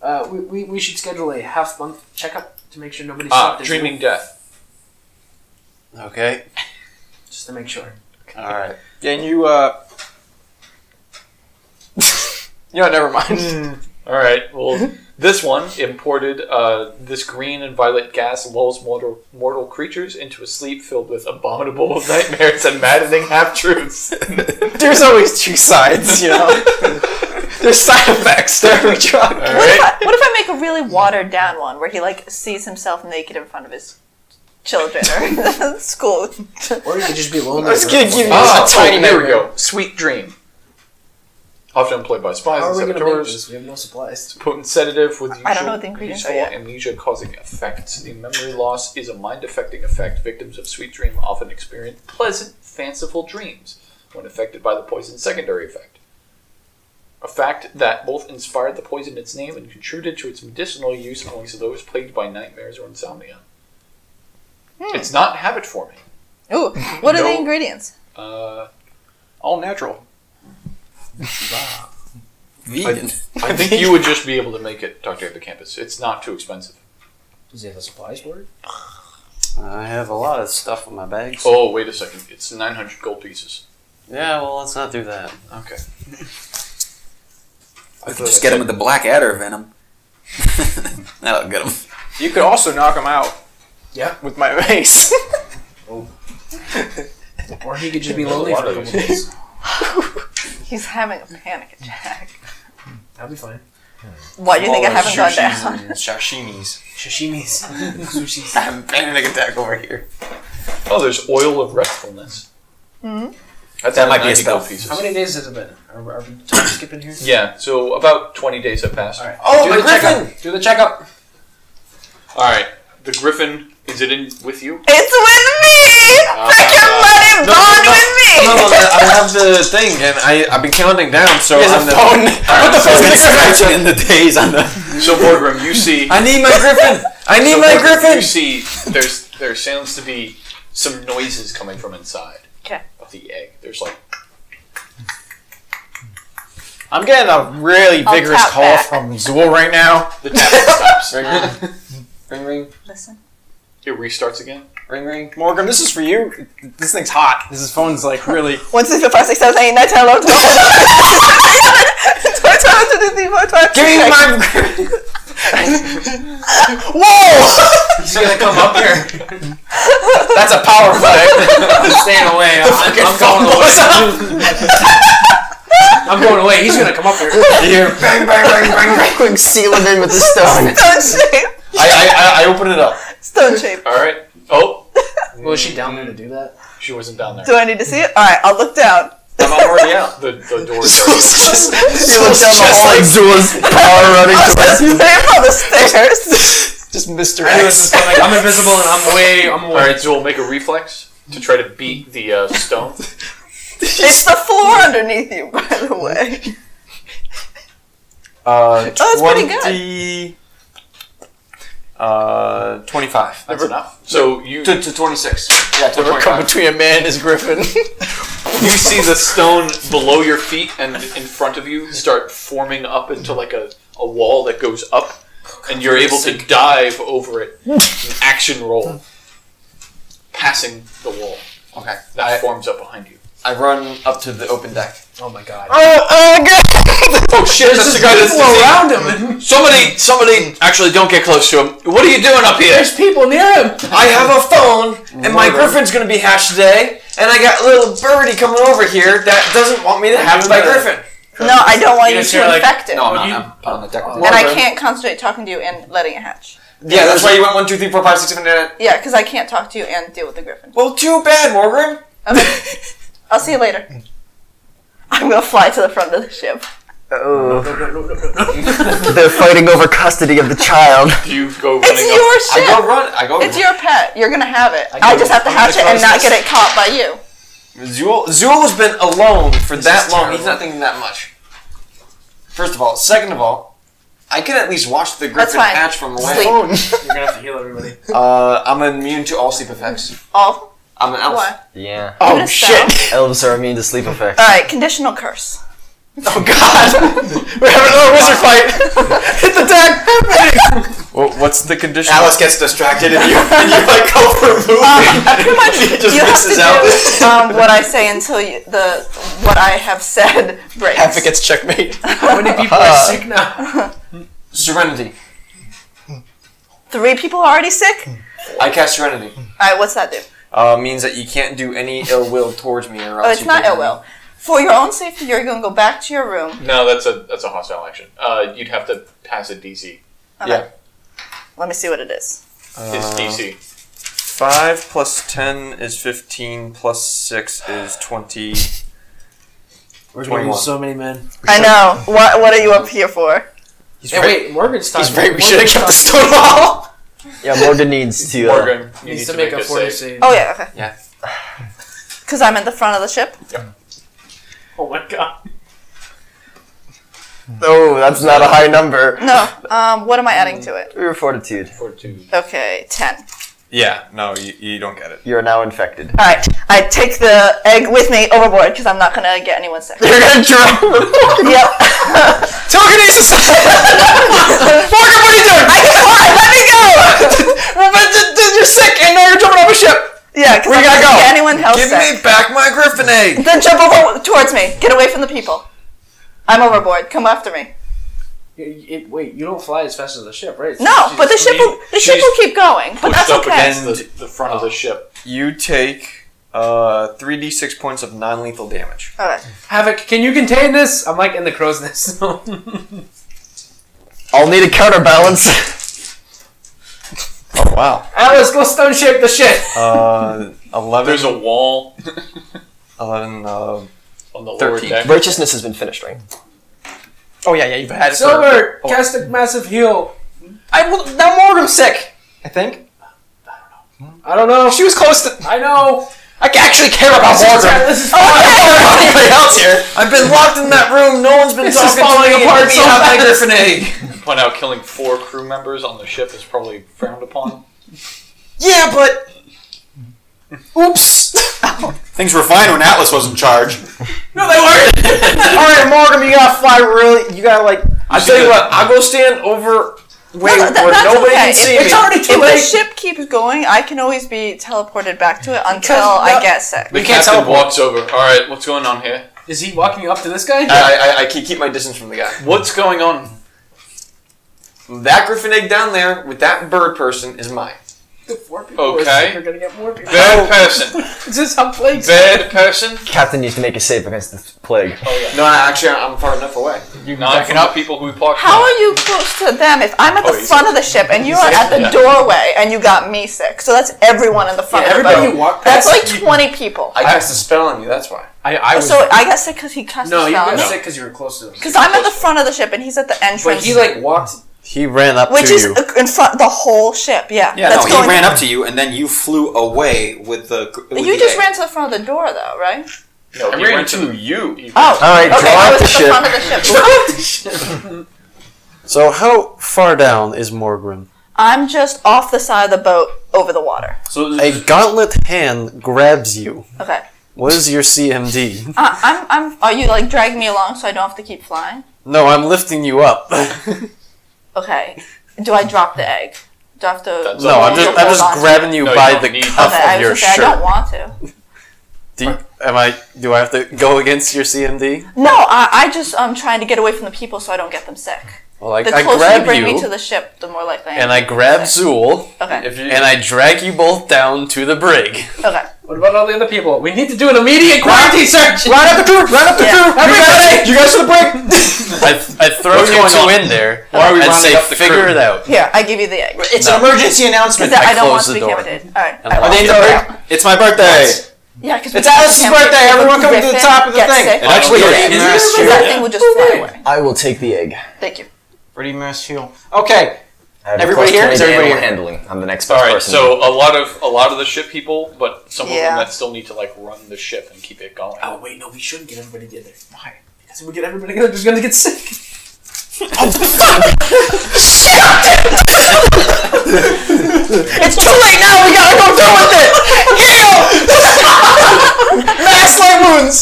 [SPEAKER 15] Uh, we, we, we should schedule a half month checkup to make sure nobody's
[SPEAKER 1] Ah,
[SPEAKER 15] shocked as
[SPEAKER 1] dreaming death.
[SPEAKER 5] Okay.
[SPEAKER 15] well, just to make sure.
[SPEAKER 5] Alright.
[SPEAKER 16] Yeah, and you, uh. you know, never mind.
[SPEAKER 1] All right. Well, this one imported uh, this green and violet gas lulls mortal, mortal creatures into a sleep filled with abominable nightmares and maddening half truths.
[SPEAKER 16] There's always two sides, you know? There's side effects to every drug.
[SPEAKER 4] What if,
[SPEAKER 1] Ah,
[SPEAKER 4] I, what if I make a really watered down one where he like sees himself naked in front of his children or school?
[SPEAKER 15] Or you could just be lonely.
[SPEAKER 16] I was
[SPEAKER 15] for
[SPEAKER 16] gonna
[SPEAKER 15] a
[SPEAKER 16] give you-
[SPEAKER 8] Uh,
[SPEAKER 15] month.
[SPEAKER 1] Ah,
[SPEAKER 16] It's a tiny
[SPEAKER 1] oh, there we
[SPEAKER 16] nightmare.
[SPEAKER 1] go. Sweet dream. Often employed by spies
[SPEAKER 15] How
[SPEAKER 1] and
[SPEAKER 15] are we gonna make
[SPEAKER 1] saboteurs.
[SPEAKER 15] this? We have no supplies.
[SPEAKER 1] potent sedative with usual,
[SPEAKER 4] I don't know what the ingredients
[SPEAKER 1] usual
[SPEAKER 4] are yet.
[SPEAKER 1] amnesia causing effects. The memory loss is a mind affecting effect. Victims of sweet dream often experience pleasant, fanciful dreams when affected by the poison's secondary effect. A fact that both inspired the poison its name and contributed to its medicinal use amongst those plagued by nightmares or insomnia.
[SPEAKER 4] Hmm.
[SPEAKER 1] It's not habit forming.
[SPEAKER 4] Ooh, what are
[SPEAKER 1] No.
[SPEAKER 4] the ingredients?
[SPEAKER 1] Uh,
[SPEAKER 16] All natural.
[SPEAKER 6] Vegan.
[SPEAKER 1] I think you would just be able to make it, Dr. Hippocampus. It's not too expensive.
[SPEAKER 15] Does he have a supply store?
[SPEAKER 5] I have a lot of stuff in my bags.
[SPEAKER 1] Oh, wait a second. It's 900 gold pieces.
[SPEAKER 5] Yeah, well, let's not do that.
[SPEAKER 1] Okay.
[SPEAKER 6] I could just get him with the black adder venom. That'll get him.
[SPEAKER 16] You could also knock him out.
[SPEAKER 15] Yeah.
[SPEAKER 16] With my mace.
[SPEAKER 15] Or he could just be
[SPEAKER 1] There's a
[SPEAKER 15] lonely
[SPEAKER 1] lot
[SPEAKER 15] for a
[SPEAKER 1] of
[SPEAKER 15] couple
[SPEAKER 1] these.
[SPEAKER 15] days.
[SPEAKER 4] He's having a panic attack.
[SPEAKER 15] That'd be fine.
[SPEAKER 4] Why do you think I haven't gone
[SPEAKER 8] Sushis
[SPEAKER 4] down?
[SPEAKER 8] and Sashimis.
[SPEAKER 15] Sashimis, sushis.
[SPEAKER 6] I'm panic attack over here.
[SPEAKER 1] Oh, there's oil of restfulness.
[SPEAKER 4] Mhm.
[SPEAKER 1] That's
[SPEAKER 6] That
[SPEAKER 1] only
[SPEAKER 6] might be a
[SPEAKER 1] 90
[SPEAKER 6] spell.
[SPEAKER 1] gold pieces.
[SPEAKER 15] How many days has it been? Are, are we time skipping here?
[SPEAKER 1] Yeah, so about 20 days have passed.
[SPEAKER 15] All right.
[SPEAKER 6] Oh,
[SPEAKER 15] Do
[SPEAKER 6] my
[SPEAKER 15] the
[SPEAKER 6] griffin!
[SPEAKER 15] checkup. Do the checkup.
[SPEAKER 1] All right. The griffin is it in with you?
[SPEAKER 4] It's with me! Freaking let it
[SPEAKER 8] Uh, No,
[SPEAKER 4] bond
[SPEAKER 8] no, no.
[SPEAKER 4] with me!
[SPEAKER 8] No, no, no, I have the thing, and I I've been counting down, so I'm the phone.
[SPEAKER 6] What the fuck is scratching in the days on the.
[SPEAKER 1] So Borgrim, you see.
[SPEAKER 8] I need my griffin. I need
[SPEAKER 1] So
[SPEAKER 8] my
[SPEAKER 1] Borgrim, You
[SPEAKER 8] griffin.
[SPEAKER 1] see, there's there sounds to be some noises coming from inside
[SPEAKER 4] 'Kay.
[SPEAKER 1] of the egg. There's like
[SPEAKER 7] I'm getting a really
[SPEAKER 4] I'll
[SPEAKER 7] vigorous
[SPEAKER 4] tap
[SPEAKER 7] call
[SPEAKER 4] back.
[SPEAKER 7] from Zool right now.
[SPEAKER 1] the tapping stops.
[SPEAKER 16] Ring ring
[SPEAKER 4] Listen.
[SPEAKER 1] It restarts again.
[SPEAKER 16] ring ring.
[SPEAKER 7] Morgan, this is for you. This thing's hot. This is phone's like really.
[SPEAKER 4] One, two, three, four, five, six, seven, eight, nine, ten, eleven, twelve, one, two, three, four, five, six,
[SPEAKER 16] Give me
[SPEAKER 4] seven,
[SPEAKER 16] my
[SPEAKER 7] Whoa!
[SPEAKER 16] He's gonna come up here.
[SPEAKER 7] That's a power play.
[SPEAKER 16] Staying away. I'm, I'm going away. I'm going away. He's gonna come up here.
[SPEAKER 3] bang, bang, bang, bang, bang. Quick, seal him in with the stone.
[SPEAKER 4] Stone shape.
[SPEAKER 8] I, I, I I open it up.
[SPEAKER 4] Stone shape.
[SPEAKER 1] All right. Oh,
[SPEAKER 15] Was she down there to do that?
[SPEAKER 1] she wasn't down there.
[SPEAKER 4] Do I need to see it? All right, I'll look down.
[SPEAKER 8] I'm already out.
[SPEAKER 1] The, the door.
[SPEAKER 3] just, just like Zool's power running
[SPEAKER 4] I was
[SPEAKER 3] towards
[SPEAKER 4] just there on the stairs.
[SPEAKER 7] Just Mr.
[SPEAKER 16] I was
[SPEAKER 7] X.
[SPEAKER 16] just going, I'm invisible and I'm away. I'm
[SPEAKER 1] All
[SPEAKER 16] away.
[SPEAKER 1] right, Zool, make a reflex to try to beat the uh, stone.
[SPEAKER 4] It's the floor underneath you, by the way. Oh,
[SPEAKER 8] Uh,
[SPEAKER 4] that's pretty good.
[SPEAKER 8] 20, Uh, twenty-five.
[SPEAKER 1] That's enough. So you
[SPEAKER 8] To, to twenty-six. Yeah, to
[SPEAKER 7] Never come between a man and his griffin.
[SPEAKER 1] you see the stone below your feet and in front of you start forming up into like a, a wall that goes up, and you're able to dive over it. An action roll, passing the wall
[SPEAKER 8] Okay.
[SPEAKER 1] that forms up behind you.
[SPEAKER 8] I run up to the open deck.
[SPEAKER 15] Oh my god.
[SPEAKER 7] oh, oh god!
[SPEAKER 1] Oh shit! That's the guy that's
[SPEAKER 15] around him.
[SPEAKER 1] Somebody, somebody, actually, don't get close to him. What are you doing up here?
[SPEAKER 15] There's people near him.
[SPEAKER 8] I have a phone, and my griffin's gonna be hashed today, and I got a little birdie coming over here that doesn't want me to have my griffin.
[SPEAKER 4] No, I don't want you
[SPEAKER 16] just
[SPEAKER 4] to
[SPEAKER 16] hear, like,
[SPEAKER 4] infect it.
[SPEAKER 1] Oh,
[SPEAKER 8] No, I'm not. I'm out on the deck.
[SPEAKER 4] and I can't concentrate talking to you and letting it hatch.
[SPEAKER 8] Yeah, that's why you went one, two, three, four, five, six, seven, eight. nine.
[SPEAKER 4] Yeah, because I can't talk to you and deal with the griffin.
[SPEAKER 8] Well, too bad, Morgan.
[SPEAKER 4] Okay. I'll see you later. I'm gonna fly to the front of the ship.
[SPEAKER 3] They're fighting over custody of the child.
[SPEAKER 1] You go running
[SPEAKER 4] It's
[SPEAKER 1] up.
[SPEAKER 4] your
[SPEAKER 8] I
[SPEAKER 4] ship.
[SPEAKER 8] go run. I go.
[SPEAKER 4] It's your pet. You're gonna have it. I,
[SPEAKER 8] I
[SPEAKER 4] just
[SPEAKER 8] know.
[SPEAKER 4] have to
[SPEAKER 8] I'm
[SPEAKER 4] hatch it
[SPEAKER 8] gonna
[SPEAKER 4] and
[SPEAKER 8] try
[SPEAKER 4] not
[SPEAKER 8] this.
[SPEAKER 4] get it caught by you.
[SPEAKER 8] Zool, Zool's been alone for that long. He's not thinking that much. First of all, second of all, I can at least watch the
[SPEAKER 4] That's
[SPEAKER 8] griffin
[SPEAKER 4] fine.
[SPEAKER 8] hatch from away.
[SPEAKER 4] Sleep.
[SPEAKER 15] You're gonna have to heal everybody.
[SPEAKER 8] Uh, I'm immune to all sleep effects.
[SPEAKER 4] All.
[SPEAKER 8] I'm an elf.
[SPEAKER 4] Why?
[SPEAKER 3] Yeah.
[SPEAKER 4] Oh shit.
[SPEAKER 3] Elves are immune to sleep effects.
[SPEAKER 4] All right. Conditional curse.
[SPEAKER 7] Oh god! We're having
[SPEAKER 16] Oh,
[SPEAKER 7] another wizard fight! Hit the deck!
[SPEAKER 8] what's the condition?
[SPEAKER 6] Alice gets distracted and you, and you like go for a movie.
[SPEAKER 4] Uh, Pretty much.
[SPEAKER 6] She just
[SPEAKER 4] you have
[SPEAKER 6] misses out.
[SPEAKER 4] to do um, what I say until you, the what I have said breaks.
[SPEAKER 7] Havoc gets checkmate.
[SPEAKER 15] How many people are
[SPEAKER 1] Uh,
[SPEAKER 15] sick now?
[SPEAKER 8] Serenity.
[SPEAKER 4] Three people are already sick.
[SPEAKER 15] Hmm.
[SPEAKER 8] I cast Serenity.
[SPEAKER 4] All right. What's that do?
[SPEAKER 8] Uh, means that you can't do any ill will towards me or else.
[SPEAKER 4] Oh, it's
[SPEAKER 8] you
[SPEAKER 4] not
[SPEAKER 8] get-
[SPEAKER 4] ill will. For your own safety, you're gonna go back to your room.
[SPEAKER 1] No, that's a that's a hostile action. Uh, you'd have to pass a DC.
[SPEAKER 8] Yeah.
[SPEAKER 4] Let me see what it is.
[SPEAKER 1] It's DC.
[SPEAKER 8] 5 Uh, plus 10 is 15, plus 6 is 20.
[SPEAKER 15] We're
[SPEAKER 8] gonna lose
[SPEAKER 15] so many men.
[SPEAKER 4] I know. What What are you up here for?
[SPEAKER 15] Hey, wait, Morgan's talking.
[SPEAKER 7] He's right, we
[SPEAKER 15] Morgan's
[SPEAKER 7] should have kept the
[SPEAKER 15] talking.
[SPEAKER 7] stone wall!
[SPEAKER 3] Yeah, Morgan needs to. Uh,
[SPEAKER 1] Morgan, you
[SPEAKER 15] Needs to make a forty save.
[SPEAKER 4] Oh yeah. Okay.
[SPEAKER 8] Yeah.
[SPEAKER 4] Because I'm at the front of the ship.
[SPEAKER 15] Oh my god.
[SPEAKER 3] oh, that's not a high number.
[SPEAKER 4] No. Um. What am I
[SPEAKER 15] Mm.
[SPEAKER 4] adding to it?
[SPEAKER 3] Your fortitude.
[SPEAKER 1] Fortitude.
[SPEAKER 4] Okay. Ten.
[SPEAKER 6] Yeah, no, you, you don't get it.
[SPEAKER 3] You are now infected.
[SPEAKER 4] All right, I take the egg with me overboard because I'm not gonna get anyone sick.
[SPEAKER 3] You're gonna drown.
[SPEAKER 4] yep.
[SPEAKER 7] Telekinesis! Morgan, what are you doing?
[SPEAKER 4] I just want let me go.
[SPEAKER 7] Well, but th- th- you're sick and now you're jumping off a ship!
[SPEAKER 4] Yeah, because I'm not
[SPEAKER 7] gotta
[SPEAKER 4] gonna
[SPEAKER 7] go.
[SPEAKER 4] get anyone else
[SPEAKER 8] Give
[SPEAKER 4] sick.
[SPEAKER 8] me back my griffin egg!
[SPEAKER 4] Then jump over towards me. Get away from the people. I'm overboard. Come after me.
[SPEAKER 15] You- you- it- wait, you don't fly as fast as the ship, right?
[SPEAKER 4] No,
[SPEAKER 15] She's-
[SPEAKER 4] but the ship will the ship
[SPEAKER 1] she's
[SPEAKER 4] will keep going. But
[SPEAKER 1] Pushed
[SPEAKER 4] that's
[SPEAKER 1] up
[SPEAKER 4] okay.
[SPEAKER 1] against the, the front
[SPEAKER 2] Oh.
[SPEAKER 1] of the ship.
[SPEAKER 8] You take uh, 3d6 points of non lethal damage.
[SPEAKER 4] All right.
[SPEAKER 15] Havoc, can you contain this? I'm like in the crow's nest.
[SPEAKER 3] I'll need a counterbalance.
[SPEAKER 8] Oh, wow.
[SPEAKER 15] Alice, go stone shape the ship.
[SPEAKER 8] Uh, 11,
[SPEAKER 1] There's a wall
[SPEAKER 8] 11 uh,
[SPEAKER 1] on the lower
[SPEAKER 8] 13.
[SPEAKER 1] deck.
[SPEAKER 3] Righteousness has been finished, right?
[SPEAKER 7] Oh yeah, yeah, you've had it for-
[SPEAKER 15] Silver, cast a massive heal.
[SPEAKER 7] I, well, now Morgan's sick! I think.
[SPEAKER 2] I don't know.
[SPEAKER 7] She was close to.
[SPEAKER 2] I know.
[SPEAKER 7] I actually care about Mordred.
[SPEAKER 2] This is
[SPEAKER 7] I don't care about anybody else here.
[SPEAKER 6] I've been locked in that room. No one's been
[SPEAKER 2] This is
[SPEAKER 6] talking to
[SPEAKER 2] falling
[SPEAKER 6] me.
[SPEAKER 2] apart
[SPEAKER 6] Maybe
[SPEAKER 2] so
[SPEAKER 6] have my
[SPEAKER 2] fast.
[SPEAKER 6] Griffin egg.
[SPEAKER 1] Point out killing four crew members on the ship is probably frowned upon.
[SPEAKER 7] Yeah, but. Oops.
[SPEAKER 6] Things were fine when Atlas was in charge.
[SPEAKER 7] no, they weren't. All right, Morgan, you gotta fly really. You gotta like.
[SPEAKER 8] I tell you what, I'll go stand over where,
[SPEAKER 4] No, that-
[SPEAKER 8] where
[SPEAKER 4] that's
[SPEAKER 8] nobody
[SPEAKER 4] okay.
[SPEAKER 8] can see
[SPEAKER 4] It's
[SPEAKER 8] me.
[SPEAKER 2] already
[SPEAKER 4] If the ship keeps going, I can always be teleported back to it until
[SPEAKER 2] no-
[SPEAKER 4] I get sick.
[SPEAKER 1] The captain walks over. All right, what's going on here?
[SPEAKER 2] Is he walking up to this guy?
[SPEAKER 8] I, I, I keep keep my distance from the guy.
[SPEAKER 1] What's going on?
[SPEAKER 8] That griffin egg down there with that bird person is mine.
[SPEAKER 2] The four people are
[SPEAKER 1] Okay.
[SPEAKER 2] sick, We're gonna get more people.
[SPEAKER 1] Bad person.
[SPEAKER 2] Is this how plagues?
[SPEAKER 1] Bad person.
[SPEAKER 3] Captain needs to make a save against the plague.
[SPEAKER 8] No, I- actually, I'm far enough away.
[SPEAKER 1] You're knocking out people who talk.
[SPEAKER 4] How are you close to them if I'm at the
[SPEAKER 1] Oh, he's-
[SPEAKER 4] front of the ship and you are at the doorway and you got me sick? So that's everyone in the front of the
[SPEAKER 8] everybody
[SPEAKER 4] boat.
[SPEAKER 8] you walk
[SPEAKER 4] That's
[SPEAKER 8] past-
[SPEAKER 4] like 20 people.
[SPEAKER 8] I cast a spell on you, that's why.
[SPEAKER 16] I, I was.
[SPEAKER 4] so I got sick because he cast
[SPEAKER 15] No,
[SPEAKER 4] a
[SPEAKER 15] you
[SPEAKER 4] spell.
[SPEAKER 15] got sick because you were close to them.
[SPEAKER 4] Because I'm at the front of the ship and he's at the entrance.
[SPEAKER 15] But he like walked.
[SPEAKER 5] He ran up
[SPEAKER 4] which
[SPEAKER 5] to
[SPEAKER 4] is
[SPEAKER 5] you.
[SPEAKER 4] in front the whole ship, yeah.
[SPEAKER 6] Yeah,
[SPEAKER 4] that's
[SPEAKER 6] no, he ran up to you, and then you flew away with the. With
[SPEAKER 4] You
[SPEAKER 6] the
[SPEAKER 4] just
[SPEAKER 6] egg.
[SPEAKER 4] ran to the front of the door, though, right?
[SPEAKER 1] No,
[SPEAKER 8] I
[SPEAKER 1] he
[SPEAKER 8] ran
[SPEAKER 1] went to
[SPEAKER 8] to you.
[SPEAKER 1] the-
[SPEAKER 4] Oh,
[SPEAKER 5] All right,
[SPEAKER 4] okay.
[SPEAKER 5] draw
[SPEAKER 4] I was
[SPEAKER 5] up the
[SPEAKER 4] at the
[SPEAKER 5] ship.
[SPEAKER 4] front of the ship.
[SPEAKER 5] So how far down is Morgrim?
[SPEAKER 4] I'm just off the side of the boat over the water.
[SPEAKER 8] So
[SPEAKER 5] A gauntlet hand grabs you.
[SPEAKER 4] Okay.
[SPEAKER 5] What is your CMD?
[SPEAKER 4] Uh, I'm, I'm, are you like dragging me along so I don't have to keep flying?
[SPEAKER 5] No, I'm lifting you up.
[SPEAKER 4] Okay. Do I drop the egg? Do I have to?
[SPEAKER 1] That's
[SPEAKER 5] No, I'm
[SPEAKER 1] You
[SPEAKER 5] just
[SPEAKER 1] don't
[SPEAKER 5] I'm just
[SPEAKER 4] hold on to
[SPEAKER 5] grabbing you
[SPEAKER 1] No, you
[SPEAKER 5] by
[SPEAKER 1] don't
[SPEAKER 5] the
[SPEAKER 1] need-
[SPEAKER 5] cuff
[SPEAKER 4] Okay, I was
[SPEAKER 5] of your
[SPEAKER 4] gonna say I don't
[SPEAKER 5] shirt.
[SPEAKER 4] want to.
[SPEAKER 5] Do you, am I? Do I have to go against your CMD?
[SPEAKER 4] No, I, I just I'm trying to get away from the people so I don't get them sick.
[SPEAKER 5] Well, I,
[SPEAKER 4] The
[SPEAKER 5] I
[SPEAKER 4] closer you
[SPEAKER 5] grab
[SPEAKER 4] bring
[SPEAKER 5] you,
[SPEAKER 4] me to the ship, the more likely I am.
[SPEAKER 5] and
[SPEAKER 4] to
[SPEAKER 5] I
[SPEAKER 4] get
[SPEAKER 5] grab
[SPEAKER 4] sick.
[SPEAKER 5] Zool,
[SPEAKER 4] Okay.
[SPEAKER 8] If you,
[SPEAKER 5] and I drag you both down to the brig.
[SPEAKER 4] okay.
[SPEAKER 2] What about all the other people? We need to do an immediate quarantine search.
[SPEAKER 7] Run up the crew. Run up the
[SPEAKER 4] Yeah.
[SPEAKER 7] crew. Everybody, you guys to the break.
[SPEAKER 5] I, I throw
[SPEAKER 1] What's
[SPEAKER 5] you
[SPEAKER 1] going
[SPEAKER 5] two
[SPEAKER 1] on?
[SPEAKER 5] in there
[SPEAKER 1] Why are we
[SPEAKER 5] and
[SPEAKER 1] rounding
[SPEAKER 5] say,
[SPEAKER 1] up the
[SPEAKER 5] figure
[SPEAKER 1] crew?"
[SPEAKER 5] it out.
[SPEAKER 4] Here, I give you the egg.
[SPEAKER 7] it's an emergency announcement.
[SPEAKER 4] Because I,
[SPEAKER 5] I
[SPEAKER 4] don't want
[SPEAKER 5] close
[SPEAKER 4] to be
[SPEAKER 5] the door.
[SPEAKER 4] counted. All right.
[SPEAKER 5] And
[SPEAKER 4] I
[SPEAKER 5] I
[SPEAKER 4] will.
[SPEAKER 5] lock
[SPEAKER 7] the door.
[SPEAKER 6] It's my birthday.
[SPEAKER 4] Yeah, because
[SPEAKER 7] It's Alice's birthday. Everyone come to the top of the thing.
[SPEAKER 4] Sick.
[SPEAKER 6] It actually
[SPEAKER 4] Yeah,
[SPEAKER 6] is.
[SPEAKER 4] because that thing will just fly away.
[SPEAKER 3] I will take the egg.
[SPEAKER 4] Thank you.
[SPEAKER 7] Pretty much heal. Okay.
[SPEAKER 3] I have a
[SPEAKER 7] Everybody
[SPEAKER 3] plus
[SPEAKER 7] here?
[SPEAKER 3] 20
[SPEAKER 7] Is
[SPEAKER 3] to
[SPEAKER 7] everybody
[SPEAKER 3] animal
[SPEAKER 7] here?
[SPEAKER 3] handling. I'm the next
[SPEAKER 1] All
[SPEAKER 3] best
[SPEAKER 1] right,
[SPEAKER 3] person.
[SPEAKER 1] so a lot of a lot of the ship people, but some of
[SPEAKER 4] Yeah.
[SPEAKER 1] them that still need to like run the ship and keep it going.
[SPEAKER 15] Oh wait, no, we shouldn't get everybody together. Why? Because if we get everybody together, there's gonna get sick.
[SPEAKER 7] It's too late now. We gotta go deal with it. Heal. Max my wounds.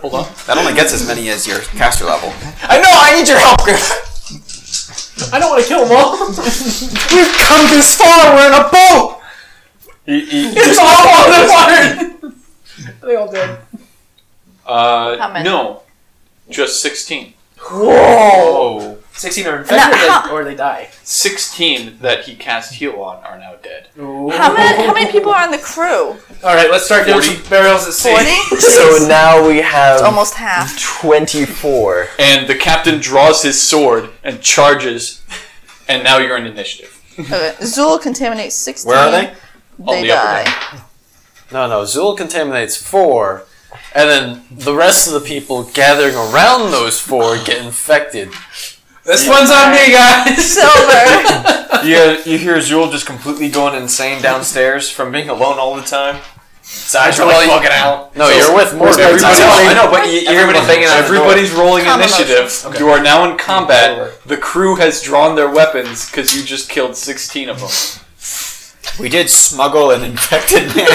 [SPEAKER 1] Hold on.
[SPEAKER 6] That only gets as many as your caster level.
[SPEAKER 7] I know. I need your help, Griff.
[SPEAKER 2] I don't want to kill them all.
[SPEAKER 7] We've come this far. We're in a boat.
[SPEAKER 2] it's all
[SPEAKER 7] Oh,
[SPEAKER 2] on the water. Are they all dead?
[SPEAKER 1] Uh,
[SPEAKER 4] How many?
[SPEAKER 1] No, just sixteen.
[SPEAKER 2] Whoa. Sixteen are infected,
[SPEAKER 4] Now, how-
[SPEAKER 2] or they die.
[SPEAKER 1] Sixteen that he cast heal on are now dead.
[SPEAKER 4] How many, how many people are on the crew?
[SPEAKER 2] All right, let's start doing
[SPEAKER 1] 40.
[SPEAKER 2] some barrels at sea.
[SPEAKER 4] 40?
[SPEAKER 3] So now we have
[SPEAKER 4] Almost half.
[SPEAKER 3] 24.
[SPEAKER 1] And the captain draws his sword and charges, and now you're in initiative.
[SPEAKER 4] Okay. Zool contaminates 16.
[SPEAKER 6] Where are they?
[SPEAKER 4] They
[SPEAKER 1] the upper
[SPEAKER 4] die.
[SPEAKER 5] No, no. Zool contaminates four, and then the rest of the people gathering around those four get infected.
[SPEAKER 2] This one's on me, guys.
[SPEAKER 4] Silver.
[SPEAKER 8] you, you hear Zool just completely going insane downstairs from being alone all the time. His eyes are like fucking out.
[SPEAKER 5] No, you're with Morgan.
[SPEAKER 1] Everybody-
[SPEAKER 8] I know, I know, but you, you hear everybody banging on
[SPEAKER 1] Everybody's rolling
[SPEAKER 4] Calm
[SPEAKER 1] initiative. You are now in combat. The crew has drawn their weapons because you just killed sixteen of them.
[SPEAKER 6] We did smuggle an infected man.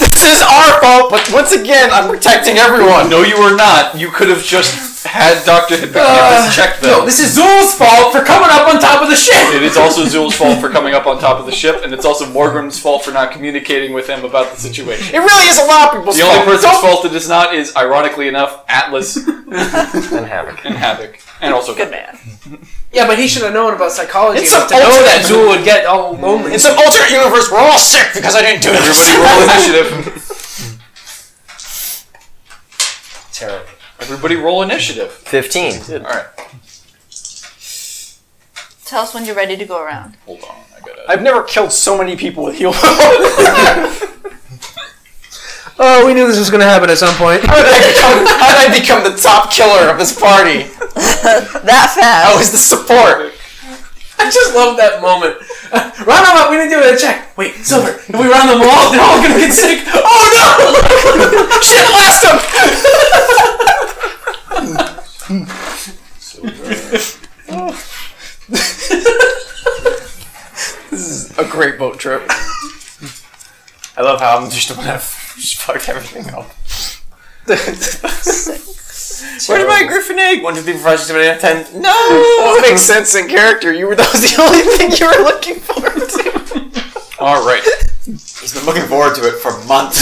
[SPEAKER 7] This is our fault. But once again, I'm protecting everyone.
[SPEAKER 1] No, you were not. You could have just had Doctor Hippocampus check them.
[SPEAKER 2] No, this is Zool's fault for coming up on top of the ship.
[SPEAKER 1] It is also Zul's fault for coming up on top of the ship, and it's also Morgrim's fault for not communicating with him about the situation.
[SPEAKER 7] It really is a lot of people's
[SPEAKER 1] The only
[SPEAKER 7] fault.
[SPEAKER 1] person's
[SPEAKER 7] Don't-
[SPEAKER 1] fault it is not is, ironically enough, Atlas and
[SPEAKER 3] And havoc.
[SPEAKER 1] Havoc, and also
[SPEAKER 4] Good man.
[SPEAKER 2] Yeah, but he should have known about psychology
[SPEAKER 7] It's
[SPEAKER 2] enough
[SPEAKER 7] a
[SPEAKER 2] to know
[SPEAKER 7] ultimate-
[SPEAKER 2] that Zool would get all lonely.
[SPEAKER 7] It's an alternate universe. We're all sick because I didn't do this.
[SPEAKER 1] Everybody roll initiative.
[SPEAKER 2] terrible.
[SPEAKER 1] Everybody roll initiative.
[SPEAKER 3] 15.
[SPEAKER 1] All right,
[SPEAKER 4] Tell us when you're ready to go around.
[SPEAKER 1] hold on. I gotta.
[SPEAKER 7] I've never killed so many people with heal.
[SPEAKER 2] Oh, we knew this was going to happen at some point.
[SPEAKER 7] How did I become? How did I become the top killer of this party?
[SPEAKER 4] That fast.
[SPEAKER 7] I was the support.
[SPEAKER 2] I just love that moment. Uh, round them up. We didn't do it. Check. Wait, Silver. If we round them all, they're all gonna get sick. Oh no! Shit, lost them.
[SPEAKER 15] This is a great boat trip. I love how I'm just the one that fucked everything up.
[SPEAKER 6] Where's my griffin egg? One, two, three, four, five, six, seven, eight, nine, ten. No.
[SPEAKER 15] Well, it makes sense in character. You were that was the only thing you were looking for.
[SPEAKER 6] All right. He's been looking forward to it for months.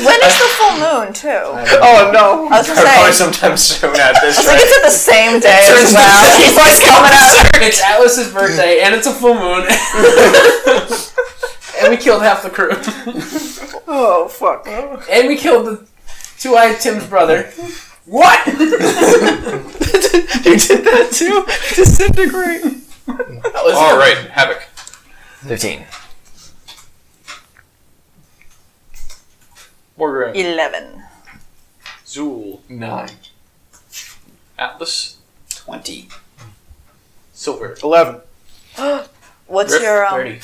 [SPEAKER 4] When is the full moon too?
[SPEAKER 15] oh no!
[SPEAKER 4] I was gonna
[SPEAKER 6] Probably
[SPEAKER 4] say.
[SPEAKER 6] sometime soon at
[SPEAKER 4] I
[SPEAKER 6] this
[SPEAKER 4] think
[SPEAKER 6] rate.
[SPEAKER 4] it's at the same day as well.
[SPEAKER 15] What's coming out?
[SPEAKER 2] It's Atlas's birthday, and it's a full moon. and we killed half the crew.
[SPEAKER 4] Oh fuck!
[SPEAKER 2] And we killed the two-eyed Tim's brother. What?
[SPEAKER 15] you did that too. Disintegrate.
[SPEAKER 1] All right, havoc.
[SPEAKER 3] Fifteen.
[SPEAKER 1] Morgan.
[SPEAKER 4] Eleven.
[SPEAKER 1] Zool.
[SPEAKER 8] Nine.
[SPEAKER 1] Atlas.
[SPEAKER 6] Twenty.
[SPEAKER 1] Silver.
[SPEAKER 7] Eleven.
[SPEAKER 4] What's
[SPEAKER 1] Griff,
[SPEAKER 4] your um?
[SPEAKER 1] Thirty.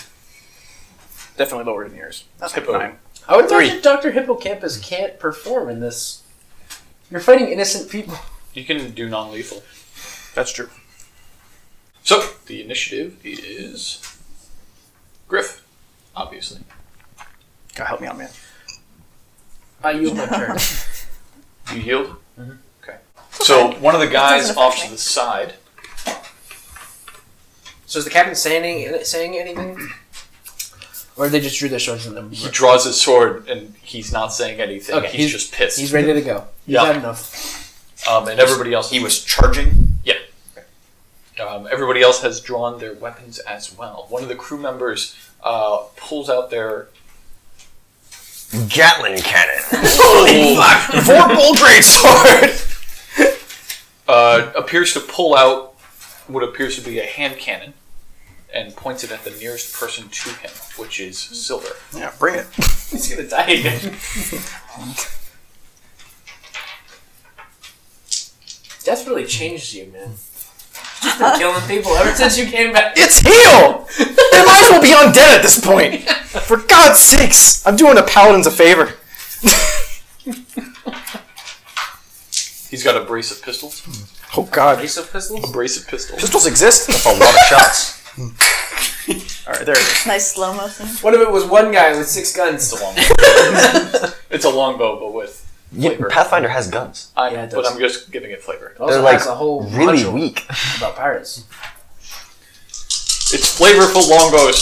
[SPEAKER 16] Definitely lower than yours. It's
[SPEAKER 1] Hippo.
[SPEAKER 16] Nine.
[SPEAKER 2] I would
[SPEAKER 1] Three.
[SPEAKER 2] thought that Doctor Hippocampus can't perform in this. You're fighting innocent people.
[SPEAKER 1] You can do non-lethal.
[SPEAKER 16] That's true.
[SPEAKER 1] So the initiative is Griff, obviously.
[SPEAKER 16] God help me out, man.
[SPEAKER 2] I use my turn.
[SPEAKER 1] You yield. Okay. So one of the guys
[SPEAKER 4] affect
[SPEAKER 1] off
[SPEAKER 4] me.
[SPEAKER 1] to the side.
[SPEAKER 2] So is the captain saying saying anything? Or they just drew their swords in them.
[SPEAKER 1] He draws his sword and he's not saying anything.
[SPEAKER 2] Okay,
[SPEAKER 1] he's,
[SPEAKER 2] he's-
[SPEAKER 1] just pissed.
[SPEAKER 2] He's ready to go. He's
[SPEAKER 1] Yeah.
[SPEAKER 2] had enough.
[SPEAKER 1] um, and everybody else.
[SPEAKER 6] He was charging.
[SPEAKER 1] Um, everybody else has drawn their weapons as well. One of the crew members uh, pulls out their
[SPEAKER 3] Gatlin cannon.
[SPEAKER 1] Oh.
[SPEAKER 6] Four bolt greatsword.
[SPEAKER 1] uh, appears to pull out what appears to be a hand cannon and points it at the nearest person to him, which is Silver.
[SPEAKER 16] Yeah, bring it.
[SPEAKER 1] He's gonna die again.
[SPEAKER 2] Death really changed you, man. Just been killing people ever since you came back.
[SPEAKER 7] It's heal. they might as well be undead at this point. For God's sakes, I'm doing the paladins a favor.
[SPEAKER 1] He's got a brace of pistols.
[SPEAKER 7] Oh God,
[SPEAKER 2] Ace of pistols?
[SPEAKER 1] A brace of pistols.
[SPEAKER 7] pistols exist.
[SPEAKER 3] That's a lot of shots.
[SPEAKER 16] All right, there it is.
[SPEAKER 4] Nice slow mo scene.
[SPEAKER 2] What if it was one guy with six guns?
[SPEAKER 1] It's a longbow, but with
[SPEAKER 3] Yeah,
[SPEAKER 1] flavor.
[SPEAKER 3] Pathfinder has guns.
[SPEAKER 1] I,
[SPEAKER 2] Yeah, it
[SPEAKER 1] but
[SPEAKER 2] does.
[SPEAKER 1] I'm just giving it flavor.
[SPEAKER 2] Also
[SPEAKER 3] like,
[SPEAKER 2] has a whole
[SPEAKER 3] Really
[SPEAKER 2] module
[SPEAKER 3] weak.
[SPEAKER 2] about pirates.
[SPEAKER 1] It's flavorful longbows.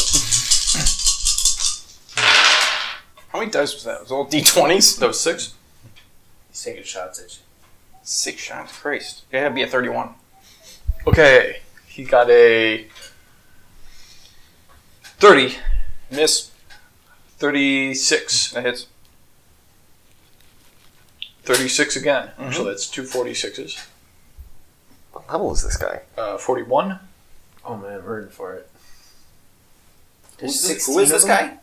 [SPEAKER 16] How many dice was that? It was all d20s?
[SPEAKER 1] That was six.
[SPEAKER 2] He's taking shots at you.
[SPEAKER 16] Six shots. Christ. It had to be a 31.
[SPEAKER 1] Okay, he got a thirty.
[SPEAKER 16] Miss.
[SPEAKER 1] 36.
[SPEAKER 16] That hits.
[SPEAKER 1] 36 again. So that's two 46s.
[SPEAKER 3] What level is this guy?
[SPEAKER 1] Uh, 41.
[SPEAKER 2] Oh man, we're in for it.
[SPEAKER 6] Who's this- Who is this guy?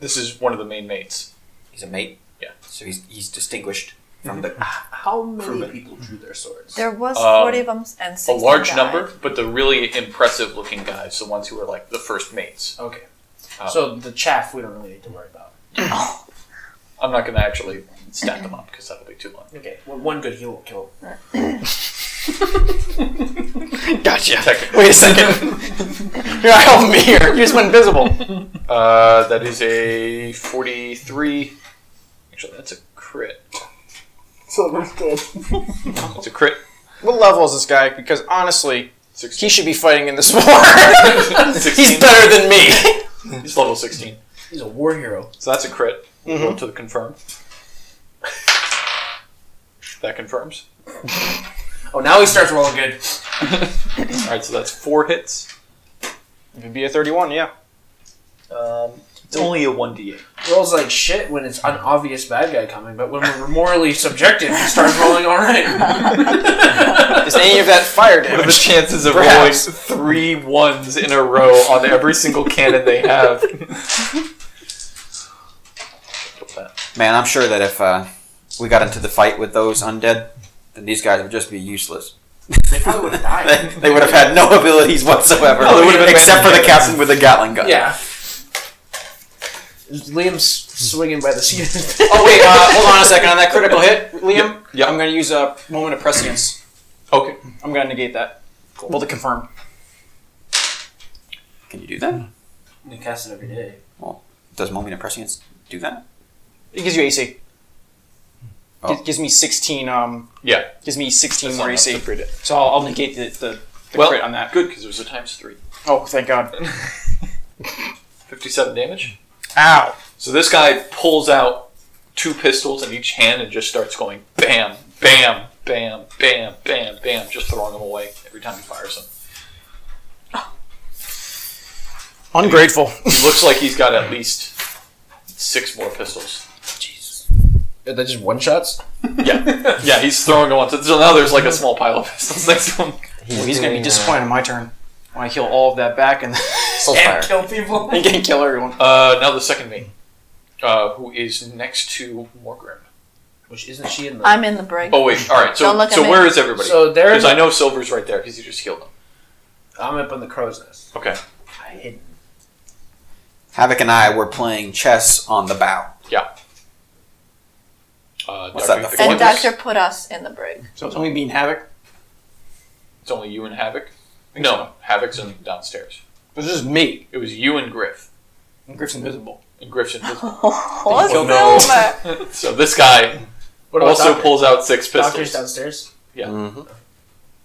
[SPEAKER 1] This is one of the main mates.
[SPEAKER 6] He's a mate.
[SPEAKER 1] Yeah.
[SPEAKER 6] So he's he's distinguished from the
[SPEAKER 2] How many
[SPEAKER 6] Crewman.
[SPEAKER 2] people drew their swords?
[SPEAKER 4] There was
[SPEAKER 1] Um,
[SPEAKER 4] forty of them and
[SPEAKER 1] A
[SPEAKER 4] sixteen.
[SPEAKER 1] large
[SPEAKER 4] died.
[SPEAKER 1] number, but the really impressive looking guys, the ones who are like the first mates.
[SPEAKER 2] Okay.
[SPEAKER 1] Uh,
[SPEAKER 2] so the chaff we don't really need to worry about.
[SPEAKER 1] I'm not going to actually stack them up because that'll be too long.
[SPEAKER 2] Okay, well, one good heal will kill.
[SPEAKER 7] Gotcha.
[SPEAKER 1] Technically.
[SPEAKER 7] Wait a second. Here, help me here. You just went invisible.
[SPEAKER 1] Uh, that is a 43. Actually, that's a crit.
[SPEAKER 15] Silver's dead.
[SPEAKER 1] It's a crit.
[SPEAKER 7] What level is this guy? Because honestly, he
[SPEAKER 1] 16.
[SPEAKER 7] should be fighting in this war. He's
[SPEAKER 1] 16.
[SPEAKER 7] better than me.
[SPEAKER 1] He's level 16.
[SPEAKER 2] He's a war hero.
[SPEAKER 1] So that's a crit. Roll to the confirm. That confirms.
[SPEAKER 2] Oh, now he starts rolling good.
[SPEAKER 1] All right, so that's four hits.
[SPEAKER 7] It'd be a 31, yeah.
[SPEAKER 1] Um, it's only a 1d8.
[SPEAKER 2] Rolls like shit when it's an obvious bad guy coming, but when we're morally subjective, he starts rolling all right.
[SPEAKER 7] Is any of that fire
[SPEAKER 1] What are the
[SPEAKER 7] damage?
[SPEAKER 1] chances of
[SPEAKER 7] Perhaps.
[SPEAKER 1] rolling three ones in a row on every single cannon they have?
[SPEAKER 6] man. I'm sure that if uh, we got into the fight with those undead, then these guys would just be useless. They probably would have died. they would have had no abilities whatsoever,
[SPEAKER 2] No, they would've been
[SPEAKER 6] except for the
[SPEAKER 2] random.
[SPEAKER 6] captain with the Gatling gun.
[SPEAKER 2] Yeah. Liam's swinging by the seat.
[SPEAKER 7] Oh wait, uh, hold on a second on that critical hit, Liam. Yeah. I'm going to use a moment of prescience.
[SPEAKER 5] Okay.
[SPEAKER 7] I'm going to negate that. Well, to confirm.
[SPEAKER 6] Can you do that?
[SPEAKER 8] You cast it every day.
[SPEAKER 6] Does moment of prescience do that?
[SPEAKER 7] It gives you AC.
[SPEAKER 6] Oh.
[SPEAKER 7] It gives me 16. Um,
[SPEAKER 1] Yeah.
[SPEAKER 7] gives me 16
[SPEAKER 1] That's
[SPEAKER 7] more
[SPEAKER 1] not enough
[SPEAKER 7] AC.
[SPEAKER 1] to crit it.
[SPEAKER 7] So I'll, I'll negate the, the, the
[SPEAKER 1] Well-
[SPEAKER 7] crit on that.
[SPEAKER 1] Good, because it was a times three.
[SPEAKER 7] Oh, thank God.
[SPEAKER 1] 57 damage.
[SPEAKER 7] Ow.
[SPEAKER 1] So this guy pulls out two pistols in each hand and just starts going bam, bam, bam, bam, bam, bam, just throwing them away every time he fires them.
[SPEAKER 17] Ungrateful.
[SPEAKER 1] He looks like he's got at least six more pistols.
[SPEAKER 2] Are they just one shots?
[SPEAKER 1] Yeah, yeah, he's throwing them on. So now there's like a small pile of pistols next to him.
[SPEAKER 7] Well, he's going to be disappointed in my turn. When I heal all of that back and,
[SPEAKER 3] Soulfire.
[SPEAKER 2] Kill people.
[SPEAKER 7] and can kill everyone.
[SPEAKER 1] Uh, now the second mate, uh, who is next to Morgrim.
[SPEAKER 2] Which isn't she in the?
[SPEAKER 4] I'm in the break.
[SPEAKER 1] Oh wait, all right.
[SPEAKER 4] Don't
[SPEAKER 1] So
[SPEAKER 4] look at
[SPEAKER 1] so
[SPEAKER 4] me.
[SPEAKER 1] where is everybody?
[SPEAKER 2] so
[SPEAKER 1] Because
[SPEAKER 2] there's.
[SPEAKER 1] I know Silver's right there because he just healed him.
[SPEAKER 2] I'm up on the crow's nest.
[SPEAKER 1] Okay.
[SPEAKER 2] I hidden.
[SPEAKER 6] Havoc and I were playing chess on the bow.
[SPEAKER 1] Uh,
[SPEAKER 6] What's
[SPEAKER 1] Dr.
[SPEAKER 6] that, the
[SPEAKER 1] Pickles.
[SPEAKER 4] and Doctor put us in the break.
[SPEAKER 7] So it's only being havoc.
[SPEAKER 1] It's only you and Havoc. No, Havoc's in downstairs.
[SPEAKER 7] This is me.
[SPEAKER 1] It was you and Griff.
[SPEAKER 7] And Griff's invisible.
[SPEAKER 1] And Griff's invisible.
[SPEAKER 4] What's
[SPEAKER 1] Don't
[SPEAKER 4] over?
[SPEAKER 1] know. so this guy
[SPEAKER 2] What
[SPEAKER 1] also
[SPEAKER 2] doctor?
[SPEAKER 1] pulls out six
[SPEAKER 2] Doctor's
[SPEAKER 1] pistols.
[SPEAKER 2] downstairs.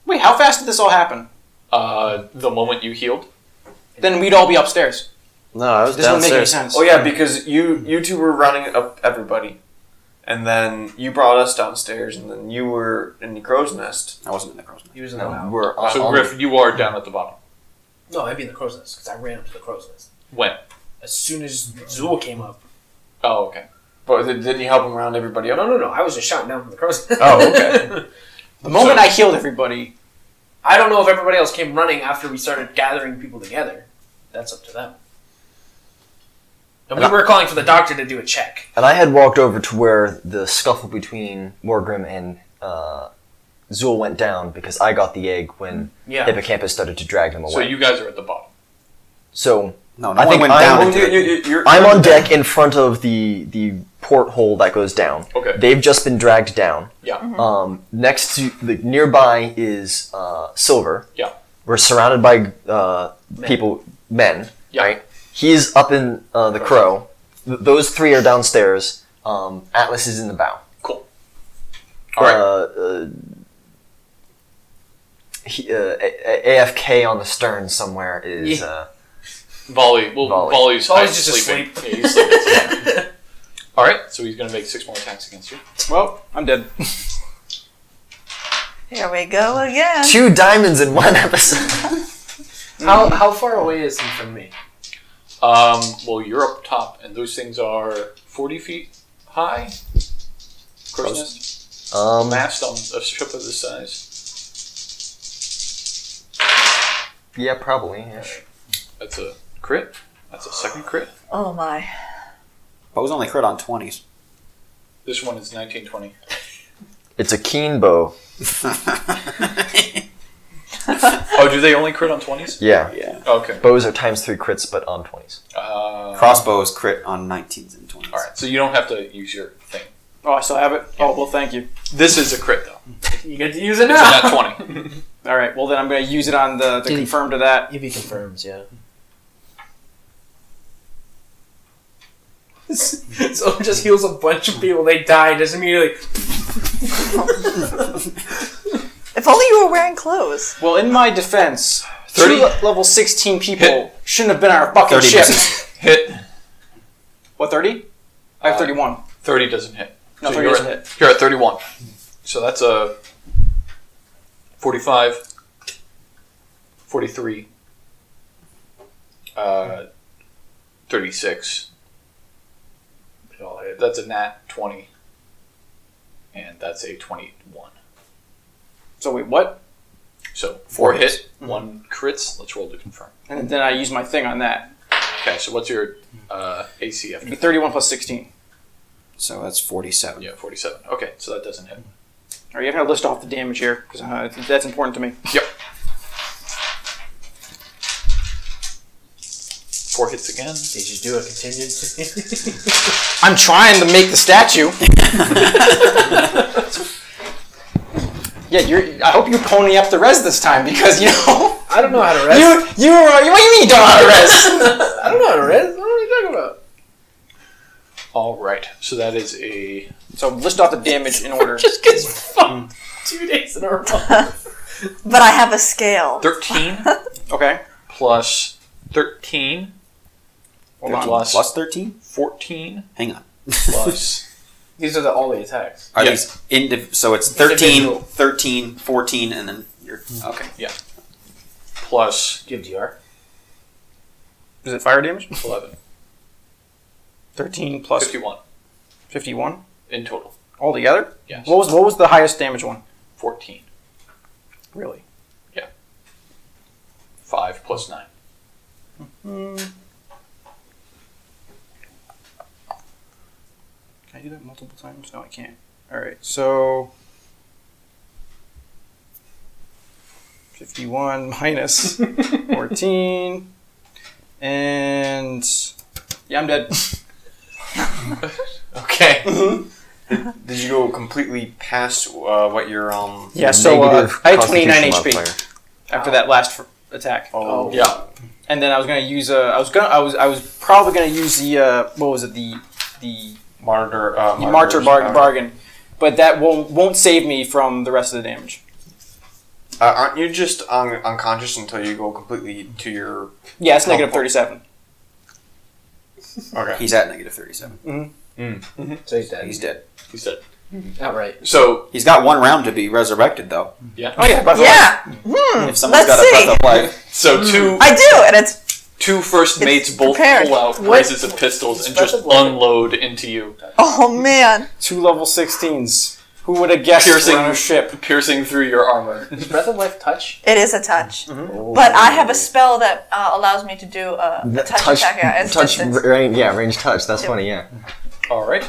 [SPEAKER 7] Wait, how fast did this all happen?
[SPEAKER 1] Uh, the moment you healed,
[SPEAKER 7] Then we'd all be upstairs.
[SPEAKER 5] No, I was
[SPEAKER 7] This doesn't make any
[SPEAKER 5] downstairs.
[SPEAKER 7] sense.
[SPEAKER 8] Oh yeah, because you you two were running up everybody, and then you brought us downstairs, and then you were in the crow's nest.
[SPEAKER 6] I wasn't in the crow's nest.
[SPEAKER 2] He was in the
[SPEAKER 6] No,
[SPEAKER 2] no.
[SPEAKER 6] we're
[SPEAKER 3] Uh,
[SPEAKER 6] all,
[SPEAKER 3] um,
[SPEAKER 1] so Griff, you are down at the bottom.
[SPEAKER 2] No, I'd be in the crow's nest because I ran up to the crow's nest
[SPEAKER 1] When?
[SPEAKER 2] as soon as Zool came up.
[SPEAKER 1] Oh, okay.
[SPEAKER 8] But th- didn't you help him round everybody
[SPEAKER 2] No,
[SPEAKER 8] up?
[SPEAKER 2] no, no. I was just shouting down from the crow's nest.
[SPEAKER 8] Oh, okay.
[SPEAKER 7] The moment I healed everybody,
[SPEAKER 2] I don't know if everybody else came running after we started gathering people together. That's up to them. And we
[SPEAKER 3] And I-
[SPEAKER 2] were calling for the doctor to do a check.
[SPEAKER 3] And I had walked over to where the scuffle between Morgrim and uh, Zool went down because I got the egg when
[SPEAKER 2] Yeah.
[SPEAKER 3] Hippocampus started to drag them away.
[SPEAKER 1] So you guys are at the bottom.
[SPEAKER 3] So
[SPEAKER 6] no, no
[SPEAKER 3] I
[SPEAKER 6] one
[SPEAKER 3] think
[SPEAKER 6] went
[SPEAKER 3] I-
[SPEAKER 6] down.
[SPEAKER 8] Well,
[SPEAKER 6] into
[SPEAKER 8] you,
[SPEAKER 6] it.
[SPEAKER 8] you, you, you're,
[SPEAKER 3] I'm on deck in front of the the porthole that goes down.
[SPEAKER 1] Okay.
[SPEAKER 3] They've just been dragged down.
[SPEAKER 1] Yeah.
[SPEAKER 2] Mm-hmm.
[SPEAKER 3] Um, next to the nearby is uh, Silver.
[SPEAKER 1] Yeah.
[SPEAKER 3] We're surrounded by uh, people, men.
[SPEAKER 1] Yeah.
[SPEAKER 3] Right. He's up in uh, the crow. Th- those three are downstairs. Um, Atlas is in the bow.
[SPEAKER 1] Cool. All right.
[SPEAKER 3] Uh, uh, he, uh, A- A- AFK on the stern somewhere is.
[SPEAKER 2] Yeah.
[SPEAKER 3] Uh,
[SPEAKER 1] Volley. Well,
[SPEAKER 3] Volley.
[SPEAKER 1] volley's, hiding,
[SPEAKER 2] Volley's just
[SPEAKER 1] sleeping. Yeah, he's sleeping. All right. So he's going to make six more attacks against you.
[SPEAKER 7] well, I'm dead.
[SPEAKER 4] Here we go again.
[SPEAKER 3] two diamonds in one episode.
[SPEAKER 2] How, how far away is he from me?
[SPEAKER 1] Um, well, you're up top, and those things are forty feet high. Crow's nest.
[SPEAKER 3] Um,
[SPEAKER 1] mast on a ship of this size.
[SPEAKER 3] yeah, probably. Yeah.
[SPEAKER 1] That's a crit. That's a second crit.
[SPEAKER 4] Oh my.
[SPEAKER 6] But it was only crit on 20s.
[SPEAKER 1] This one is 1920.
[SPEAKER 3] It's a keen bow.
[SPEAKER 1] Oh, do they only crit on 20s?
[SPEAKER 3] Yeah.
[SPEAKER 1] Okay.
[SPEAKER 3] Bows are times three crits, but on 20s.
[SPEAKER 1] Uh,
[SPEAKER 6] Crossbows crit on 19s and 20s.
[SPEAKER 1] All right, so you don't have to use your thing.
[SPEAKER 7] Oh, I still have it. Oh well, thank you.
[SPEAKER 1] This is a crit, though.
[SPEAKER 2] You get to use it
[SPEAKER 1] It's
[SPEAKER 2] now.
[SPEAKER 1] not 20.
[SPEAKER 7] All right. Well, then I'm going to use it on the, the
[SPEAKER 2] Did he-
[SPEAKER 7] confirm to that.
[SPEAKER 2] If he confirms, yeah. so it just heals a bunch of people. They die just immediately.
[SPEAKER 4] If only you were wearing clothes.
[SPEAKER 7] Well, in my defense,
[SPEAKER 1] 30.
[SPEAKER 7] two le- level 16 people shouldn't have been on our fucking
[SPEAKER 6] 30
[SPEAKER 7] ship.
[SPEAKER 6] misses.
[SPEAKER 1] hit.
[SPEAKER 7] What 30? I have
[SPEAKER 1] Uh,
[SPEAKER 7] 31.
[SPEAKER 1] 30 doesn't hit.
[SPEAKER 7] No,
[SPEAKER 1] So
[SPEAKER 7] 30
[SPEAKER 1] you're
[SPEAKER 7] doesn't
[SPEAKER 1] at,
[SPEAKER 7] hit.
[SPEAKER 1] You're at 31. So that's a 45, 43, uh, 36. It all hit. That's a nat 20. And that's a 21.
[SPEAKER 7] So wait, what?
[SPEAKER 1] So four hit, one crits. Let's roll to confirm.
[SPEAKER 7] And then I use my thing on that.
[SPEAKER 1] Okay, so what's your uh, AC after?
[SPEAKER 7] 31 plus 16.
[SPEAKER 6] So that's 47.
[SPEAKER 1] Yeah, 47. Okay, so that doesn't hit.
[SPEAKER 7] All right, I'm gonna list off the damage here because uh, that's important to me.
[SPEAKER 1] Yep. Four hits again. Did you do a contingency?
[SPEAKER 7] I'm trying to make the statue. yeah, you're. I hope you pony up the res this time because you know.
[SPEAKER 2] I don't know how to
[SPEAKER 7] res. You, you, uh, what do you mean you don't know how to res?
[SPEAKER 2] I don't know how to res. What are you talking about?
[SPEAKER 1] All right. So that is a.
[SPEAKER 7] So list off the damage in order.
[SPEAKER 2] Just gets fucked two days in a row.
[SPEAKER 4] But I have a scale.
[SPEAKER 1] Thirteen
[SPEAKER 7] okay.
[SPEAKER 1] plus thirteen.
[SPEAKER 7] Hold on.
[SPEAKER 1] Plus,
[SPEAKER 6] Plus 13?
[SPEAKER 1] fourteen
[SPEAKER 6] Hang on.
[SPEAKER 1] plus.
[SPEAKER 2] These are the all the attacks.
[SPEAKER 6] Are
[SPEAKER 1] Yeah.
[SPEAKER 6] these indiv- so it's 13,
[SPEAKER 2] Individual.
[SPEAKER 6] 13, 14, and then you're. Okay.
[SPEAKER 1] plus
[SPEAKER 2] Give DR.
[SPEAKER 7] Is it fire damage?
[SPEAKER 1] eleven.
[SPEAKER 7] Thirteen plus
[SPEAKER 1] Fifty-one
[SPEAKER 7] fifty-one
[SPEAKER 1] in total.
[SPEAKER 7] altogether.
[SPEAKER 1] Yes.
[SPEAKER 7] What was what was the highest damage one?
[SPEAKER 1] Fourteen.
[SPEAKER 7] Really?
[SPEAKER 1] Five plus nine.
[SPEAKER 7] Can I do that multiple times? No, I can't. All right, so fifty-one minus fourteen, and yeah, I'm dead.
[SPEAKER 1] Okay.
[SPEAKER 8] Did you go completely past uh, what your um?
[SPEAKER 7] Yeah, so uh,
[SPEAKER 3] Negative
[SPEAKER 7] I had twenty-nine
[SPEAKER 3] constitution
[SPEAKER 7] HP
[SPEAKER 3] modifier. Oh.
[SPEAKER 7] after that last fr- attack.
[SPEAKER 8] Oh,
[SPEAKER 1] yeah.
[SPEAKER 7] and then I was gonna use uh, I was gonna I was I was probably gonna use the uh, what was it the the
[SPEAKER 8] Martyr. Uh,
[SPEAKER 7] the martyr
[SPEAKER 8] martyrs,
[SPEAKER 7] bargain,
[SPEAKER 8] uh,
[SPEAKER 7] bargain, but that won't won't save me from the rest of the damage.
[SPEAKER 8] Uh, aren't you just un- unconscious until you go completely to your?
[SPEAKER 7] Yeah, it's negative
[SPEAKER 8] Helpful.
[SPEAKER 7] thirty-seven.
[SPEAKER 8] Okay.
[SPEAKER 6] He's at negative 37.
[SPEAKER 2] So he's dead.
[SPEAKER 6] He's dead.
[SPEAKER 1] He said.
[SPEAKER 2] Outright.
[SPEAKER 1] So
[SPEAKER 6] He's got one round to be resurrected, though.
[SPEAKER 1] yeah.
[SPEAKER 7] Oh yeah, by the way.
[SPEAKER 4] Yeah, Hmm.
[SPEAKER 6] If someone's
[SPEAKER 4] Let's
[SPEAKER 6] got
[SPEAKER 4] see.
[SPEAKER 6] a breath of life,
[SPEAKER 1] So two
[SPEAKER 2] Mm.
[SPEAKER 4] I do, and it's
[SPEAKER 1] two first
[SPEAKER 4] It's
[SPEAKER 1] mates both
[SPEAKER 4] prepared.
[SPEAKER 1] pull out
[SPEAKER 4] What?
[SPEAKER 1] braces of pistols and just
[SPEAKER 2] Expressive weapon.
[SPEAKER 1] unload into you,
[SPEAKER 4] oh man,
[SPEAKER 7] two level sixteens. Who would have guessed
[SPEAKER 1] Piercing.
[SPEAKER 7] we're on a ship?
[SPEAKER 1] piercing through your armor.
[SPEAKER 2] Does Breath of Life touch?
[SPEAKER 4] it is a touch. But I have a spell that uh, allows me to do uh, a, a touch, attack at
[SPEAKER 3] touch,
[SPEAKER 4] distance.
[SPEAKER 3] range, yeah, range touch. That's funny, yeah.
[SPEAKER 1] All right.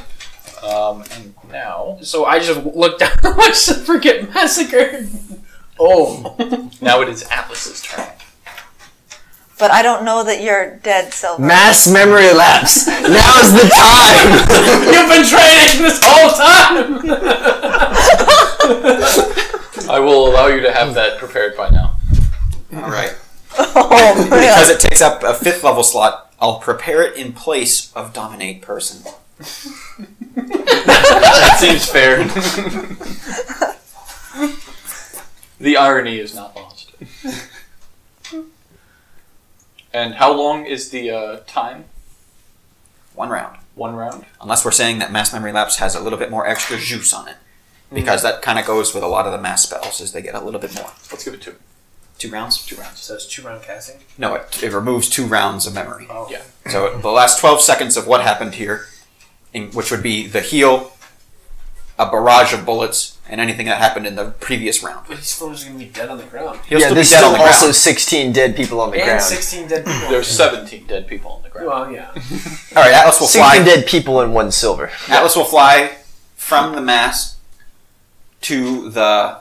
[SPEAKER 1] Um, and now,
[SPEAKER 2] So I just looked down and watched the forget massacred. Oh,
[SPEAKER 1] now it is Atlas's turn.
[SPEAKER 4] But I don't know that you're dead, Silver.
[SPEAKER 3] Mass memory lapse. now is the time.
[SPEAKER 2] you've been training this whole time.
[SPEAKER 1] I will allow you to have that prepared by now.
[SPEAKER 6] all right.
[SPEAKER 4] oh
[SPEAKER 6] Because
[SPEAKER 4] man,
[SPEAKER 6] it takes up a fifth level slot, I'll prepare it in place of dominate person.
[SPEAKER 1] that seems fair. the irony is not lost. And how long is the uh, time?
[SPEAKER 6] One round.
[SPEAKER 1] One round.
[SPEAKER 6] Unless we're saying that mass memory lapse has a little bit more extra juice on it.
[SPEAKER 7] Hmm.
[SPEAKER 6] Because that kind of goes with a lot of the mass spells, is they get a little bit more.
[SPEAKER 1] Let's give it two.
[SPEAKER 6] Two rounds? Two rounds.
[SPEAKER 2] so it's two round casting.
[SPEAKER 6] No, it, it removes two rounds of memory.
[SPEAKER 2] Oh.
[SPEAKER 1] Yeah.
[SPEAKER 6] So the last 12 seconds of what happened here, in, which would be the heal, a barrage of bullets, and anything that happened in the previous round.
[SPEAKER 2] But he's still just gonna be dead on the ground.
[SPEAKER 6] He'll
[SPEAKER 3] yeah,
[SPEAKER 6] still be
[SPEAKER 3] there's
[SPEAKER 6] dead
[SPEAKER 3] still
[SPEAKER 6] on the ground.
[SPEAKER 3] also 16 dead people on the
[SPEAKER 2] And
[SPEAKER 3] ground.
[SPEAKER 2] 16 dead people.
[SPEAKER 1] There's 17 dead people on the ground.
[SPEAKER 2] well, Oh, yeah.
[SPEAKER 6] All right, Atlas will
[SPEAKER 3] 16
[SPEAKER 6] fly.
[SPEAKER 3] dead people and one silver.
[SPEAKER 6] Atlas will fly from the mast to the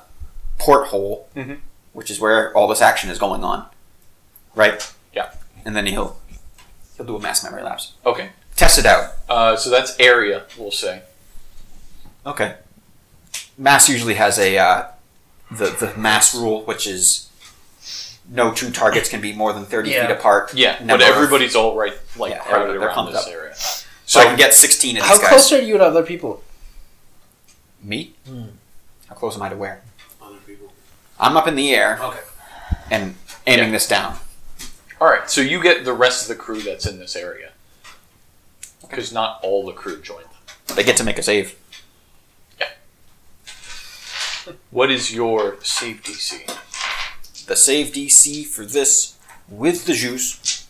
[SPEAKER 6] porthole,
[SPEAKER 1] Mhm.
[SPEAKER 6] which is where all this action is going on. Right?
[SPEAKER 1] Yeah.
[SPEAKER 6] And then he'll he'll do a mass memory lapse.
[SPEAKER 1] Okay.
[SPEAKER 6] Test it out.
[SPEAKER 1] Uh, so that's area, we'll say.
[SPEAKER 6] Okay. Mass usually has a uh, the the mass rule, which is no two targets can be more than thirty
[SPEAKER 2] Yeah.
[SPEAKER 6] feet apart.
[SPEAKER 1] Yeah,
[SPEAKER 6] Number
[SPEAKER 1] but
[SPEAKER 6] of-
[SPEAKER 1] everybody's all right, like
[SPEAKER 6] Yeah,
[SPEAKER 1] crowded
[SPEAKER 6] everybody- they're
[SPEAKER 1] around
[SPEAKER 6] clumped
[SPEAKER 1] this
[SPEAKER 6] up.
[SPEAKER 1] area.
[SPEAKER 6] so I can get sixteen of these
[SPEAKER 2] How
[SPEAKER 6] guys.
[SPEAKER 2] close Hmm. are you to other people?
[SPEAKER 6] Me? How close am I to where?
[SPEAKER 2] Other people. Oh.
[SPEAKER 6] I'm up in the air
[SPEAKER 2] Okay.
[SPEAKER 6] and aiming
[SPEAKER 1] Yeah.
[SPEAKER 6] this down.
[SPEAKER 1] All right, so you get the rest of the crew that's in this area, because not all the crew joined them.
[SPEAKER 6] They get to make a save.
[SPEAKER 1] What is your safety scene?
[SPEAKER 6] The save DC for this with the juice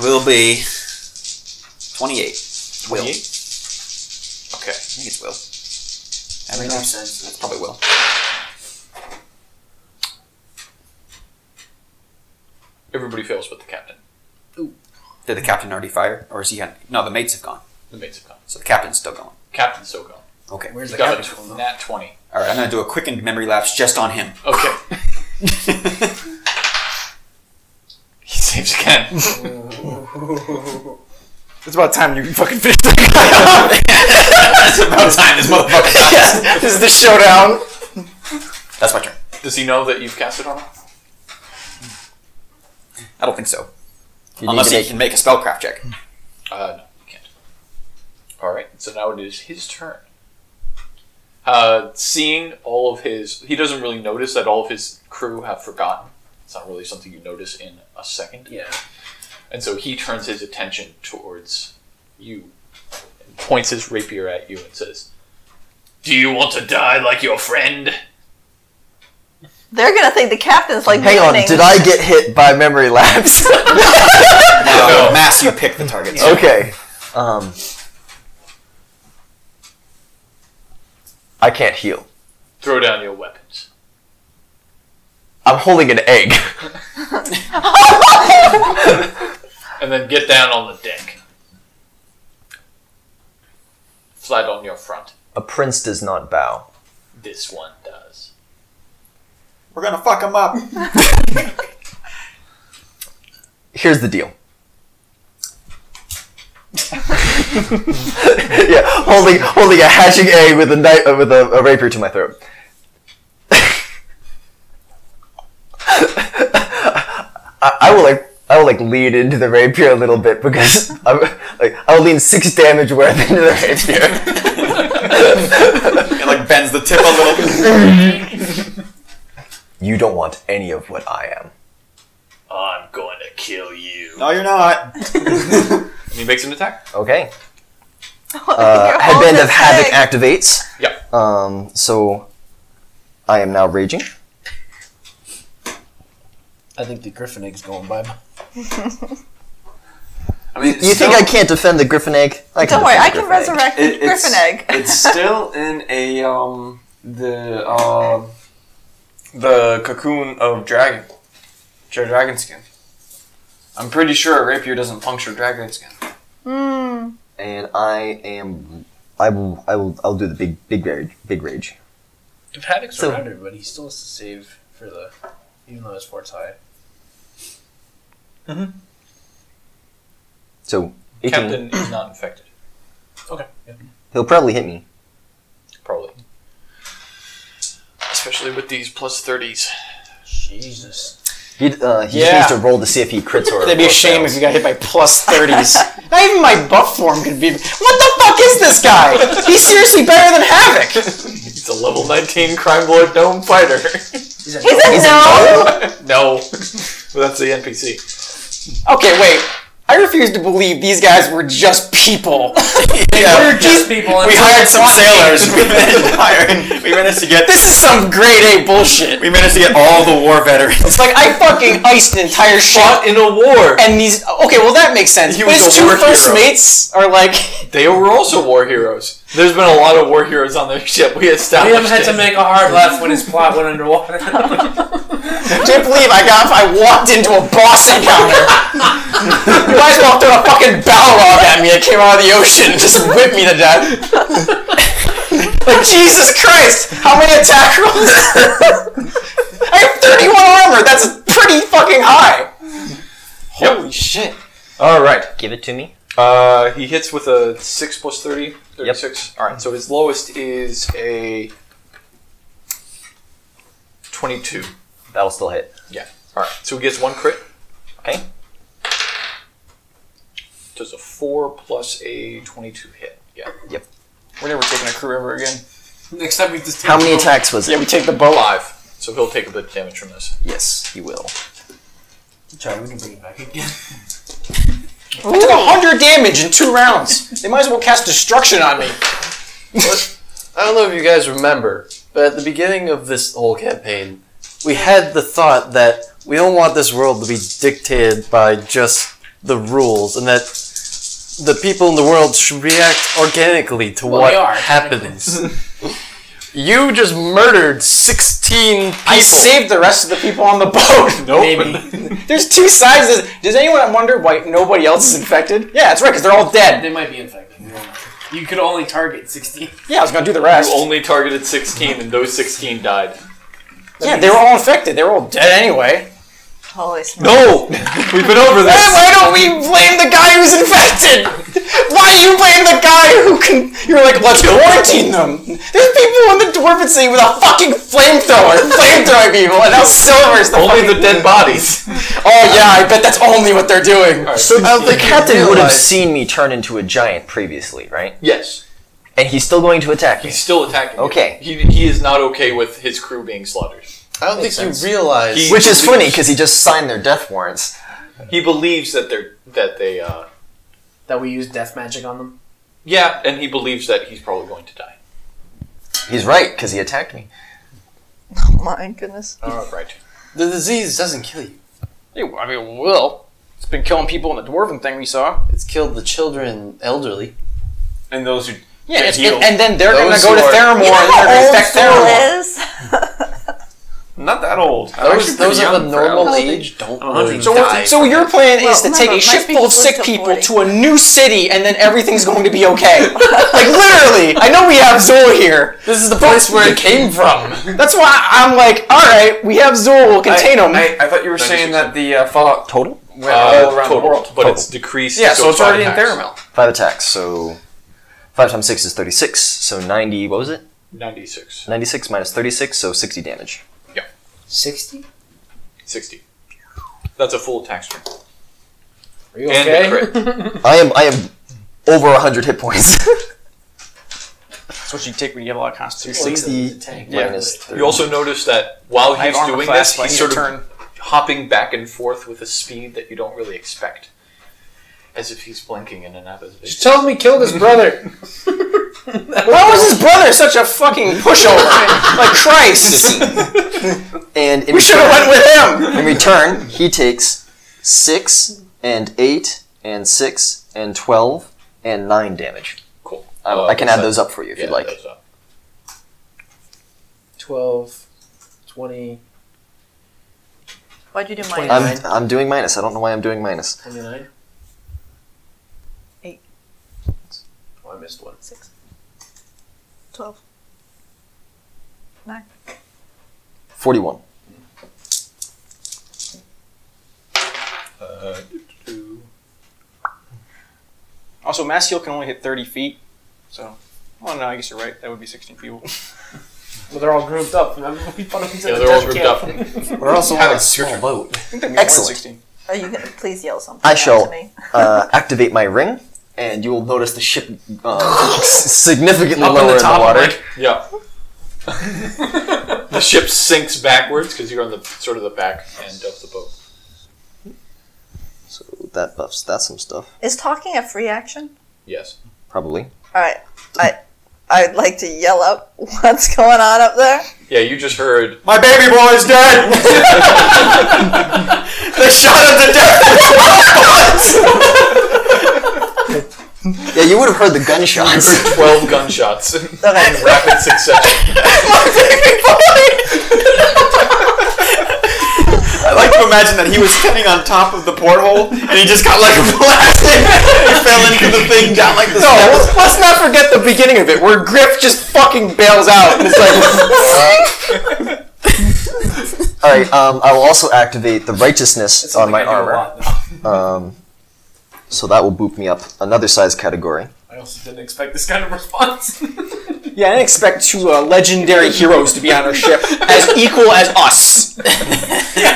[SPEAKER 6] will be twenty-eight. Will.
[SPEAKER 1] 28? Okay.
[SPEAKER 6] I think it's Will. I think that's, that's probably Will.
[SPEAKER 1] Everybody fails but the captain.
[SPEAKER 6] Did the captain already fire, or is he? On, no, the mates have gone,
[SPEAKER 1] The mates have gone.
[SPEAKER 6] so the captain's still going.
[SPEAKER 1] Captain's still gone.
[SPEAKER 6] Okay.
[SPEAKER 2] Where's
[SPEAKER 1] You got a nat 20.
[SPEAKER 6] All right, I'm gonna do a quickened memory lapse just on him.
[SPEAKER 1] Okay. he saves again.
[SPEAKER 7] It's about time you fucking finish It's
[SPEAKER 6] about time this motherfucker dies.
[SPEAKER 7] this is the showdown.
[SPEAKER 6] That's my turn.
[SPEAKER 1] Does he know that you've cast it on him?
[SPEAKER 6] I don't think so.
[SPEAKER 3] You need
[SPEAKER 6] Unless
[SPEAKER 3] to
[SPEAKER 6] he
[SPEAKER 3] make-
[SPEAKER 6] can make a spellcraft check.
[SPEAKER 1] Uh, no, you can't. All right, so now it is his turn. Uh, seeing all of his, he doesn't really notice that all of his crew have forgotten. It's not really something you notice in a second.
[SPEAKER 15] Yeah.
[SPEAKER 1] And so he turns his attention towards you, and points his rapier at you, and says, "Do you want to die like your friend?"
[SPEAKER 4] They're gonna think the captain's like.
[SPEAKER 3] Hang on,
[SPEAKER 4] listening.
[SPEAKER 3] did I get hit by memory lapse?
[SPEAKER 6] No, Mass, you pick the target.
[SPEAKER 3] okay. Um, I can't heal.
[SPEAKER 1] Throw down your weapons.
[SPEAKER 3] I'm holding an egg.
[SPEAKER 1] and then get down on the deck. Flat on your front.
[SPEAKER 3] A prince does not bow.
[SPEAKER 1] This one does.
[SPEAKER 6] We're gonna fuck him up.
[SPEAKER 3] Here's the deal. yeah, holding holding a hatching egg with a knife uh, with a, a rapier to my throat. I, I will like I will like lean into the rapier a little bit because I'm, like I will lean six damage worth into the rapier.
[SPEAKER 6] it like bends the tip a little.
[SPEAKER 3] You don't want any of what I am.
[SPEAKER 1] I'm going to kill you.
[SPEAKER 6] No, you're not.
[SPEAKER 1] And he makes an attack.
[SPEAKER 3] Okay. Uh, headband of havoc activates.
[SPEAKER 1] Yep.
[SPEAKER 3] Um, so I am now raging.
[SPEAKER 2] I think the griffin egg's going by.
[SPEAKER 8] I mean,
[SPEAKER 3] You think I can't defend the griffin egg? I
[SPEAKER 4] Don't worry, I
[SPEAKER 3] defend the
[SPEAKER 4] can
[SPEAKER 3] griffin egg.
[SPEAKER 4] resurrect the
[SPEAKER 8] It- it's-
[SPEAKER 4] griffin egg.
[SPEAKER 8] it's still in a um the uh, the cocoon of dragon, Dra- dragon skin. I'm pretty sure a rapier doesn't puncture dragon skin.
[SPEAKER 4] Mm.
[SPEAKER 3] and I am. I will. I will. I'll do the big, big rage. Big rage.
[SPEAKER 15] If Haddock's
[SPEAKER 3] So-
[SPEAKER 15] surrounded, but he still has to save for the, even though his fort's high.
[SPEAKER 3] So 18,
[SPEAKER 1] Captain is not infected.
[SPEAKER 15] Okay. Yeah.
[SPEAKER 3] he'll probably hit me.
[SPEAKER 1] Probably. Especially with these plus 30s.
[SPEAKER 15] Jesus.
[SPEAKER 3] He, uh, he
[SPEAKER 7] Yeah.
[SPEAKER 3] just needs to roll to see if he crits or.
[SPEAKER 7] That'd be a
[SPEAKER 3] or
[SPEAKER 7] shame if
[SPEAKER 3] fails.
[SPEAKER 7] you got hit by plus 30s. Not even my buff form could be. What the fuck is this guy? He's seriously better than Havoc.
[SPEAKER 1] He's a level 19 crime lord gnome fighter.
[SPEAKER 15] He's a
[SPEAKER 4] He said no.
[SPEAKER 1] no. Well, that's the NPC.
[SPEAKER 7] Okay, wait. I refuse to believe these guys were just people.
[SPEAKER 6] yeah.
[SPEAKER 15] just people.
[SPEAKER 6] We hired some sailors. We managed to hire- we managed to get.
[SPEAKER 7] This is some grade A bullshit.
[SPEAKER 6] We managed to get all the war veterans.
[SPEAKER 7] It's like I fucking iced an entire ship,
[SPEAKER 1] Fought in a war.
[SPEAKER 7] and these. Okay, well that makes sense.
[SPEAKER 6] He
[SPEAKER 7] But
[SPEAKER 6] was
[SPEAKER 7] his
[SPEAKER 6] the
[SPEAKER 7] two
[SPEAKER 6] war
[SPEAKER 7] first
[SPEAKER 6] hero.
[SPEAKER 7] mates are like.
[SPEAKER 1] They were also war heroes. There's been a lot of war heroes on their ship. We established
[SPEAKER 15] Liam had
[SPEAKER 1] it.
[SPEAKER 15] to make a hard left when his plot went underwater.
[SPEAKER 7] Can't believe I got. I walked into a boss encounter. you might as well throw a fucking Balrog at me that came out of the ocean and just whip me to death. like Jesus Christ, how many attack rolls? I have 31 armor. That's pretty fucking high. Holy shit.
[SPEAKER 1] All right.
[SPEAKER 3] Give it to me.
[SPEAKER 1] Uh, he hits with a 6 plus 30, 36. All right, so his lowest is a 22.
[SPEAKER 3] That'll still hit.
[SPEAKER 1] Yeah. All right, so he gets one crit.
[SPEAKER 3] Okay.
[SPEAKER 1] Does a 4 plus a 22 hit. Yeah.
[SPEAKER 3] Yep.
[SPEAKER 1] We're never taking a crew ever again.
[SPEAKER 15] Next time we just
[SPEAKER 3] How many attacks was it?
[SPEAKER 7] Yeah, we take the bow off.
[SPEAKER 1] Five. So he'll take a bit of damage from this.
[SPEAKER 3] Yes, you will.
[SPEAKER 15] Sorry, we can bring it back again.
[SPEAKER 7] I took 100 damage in two rounds. They might as well cast destruction on me.
[SPEAKER 15] I don't know if you guys remember, but at the beginning of this whole campaign, we had the thought that we don't want this world to be dictated by just the rules, and that the people in the world should react organically to what
[SPEAKER 2] they are.
[SPEAKER 15] happens. you just murdered 16
[SPEAKER 7] I saved the rest of the people on the boat.
[SPEAKER 1] Nope.
[SPEAKER 7] There's two sides. to this. Does anyone wonder why nobody else is infected? Yeah, that's right, because they're all dead.
[SPEAKER 15] might be infected.
[SPEAKER 2] You could only target 16.
[SPEAKER 7] Yeah, I was gonna do the rest.
[SPEAKER 1] You only targeted 16, and those 16 died.
[SPEAKER 7] yeah, they were all infected. They were all dead anyway.
[SPEAKER 4] Holy smokes.
[SPEAKER 1] No! Oh, We've been over
[SPEAKER 7] Then
[SPEAKER 1] this.
[SPEAKER 7] why don't we blame the guy who's infected? Why do you blame the guy who can? You're like, let's quarantine them. There's people in the dwarvency with a fucking flamethrower, flamethrowing people, and now Silver's the
[SPEAKER 1] Only
[SPEAKER 7] fucking-
[SPEAKER 1] the dead bodies.
[SPEAKER 7] Oh yeah, I bet that's only what they're doing.
[SPEAKER 3] So uh, the captain would have
[SPEAKER 6] realize-
[SPEAKER 3] seen me turn into a giant previously, right?
[SPEAKER 1] Yes.
[SPEAKER 3] And he's still going to attack me.
[SPEAKER 1] He's still attacking. you.
[SPEAKER 3] Okay.
[SPEAKER 1] He, he is not okay with his crew being slaughtered.
[SPEAKER 6] I don't think you realize.
[SPEAKER 1] He-
[SPEAKER 3] Which is funny because he just signed their death warrants.
[SPEAKER 1] He believes that they're that they. Uh,
[SPEAKER 2] That we use death magic on them.
[SPEAKER 1] yeah, and he believes that he's probably going to die.
[SPEAKER 3] He's right because he attacked me.
[SPEAKER 4] Oh my goodness.
[SPEAKER 1] All right.
[SPEAKER 5] The disease doesn't kill you.
[SPEAKER 7] I mean, it will. It's been killing people in the dwarven thing we saw.
[SPEAKER 5] It's killed the children, elderly.
[SPEAKER 8] And those who
[SPEAKER 7] Yeah,
[SPEAKER 8] Get
[SPEAKER 7] it's, it,
[SPEAKER 8] healed.
[SPEAKER 7] and then they're
[SPEAKER 5] Those
[SPEAKER 7] gonna go
[SPEAKER 5] who
[SPEAKER 7] to
[SPEAKER 5] are-
[SPEAKER 7] Theramore and they're gonna infect Theramore.
[SPEAKER 8] not that old. I'm actually
[SPEAKER 5] Those,
[SPEAKER 8] pretty
[SPEAKER 5] those of
[SPEAKER 8] young
[SPEAKER 5] a
[SPEAKER 8] for
[SPEAKER 5] normal
[SPEAKER 8] elderly.
[SPEAKER 5] age don't
[SPEAKER 8] I'm 100
[SPEAKER 5] really
[SPEAKER 7] So,
[SPEAKER 8] die
[SPEAKER 7] we're- so
[SPEAKER 8] from
[SPEAKER 7] your plan is
[SPEAKER 4] Well,
[SPEAKER 7] to take
[SPEAKER 4] remember,
[SPEAKER 7] a
[SPEAKER 4] my
[SPEAKER 7] ship
[SPEAKER 4] people
[SPEAKER 7] full of
[SPEAKER 4] live
[SPEAKER 7] sick
[SPEAKER 4] till
[SPEAKER 7] people
[SPEAKER 4] 40.
[SPEAKER 7] to a new city, and then everything's going to be okay. like literally, I know we have Zul here. This is the place where it came from. That's why I'm like, all right, we have Zul. We'll contain him.
[SPEAKER 8] I, I thought you were saying that the uh, Fallout
[SPEAKER 3] Total?
[SPEAKER 8] went
[SPEAKER 1] Uh,
[SPEAKER 8] all around
[SPEAKER 1] total,
[SPEAKER 8] the world.
[SPEAKER 1] but it's decreased.
[SPEAKER 8] Yeah, so, it's
[SPEAKER 1] five
[SPEAKER 8] already in
[SPEAKER 1] attacks.
[SPEAKER 8] Theramel.
[SPEAKER 3] Five attacks, so. 5 times 6 is 36, so 90, what was it?
[SPEAKER 1] Ninety-six.
[SPEAKER 3] 96 minus 36, so 60 damage.
[SPEAKER 2] 60?
[SPEAKER 1] 60. That's a full attack string.
[SPEAKER 2] Are you
[SPEAKER 1] And
[SPEAKER 2] okay?
[SPEAKER 1] the crit.
[SPEAKER 3] I am I am over 100 hit points.
[SPEAKER 16] That's what you take when you get a lot of constitution.
[SPEAKER 3] 60 minus 30.
[SPEAKER 1] You also notice that while he's
[SPEAKER 16] armor
[SPEAKER 1] doing
[SPEAKER 16] class,
[SPEAKER 1] this,
[SPEAKER 16] so I
[SPEAKER 1] he's
[SPEAKER 16] need
[SPEAKER 1] sort
[SPEAKER 16] to
[SPEAKER 1] of hopping back and forth with a speed that you don't really expect. As if he's blinking in an
[SPEAKER 2] Just
[SPEAKER 1] episode.
[SPEAKER 2] tell him he killed his brother.
[SPEAKER 7] Why was his brother such a fucking pushover? like Christ,
[SPEAKER 3] and in
[SPEAKER 7] we should have went with him.
[SPEAKER 3] In return, he takes 6 and 8 and 6 and 12 and 9 damage.
[SPEAKER 1] Cool.
[SPEAKER 3] Um,
[SPEAKER 1] Uh,
[SPEAKER 3] I can add
[SPEAKER 1] so-
[SPEAKER 3] those up for you if
[SPEAKER 1] Yeah,
[SPEAKER 3] you'd like.
[SPEAKER 1] those up.
[SPEAKER 2] 12, 20,
[SPEAKER 4] Why'd you do mine?
[SPEAKER 7] Um,
[SPEAKER 3] I'm, I'm doing minus. I don't know why I'm doing minus.
[SPEAKER 2] 29.
[SPEAKER 4] Eight.
[SPEAKER 2] Oh, I missed one.
[SPEAKER 4] Six. Twelve. Nine.
[SPEAKER 3] 41.
[SPEAKER 1] Uh, two.
[SPEAKER 16] Also, mass heal can only hit 30 feet. So, well, no, I guess you're right. That would be 16 people.
[SPEAKER 2] Well, they're all grouped up. Remember when we put them
[SPEAKER 1] Yeah,
[SPEAKER 2] into the
[SPEAKER 1] they're all
[SPEAKER 2] death
[SPEAKER 1] grouped
[SPEAKER 2] camp?
[SPEAKER 1] up.
[SPEAKER 5] We're also on a
[SPEAKER 1] turn.
[SPEAKER 5] small boat.
[SPEAKER 16] I think they're more than
[SPEAKER 3] Excellent.
[SPEAKER 16] 16.
[SPEAKER 4] Are you gonna please yell something?
[SPEAKER 3] I
[SPEAKER 4] out
[SPEAKER 3] shall-
[SPEAKER 4] To me?
[SPEAKER 3] Uh, activate my ring, and you will notice the ship uh, s- significantly
[SPEAKER 2] Up in
[SPEAKER 3] lower
[SPEAKER 2] the
[SPEAKER 3] in the,
[SPEAKER 2] top,
[SPEAKER 3] water.
[SPEAKER 2] like-
[SPEAKER 1] Yeah. the ship sinks backwards because you're on the sort of the back end of the boat.
[SPEAKER 3] So that buffs that some stuff,
[SPEAKER 4] Is talking a free action?
[SPEAKER 1] Yes.
[SPEAKER 3] probably.
[SPEAKER 4] All right. I I'd like to yell up what's going on up there.
[SPEAKER 1] Yeah, you just heard
[SPEAKER 6] My baby boy is dead. they shot him to death.
[SPEAKER 3] Yeah, you would have heard the gunshots.
[SPEAKER 1] 12 gunshots in
[SPEAKER 4] Okay.
[SPEAKER 1] rapid succession.
[SPEAKER 6] I like to imagine that he was standing on top of the porthole and he just got like blasted. he fell into the thing down like this.
[SPEAKER 7] No, let's, let's not forget the beginning of it, where Griff just fucking bails out, and it's like,
[SPEAKER 3] All right, um, I will also activate the righteousness on my armor. Um, so that will boop me up another size category.
[SPEAKER 2] I also didn't expect this kind of response.
[SPEAKER 7] yeah, I didn't expect two uh, legendary heroes to be on our ship as equal as us,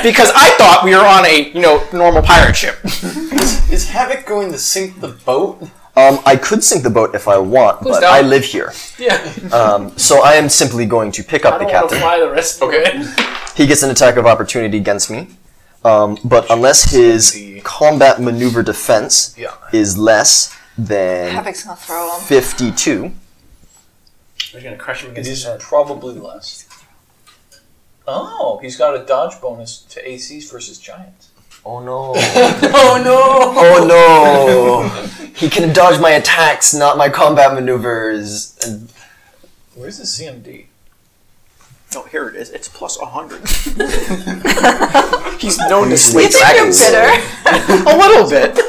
[SPEAKER 7] because I thought we were on a you know normal pirate ship.
[SPEAKER 5] Is Havoc going to sink the boat?
[SPEAKER 3] Um, I could sink the boat if I want, but
[SPEAKER 2] don't.
[SPEAKER 3] I live here,
[SPEAKER 2] yeah.
[SPEAKER 3] um, so I am simply going to pick
[SPEAKER 2] I
[SPEAKER 3] up the
[SPEAKER 2] don't want to
[SPEAKER 3] captain.
[SPEAKER 2] fly the rest of okay. the way.
[SPEAKER 3] He gets an attack of opportunity against me. Um, but unless his combat maneuver defense
[SPEAKER 1] Yeah.
[SPEAKER 3] is less than
[SPEAKER 4] Havoc's gonna throw him.
[SPEAKER 3] 52,
[SPEAKER 1] He's going to crush him against his head. Probably less. Oh, he's got a dodge bonus to ACs versus Giants.
[SPEAKER 3] oh no. oh no! Oh no! He can dodge my attacks, not my combat maneuvers. And
[SPEAKER 1] Where's the CMD?
[SPEAKER 16] No, Oh, here it is. It's plus 100.
[SPEAKER 7] He's known to
[SPEAKER 3] Wait,
[SPEAKER 7] sleep
[SPEAKER 4] You think you're
[SPEAKER 3] dragons.
[SPEAKER 4] bitter?
[SPEAKER 7] a little bit,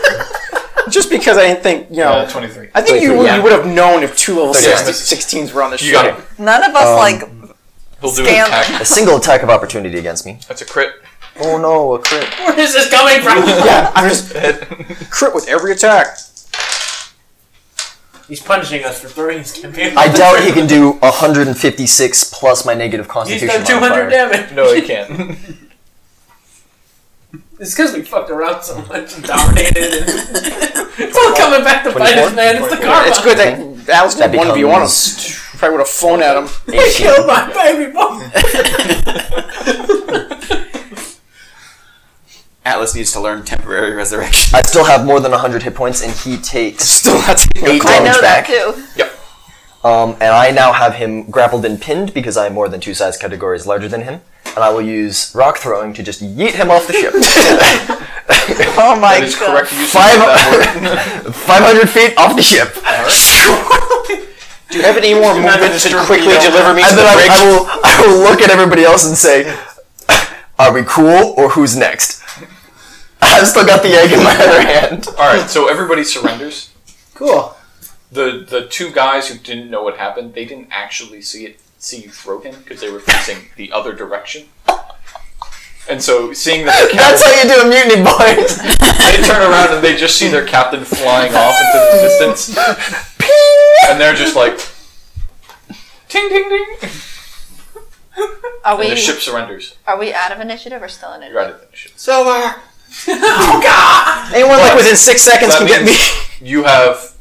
[SPEAKER 7] just because I didn't think, you know.
[SPEAKER 1] Uh, 23.
[SPEAKER 7] I think you,
[SPEAKER 1] 23, yeah.
[SPEAKER 7] you would have known if two level
[SPEAKER 1] Yeah.
[SPEAKER 7] 16, 16s were on the
[SPEAKER 1] You
[SPEAKER 7] show.
[SPEAKER 1] got it.
[SPEAKER 4] None of us
[SPEAKER 3] Um,
[SPEAKER 4] like
[SPEAKER 1] He'll do an
[SPEAKER 4] Scanlan.
[SPEAKER 1] attack.
[SPEAKER 3] A single attack of opportunity against me.
[SPEAKER 1] That's a crit.
[SPEAKER 3] Oh no, a crit.
[SPEAKER 2] Where is this coming from?
[SPEAKER 7] Yeah, I'm just crit with every attack.
[SPEAKER 2] He's punishing us for throwing his campaign.
[SPEAKER 3] I doubt he can do 156 plus my negative
[SPEAKER 2] He's
[SPEAKER 3] constitution
[SPEAKER 2] done 200
[SPEAKER 3] modifier.
[SPEAKER 2] damage.
[SPEAKER 1] no, he can't.
[SPEAKER 2] It's because we fucked around so much and dominated. And it's all coming back to bite us, man. It's the
[SPEAKER 1] 24?
[SPEAKER 2] karma.
[SPEAKER 7] It's good that Alex
[SPEAKER 3] That
[SPEAKER 7] did 1v1 him.
[SPEAKER 3] becomes
[SPEAKER 7] Probably would have flown at him.
[SPEAKER 2] We killed my baby boy.
[SPEAKER 6] Atlas needs to learn temporary resurrection.
[SPEAKER 3] I still have more than 100 hit points, and he takes
[SPEAKER 7] Still not taking a
[SPEAKER 3] eight
[SPEAKER 7] call.
[SPEAKER 4] I know
[SPEAKER 3] damage
[SPEAKER 4] that
[SPEAKER 3] back.
[SPEAKER 4] too.
[SPEAKER 3] Um, and I now have him grappled and pinned because I am more than two size categories larger than him. And I will use rock throwing to just yeet him off the ship.
[SPEAKER 7] Oh my
[SPEAKER 1] That is correct use of that word.
[SPEAKER 3] Five, 500 feet off the ship.
[SPEAKER 7] Do you have any more movement to quickly deliver me to
[SPEAKER 3] And
[SPEAKER 7] the
[SPEAKER 3] then I,
[SPEAKER 7] bridge?
[SPEAKER 3] I, will, I will look at everybody else and say, Are we cool or who's next? I've still got the egg in my other hand.
[SPEAKER 1] All right, so everybody surrenders.
[SPEAKER 7] Cool.
[SPEAKER 1] The the two guys who didn't know what happened, they didn't actually see it see you throw him because they were facing the other direction. And so seeing that their
[SPEAKER 3] That's how you do a mutiny, boys.
[SPEAKER 1] they turn around and they just see their captain flying off into the distance, and they're just like, "Ting, ding, ding!"
[SPEAKER 4] Are
[SPEAKER 1] And
[SPEAKER 4] we
[SPEAKER 1] the ship surrenders.
[SPEAKER 4] are we out of initiative or still in it?
[SPEAKER 1] You're out of the ship.
[SPEAKER 7] Anyone like within six seconds
[SPEAKER 1] That
[SPEAKER 7] can get me.
[SPEAKER 1] means you have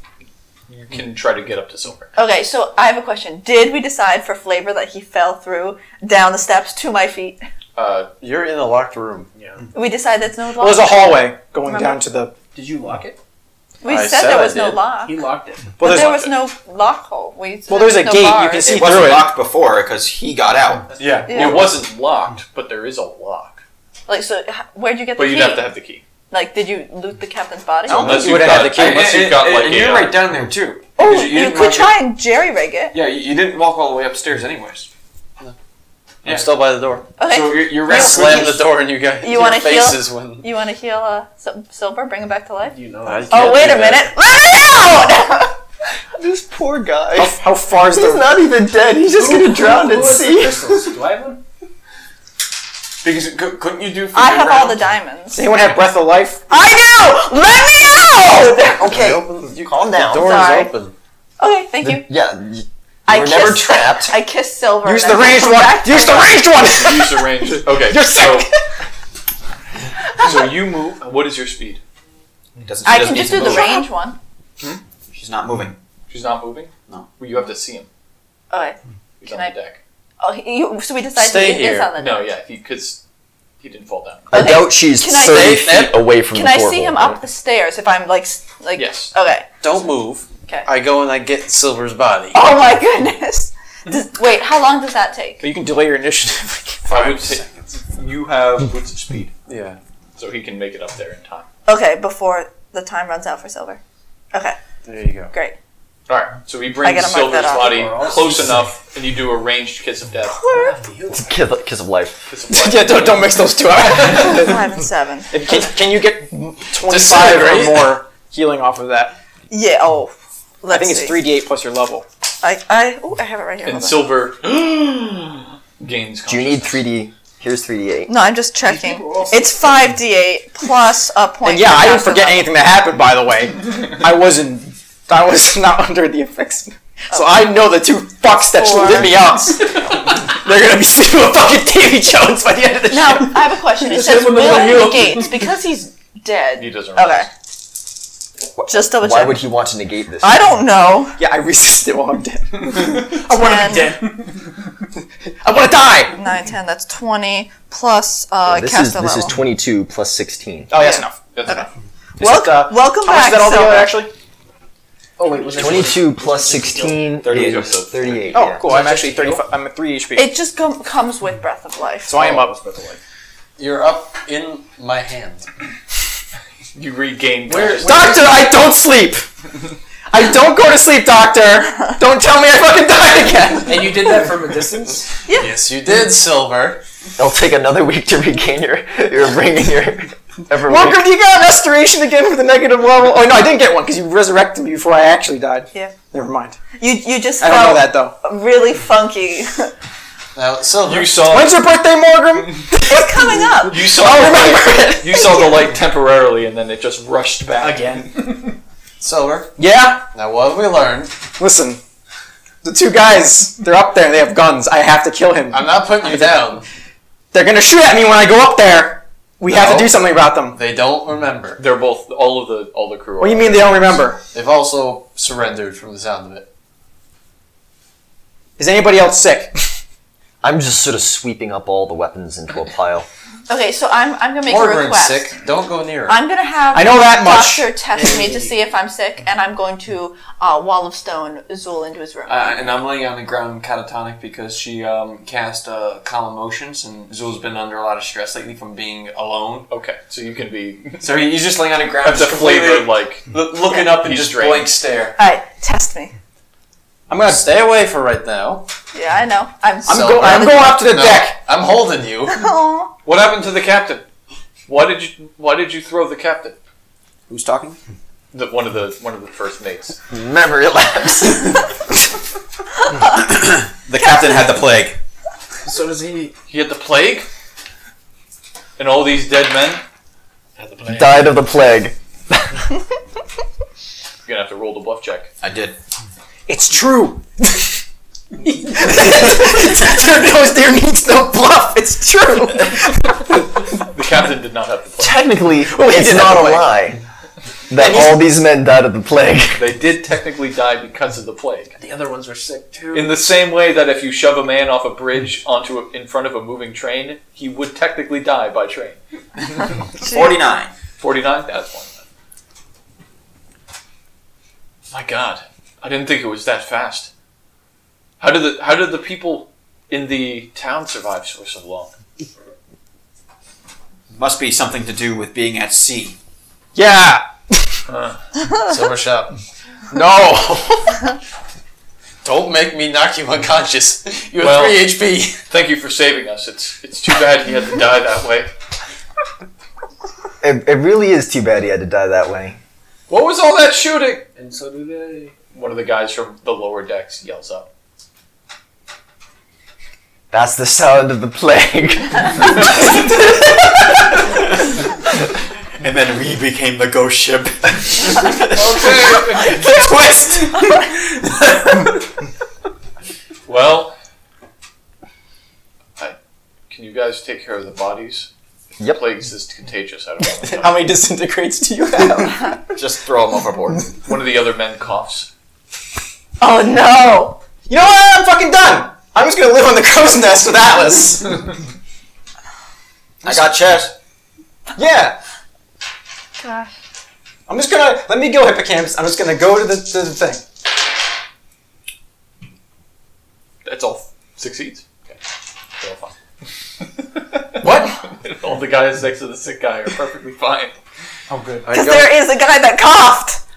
[SPEAKER 1] you can try to get up to silver.
[SPEAKER 4] Okay, so I have a question. Did we decide for flavor that he fell through down the steps to my feet?
[SPEAKER 1] Uh,
[SPEAKER 5] You're in a locked room.
[SPEAKER 4] We decided that's no lock.
[SPEAKER 7] Well, there's a hallway going
[SPEAKER 4] Remember?
[SPEAKER 7] down to the.
[SPEAKER 2] Did you lock it?
[SPEAKER 4] we
[SPEAKER 5] I
[SPEAKER 4] said,
[SPEAKER 5] said
[SPEAKER 4] there
[SPEAKER 5] I
[SPEAKER 4] was no
[SPEAKER 5] did.
[SPEAKER 4] lock.
[SPEAKER 2] He locked it.
[SPEAKER 4] but
[SPEAKER 5] there's-
[SPEAKER 4] there was no lock hole. We
[SPEAKER 7] Well, there's a
[SPEAKER 4] no
[SPEAKER 7] gate. You
[SPEAKER 4] bars.
[SPEAKER 7] can see
[SPEAKER 6] It
[SPEAKER 7] through
[SPEAKER 6] wasn't
[SPEAKER 7] it.
[SPEAKER 6] locked before because he got out.
[SPEAKER 5] Yeah.
[SPEAKER 4] Yeah.
[SPEAKER 1] It wasn't locked, but there is a lock.
[SPEAKER 4] Like, so h- where'd you get the
[SPEAKER 1] But
[SPEAKER 4] key?
[SPEAKER 1] you'd have to have the key.
[SPEAKER 4] Like, did you loot the captain's body?
[SPEAKER 1] No. Unless you've
[SPEAKER 7] You would have had
[SPEAKER 1] got-
[SPEAKER 7] the key.
[SPEAKER 1] unless you've got,
[SPEAKER 8] and-
[SPEAKER 1] like,
[SPEAKER 8] and
[SPEAKER 1] a,
[SPEAKER 8] you're
[SPEAKER 1] uh,
[SPEAKER 8] right down there too.
[SPEAKER 4] Oh,
[SPEAKER 8] Because
[SPEAKER 4] you,
[SPEAKER 8] didn't
[SPEAKER 4] could
[SPEAKER 8] walk it-
[SPEAKER 4] try and jerry-rig it.
[SPEAKER 8] Yeah, you, you didn't walk all the way upstairs, anyways. Yeah.
[SPEAKER 5] I'm still by the door.
[SPEAKER 4] Okay.
[SPEAKER 8] So you're, you're
[SPEAKER 5] I
[SPEAKER 8] right.
[SPEAKER 5] slam the door and you guys.
[SPEAKER 4] You
[SPEAKER 5] your
[SPEAKER 4] wanna heal?
[SPEAKER 5] faces when.
[SPEAKER 4] you want to heal uh, Sil- Silver? Bring him back to life?
[SPEAKER 2] You know.
[SPEAKER 5] I can't
[SPEAKER 4] Oh, wait
[SPEAKER 5] do
[SPEAKER 4] a
[SPEAKER 5] that.
[SPEAKER 4] minute. Let me out!
[SPEAKER 3] this poor guy.
[SPEAKER 7] How, how far is
[SPEAKER 3] He's
[SPEAKER 7] the.
[SPEAKER 3] not even dead. He's just gonna drown
[SPEAKER 2] Who
[SPEAKER 3] at
[SPEAKER 2] has the
[SPEAKER 3] sea.
[SPEAKER 2] crystals? Do I have one?
[SPEAKER 8] Because cou- couldn't you do? For
[SPEAKER 4] I
[SPEAKER 8] your
[SPEAKER 4] have all the
[SPEAKER 8] round?
[SPEAKER 4] diamonds.
[SPEAKER 7] Does anyone have breath of life?
[SPEAKER 4] I do! Let me out!
[SPEAKER 3] Okay,
[SPEAKER 5] You,
[SPEAKER 3] calm
[SPEAKER 5] the
[SPEAKER 3] down.
[SPEAKER 5] door
[SPEAKER 4] Sorry.
[SPEAKER 5] is open.
[SPEAKER 4] Okay, thank
[SPEAKER 3] The-
[SPEAKER 4] you.
[SPEAKER 3] yeah, y-
[SPEAKER 4] I
[SPEAKER 3] you were never
[SPEAKER 4] kissed-
[SPEAKER 3] trapped.
[SPEAKER 4] I kissed Silver.
[SPEAKER 7] Use
[SPEAKER 4] and
[SPEAKER 7] the
[SPEAKER 4] I
[SPEAKER 7] ranged
[SPEAKER 4] come
[SPEAKER 7] one.
[SPEAKER 4] back to
[SPEAKER 7] Use the
[SPEAKER 4] life.
[SPEAKER 7] ranged one.
[SPEAKER 1] Use the range. Okay.
[SPEAKER 7] You're
[SPEAKER 1] so,
[SPEAKER 7] sick.
[SPEAKER 1] so you move. What is your speed?
[SPEAKER 6] He doesn't, he
[SPEAKER 4] I
[SPEAKER 6] doesn't
[SPEAKER 4] can
[SPEAKER 6] need
[SPEAKER 4] just
[SPEAKER 6] to
[SPEAKER 4] do the
[SPEAKER 6] move.
[SPEAKER 4] range one.
[SPEAKER 6] She's not moving.
[SPEAKER 1] She's not moving.
[SPEAKER 6] No.
[SPEAKER 1] Well, you have to see him.
[SPEAKER 4] Okay.
[SPEAKER 1] He's
[SPEAKER 4] Can
[SPEAKER 1] on
[SPEAKER 4] I-
[SPEAKER 1] the deck.
[SPEAKER 4] Oh, he- you, so we decided
[SPEAKER 5] Stay
[SPEAKER 4] he is
[SPEAKER 5] here.
[SPEAKER 4] on the
[SPEAKER 1] No,
[SPEAKER 4] deck.
[SPEAKER 1] yeah, because he, didn't fall down.
[SPEAKER 3] I
[SPEAKER 4] Okay,
[SPEAKER 3] doubt she's
[SPEAKER 4] can I-
[SPEAKER 3] 30
[SPEAKER 5] Stay there.
[SPEAKER 3] feet away from
[SPEAKER 4] Can
[SPEAKER 3] the
[SPEAKER 4] I
[SPEAKER 3] door
[SPEAKER 4] see him
[SPEAKER 3] hole.
[SPEAKER 4] up the stairs if I'm like, s- like?
[SPEAKER 1] Yes.
[SPEAKER 4] Okay.
[SPEAKER 5] Don't move.
[SPEAKER 4] Okay.
[SPEAKER 5] I go and I get Silver's body.
[SPEAKER 4] Oh my goodness. Does, wait, how long does that take?
[SPEAKER 7] You can delay your initiative.
[SPEAKER 1] I would say you have what's the speed,
[SPEAKER 5] Yeah.
[SPEAKER 1] so he can make it up there in time.
[SPEAKER 4] Okay, before the time runs out for Silver. Okay,
[SPEAKER 5] There you go.
[SPEAKER 4] great.
[SPEAKER 1] All right. So he
[SPEAKER 4] I
[SPEAKER 1] brings
[SPEAKER 4] gotta mark
[SPEAKER 1] Silver's
[SPEAKER 4] that off.
[SPEAKER 1] body close enough, and you do a ranged kiss of death.
[SPEAKER 3] Kiss, of- kiss of life.
[SPEAKER 1] Kiss of life.
[SPEAKER 7] yeah, don't, don't mix those two up.
[SPEAKER 4] Five and seven.
[SPEAKER 7] can, can you get 25
[SPEAKER 5] Disintegrate.
[SPEAKER 7] or more healing off of that?
[SPEAKER 4] Yeah. Oh, let's
[SPEAKER 7] I think it's
[SPEAKER 4] see.
[SPEAKER 7] 3d8 plus your level.
[SPEAKER 4] I I oh I have it right here.
[SPEAKER 1] And
[SPEAKER 4] Hold on.
[SPEAKER 1] Silver gains.
[SPEAKER 3] Do you need 3D? Here's 3D8.
[SPEAKER 4] No, I'm just checking. It's five d8 plus a point.
[SPEAKER 7] And yeah, I didn't
[SPEAKER 4] for
[SPEAKER 7] forget
[SPEAKER 4] Castle
[SPEAKER 7] anything that happened, by the way. I wasn't. I was not under the effects. So I know the two fucks that
[SPEAKER 4] Four.
[SPEAKER 7] lit me up. They're gonna be sleeping with fucking Davy Jones by the end of the
[SPEAKER 4] Mountain.
[SPEAKER 7] show.
[SPEAKER 4] Now I have a question. It says
[SPEAKER 7] hit him with a
[SPEAKER 4] will
[SPEAKER 7] heel.
[SPEAKER 4] negates because he's dead.
[SPEAKER 1] He doesn't.
[SPEAKER 4] Okay.
[SPEAKER 1] realize.
[SPEAKER 3] Wh-
[SPEAKER 4] Just double
[SPEAKER 3] Why
[SPEAKER 4] check.
[SPEAKER 3] would he want to negate this?
[SPEAKER 4] I don't know.
[SPEAKER 7] Yeah, I resisted while I'm dead. I
[SPEAKER 4] Ten.
[SPEAKER 7] want to be dead. I want to die.
[SPEAKER 4] Nine, ten. That's twenty plus uh,
[SPEAKER 3] this is
[SPEAKER 4] caster
[SPEAKER 3] this is
[SPEAKER 4] level.
[SPEAKER 3] 22 plus 16.
[SPEAKER 7] Oh, that's enough.
[SPEAKER 1] That's enough.
[SPEAKER 4] Wel-
[SPEAKER 7] Just, uh,
[SPEAKER 4] welcome
[SPEAKER 7] How much
[SPEAKER 4] back,
[SPEAKER 7] is that altogether,
[SPEAKER 4] Silver.
[SPEAKER 7] actually?
[SPEAKER 2] Oh wait, was that
[SPEAKER 3] 22 plus 16
[SPEAKER 1] 38.
[SPEAKER 3] is 38.
[SPEAKER 7] Oh,
[SPEAKER 3] yeah.
[SPEAKER 7] cool. I'm actually 35. I'm at 3 HP.
[SPEAKER 4] It just com- comes with Breath of Life.
[SPEAKER 7] so I am up.
[SPEAKER 5] You're up in my hand.
[SPEAKER 1] You regain. consciousness.
[SPEAKER 7] Doctor, I don't sleep. I don't go to sleep, doctor. Don't tell me I fucking died again.
[SPEAKER 2] And you did that from a distance?
[SPEAKER 5] Yes, you did, Silver.
[SPEAKER 3] It'll take another week to regain your, your ring and your.
[SPEAKER 8] Ever
[SPEAKER 7] Welcome to you got restoration again with the negative level. Oh no, I didn't get one because you resurrected me before I actually died.
[SPEAKER 4] Yeah.
[SPEAKER 7] Never mind.
[SPEAKER 4] You you just
[SPEAKER 7] I don't know
[SPEAKER 4] felt
[SPEAKER 7] that though.
[SPEAKER 4] really funky.
[SPEAKER 5] Now, Silver.
[SPEAKER 1] You saw.
[SPEAKER 7] When's your birthday, Morgan?
[SPEAKER 4] it's coming up.
[SPEAKER 1] You saw.
[SPEAKER 7] I'll
[SPEAKER 1] the
[SPEAKER 7] remember
[SPEAKER 1] light-
[SPEAKER 7] it.
[SPEAKER 1] You saw the light temporarily, and then it just rushed back
[SPEAKER 7] Again.
[SPEAKER 5] Silver.
[SPEAKER 7] Yeah.
[SPEAKER 5] Now, what have we learned?
[SPEAKER 7] Listen, the two guys, they're up there. They have guns. I have to kill him.
[SPEAKER 5] I'm not putting you down.
[SPEAKER 7] They're gonna shoot at me when I go up there. We have to
[SPEAKER 5] No.
[SPEAKER 7] do something about them.
[SPEAKER 5] They don't remember.
[SPEAKER 1] They're both all of the all the crew.
[SPEAKER 7] What
[SPEAKER 1] are
[SPEAKER 7] do you mean they don't remember?
[SPEAKER 5] They've also surrendered from the sound of it.
[SPEAKER 7] Is anybody else sick?
[SPEAKER 3] I'm just sort of sweeping up all the weapons into a pile.
[SPEAKER 4] Okay, so I'm I'm gonna make a
[SPEAKER 5] Morgan's
[SPEAKER 4] request.
[SPEAKER 5] sick. Don't go near her.
[SPEAKER 4] I'm gonna have
[SPEAKER 7] I know that much.
[SPEAKER 4] doctor test me to see if I'm sick, and I'm going to uh, wall of stone Zool into his room.
[SPEAKER 8] Uh, and I'm laying on the ground catatonic because she um, cast uh, calm emotions, and Zul's been under a lot of stress lately from being alone.
[SPEAKER 1] Okay, so you can be.
[SPEAKER 8] So he- he's just laying on the ground,
[SPEAKER 1] That's a
[SPEAKER 8] just
[SPEAKER 1] flavor
[SPEAKER 8] completely
[SPEAKER 1] like
[SPEAKER 8] loo- looking up and
[SPEAKER 1] He's
[SPEAKER 8] just
[SPEAKER 1] drained.
[SPEAKER 8] blank stare.
[SPEAKER 4] All right, test me.
[SPEAKER 5] I'm gonna stay away for right now.
[SPEAKER 4] Yeah, I know. I'm.
[SPEAKER 7] I'm,
[SPEAKER 4] so Oh,
[SPEAKER 7] go- I'm going up to the
[SPEAKER 5] No,
[SPEAKER 7] deck.
[SPEAKER 5] I'm holding you.
[SPEAKER 4] Aw.
[SPEAKER 1] What happened to the captain? Why did you Why did you throw the captain?
[SPEAKER 6] Who's talking?
[SPEAKER 1] The, one of the one of the first mates.
[SPEAKER 3] Memory lapse.
[SPEAKER 6] The captain had the plague.
[SPEAKER 5] So does he?
[SPEAKER 1] He had the plague, and all these dead men had the plague.
[SPEAKER 3] Died of the plague.
[SPEAKER 1] You're gonna have to roll the bluff check.
[SPEAKER 6] I did.
[SPEAKER 7] It's true. Turn goes there needs no bluff. It's true.
[SPEAKER 1] The captain did not have the plague.
[SPEAKER 3] Technically, it's
[SPEAKER 7] did
[SPEAKER 3] not
[SPEAKER 7] have
[SPEAKER 3] a
[SPEAKER 7] the plague.
[SPEAKER 3] lie that all these men died of the plague.
[SPEAKER 1] They did technically die because of the plague.
[SPEAKER 2] The other ones were sick too.
[SPEAKER 1] In the same way that if you shove a man off a bridge onto a, in front of a moving train, he would technically die by train.
[SPEAKER 6] 49.
[SPEAKER 1] Forty nine. That's one. My God, I didn't think it was that fast. How did the How did the people in the town survive for so long?
[SPEAKER 6] Must be something to do with being at sea.
[SPEAKER 7] Yeah.
[SPEAKER 5] Silver shop.
[SPEAKER 7] No.
[SPEAKER 5] Don't make me knock you unconscious. You have
[SPEAKER 1] Well-
[SPEAKER 5] three HP.
[SPEAKER 1] Thank you for saving us. It's It's too bad he had to die that way.
[SPEAKER 3] It, it really is too bad he had to die that way.
[SPEAKER 1] What was all that shooting?
[SPEAKER 2] and so do they.
[SPEAKER 1] One of the guys from the lower decks yells up.
[SPEAKER 3] That's the sound of the plague.
[SPEAKER 6] And then we became the ghost ship.
[SPEAKER 3] Twist!
[SPEAKER 1] Well, I, can you guys take care of the bodies? If
[SPEAKER 3] Yep.
[SPEAKER 1] The plague's this contagious. I don't know.
[SPEAKER 7] How many disintegrates do you have?
[SPEAKER 5] Just throw him overboard.
[SPEAKER 1] One of the other men coughs.
[SPEAKER 7] oh no. You know what? I'm fucking done. I'm just gonna live on the crow's nest with Atlas.
[SPEAKER 5] I got chest.
[SPEAKER 7] yeah.
[SPEAKER 4] Gosh.
[SPEAKER 7] I'm just gonna let me go hippocampus. I'm just gonna go to the, to the thing.
[SPEAKER 1] That's all. Succeeds. Okay. They're all fine.
[SPEAKER 7] What?
[SPEAKER 1] all the guys next to the sick guy are perfectly fine.
[SPEAKER 7] Oh good.
[SPEAKER 5] I
[SPEAKER 4] Because
[SPEAKER 5] go,
[SPEAKER 4] there is a guy that coughed.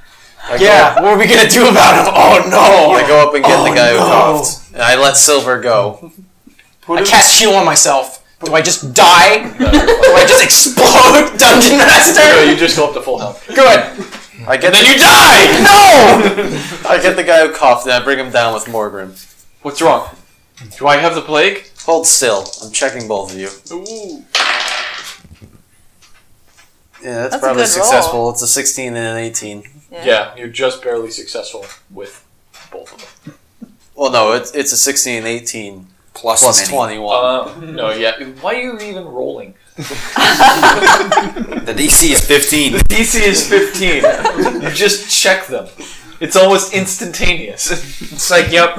[SPEAKER 5] I go-
[SPEAKER 7] Yeah. What are we gonna do about him? Oh no. Oh,
[SPEAKER 5] I go up and get the guy
[SPEAKER 7] no.
[SPEAKER 5] who coughed, and I let Silver go.
[SPEAKER 7] I cast heal on myself. Do I just die? Do I just explode, Dungeon
[SPEAKER 1] No,
[SPEAKER 7] Master?
[SPEAKER 1] you just go up to full health.
[SPEAKER 7] Good.
[SPEAKER 5] I get
[SPEAKER 7] Then
[SPEAKER 5] the,
[SPEAKER 7] you die.
[SPEAKER 3] Oh!
[SPEAKER 7] No.
[SPEAKER 5] I get the guy who coughed, and I bring him down with Morgrim.
[SPEAKER 1] What's wrong? Do I have the plague?
[SPEAKER 5] Hold still. I'm checking both of you.
[SPEAKER 1] Ooh.
[SPEAKER 5] Yeah, that's,
[SPEAKER 4] That's a
[SPEAKER 5] probably
[SPEAKER 4] good roll.
[SPEAKER 5] successful. It's a 16 and an 18.
[SPEAKER 1] Yeah, you're just barely successful with both of them.
[SPEAKER 5] Well, no, it's it's a 16 and 18
[SPEAKER 6] Plus,
[SPEAKER 5] plus
[SPEAKER 6] many.
[SPEAKER 5] 21.
[SPEAKER 1] Uh, no, yeah. Why are you even rolling?
[SPEAKER 6] The DC is 15.
[SPEAKER 1] DC is 15. you just check them. It's almost instantaneous. It's like, yep.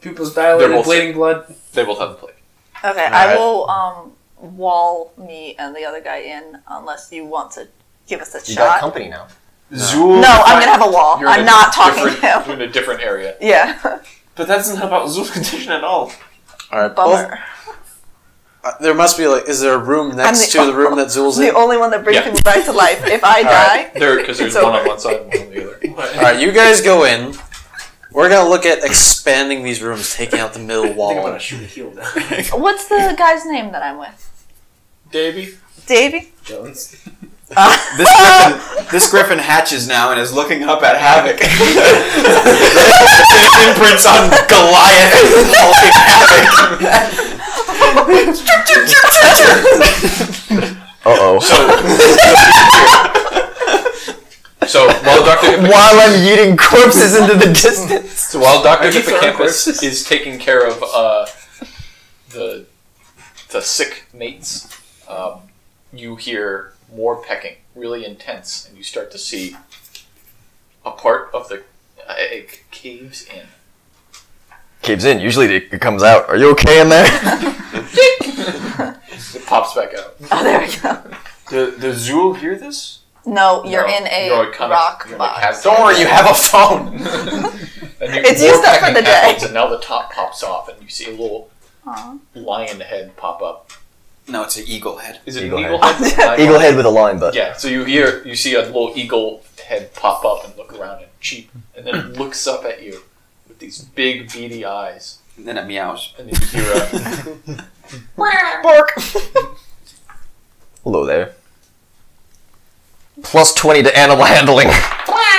[SPEAKER 2] Pupils
[SPEAKER 1] They're
[SPEAKER 2] dilated,
[SPEAKER 1] both
[SPEAKER 2] bleeding blood.
[SPEAKER 1] they both have the plague.
[SPEAKER 4] Okay, I will um wall me and the other guy in unless you want to give us a
[SPEAKER 3] You got
[SPEAKER 4] shot.
[SPEAKER 3] company now.
[SPEAKER 8] Zool.
[SPEAKER 4] No, I'm gonna have a wall.
[SPEAKER 1] You're in
[SPEAKER 4] I'm
[SPEAKER 1] a
[SPEAKER 4] not talking to
[SPEAKER 1] different-
[SPEAKER 4] him.
[SPEAKER 1] You're in a different area.
[SPEAKER 4] Yeah,
[SPEAKER 8] But that doesn't help out Zul's condition at all.
[SPEAKER 5] All right, both.
[SPEAKER 4] bummer.
[SPEAKER 5] uh, There must be like, is there a room next
[SPEAKER 4] the-
[SPEAKER 5] to the room that Zul's
[SPEAKER 4] the
[SPEAKER 5] in?
[SPEAKER 4] only one that brings
[SPEAKER 1] Yeah.
[SPEAKER 4] people back to life. If I die,
[SPEAKER 1] There, because there's
[SPEAKER 4] It's
[SPEAKER 1] one on
[SPEAKER 4] over.
[SPEAKER 1] one side and one on the other.
[SPEAKER 5] All right, you guys go in. We're gonna look at expanding these rooms, taking out the middle wall.
[SPEAKER 8] shoot a heel down.
[SPEAKER 4] what's the guy's name that I'm with?
[SPEAKER 1] Davy,
[SPEAKER 4] Davy? Uh,
[SPEAKER 6] Jones. this, griffin, this griffin hatches now and is looking up at Havoc. His imprints on Goliath engulfing Havoc.
[SPEAKER 3] Uh-oh.
[SPEAKER 1] So while Doctor
[SPEAKER 3] While I'm eating corpses into the distance.
[SPEAKER 1] So while Doctor
[SPEAKER 3] I keep throwing
[SPEAKER 1] Hippocampus is taking care of uh, the the sick mates, um, you hear more pecking, really intense, and you start to see a part of the uh, it caves in.
[SPEAKER 3] Caves in. Usually it it comes out. Are you okay in there?
[SPEAKER 1] It pops back out.
[SPEAKER 4] Oh, there we go.
[SPEAKER 8] The the Zool hear this?
[SPEAKER 4] No, you're
[SPEAKER 1] No,
[SPEAKER 4] in a
[SPEAKER 1] you're kind of-
[SPEAKER 4] rock
[SPEAKER 1] you're in a
[SPEAKER 4] box.
[SPEAKER 1] cavern.
[SPEAKER 6] Don't worry, you have a phone.
[SPEAKER 1] And you
[SPEAKER 4] It's
[SPEAKER 1] more
[SPEAKER 4] used up for
[SPEAKER 1] pecking
[SPEAKER 4] the day.
[SPEAKER 1] at once, And now the top pops off, and you see a little
[SPEAKER 4] Aw.
[SPEAKER 1] lion head pop up.
[SPEAKER 6] No, it's an eagle head.
[SPEAKER 1] Is it
[SPEAKER 3] Eagle
[SPEAKER 1] an eagle head? Lion
[SPEAKER 3] Eagle head with a line butt.
[SPEAKER 1] Yeah, so you hear you see a little eagle head pop up and look around and cheep, and then it looks up at you with these big beady eyes,
[SPEAKER 6] And then it meows.
[SPEAKER 1] and then you hear a,
[SPEAKER 3] Hello there. Plus 20 to animal handling.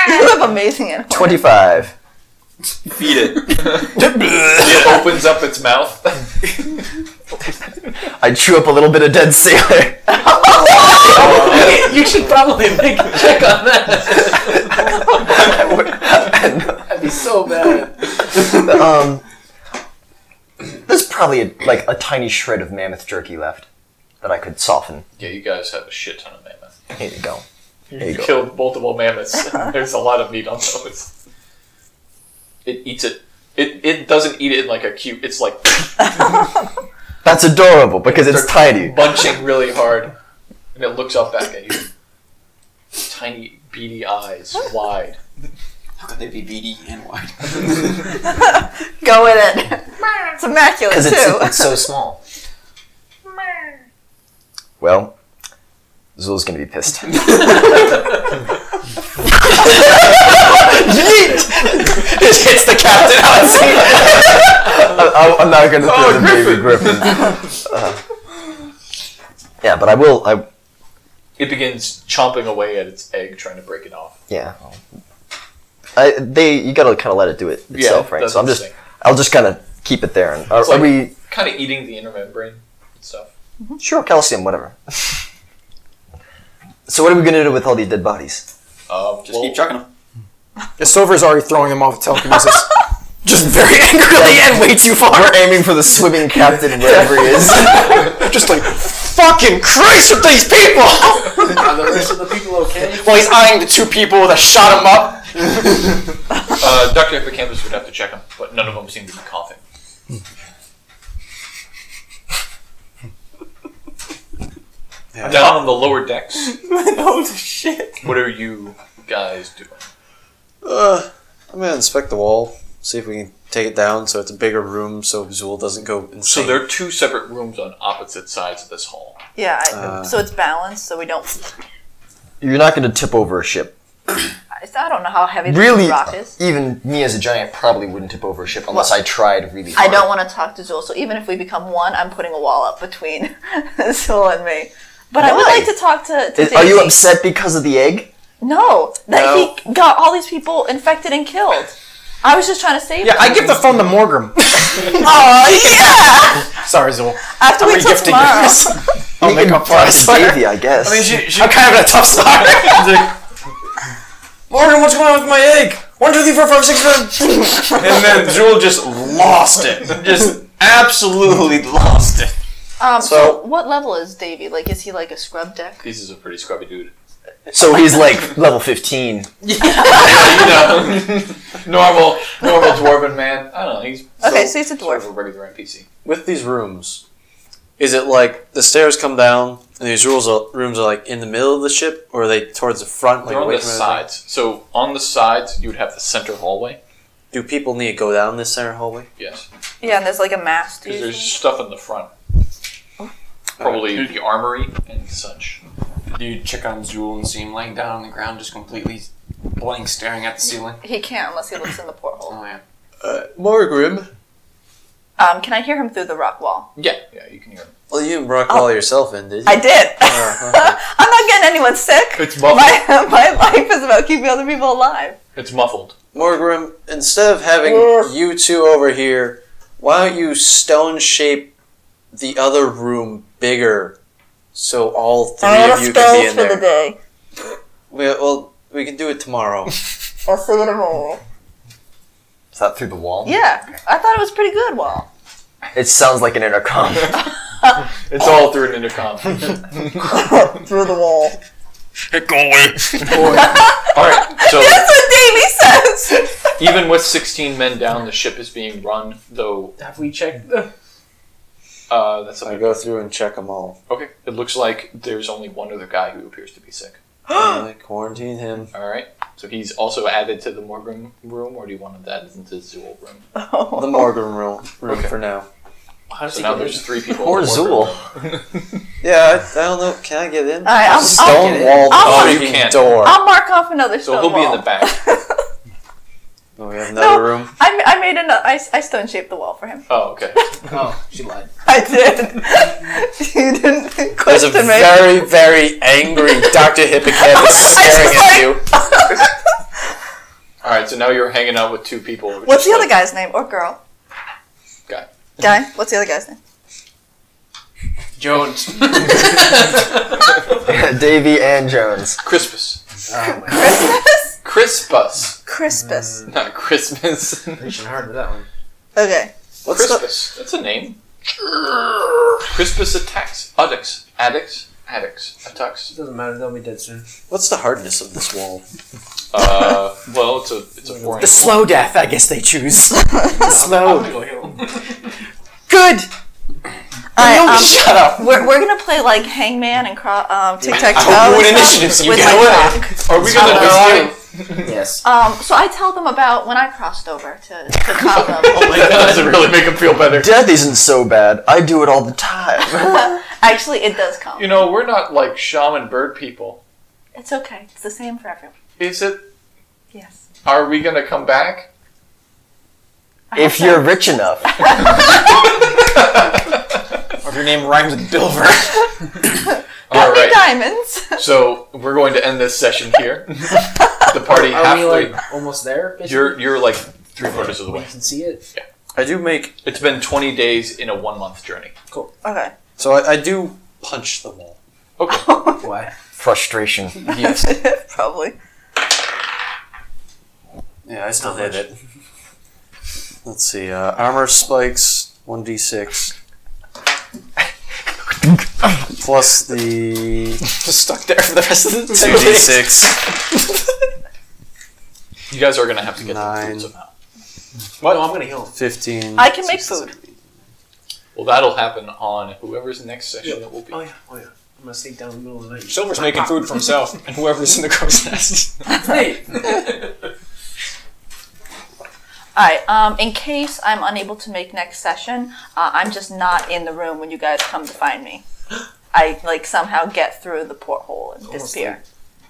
[SPEAKER 4] You have amazing animals.
[SPEAKER 3] 25.
[SPEAKER 6] Feed it.
[SPEAKER 1] it opens up its mouth.
[SPEAKER 3] I chew up a little bit of dead sailor.
[SPEAKER 2] you should probably make a check on that. That'd be so bad.
[SPEAKER 3] um, there's probably a, like a tiny shred of mammoth jerky left that I could soften.
[SPEAKER 1] yeah, you guys have a shit ton of mammoth.
[SPEAKER 3] Here you go.
[SPEAKER 1] You,
[SPEAKER 3] There you go.
[SPEAKER 1] killed multiple mammoths. and There's a lot of meat on those. It eats it. It, it doesn't eat it in like a cute. It's like
[SPEAKER 3] That's adorable because it's
[SPEAKER 1] Start
[SPEAKER 3] tiny.
[SPEAKER 1] Bunching really hard, and it looks up back at you. Tiny beady eyes, wide.
[SPEAKER 6] How could they be beady and wide?
[SPEAKER 4] Go in it. It's immaculate
[SPEAKER 3] Because it's,
[SPEAKER 4] too.
[SPEAKER 3] it's so small. Well, Zul's gonna be pissed. Yeet! Just hits the captain on his feet. I, am not gonna throw the baby Griffin. Uh, yeah, but I will. I
[SPEAKER 1] It begins chomping away at its egg, trying to break it off.
[SPEAKER 3] yeah. I they you gotta kind of let it do it itself, right? So I'm just I'll just kind of keep it there. And are,
[SPEAKER 1] It's like-
[SPEAKER 3] are we
[SPEAKER 1] kind of eating the inner membrane and stuff.
[SPEAKER 3] sure calcium whatever? so what are we gonna do with all these dead bodies?
[SPEAKER 1] Um,
[SPEAKER 6] Uh, Just
[SPEAKER 1] well,
[SPEAKER 6] keep chucking them.
[SPEAKER 7] Yeah, Silver's already throwing him off telekinesis. Just very angrily and way too far.
[SPEAKER 3] We're aiming for the swimming captain wherever he is.
[SPEAKER 7] Just like, fucking Christ with these people!
[SPEAKER 2] Are the rest of the people okay?
[SPEAKER 7] Well, he's eyeing the two people that shot him up.
[SPEAKER 1] uh, Doctor Hippocampus would have to check them, but none of them seem to be coughing. Down on the lower decks,
[SPEAKER 5] Holy shit.
[SPEAKER 1] what are you guys doing?
[SPEAKER 5] Uh, I'm gonna inspect the wall, see if we can take it down so it's a bigger room so Zool doesn't go insane.
[SPEAKER 1] So there are two separate rooms on opposite sides of this hall.
[SPEAKER 4] yeah, I-
[SPEAKER 5] Uh.
[SPEAKER 4] so it's balanced, so we don't.
[SPEAKER 3] You're not going to tip over a ship.
[SPEAKER 4] I I don't know how heavy
[SPEAKER 3] Really,
[SPEAKER 4] the rock is.
[SPEAKER 3] even me as a giant probably wouldn't tip over a ship unless I tried really
[SPEAKER 4] I
[SPEAKER 3] hard.
[SPEAKER 4] don't want to talk to Zool, so even if we become one, I'm putting a wall up between Zool and me. But I would
[SPEAKER 3] Why?
[SPEAKER 4] like to talk to. to
[SPEAKER 3] Is- are you
[SPEAKER 4] Daisy.
[SPEAKER 3] upset because of the egg?
[SPEAKER 4] No, that he got all these people infected and killed. I was just trying to save.
[SPEAKER 7] Yeah,
[SPEAKER 4] them.
[SPEAKER 7] I give the phone to Morgrim.
[SPEAKER 4] Oh yeah!
[SPEAKER 7] Sorry, Zool.
[SPEAKER 4] After we till
[SPEAKER 7] Gifting
[SPEAKER 4] tomorrow.
[SPEAKER 7] this. I'll make up for
[SPEAKER 3] Price
[SPEAKER 7] it.
[SPEAKER 3] Davy, I guess.
[SPEAKER 7] I'm kind of a tough start. Morgan, what's going on with my egg? One, two, three, four, five, six, seven.
[SPEAKER 6] And then Zool just lost it. Just absolutely lost it.
[SPEAKER 4] Um, so,
[SPEAKER 6] So-
[SPEAKER 4] what level is Davy? Like, is he like a scrub deck?
[SPEAKER 1] This is a pretty scrubby dude.
[SPEAKER 3] so he's like level 15.
[SPEAKER 1] normal, normal dwarven man. I don't know. He's
[SPEAKER 4] Okay, so he's a
[SPEAKER 1] sort
[SPEAKER 4] dwarf.
[SPEAKER 1] of a regular NPC.
[SPEAKER 5] With these rooms, is it like the stairs come down and these rules are, rooms are like in the middle of the ship or are they towards the front? Like
[SPEAKER 1] They're on
[SPEAKER 5] away
[SPEAKER 1] the
[SPEAKER 5] from everything?
[SPEAKER 1] sides. So on the sides, you would have the center hallway.
[SPEAKER 5] Do people need to go down this center hallway?
[SPEAKER 1] Yes,
[SPEAKER 4] Yeah, and there's like a mast.
[SPEAKER 1] because
[SPEAKER 4] usually.
[SPEAKER 1] there's stuff in the front.
[SPEAKER 4] Oh.
[SPEAKER 1] Probably the armory and such.
[SPEAKER 8] Do you check on Zool and see him laying down on the ground just completely blank staring at the ceiling?
[SPEAKER 4] He can't unless he looks in the porthole.
[SPEAKER 8] Oh yeah.
[SPEAKER 5] Uh, Morgrim,
[SPEAKER 4] Um, can I hear him through the rock wall?
[SPEAKER 1] Yeah, yeah, you can hear him.
[SPEAKER 15] Well, you didn't rock wall yourself in, did you?
[SPEAKER 4] I did.
[SPEAKER 15] Uh,
[SPEAKER 4] I'm not getting anyone sick.
[SPEAKER 1] It's muffled.
[SPEAKER 4] My, my life is about keeping other people alive.
[SPEAKER 1] It's muffled.
[SPEAKER 5] Morgrim, instead of having you two over here, why don't you stone shape the other room bigger so all three of you can be in there?
[SPEAKER 4] day.
[SPEAKER 5] We, well, we can do it tomorrow.
[SPEAKER 4] I'll see you tomorrow.
[SPEAKER 3] Is that through the wall?
[SPEAKER 4] Yeah, I thought it was pretty good wall.
[SPEAKER 3] It sounds like an intercom.
[SPEAKER 1] It's all through an intercom.
[SPEAKER 4] Through the wall.
[SPEAKER 3] Go away.
[SPEAKER 1] all right, so
[SPEAKER 4] That's what Davey says.
[SPEAKER 1] even with 16 men down, the ship is being run, though
[SPEAKER 2] Have we checked?
[SPEAKER 1] uh, that's
[SPEAKER 5] I go through and check them all.
[SPEAKER 1] okay. It looks like there's only one other guy who appears to be sick.
[SPEAKER 5] I quarantine him.
[SPEAKER 1] All right, so he's also added to the Morgan room, or do you want that into the Zool room?
[SPEAKER 5] The Morgan room, room
[SPEAKER 1] Okay.
[SPEAKER 5] for now.
[SPEAKER 1] So now there's three people.
[SPEAKER 3] Poor
[SPEAKER 1] in the Morgan room.
[SPEAKER 5] Yeah, I, I don't know. Can I get in?
[SPEAKER 4] All right, I'll, I'll,
[SPEAKER 5] Stone wall
[SPEAKER 4] I'll-
[SPEAKER 1] Oh, you can't.
[SPEAKER 5] door.
[SPEAKER 4] I'll mark off another
[SPEAKER 1] so
[SPEAKER 4] stone
[SPEAKER 1] he'll be in the
[SPEAKER 4] wall.
[SPEAKER 1] back.
[SPEAKER 5] Oh, we have another room.
[SPEAKER 4] I, ma- I made another. I, I stone shaped the wall for him.
[SPEAKER 1] Oh, okay.
[SPEAKER 2] Oh, she lied.
[SPEAKER 4] I did. you didn't
[SPEAKER 5] There's a
[SPEAKER 4] question me.
[SPEAKER 5] very, very angry Dr. Hippocampus staring at you.
[SPEAKER 1] All right, so now you're hanging out with two people. which
[SPEAKER 4] What's
[SPEAKER 1] is
[SPEAKER 4] the other
[SPEAKER 1] like-
[SPEAKER 4] guy's name or girl?
[SPEAKER 1] Guy.
[SPEAKER 4] Guy. What's the other guy's name?
[SPEAKER 2] Jones.
[SPEAKER 3] Davy and Jones.
[SPEAKER 1] Crispus.
[SPEAKER 4] Christmas.
[SPEAKER 1] Crispus,
[SPEAKER 4] Crispus.
[SPEAKER 1] not Christmas.
[SPEAKER 2] Reaching hard with that one.
[SPEAKER 4] Okay.
[SPEAKER 5] What's the,
[SPEAKER 1] Crispus. That's a name. Crispus attacks. Addicts. Addicts. Addicts. Attacks.
[SPEAKER 2] It doesn't matter. They'll be dead soon.
[SPEAKER 5] what's the hardness of this wall?
[SPEAKER 1] Uh, well, it's a it's a four
[SPEAKER 7] The
[SPEAKER 1] inch.
[SPEAKER 7] slow death, I guess they choose.
[SPEAKER 3] Oh,
[SPEAKER 7] slow.
[SPEAKER 4] Good. All right, um,
[SPEAKER 7] Shut up.
[SPEAKER 4] we're, we're gonna play like Hangman and cro- um, Tic Tac
[SPEAKER 5] I hope
[SPEAKER 4] Toe
[SPEAKER 5] you
[SPEAKER 4] and
[SPEAKER 5] win
[SPEAKER 4] stuff
[SPEAKER 5] initiative so you
[SPEAKER 4] with
[SPEAKER 5] get
[SPEAKER 4] my
[SPEAKER 5] away.
[SPEAKER 4] cock.
[SPEAKER 1] Are we gonna do?
[SPEAKER 2] Yes.
[SPEAKER 4] Um, so I tell them about when I crossed over to, to Cobham.
[SPEAKER 1] That doesn't really make him feel better.
[SPEAKER 3] Death isn't so bad. I do it all the time.
[SPEAKER 4] Actually, it does come.
[SPEAKER 1] You know, we're not like shaman bird people.
[SPEAKER 4] It's okay. It's the same for everyone.
[SPEAKER 1] Is it?
[SPEAKER 4] Yes.
[SPEAKER 1] Are we gonna come back?
[SPEAKER 4] I
[SPEAKER 3] if
[SPEAKER 4] hope so.
[SPEAKER 3] you're rich enough.
[SPEAKER 6] Or if your name rhymes with Dilver.
[SPEAKER 1] All right.
[SPEAKER 4] Big diamonds.
[SPEAKER 1] So we're going to end this session here. The party
[SPEAKER 2] Are we
[SPEAKER 1] halfway.
[SPEAKER 2] like almost there? basically?
[SPEAKER 1] You're you're like three quarters of the
[SPEAKER 2] We
[SPEAKER 1] way.
[SPEAKER 2] can see it.
[SPEAKER 5] I do make.
[SPEAKER 1] It's been 20 days in a one month journey.
[SPEAKER 4] Okay.
[SPEAKER 5] So I, I do punch the wall.
[SPEAKER 2] Why?
[SPEAKER 3] Frustration.
[SPEAKER 5] Yes.
[SPEAKER 4] Probably.
[SPEAKER 5] Yeah, I still did it. Let's see. Uh, armor spikes, 1d6. Plus the
[SPEAKER 6] Just stuck there for the rest of the
[SPEAKER 5] 2d6.
[SPEAKER 1] You guys are gonna have to get the
[SPEAKER 5] Nine.
[SPEAKER 1] food somehow.
[SPEAKER 2] No, I'm gonna heal.
[SPEAKER 5] 15.
[SPEAKER 4] I can make food.
[SPEAKER 1] Well, that'll happen on whoever's next session. It will be.
[SPEAKER 2] Oh yeah. Oh yeah. I'm gonna sneak down in the middle of the night.
[SPEAKER 6] Silver's making food for himself and whoever's in the crow's nest.
[SPEAKER 2] Hey.
[SPEAKER 4] All right. Um, in case I'm unable to make next session, uh, I'm just not in the room when you guys come to find me. I like somehow get through the porthole and disappear.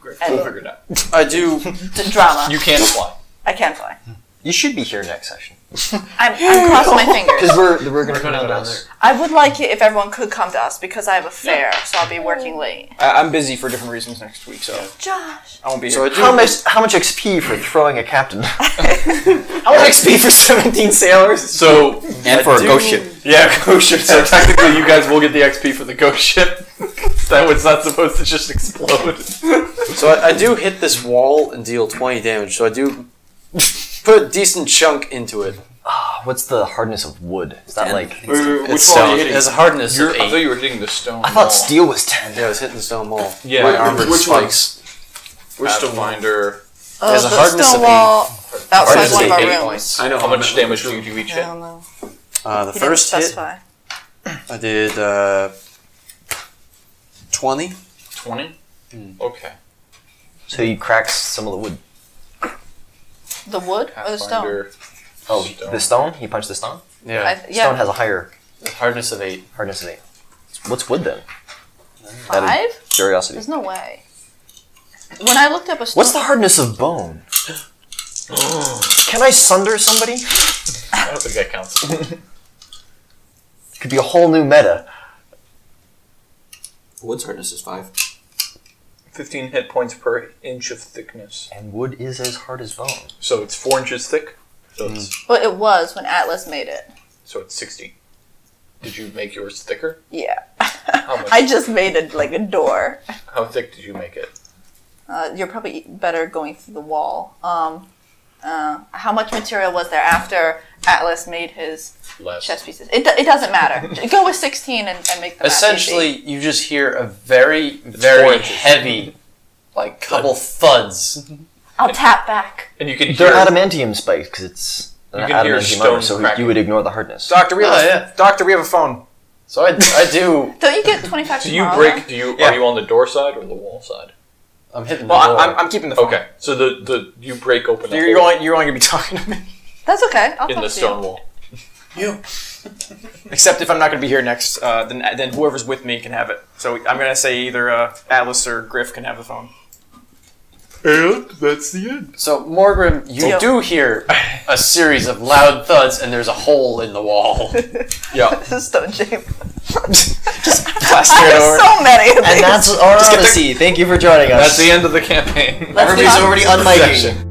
[SPEAKER 1] We'll
[SPEAKER 4] And
[SPEAKER 1] figure it out.
[SPEAKER 5] I do.
[SPEAKER 4] the drama.
[SPEAKER 1] You can't fly.
[SPEAKER 4] I can fly.
[SPEAKER 3] You should be here next session.
[SPEAKER 4] I'm, I'm crossing my fingers.
[SPEAKER 3] Because we're, we're going to come
[SPEAKER 2] We're gonna go
[SPEAKER 3] out
[SPEAKER 2] down
[SPEAKER 3] down
[SPEAKER 2] there.
[SPEAKER 4] I would like it if everyone could come to us because I have a fair, so I'll be working late.
[SPEAKER 6] I- I'm busy for different reasons next week, so
[SPEAKER 4] Josh.
[SPEAKER 6] I won't be
[SPEAKER 5] So
[SPEAKER 6] here.
[SPEAKER 5] I do.
[SPEAKER 3] How much, how much XP for throwing a captain?
[SPEAKER 6] I want XP for 17 sailors.
[SPEAKER 1] So
[SPEAKER 6] And for a ghost ship.
[SPEAKER 1] yeah, ghost ship. So technically, you guys will get the XP for the ghost ship. that was not supposed to just explode.
[SPEAKER 5] So I, I do hit this wall and deal 20 damage. So I do put a decent chunk into it.
[SPEAKER 3] What's the hardness of wood? Is that like.
[SPEAKER 1] Wait, wait, wait,
[SPEAKER 5] It's
[SPEAKER 1] which one are you
[SPEAKER 5] stone. It
[SPEAKER 1] hitting?
[SPEAKER 5] has a hardness
[SPEAKER 1] You're,
[SPEAKER 5] of
[SPEAKER 1] I thought
[SPEAKER 5] 8.
[SPEAKER 1] you were hitting the stone.
[SPEAKER 3] I thought steel was 10.
[SPEAKER 5] Yeah, I was hitting the stone wall.
[SPEAKER 1] Yeah.
[SPEAKER 5] My armor
[SPEAKER 1] Which one?
[SPEAKER 5] spikes.
[SPEAKER 1] We're still finder.
[SPEAKER 4] Oh,
[SPEAKER 5] There's a hardness of
[SPEAKER 4] stone wall outside
[SPEAKER 5] Hardness
[SPEAKER 4] one
[SPEAKER 5] of
[SPEAKER 4] of our
[SPEAKER 5] eight
[SPEAKER 4] rooms.
[SPEAKER 1] How much damage do you do each
[SPEAKER 4] I
[SPEAKER 1] hit?
[SPEAKER 4] don't know.
[SPEAKER 5] Uh, the
[SPEAKER 4] He didn't
[SPEAKER 5] first hit,
[SPEAKER 4] specify.
[SPEAKER 5] I did uh, 20.
[SPEAKER 1] Twenty. Okay.
[SPEAKER 3] So you cracked some of the wood.
[SPEAKER 4] The wood or the stone?
[SPEAKER 1] Pathfinder.
[SPEAKER 3] Oh,
[SPEAKER 1] Stone.
[SPEAKER 3] the stone? He punched the stone?
[SPEAKER 4] I,
[SPEAKER 5] Yeah.
[SPEAKER 4] th- yeah,
[SPEAKER 3] Stone has a higher
[SPEAKER 5] Hardness of 8.
[SPEAKER 3] hardness of 8. What's wood then? Out of
[SPEAKER 4] five.
[SPEAKER 3] Curiosity.
[SPEAKER 4] There's no way. When I looked up a stone,
[SPEAKER 3] What's the hardness of bone? Can I sunder somebody?
[SPEAKER 1] I don't think that counts.
[SPEAKER 3] Could be a whole new meta.
[SPEAKER 6] Wood's hardness is five.
[SPEAKER 1] 15 hit points per inch of thickness.
[SPEAKER 3] And wood is as hard as bone.
[SPEAKER 1] So it's 4 inches thick. So, it's,
[SPEAKER 4] But it was when Atlas made it.
[SPEAKER 1] so it's 60. Did you make yours thicker?
[SPEAKER 4] Yeah.
[SPEAKER 1] How much?
[SPEAKER 4] I just made it like a door.
[SPEAKER 1] How thick did you make it?
[SPEAKER 4] Uh, you're probably better going through the wall. Um, uh, how much material was there after Atlas made his
[SPEAKER 1] Less.
[SPEAKER 4] chess pieces? It, do- it doesn't matter. Go with 16 and, and make the math easy.
[SPEAKER 5] Essentially, you just hear a very, very
[SPEAKER 1] inches.
[SPEAKER 5] heavy, like couple thuds.
[SPEAKER 4] I'll tap back.
[SPEAKER 1] And you can
[SPEAKER 3] They're
[SPEAKER 1] hear
[SPEAKER 3] adamantium spikes because it's an
[SPEAKER 1] You can hear
[SPEAKER 3] adamantium
[SPEAKER 1] stone
[SPEAKER 3] armor, so
[SPEAKER 1] cracking.
[SPEAKER 3] you would ignore the hardness.
[SPEAKER 7] Doctor, we have
[SPEAKER 5] Oh,
[SPEAKER 7] a,
[SPEAKER 5] yeah.
[SPEAKER 7] Doctor, we have a phone.
[SPEAKER 5] So I, I do.
[SPEAKER 4] Don't you get 25
[SPEAKER 1] Do you
[SPEAKER 4] tomorrow?
[SPEAKER 1] break? Do you
[SPEAKER 5] Yeah.
[SPEAKER 1] are you on the door side or the wall side?
[SPEAKER 5] I'm hitting the
[SPEAKER 7] Well,
[SPEAKER 5] door.
[SPEAKER 7] I, I'm, I'm keeping the phone.
[SPEAKER 1] Okay, so the the you break
[SPEAKER 6] Oh,
[SPEAKER 1] open the
[SPEAKER 7] You're, you're
[SPEAKER 1] hole
[SPEAKER 7] only you're only gonna be talking to me,
[SPEAKER 4] That's okay. I'll
[SPEAKER 1] in
[SPEAKER 4] talk
[SPEAKER 1] the
[SPEAKER 4] to
[SPEAKER 1] stone
[SPEAKER 4] you.
[SPEAKER 1] wall.
[SPEAKER 16] Except if I'm not going to be here next, uh, then then whoever's with me can have it. So I'm going to say either uh, Atlas or Griff can have the phone.
[SPEAKER 5] So Morgrim, you
[SPEAKER 4] Yeah.
[SPEAKER 5] do hear a series of loud thuds, and there's a hole in the wall.
[SPEAKER 1] Yeah,
[SPEAKER 4] This is stone shape.
[SPEAKER 7] Plaster it over.
[SPEAKER 4] There's so many of these.
[SPEAKER 3] And that's our Odyssey. Thank you for joining us.
[SPEAKER 1] that's the end of the campaign.
[SPEAKER 4] Let's
[SPEAKER 3] Everybody's
[SPEAKER 4] talk-
[SPEAKER 3] already unmiking.
[SPEAKER 1] Section.